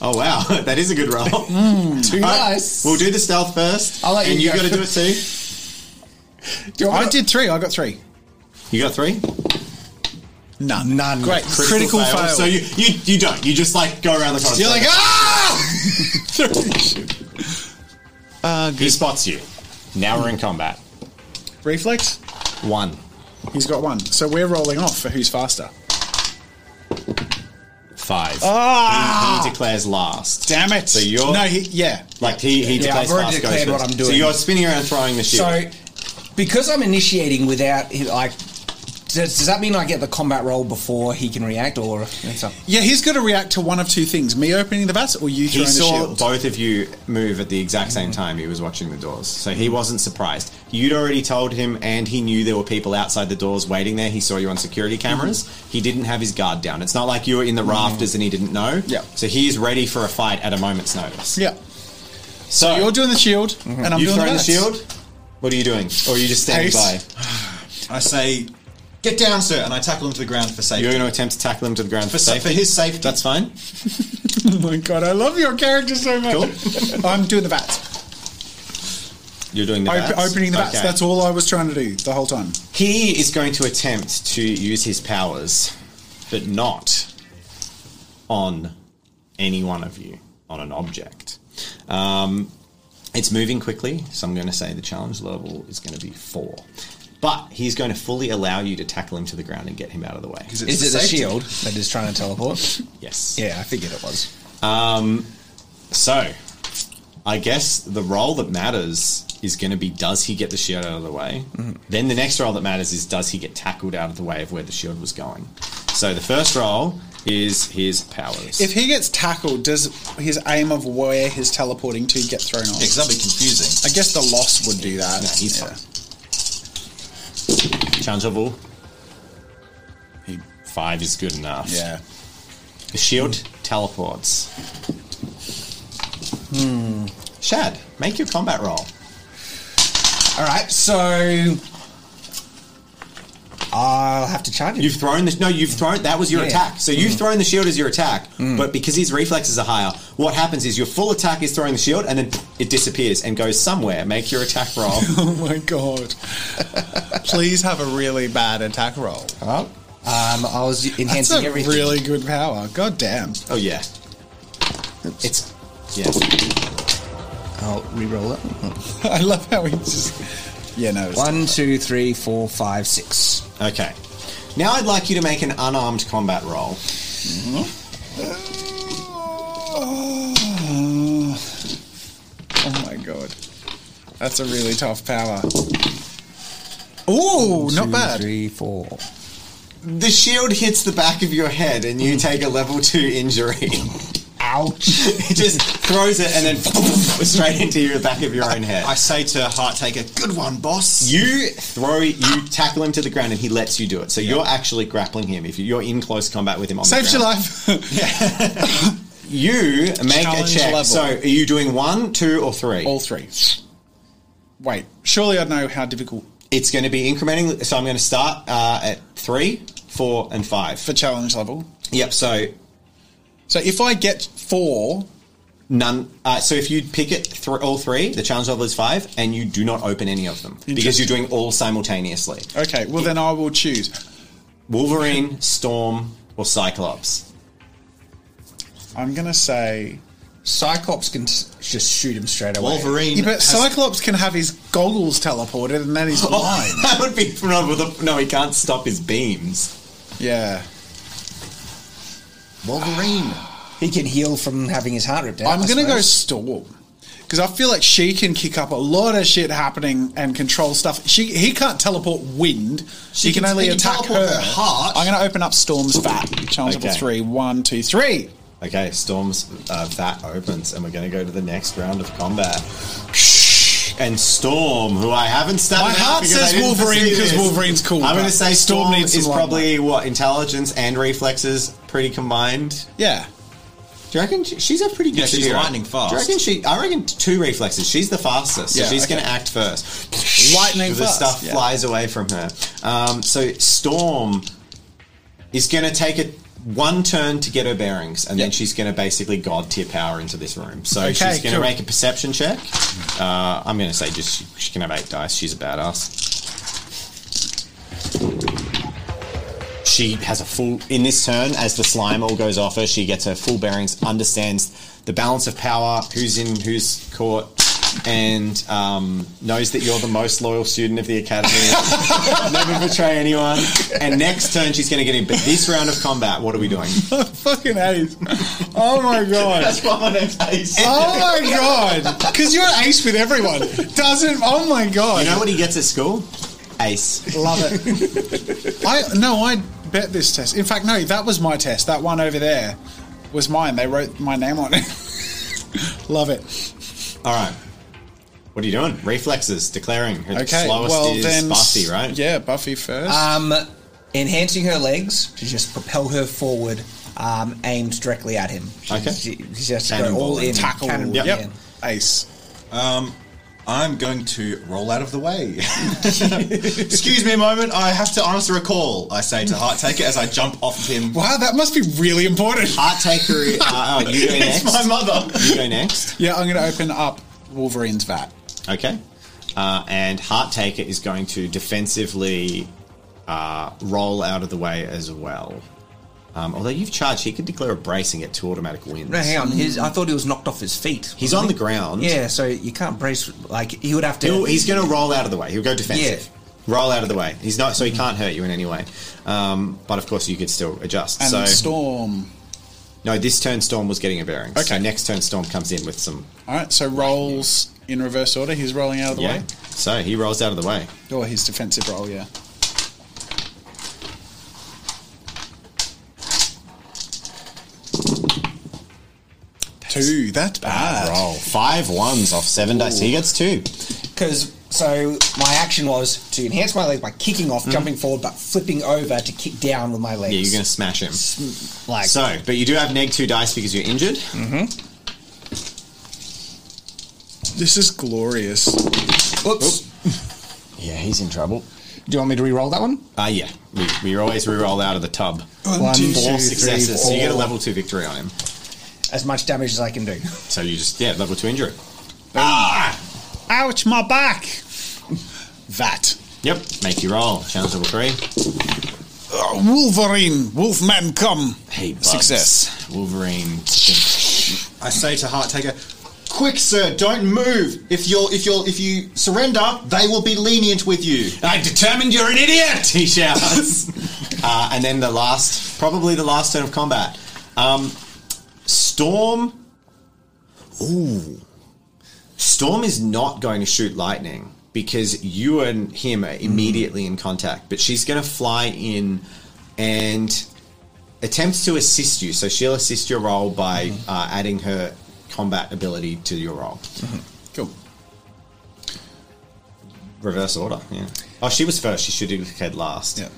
[SPEAKER 3] Oh wow, that is a good roll.
[SPEAKER 2] Too
[SPEAKER 3] Alright,
[SPEAKER 2] Mm, nice.
[SPEAKER 3] We'll do the stealth first.
[SPEAKER 2] I'll let
[SPEAKER 3] and
[SPEAKER 2] you
[SPEAKER 3] you
[SPEAKER 2] go.
[SPEAKER 3] got to do it too.
[SPEAKER 2] Do you want
[SPEAKER 1] I
[SPEAKER 2] me to-
[SPEAKER 1] did three. I got three.
[SPEAKER 3] You got three.
[SPEAKER 1] None.
[SPEAKER 2] None.
[SPEAKER 1] Great. Critical, fail.
[SPEAKER 3] So you, you you don't. You just like go around the corner.
[SPEAKER 1] You're like, ah!
[SPEAKER 3] he spots you. Now we're in combat.
[SPEAKER 1] Reflex.
[SPEAKER 3] One.
[SPEAKER 1] He's got one. So we're rolling off for who's faster.
[SPEAKER 3] Five.
[SPEAKER 1] Ah!
[SPEAKER 3] He, he declares last.
[SPEAKER 1] Damn it.
[SPEAKER 3] So you're
[SPEAKER 1] No, he, yeah.
[SPEAKER 3] like he he declares
[SPEAKER 2] I've already
[SPEAKER 3] last. goes
[SPEAKER 2] declared what
[SPEAKER 3] first.
[SPEAKER 2] I'm doing.
[SPEAKER 3] So you're spinning around throwing the
[SPEAKER 2] So,
[SPEAKER 3] shield.
[SPEAKER 2] because I'm initiating without he- like, does, does that mean I get the combat roll before he can react, or it's up?
[SPEAKER 1] Yeah, he's got to react to one of two things me opening the vats or you throwing
[SPEAKER 3] He
[SPEAKER 1] the
[SPEAKER 3] saw
[SPEAKER 1] shield. Mm-hmm.
[SPEAKER 3] both of you move at the exact same time. He was watching the doors, so he wasn't surprised. You'd already told him, and he knew there were people outside the doors waiting there. He saw you on security
[SPEAKER 1] Mm-hmm.
[SPEAKER 3] cameras. He didn't have his guard down. It's not like you were in the rafters and he didn't know.
[SPEAKER 1] Yeah.
[SPEAKER 3] So he is ready for a fight at a moment's notice.
[SPEAKER 1] Yeah.
[SPEAKER 3] So
[SPEAKER 1] You're doing the shield, and I'm
[SPEAKER 3] you've
[SPEAKER 1] doing the,
[SPEAKER 3] thrown Mm-hmm. the
[SPEAKER 1] vats.
[SPEAKER 3] shield. What are you doing? Or are you just standing by?
[SPEAKER 1] Haste.
[SPEAKER 5] I say, get down, sir, and I tackle him to the ground for safety.
[SPEAKER 3] You're going to attempt to tackle him to the ground for,
[SPEAKER 5] for, sa-
[SPEAKER 3] safety.
[SPEAKER 5] for his safety.
[SPEAKER 3] That's fine.
[SPEAKER 1] Oh my god, I love your character so much. I'm doing the vats.
[SPEAKER 3] You're doing the
[SPEAKER 1] Op-
[SPEAKER 3] bats.
[SPEAKER 1] opening the vats.
[SPEAKER 3] Okay.
[SPEAKER 1] That's all I was trying to do the whole time.
[SPEAKER 3] He is going to attempt to use his powers, but not on any one of you, on an object. Um, it's moving quickly, so I'm going to say the challenge level is going to be four. But he's going to fully allow you to tackle him to the ground and get him out of the way.
[SPEAKER 2] Is it a shield that is trying to teleport?
[SPEAKER 3] Yes.
[SPEAKER 2] yeah, I figured it was.
[SPEAKER 3] So, I guess the role that matters is going to be does he get the shield out of the way?
[SPEAKER 1] Mm-hmm.
[SPEAKER 3] Then the next role that matters is does he get tackled out of the way of where the shield was going? So, the first role is his powers.
[SPEAKER 1] If he gets tackled, does his aim of where he's teleporting to get thrown off?
[SPEAKER 5] Because that'd be confusing.
[SPEAKER 1] I guess the loss would do that.
[SPEAKER 3] No, he's
[SPEAKER 1] Yeah.
[SPEAKER 3] fine. Challenge level he- five is good enough.
[SPEAKER 1] Yeah.
[SPEAKER 3] The shield teleports.
[SPEAKER 1] Hmm.
[SPEAKER 3] Shad, make your combat roll.
[SPEAKER 2] All right, so I'll have to charge him.
[SPEAKER 3] You've thrown the no. You've thrown that was your
[SPEAKER 2] Yeah.
[SPEAKER 3] attack. So you've thrown the shield as your attack, but because his reflexes are higher, what happens is your full attack is throwing the shield, and then it disappears and goes somewhere. Make your attack roll.
[SPEAKER 1] Oh my god. Please have a really bad attack roll.
[SPEAKER 2] Oh, um, I was enhancing
[SPEAKER 1] That's a
[SPEAKER 2] everything.
[SPEAKER 1] really good power. God damn.
[SPEAKER 3] oh yeah, it's yeah.
[SPEAKER 2] I'll re-roll it.
[SPEAKER 1] I love how he just. Yeah, no. it's-
[SPEAKER 2] One, two, three, four, five, six.
[SPEAKER 3] Okay, now I'd like you to make an unarmed combat roll.
[SPEAKER 1] Oh my god. That's a really tough power. Ooh, not
[SPEAKER 2] Two,
[SPEAKER 1] bad.
[SPEAKER 2] Three, four.
[SPEAKER 3] The shield hits the back of your head, and you take a level two injury.
[SPEAKER 2] Ouch!
[SPEAKER 3] it just throws it, and then straight into your back of your own head.
[SPEAKER 5] I say to Hearttaker, good one, boss.
[SPEAKER 3] You throw, you tackle him to the ground, and he lets you do it. So you're actually grappling him. If you're in close combat with him, on
[SPEAKER 1] Saved
[SPEAKER 3] the
[SPEAKER 1] your
[SPEAKER 3] ground.
[SPEAKER 1] life.
[SPEAKER 3] You make
[SPEAKER 1] Challenge
[SPEAKER 3] a check.
[SPEAKER 1] level.
[SPEAKER 3] So are you doing one, two, or three?
[SPEAKER 1] All three. Wait, surely I'd know how difficult
[SPEAKER 3] It's going to be incrementing. So I'm going to start uh, at three, four, and five.
[SPEAKER 1] for challenge level.
[SPEAKER 3] Yep. So
[SPEAKER 1] So if I get four,
[SPEAKER 3] none. Uh, so if you pick it thr all three, the challenge level is five, and you do not open any of them because you're doing all simultaneously.
[SPEAKER 1] okay, well then I will choose.
[SPEAKER 3] Wolverine, Storm, or Cyclops.
[SPEAKER 1] I'm gonna say.
[SPEAKER 2] Cyclops can s- just shoot him straight away.
[SPEAKER 5] Wolverine.
[SPEAKER 1] Yeah, but
[SPEAKER 5] has- Oh.
[SPEAKER 1] Cyclops can have his goggles teleported and then he's blind.
[SPEAKER 3] that would be no, with a- no. He can't stop his beams.
[SPEAKER 1] yeah.
[SPEAKER 5] Wolverine.
[SPEAKER 2] He can heal from having his heart ripped out.
[SPEAKER 1] I'm
[SPEAKER 2] I
[SPEAKER 1] going to go
[SPEAKER 2] suppose.
[SPEAKER 1] Storm because I feel like she can kick up a lot of shit happening and control stuff. She he can't teleport wind. She, can,
[SPEAKER 5] can-
[SPEAKER 1] only
[SPEAKER 5] he can
[SPEAKER 1] attack
[SPEAKER 5] teleport
[SPEAKER 1] her.
[SPEAKER 5] her heart.
[SPEAKER 1] I'm going to open up Storm's vat. Challenge level
[SPEAKER 3] Okay.
[SPEAKER 1] three. One, two, three.
[SPEAKER 3] Okay, Storm's uh, that opens, and we're going to go to the next round of combat. And Storm, who I haven't stabbed.
[SPEAKER 1] My
[SPEAKER 3] enough
[SPEAKER 1] heart
[SPEAKER 3] because
[SPEAKER 1] says
[SPEAKER 3] I didn't
[SPEAKER 1] Wolverine
[SPEAKER 3] foresee
[SPEAKER 1] 'cause
[SPEAKER 3] this.
[SPEAKER 1] Wolverine's cool,
[SPEAKER 3] I'm going
[SPEAKER 1] but
[SPEAKER 3] to say
[SPEAKER 1] Storm
[SPEAKER 3] Storm,
[SPEAKER 1] needs
[SPEAKER 3] is
[SPEAKER 1] some
[SPEAKER 3] probably what intelligence and reflexes pretty combined.
[SPEAKER 1] Yeah.
[SPEAKER 3] Do you reckon she- she's a pretty good?
[SPEAKER 5] Yeah, she's
[SPEAKER 3] shooter.
[SPEAKER 5] lightning fast.
[SPEAKER 3] Do you reckon she? I reckon two reflexes. She's the fastest, so
[SPEAKER 1] Yeah,
[SPEAKER 3] she's
[SPEAKER 1] okay.
[SPEAKER 3] going to act first.
[SPEAKER 1] Lightning
[SPEAKER 3] the
[SPEAKER 1] fast,
[SPEAKER 3] stuff
[SPEAKER 1] yeah.
[SPEAKER 3] flies away from her. Um, so Storm is going to take a one turn to get her bearings, and then
[SPEAKER 1] Yep.
[SPEAKER 3] she's going to basically god tier power into this room. So
[SPEAKER 1] Okay,
[SPEAKER 3] she's going to
[SPEAKER 1] cool.
[SPEAKER 3] make a perception check. Uh, I'm going to say just she, she can have eight dice. She's a badass. She has a full in this turn as the slime all goes off her. She gets her full bearings, understands the balance of power, who's in, who's caught, and um, knows that you're the most loyal student of the academy. Never betray anyone. And next turn she's going to get in. But this round of combat, what are we doing?
[SPEAKER 1] Fucking ace. Oh my god.
[SPEAKER 3] what my next ace.
[SPEAKER 1] Oh my god. Because you're ace with everyone. Doesn't. Oh my god.
[SPEAKER 3] You know what he gets at school? Ace.
[SPEAKER 1] Love it. I no, I bet this test. In fact, no, that was my test. That one over there was mine. They wrote my name on it. Love it.
[SPEAKER 3] All right. What are you doing? Reflexes, declaring. Her
[SPEAKER 1] Okay.
[SPEAKER 3] slowest
[SPEAKER 1] well
[SPEAKER 3] is
[SPEAKER 1] then,
[SPEAKER 3] Buffy, right?
[SPEAKER 1] Yeah, Buffy first.
[SPEAKER 2] Um, enhancing her legs to just propel her forward, um, aimed directly at him. She,
[SPEAKER 3] Okay.
[SPEAKER 2] She, she has to go
[SPEAKER 3] Cannonball
[SPEAKER 2] all in.
[SPEAKER 1] Tackle.
[SPEAKER 2] Cannonball
[SPEAKER 1] Yep.
[SPEAKER 2] in.
[SPEAKER 1] Ace.
[SPEAKER 5] I'm going to roll out of the way. Excuse me a moment. I have to answer a call. I say to Heart Taker as I jump off of him.
[SPEAKER 1] Wow, that must be really important.
[SPEAKER 3] Heart taker. Uh, oh, you go
[SPEAKER 5] It's
[SPEAKER 3] next.
[SPEAKER 5] my mother.
[SPEAKER 3] You go next.
[SPEAKER 1] Yeah, I'm going to open up Wolverine's vat.
[SPEAKER 3] Okay. Uh, and heart taker is going to defensively uh, roll out of the way as well. Um, although you've charged, he could declare a bracing at two automatic wins.
[SPEAKER 2] No, hang on. His, I thought he was knocked off his feet.
[SPEAKER 3] He's on the ground.
[SPEAKER 2] Hmm. Yeah, so you can't brace. Like he would have to.
[SPEAKER 3] He'll- he's going to roll out of the way. He'll go defensive. Roll out of the way. He's not, so he can't hurt you in any way. Um, but of course, you could still adjust.
[SPEAKER 1] And
[SPEAKER 3] so
[SPEAKER 1] Storm.
[SPEAKER 3] no, this turn Storm was getting a bearing. Okay, so
[SPEAKER 1] Okay.
[SPEAKER 3] next turn Storm comes in with some.
[SPEAKER 1] All right, so rolls in reverse order. He's rolling out of the
[SPEAKER 3] Yeah.
[SPEAKER 1] way.
[SPEAKER 3] So he rolls out of the way.
[SPEAKER 1] Or his defensive roll, yeah. Two. That's bad.
[SPEAKER 3] Roll five ones off seven dice. He gets two.
[SPEAKER 2] because so my action was to enhance my legs by kicking off, jumping forward, but flipping over to kick down with my legs.
[SPEAKER 3] Yeah, you're going to smash him.
[SPEAKER 2] like
[SPEAKER 3] So, but you do have neg two dice because you're injured.
[SPEAKER 1] This is glorious.
[SPEAKER 2] Oops.
[SPEAKER 3] Yeah, he's in trouble.
[SPEAKER 2] Do you want me to re-roll that one?
[SPEAKER 3] Ah, yeah. We, we always re-roll out of the tub. Um,
[SPEAKER 2] One,
[SPEAKER 1] two,
[SPEAKER 2] four,
[SPEAKER 3] Four
[SPEAKER 1] three,
[SPEAKER 3] successes. So you get a
[SPEAKER 2] four.
[SPEAKER 3] level two victory on him.
[SPEAKER 2] As much damage as I can do.
[SPEAKER 3] So you just yeah level two injury.
[SPEAKER 1] Ouch, my back. That.
[SPEAKER 3] Yep. Make you roll. Challenge level three.
[SPEAKER 1] Uh, Wolverine, Wolfman, come.
[SPEAKER 3] Hey, Bugs.
[SPEAKER 1] Success.
[SPEAKER 3] Wolverine.
[SPEAKER 5] I say to Heart Taker, "Quick, sir, don't move. If you're if you're if you surrender, they will be lenient with you."
[SPEAKER 4] I determined you're an idiot!
[SPEAKER 3] He shouts. uh, and then the last, probably the last turn of combat. Um, Storm. Ooh. Storm is not going to shoot lightning because you and him are immediately in contact, but she's going to fly in and attempts to assist you. So she'll assist your role by
[SPEAKER 1] Mm-hmm.
[SPEAKER 3] uh, adding her combat ability to your role.
[SPEAKER 1] Mm-hmm. Cool.
[SPEAKER 3] Reverse order, yeah. Oh, she was first. She should have had last.
[SPEAKER 1] Yeah.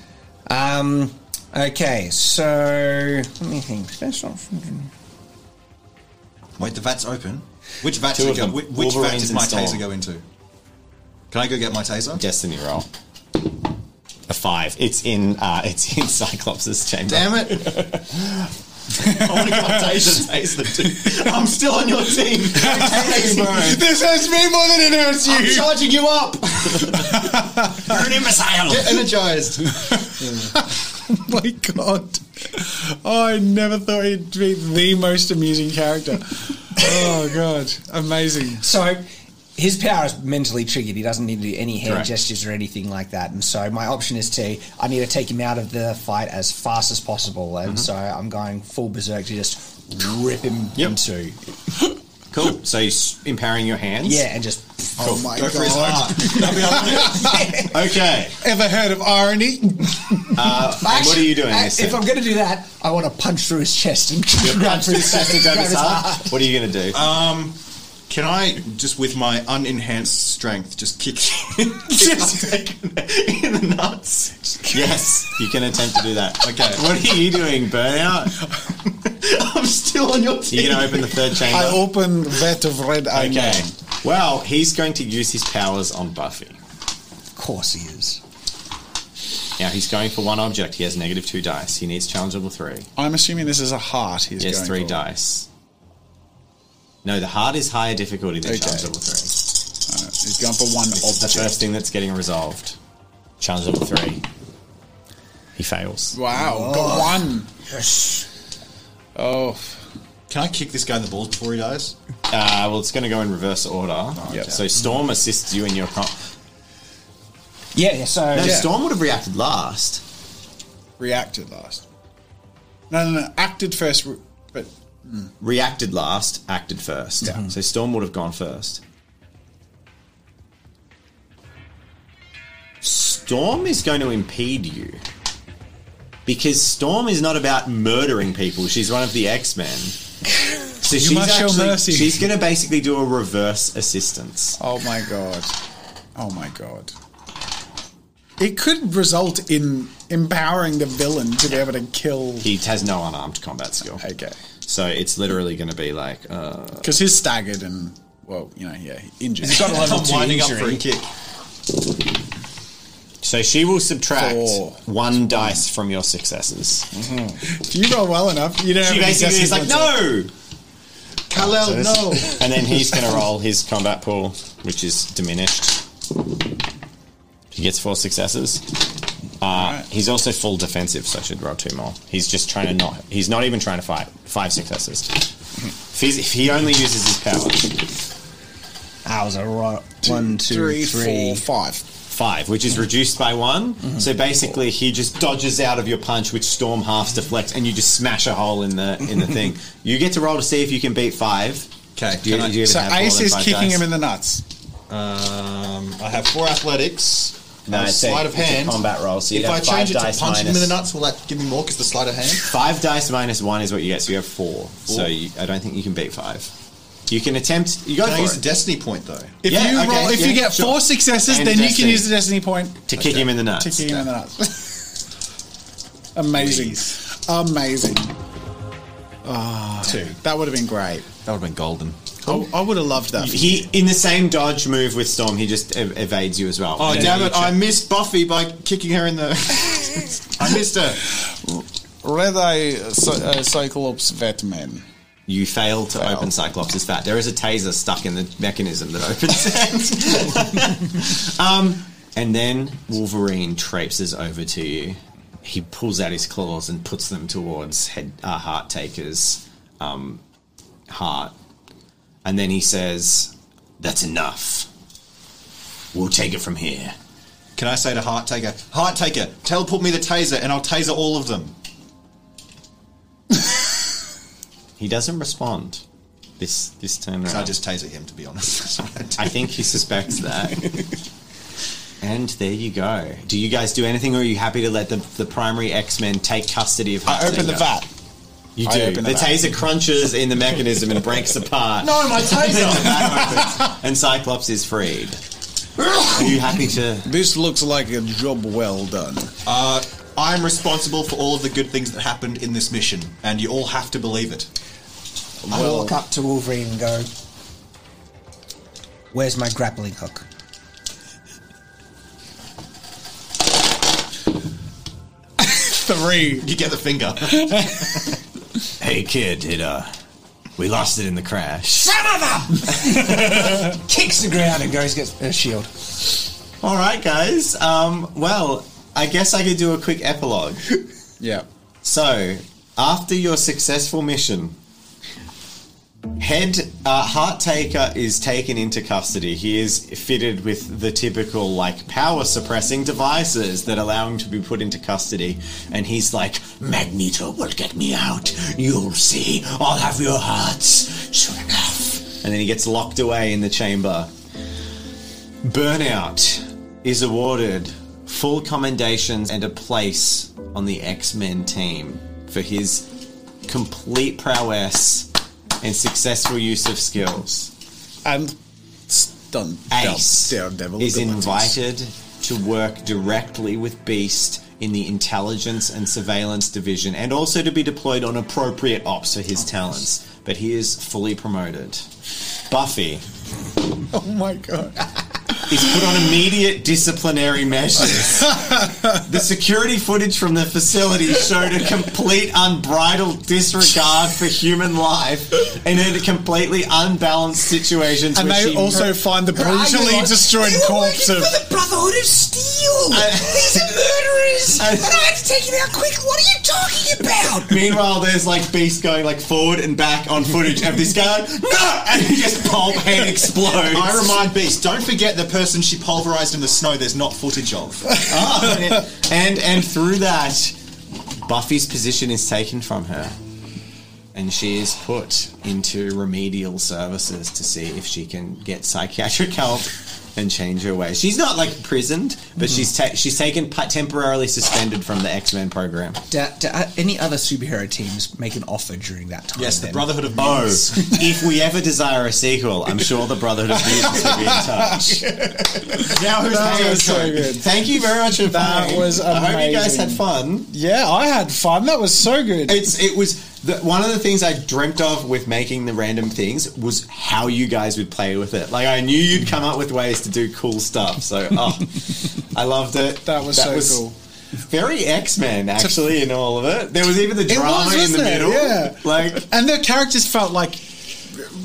[SPEAKER 2] Um. Okay. So let me think. That's not.
[SPEAKER 5] Wait, the vat's open. Which vat
[SPEAKER 3] Two
[SPEAKER 5] should
[SPEAKER 3] of
[SPEAKER 5] go,
[SPEAKER 3] them.
[SPEAKER 5] which, which vat
[SPEAKER 3] Wolverines
[SPEAKER 5] did my
[SPEAKER 3] and Storm.
[SPEAKER 5] taser go into? Can I go get my taser?
[SPEAKER 3] Destiny roll. A five. It's in. Uh, it's in Cyclops' chamber. Oh
[SPEAKER 5] Damn it!
[SPEAKER 3] I'm still on your team.
[SPEAKER 1] This hurts me more than it hurts you.
[SPEAKER 3] charging you up.
[SPEAKER 4] You're an imbecile!
[SPEAKER 5] Get energized.
[SPEAKER 1] my god. Oh, I never thought he'd be the most amusing character. oh god. Amazing.
[SPEAKER 2] So his power is mentally triggered. He doesn't need to do any hand
[SPEAKER 3] Correct.
[SPEAKER 2] gestures or anything like that. And so my option is to I need to take him out of the fight as fast as possible. And so I'm going full berserk to just rip him
[SPEAKER 3] Yep.
[SPEAKER 2] into
[SPEAKER 3] Cool. So you're s- empowering your hands.
[SPEAKER 2] yeah, and just
[SPEAKER 1] Oh my
[SPEAKER 5] go for his heart.
[SPEAKER 3] Okay. Uh,
[SPEAKER 1] Ever heard of irony?
[SPEAKER 3] And what are you doing?
[SPEAKER 2] I-
[SPEAKER 3] this
[SPEAKER 2] if
[SPEAKER 3] turn?
[SPEAKER 2] I'm going to do that, I want to punch through his chest and
[SPEAKER 3] You're
[SPEAKER 2] grab
[SPEAKER 3] punching
[SPEAKER 2] his
[SPEAKER 1] Uh,
[SPEAKER 3] the chest and grab his heart. What are you going to do?
[SPEAKER 5] Can I just with my unenhanced strength just kick, kick Undertaker in the nuts?
[SPEAKER 3] Yes, you can attempt to do that.
[SPEAKER 5] Okay.
[SPEAKER 3] What are you doing, Burnout?
[SPEAKER 5] I'm still on your team.
[SPEAKER 3] You're going to open the third chamber?
[SPEAKER 6] I open that of red eye.
[SPEAKER 3] okay. Well, he's going to use his powers on Buffy.
[SPEAKER 2] Of course he is.
[SPEAKER 3] Now, he's going for one object. He has negative two dice. He needs challenge level three.
[SPEAKER 1] I'm assuming this is a heart. He's
[SPEAKER 3] He has
[SPEAKER 1] going
[SPEAKER 3] three
[SPEAKER 1] for.
[SPEAKER 3] dice. No, the hard is higher difficulty than
[SPEAKER 1] Okay.
[SPEAKER 3] challenge level three.
[SPEAKER 1] Uh, he's going for one
[SPEAKER 3] The
[SPEAKER 1] object.
[SPEAKER 3] first thing that's getting resolved. Challenge level three. He fails.
[SPEAKER 1] Wow, got one.
[SPEAKER 2] Yes.
[SPEAKER 1] Oh,
[SPEAKER 5] Can I kick this guy in the balls before he dies?
[SPEAKER 3] Uh, well, it's going to go in reverse order.
[SPEAKER 1] Yep.
[SPEAKER 3] So Storm assists you in your. Com-
[SPEAKER 2] Yeah, yeah, so.
[SPEAKER 3] no,
[SPEAKER 1] Yeah.
[SPEAKER 3] Storm would have reacted last.
[SPEAKER 1] reacted last. No, no, no. Acted first, re- but
[SPEAKER 3] Reacted last, acted first.
[SPEAKER 1] Yeah.
[SPEAKER 3] So Storm would have gone first. Storm is going to impede you. Because Storm is not about murdering people. She's one of the X Men. So she's
[SPEAKER 1] must show
[SPEAKER 3] actually-
[SPEAKER 1] mercy.
[SPEAKER 3] She's going to basically do a reverse assistance.
[SPEAKER 1] oh my god, oh my god. It could result in empowering the villain to be able to kill.
[SPEAKER 3] He has no unarmed combat skill.
[SPEAKER 1] Okay,
[SPEAKER 3] So it's literally going to be like, uh,
[SPEAKER 1] because he's staggered and well, you know, yeah, injured.
[SPEAKER 2] He's got a level
[SPEAKER 5] I'm
[SPEAKER 2] two
[SPEAKER 5] winding up
[SPEAKER 2] injury.
[SPEAKER 5] for a kick.
[SPEAKER 3] so she will subtract
[SPEAKER 1] Four.
[SPEAKER 3] one dice from your successes.
[SPEAKER 1] If you roll well enough, you don't. have
[SPEAKER 3] She
[SPEAKER 1] any
[SPEAKER 3] basically is
[SPEAKER 1] successes
[SPEAKER 3] like, no!
[SPEAKER 5] Kal-El, Oh, no.
[SPEAKER 3] And then he's going to roll his combat pool, which is diminished. He gets four successes. Uh, He's also full defensive, so I should roll two more. He's just trying to not. He's not even trying to fight. Five successes. If, he's, if he only uses his power,
[SPEAKER 2] That was a ro- one, two,
[SPEAKER 1] Three,
[SPEAKER 2] three.
[SPEAKER 1] four, five.
[SPEAKER 3] five, which is reduced by one.
[SPEAKER 5] Mm-hmm.
[SPEAKER 3] So basically, he just dodges out of your punch, which Storm halves deflects, and you just smash a hole in the in the thing. You get to roll to see if you can beat five.
[SPEAKER 5] 'Kay,
[SPEAKER 3] Do you,
[SPEAKER 5] can I-
[SPEAKER 3] do you even
[SPEAKER 1] So
[SPEAKER 3] have more
[SPEAKER 1] Ace
[SPEAKER 3] than
[SPEAKER 1] is
[SPEAKER 3] five
[SPEAKER 1] kicking
[SPEAKER 3] dice?
[SPEAKER 1] him in the nuts.
[SPEAKER 5] Um, I have four athletics.
[SPEAKER 3] No,
[SPEAKER 5] I have
[SPEAKER 3] it's a-
[SPEAKER 5] sleight of
[SPEAKER 3] it's a
[SPEAKER 5] hand.
[SPEAKER 3] combat roll, so you'd
[SPEAKER 5] if I
[SPEAKER 3] have five
[SPEAKER 5] change it to
[SPEAKER 3] dice
[SPEAKER 5] punch him in
[SPEAKER 3] minus-
[SPEAKER 5] the nuts, will that give me more? Because the sleight of hand.
[SPEAKER 3] Five dice minus one is what you get, so you have four. So you, I don't think you can beat five. You can attempt. You go
[SPEAKER 5] Can I
[SPEAKER 3] for
[SPEAKER 5] use
[SPEAKER 3] it.
[SPEAKER 5] a destiny point though?
[SPEAKER 1] If
[SPEAKER 3] Yeah,
[SPEAKER 1] you
[SPEAKER 3] okay,
[SPEAKER 1] roll, if
[SPEAKER 3] yeah,
[SPEAKER 1] you get
[SPEAKER 3] sure.
[SPEAKER 1] four successes,
[SPEAKER 3] And
[SPEAKER 1] then you
[SPEAKER 3] destiny.
[SPEAKER 1] can use the destiny point
[SPEAKER 3] to kick him in the nuts.
[SPEAKER 1] to kick him in the nuts. Amazing, amazing. Ah, that would have been great.
[SPEAKER 5] That would have been golden.
[SPEAKER 1] I, I would have loved that.
[SPEAKER 3] He in the same dodge move with Storm. He just ev- evades you as well.
[SPEAKER 5] Oh
[SPEAKER 3] And
[SPEAKER 5] damn
[SPEAKER 3] you
[SPEAKER 5] it!
[SPEAKER 3] check-
[SPEAKER 5] I missed Buffy by kicking her in the. I missed her.
[SPEAKER 1] Red Eye uh, Cy- uh, Cyclops Vet Man.
[SPEAKER 3] you fail to open Cyclops' fat. There is a taser stuck in the mechanism that opens it. um, and then Wolverine traipses over to you. He pulls out his claws and puts them towards head, uh, Heart Taker's um, heart. And then he says, That's enough. We'll take it from here.
[SPEAKER 5] Can I say to Heart Taker, Heart Taker, teleport me the taser, and I'll taser all of them.
[SPEAKER 3] He doesn't respond this this turn around.
[SPEAKER 5] So I just taser him, to be honest. That's what I do.
[SPEAKER 3] I think he suspects that. and there you go. Do you guys do anything, or are you happy to let the, the primary X Men take custody of?
[SPEAKER 1] I open
[SPEAKER 3] Hudson?
[SPEAKER 1] the vat.
[SPEAKER 3] You
[SPEAKER 1] I
[SPEAKER 3] do.
[SPEAKER 1] open
[SPEAKER 3] the
[SPEAKER 1] the vat.
[SPEAKER 3] taser crunches in the mechanism and breaks apart.
[SPEAKER 5] no, my taser.
[SPEAKER 3] And Cyclops is freed. Are you happy to?
[SPEAKER 1] This looks like a job well done.
[SPEAKER 5] uh, I'm responsible for all of the good things that happened in this mission, and you all have to believe it.
[SPEAKER 2] I walk up to Wolverine and go, Where's my grappling hook?
[SPEAKER 1] Three.
[SPEAKER 5] You get the finger.
[SPEAKER 3] Hey, kid. It uh, we lost it in the crash.
[SPEAKER 2] Kicks the ground and goes, gets a shield.
[SPEAKER 3] All right, guys. Um, well, I guess I could do a quick epilogue.
[SPEAKER 1] Yeah.
[SPEAKER 3] So, after your successful mission, head uh, heart taker is taken into custody. He is fitted with the typical like power suppressing devices that allow him to be put into custody, and he's like, "Magneto will get me out. You'll see. I'll have your hearts soon enough." And then he gets locked away in the chamber. Burnout is awarded full commendations and a place on the X Men team for his complete prowess and successful use of skills.
[SPEAKER 1] and stunned.
[SPEAKER 3] Ace
[SPEAKER 1] Daredevil.
[SPEAKER 3] is
[SPEAKER 1] good ones.
[SPEAKER 3] invited to work directly with Beast in the Intelligence and Surveillance Division and also to be deployed on appropriate ops for
[SPEAKER 1] Oh,
[SPEAKER 3] his talents. But he is fully promoted. Buffy
[SPEAKER 1] Oh my god.
[SPEAKER 3] is put on immediate disciplinary measures. the security footage from the facility showed a complete unbridled disregard for human life and in completely unbalanced situations.
[SPEAKER 1] And
[SPEAKER 3] where
[SPEAKER 1] they
[SPEAKER 3] she-
[SPEAKER 1] also find the brutally destroyed
[SPEAKER 2] They were
[SPEAKER 1] corpse
[SPEAKER 2] working
[SPEAKER 1] of.
[SPEAKER 2] for the Brotherhood of Steel. These are murderers,
[SPEAKER 3] I-
[SPEAKER 2] and I had to take them out quick. What are you talking about?
[SPEAKER 3] Meanwhile, there's like Beast going like forward and back on footage of this guy. No, and he just pulp head explodes.
[SPEAKER 5] I remind Beast, don't forget the person she pulverized in the snow. There's not footage of.
[SPEAKER 3] Ah, and and through that, Buffy's position is taken from her, and she is put into remedial services to see if she can get psychiatric help and change her ways. She's not like imprisoned, but she's ta- she's taken pa- temporarily suspended from the X Men program.
[SPEAKER 2] Do, do uh, any other superhero teams make an offer during that time?
[SPEAKER 5] Yes, the
[SPEAKER 2] then?
[SPEAKER 5] Brotherhood of
[SPEAKER 3] Oh,
[SPEAKER 5] Bones.
[SPEAKER 3] if we ever desire a sequel, I'm sure the Brotherhood of Mutants will be in touch. Now who's
[SPEAKER 1] That
[SPEAKER 3] paying
[SPEAKER 1] was so
[SPEAKER 3] attention?
[SPEAKER 1] good.
[SPEAKER 3] Thank you very much for
[SPEAKER 1] That
[SPEAKER 3] playing.
[SPEAKER 1] was
[SPEAKER 3] I hope you guys
[SPEAKER 1] amazing.
[SPEAKER 3] had fun.
[SPEAKER 1] Yeah, I had fun. That was so good.
[SPEAKER 3] It's it was the, one of the things I dreamt of with making the random things was how you guys would play with it. Like I knew you'd come up with ways to do cool stuff. So oh, I loved it.
[SPEAKER 1] That was so cool.
[SPEAKER 3] Very X Men actually in all of it. There was even the
[SPEAKER 1] was,
[SPEAKER 3] drama in the
[SPEAKER 1] wasn't it?
[SPEAKER 3] middle.
[SPEAKER 1] Yeah.
[SPEAKER 3] Like
[SPEAKER 1] and the characters felt like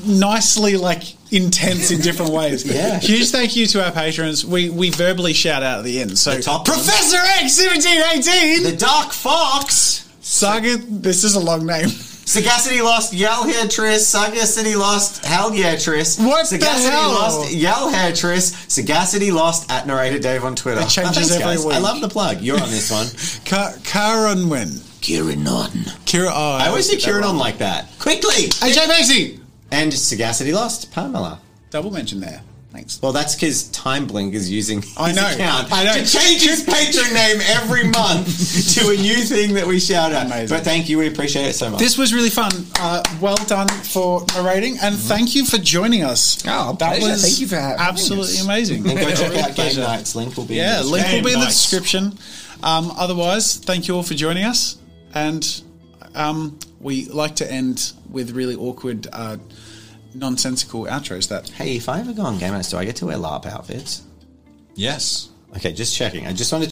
[SPEAKER 1] nicely like intense in different ways.
[SPEAKER 3] Yeah.
[SPEAKER 1] Huge thank you to our patrons. We we verbally shout out at the end. So
[SPEAKER 3] The top one.
[SPEAKER 1] Professor X seventeen eighteen
[SPEAKER 3] the Dark Fox.
[SPEAKER 1] Saga. This is a long name.
[SPEAKER 3] Sagacity lost Yalhatris. Sagacity lost Halgatris.
[SPEAKER 1] What the
[SPEAKER 3] Sagacity
[SPEAKER 1] hell?
[SPEAKER 3] lost Yalhatris. Sagacity lost at narrator Dave on Twitter.
[SPEAKER 1] It changes
[SPEAKER 3] Thanks,
[SPEAKER 1] every
[SPEAKER 3] guys.
[SPEAKER 1] week.
[SPEAKER 3] I love the plug. You're on this one.
[SPEAKER 1] Ka- Karanwen.
[SPEAKER 4] Kieran Norton.
[SPEAKER 1] Kira. Oh,
[SPEAKER 3] I always see Kieran on like that. Quickly!
[SPEAKER 1] AJ Maxey.
[SPEAKER 3] And Sagacity lost Pamela.
[SPEAKER 1] Double mention there. Thanks.
[SPEAKER 3] Well, that's because Time Blink is using his
[SPEAKER 1] I know.
[SPEAKER 3] account
[SPEAKER 1] I know.
[SPEAKER 3] to change his patron name every month to a new thing that we shout out.
[SPEAKER 1] Amazing.
[SPEAKER 3] But thank you, we appreciate it so much.
[SPEAKER 1] This was really fun. Uh, well done for narrating, and
[SPEAKER 3] Mm-hmm.
[SPEAKER 1] thank you for joining us.
[SPEAKER 2] Oh, pleasure. Thank you for having
[SPEAKER 1] absolutely
[SPEAKER 2] us.
[SPEAKER 1] amazing.
[SPEAKER 3] and go check out Game
[SPEAKER 1] Pleasure.
[SPEAKER 3] Nights. Link will be
[SPEAKER 1] Yeah,
[SPEAKER 3] in the
[SPEAKER 1] link will be in the
[SPEAKER 5] nights.
[SPEAKER 1] description. Um, otherwise, thank you all for joining us, and um, we like to end with really awkward, uh, nonsensical outros. That
[SPEAKER 3] Hey, if I ever go on Game Nights, do I get to wear LARP outfits?
[SPEAKER 5] Yes.
[SPEAKER 3] Okay, just checking. I just wanted to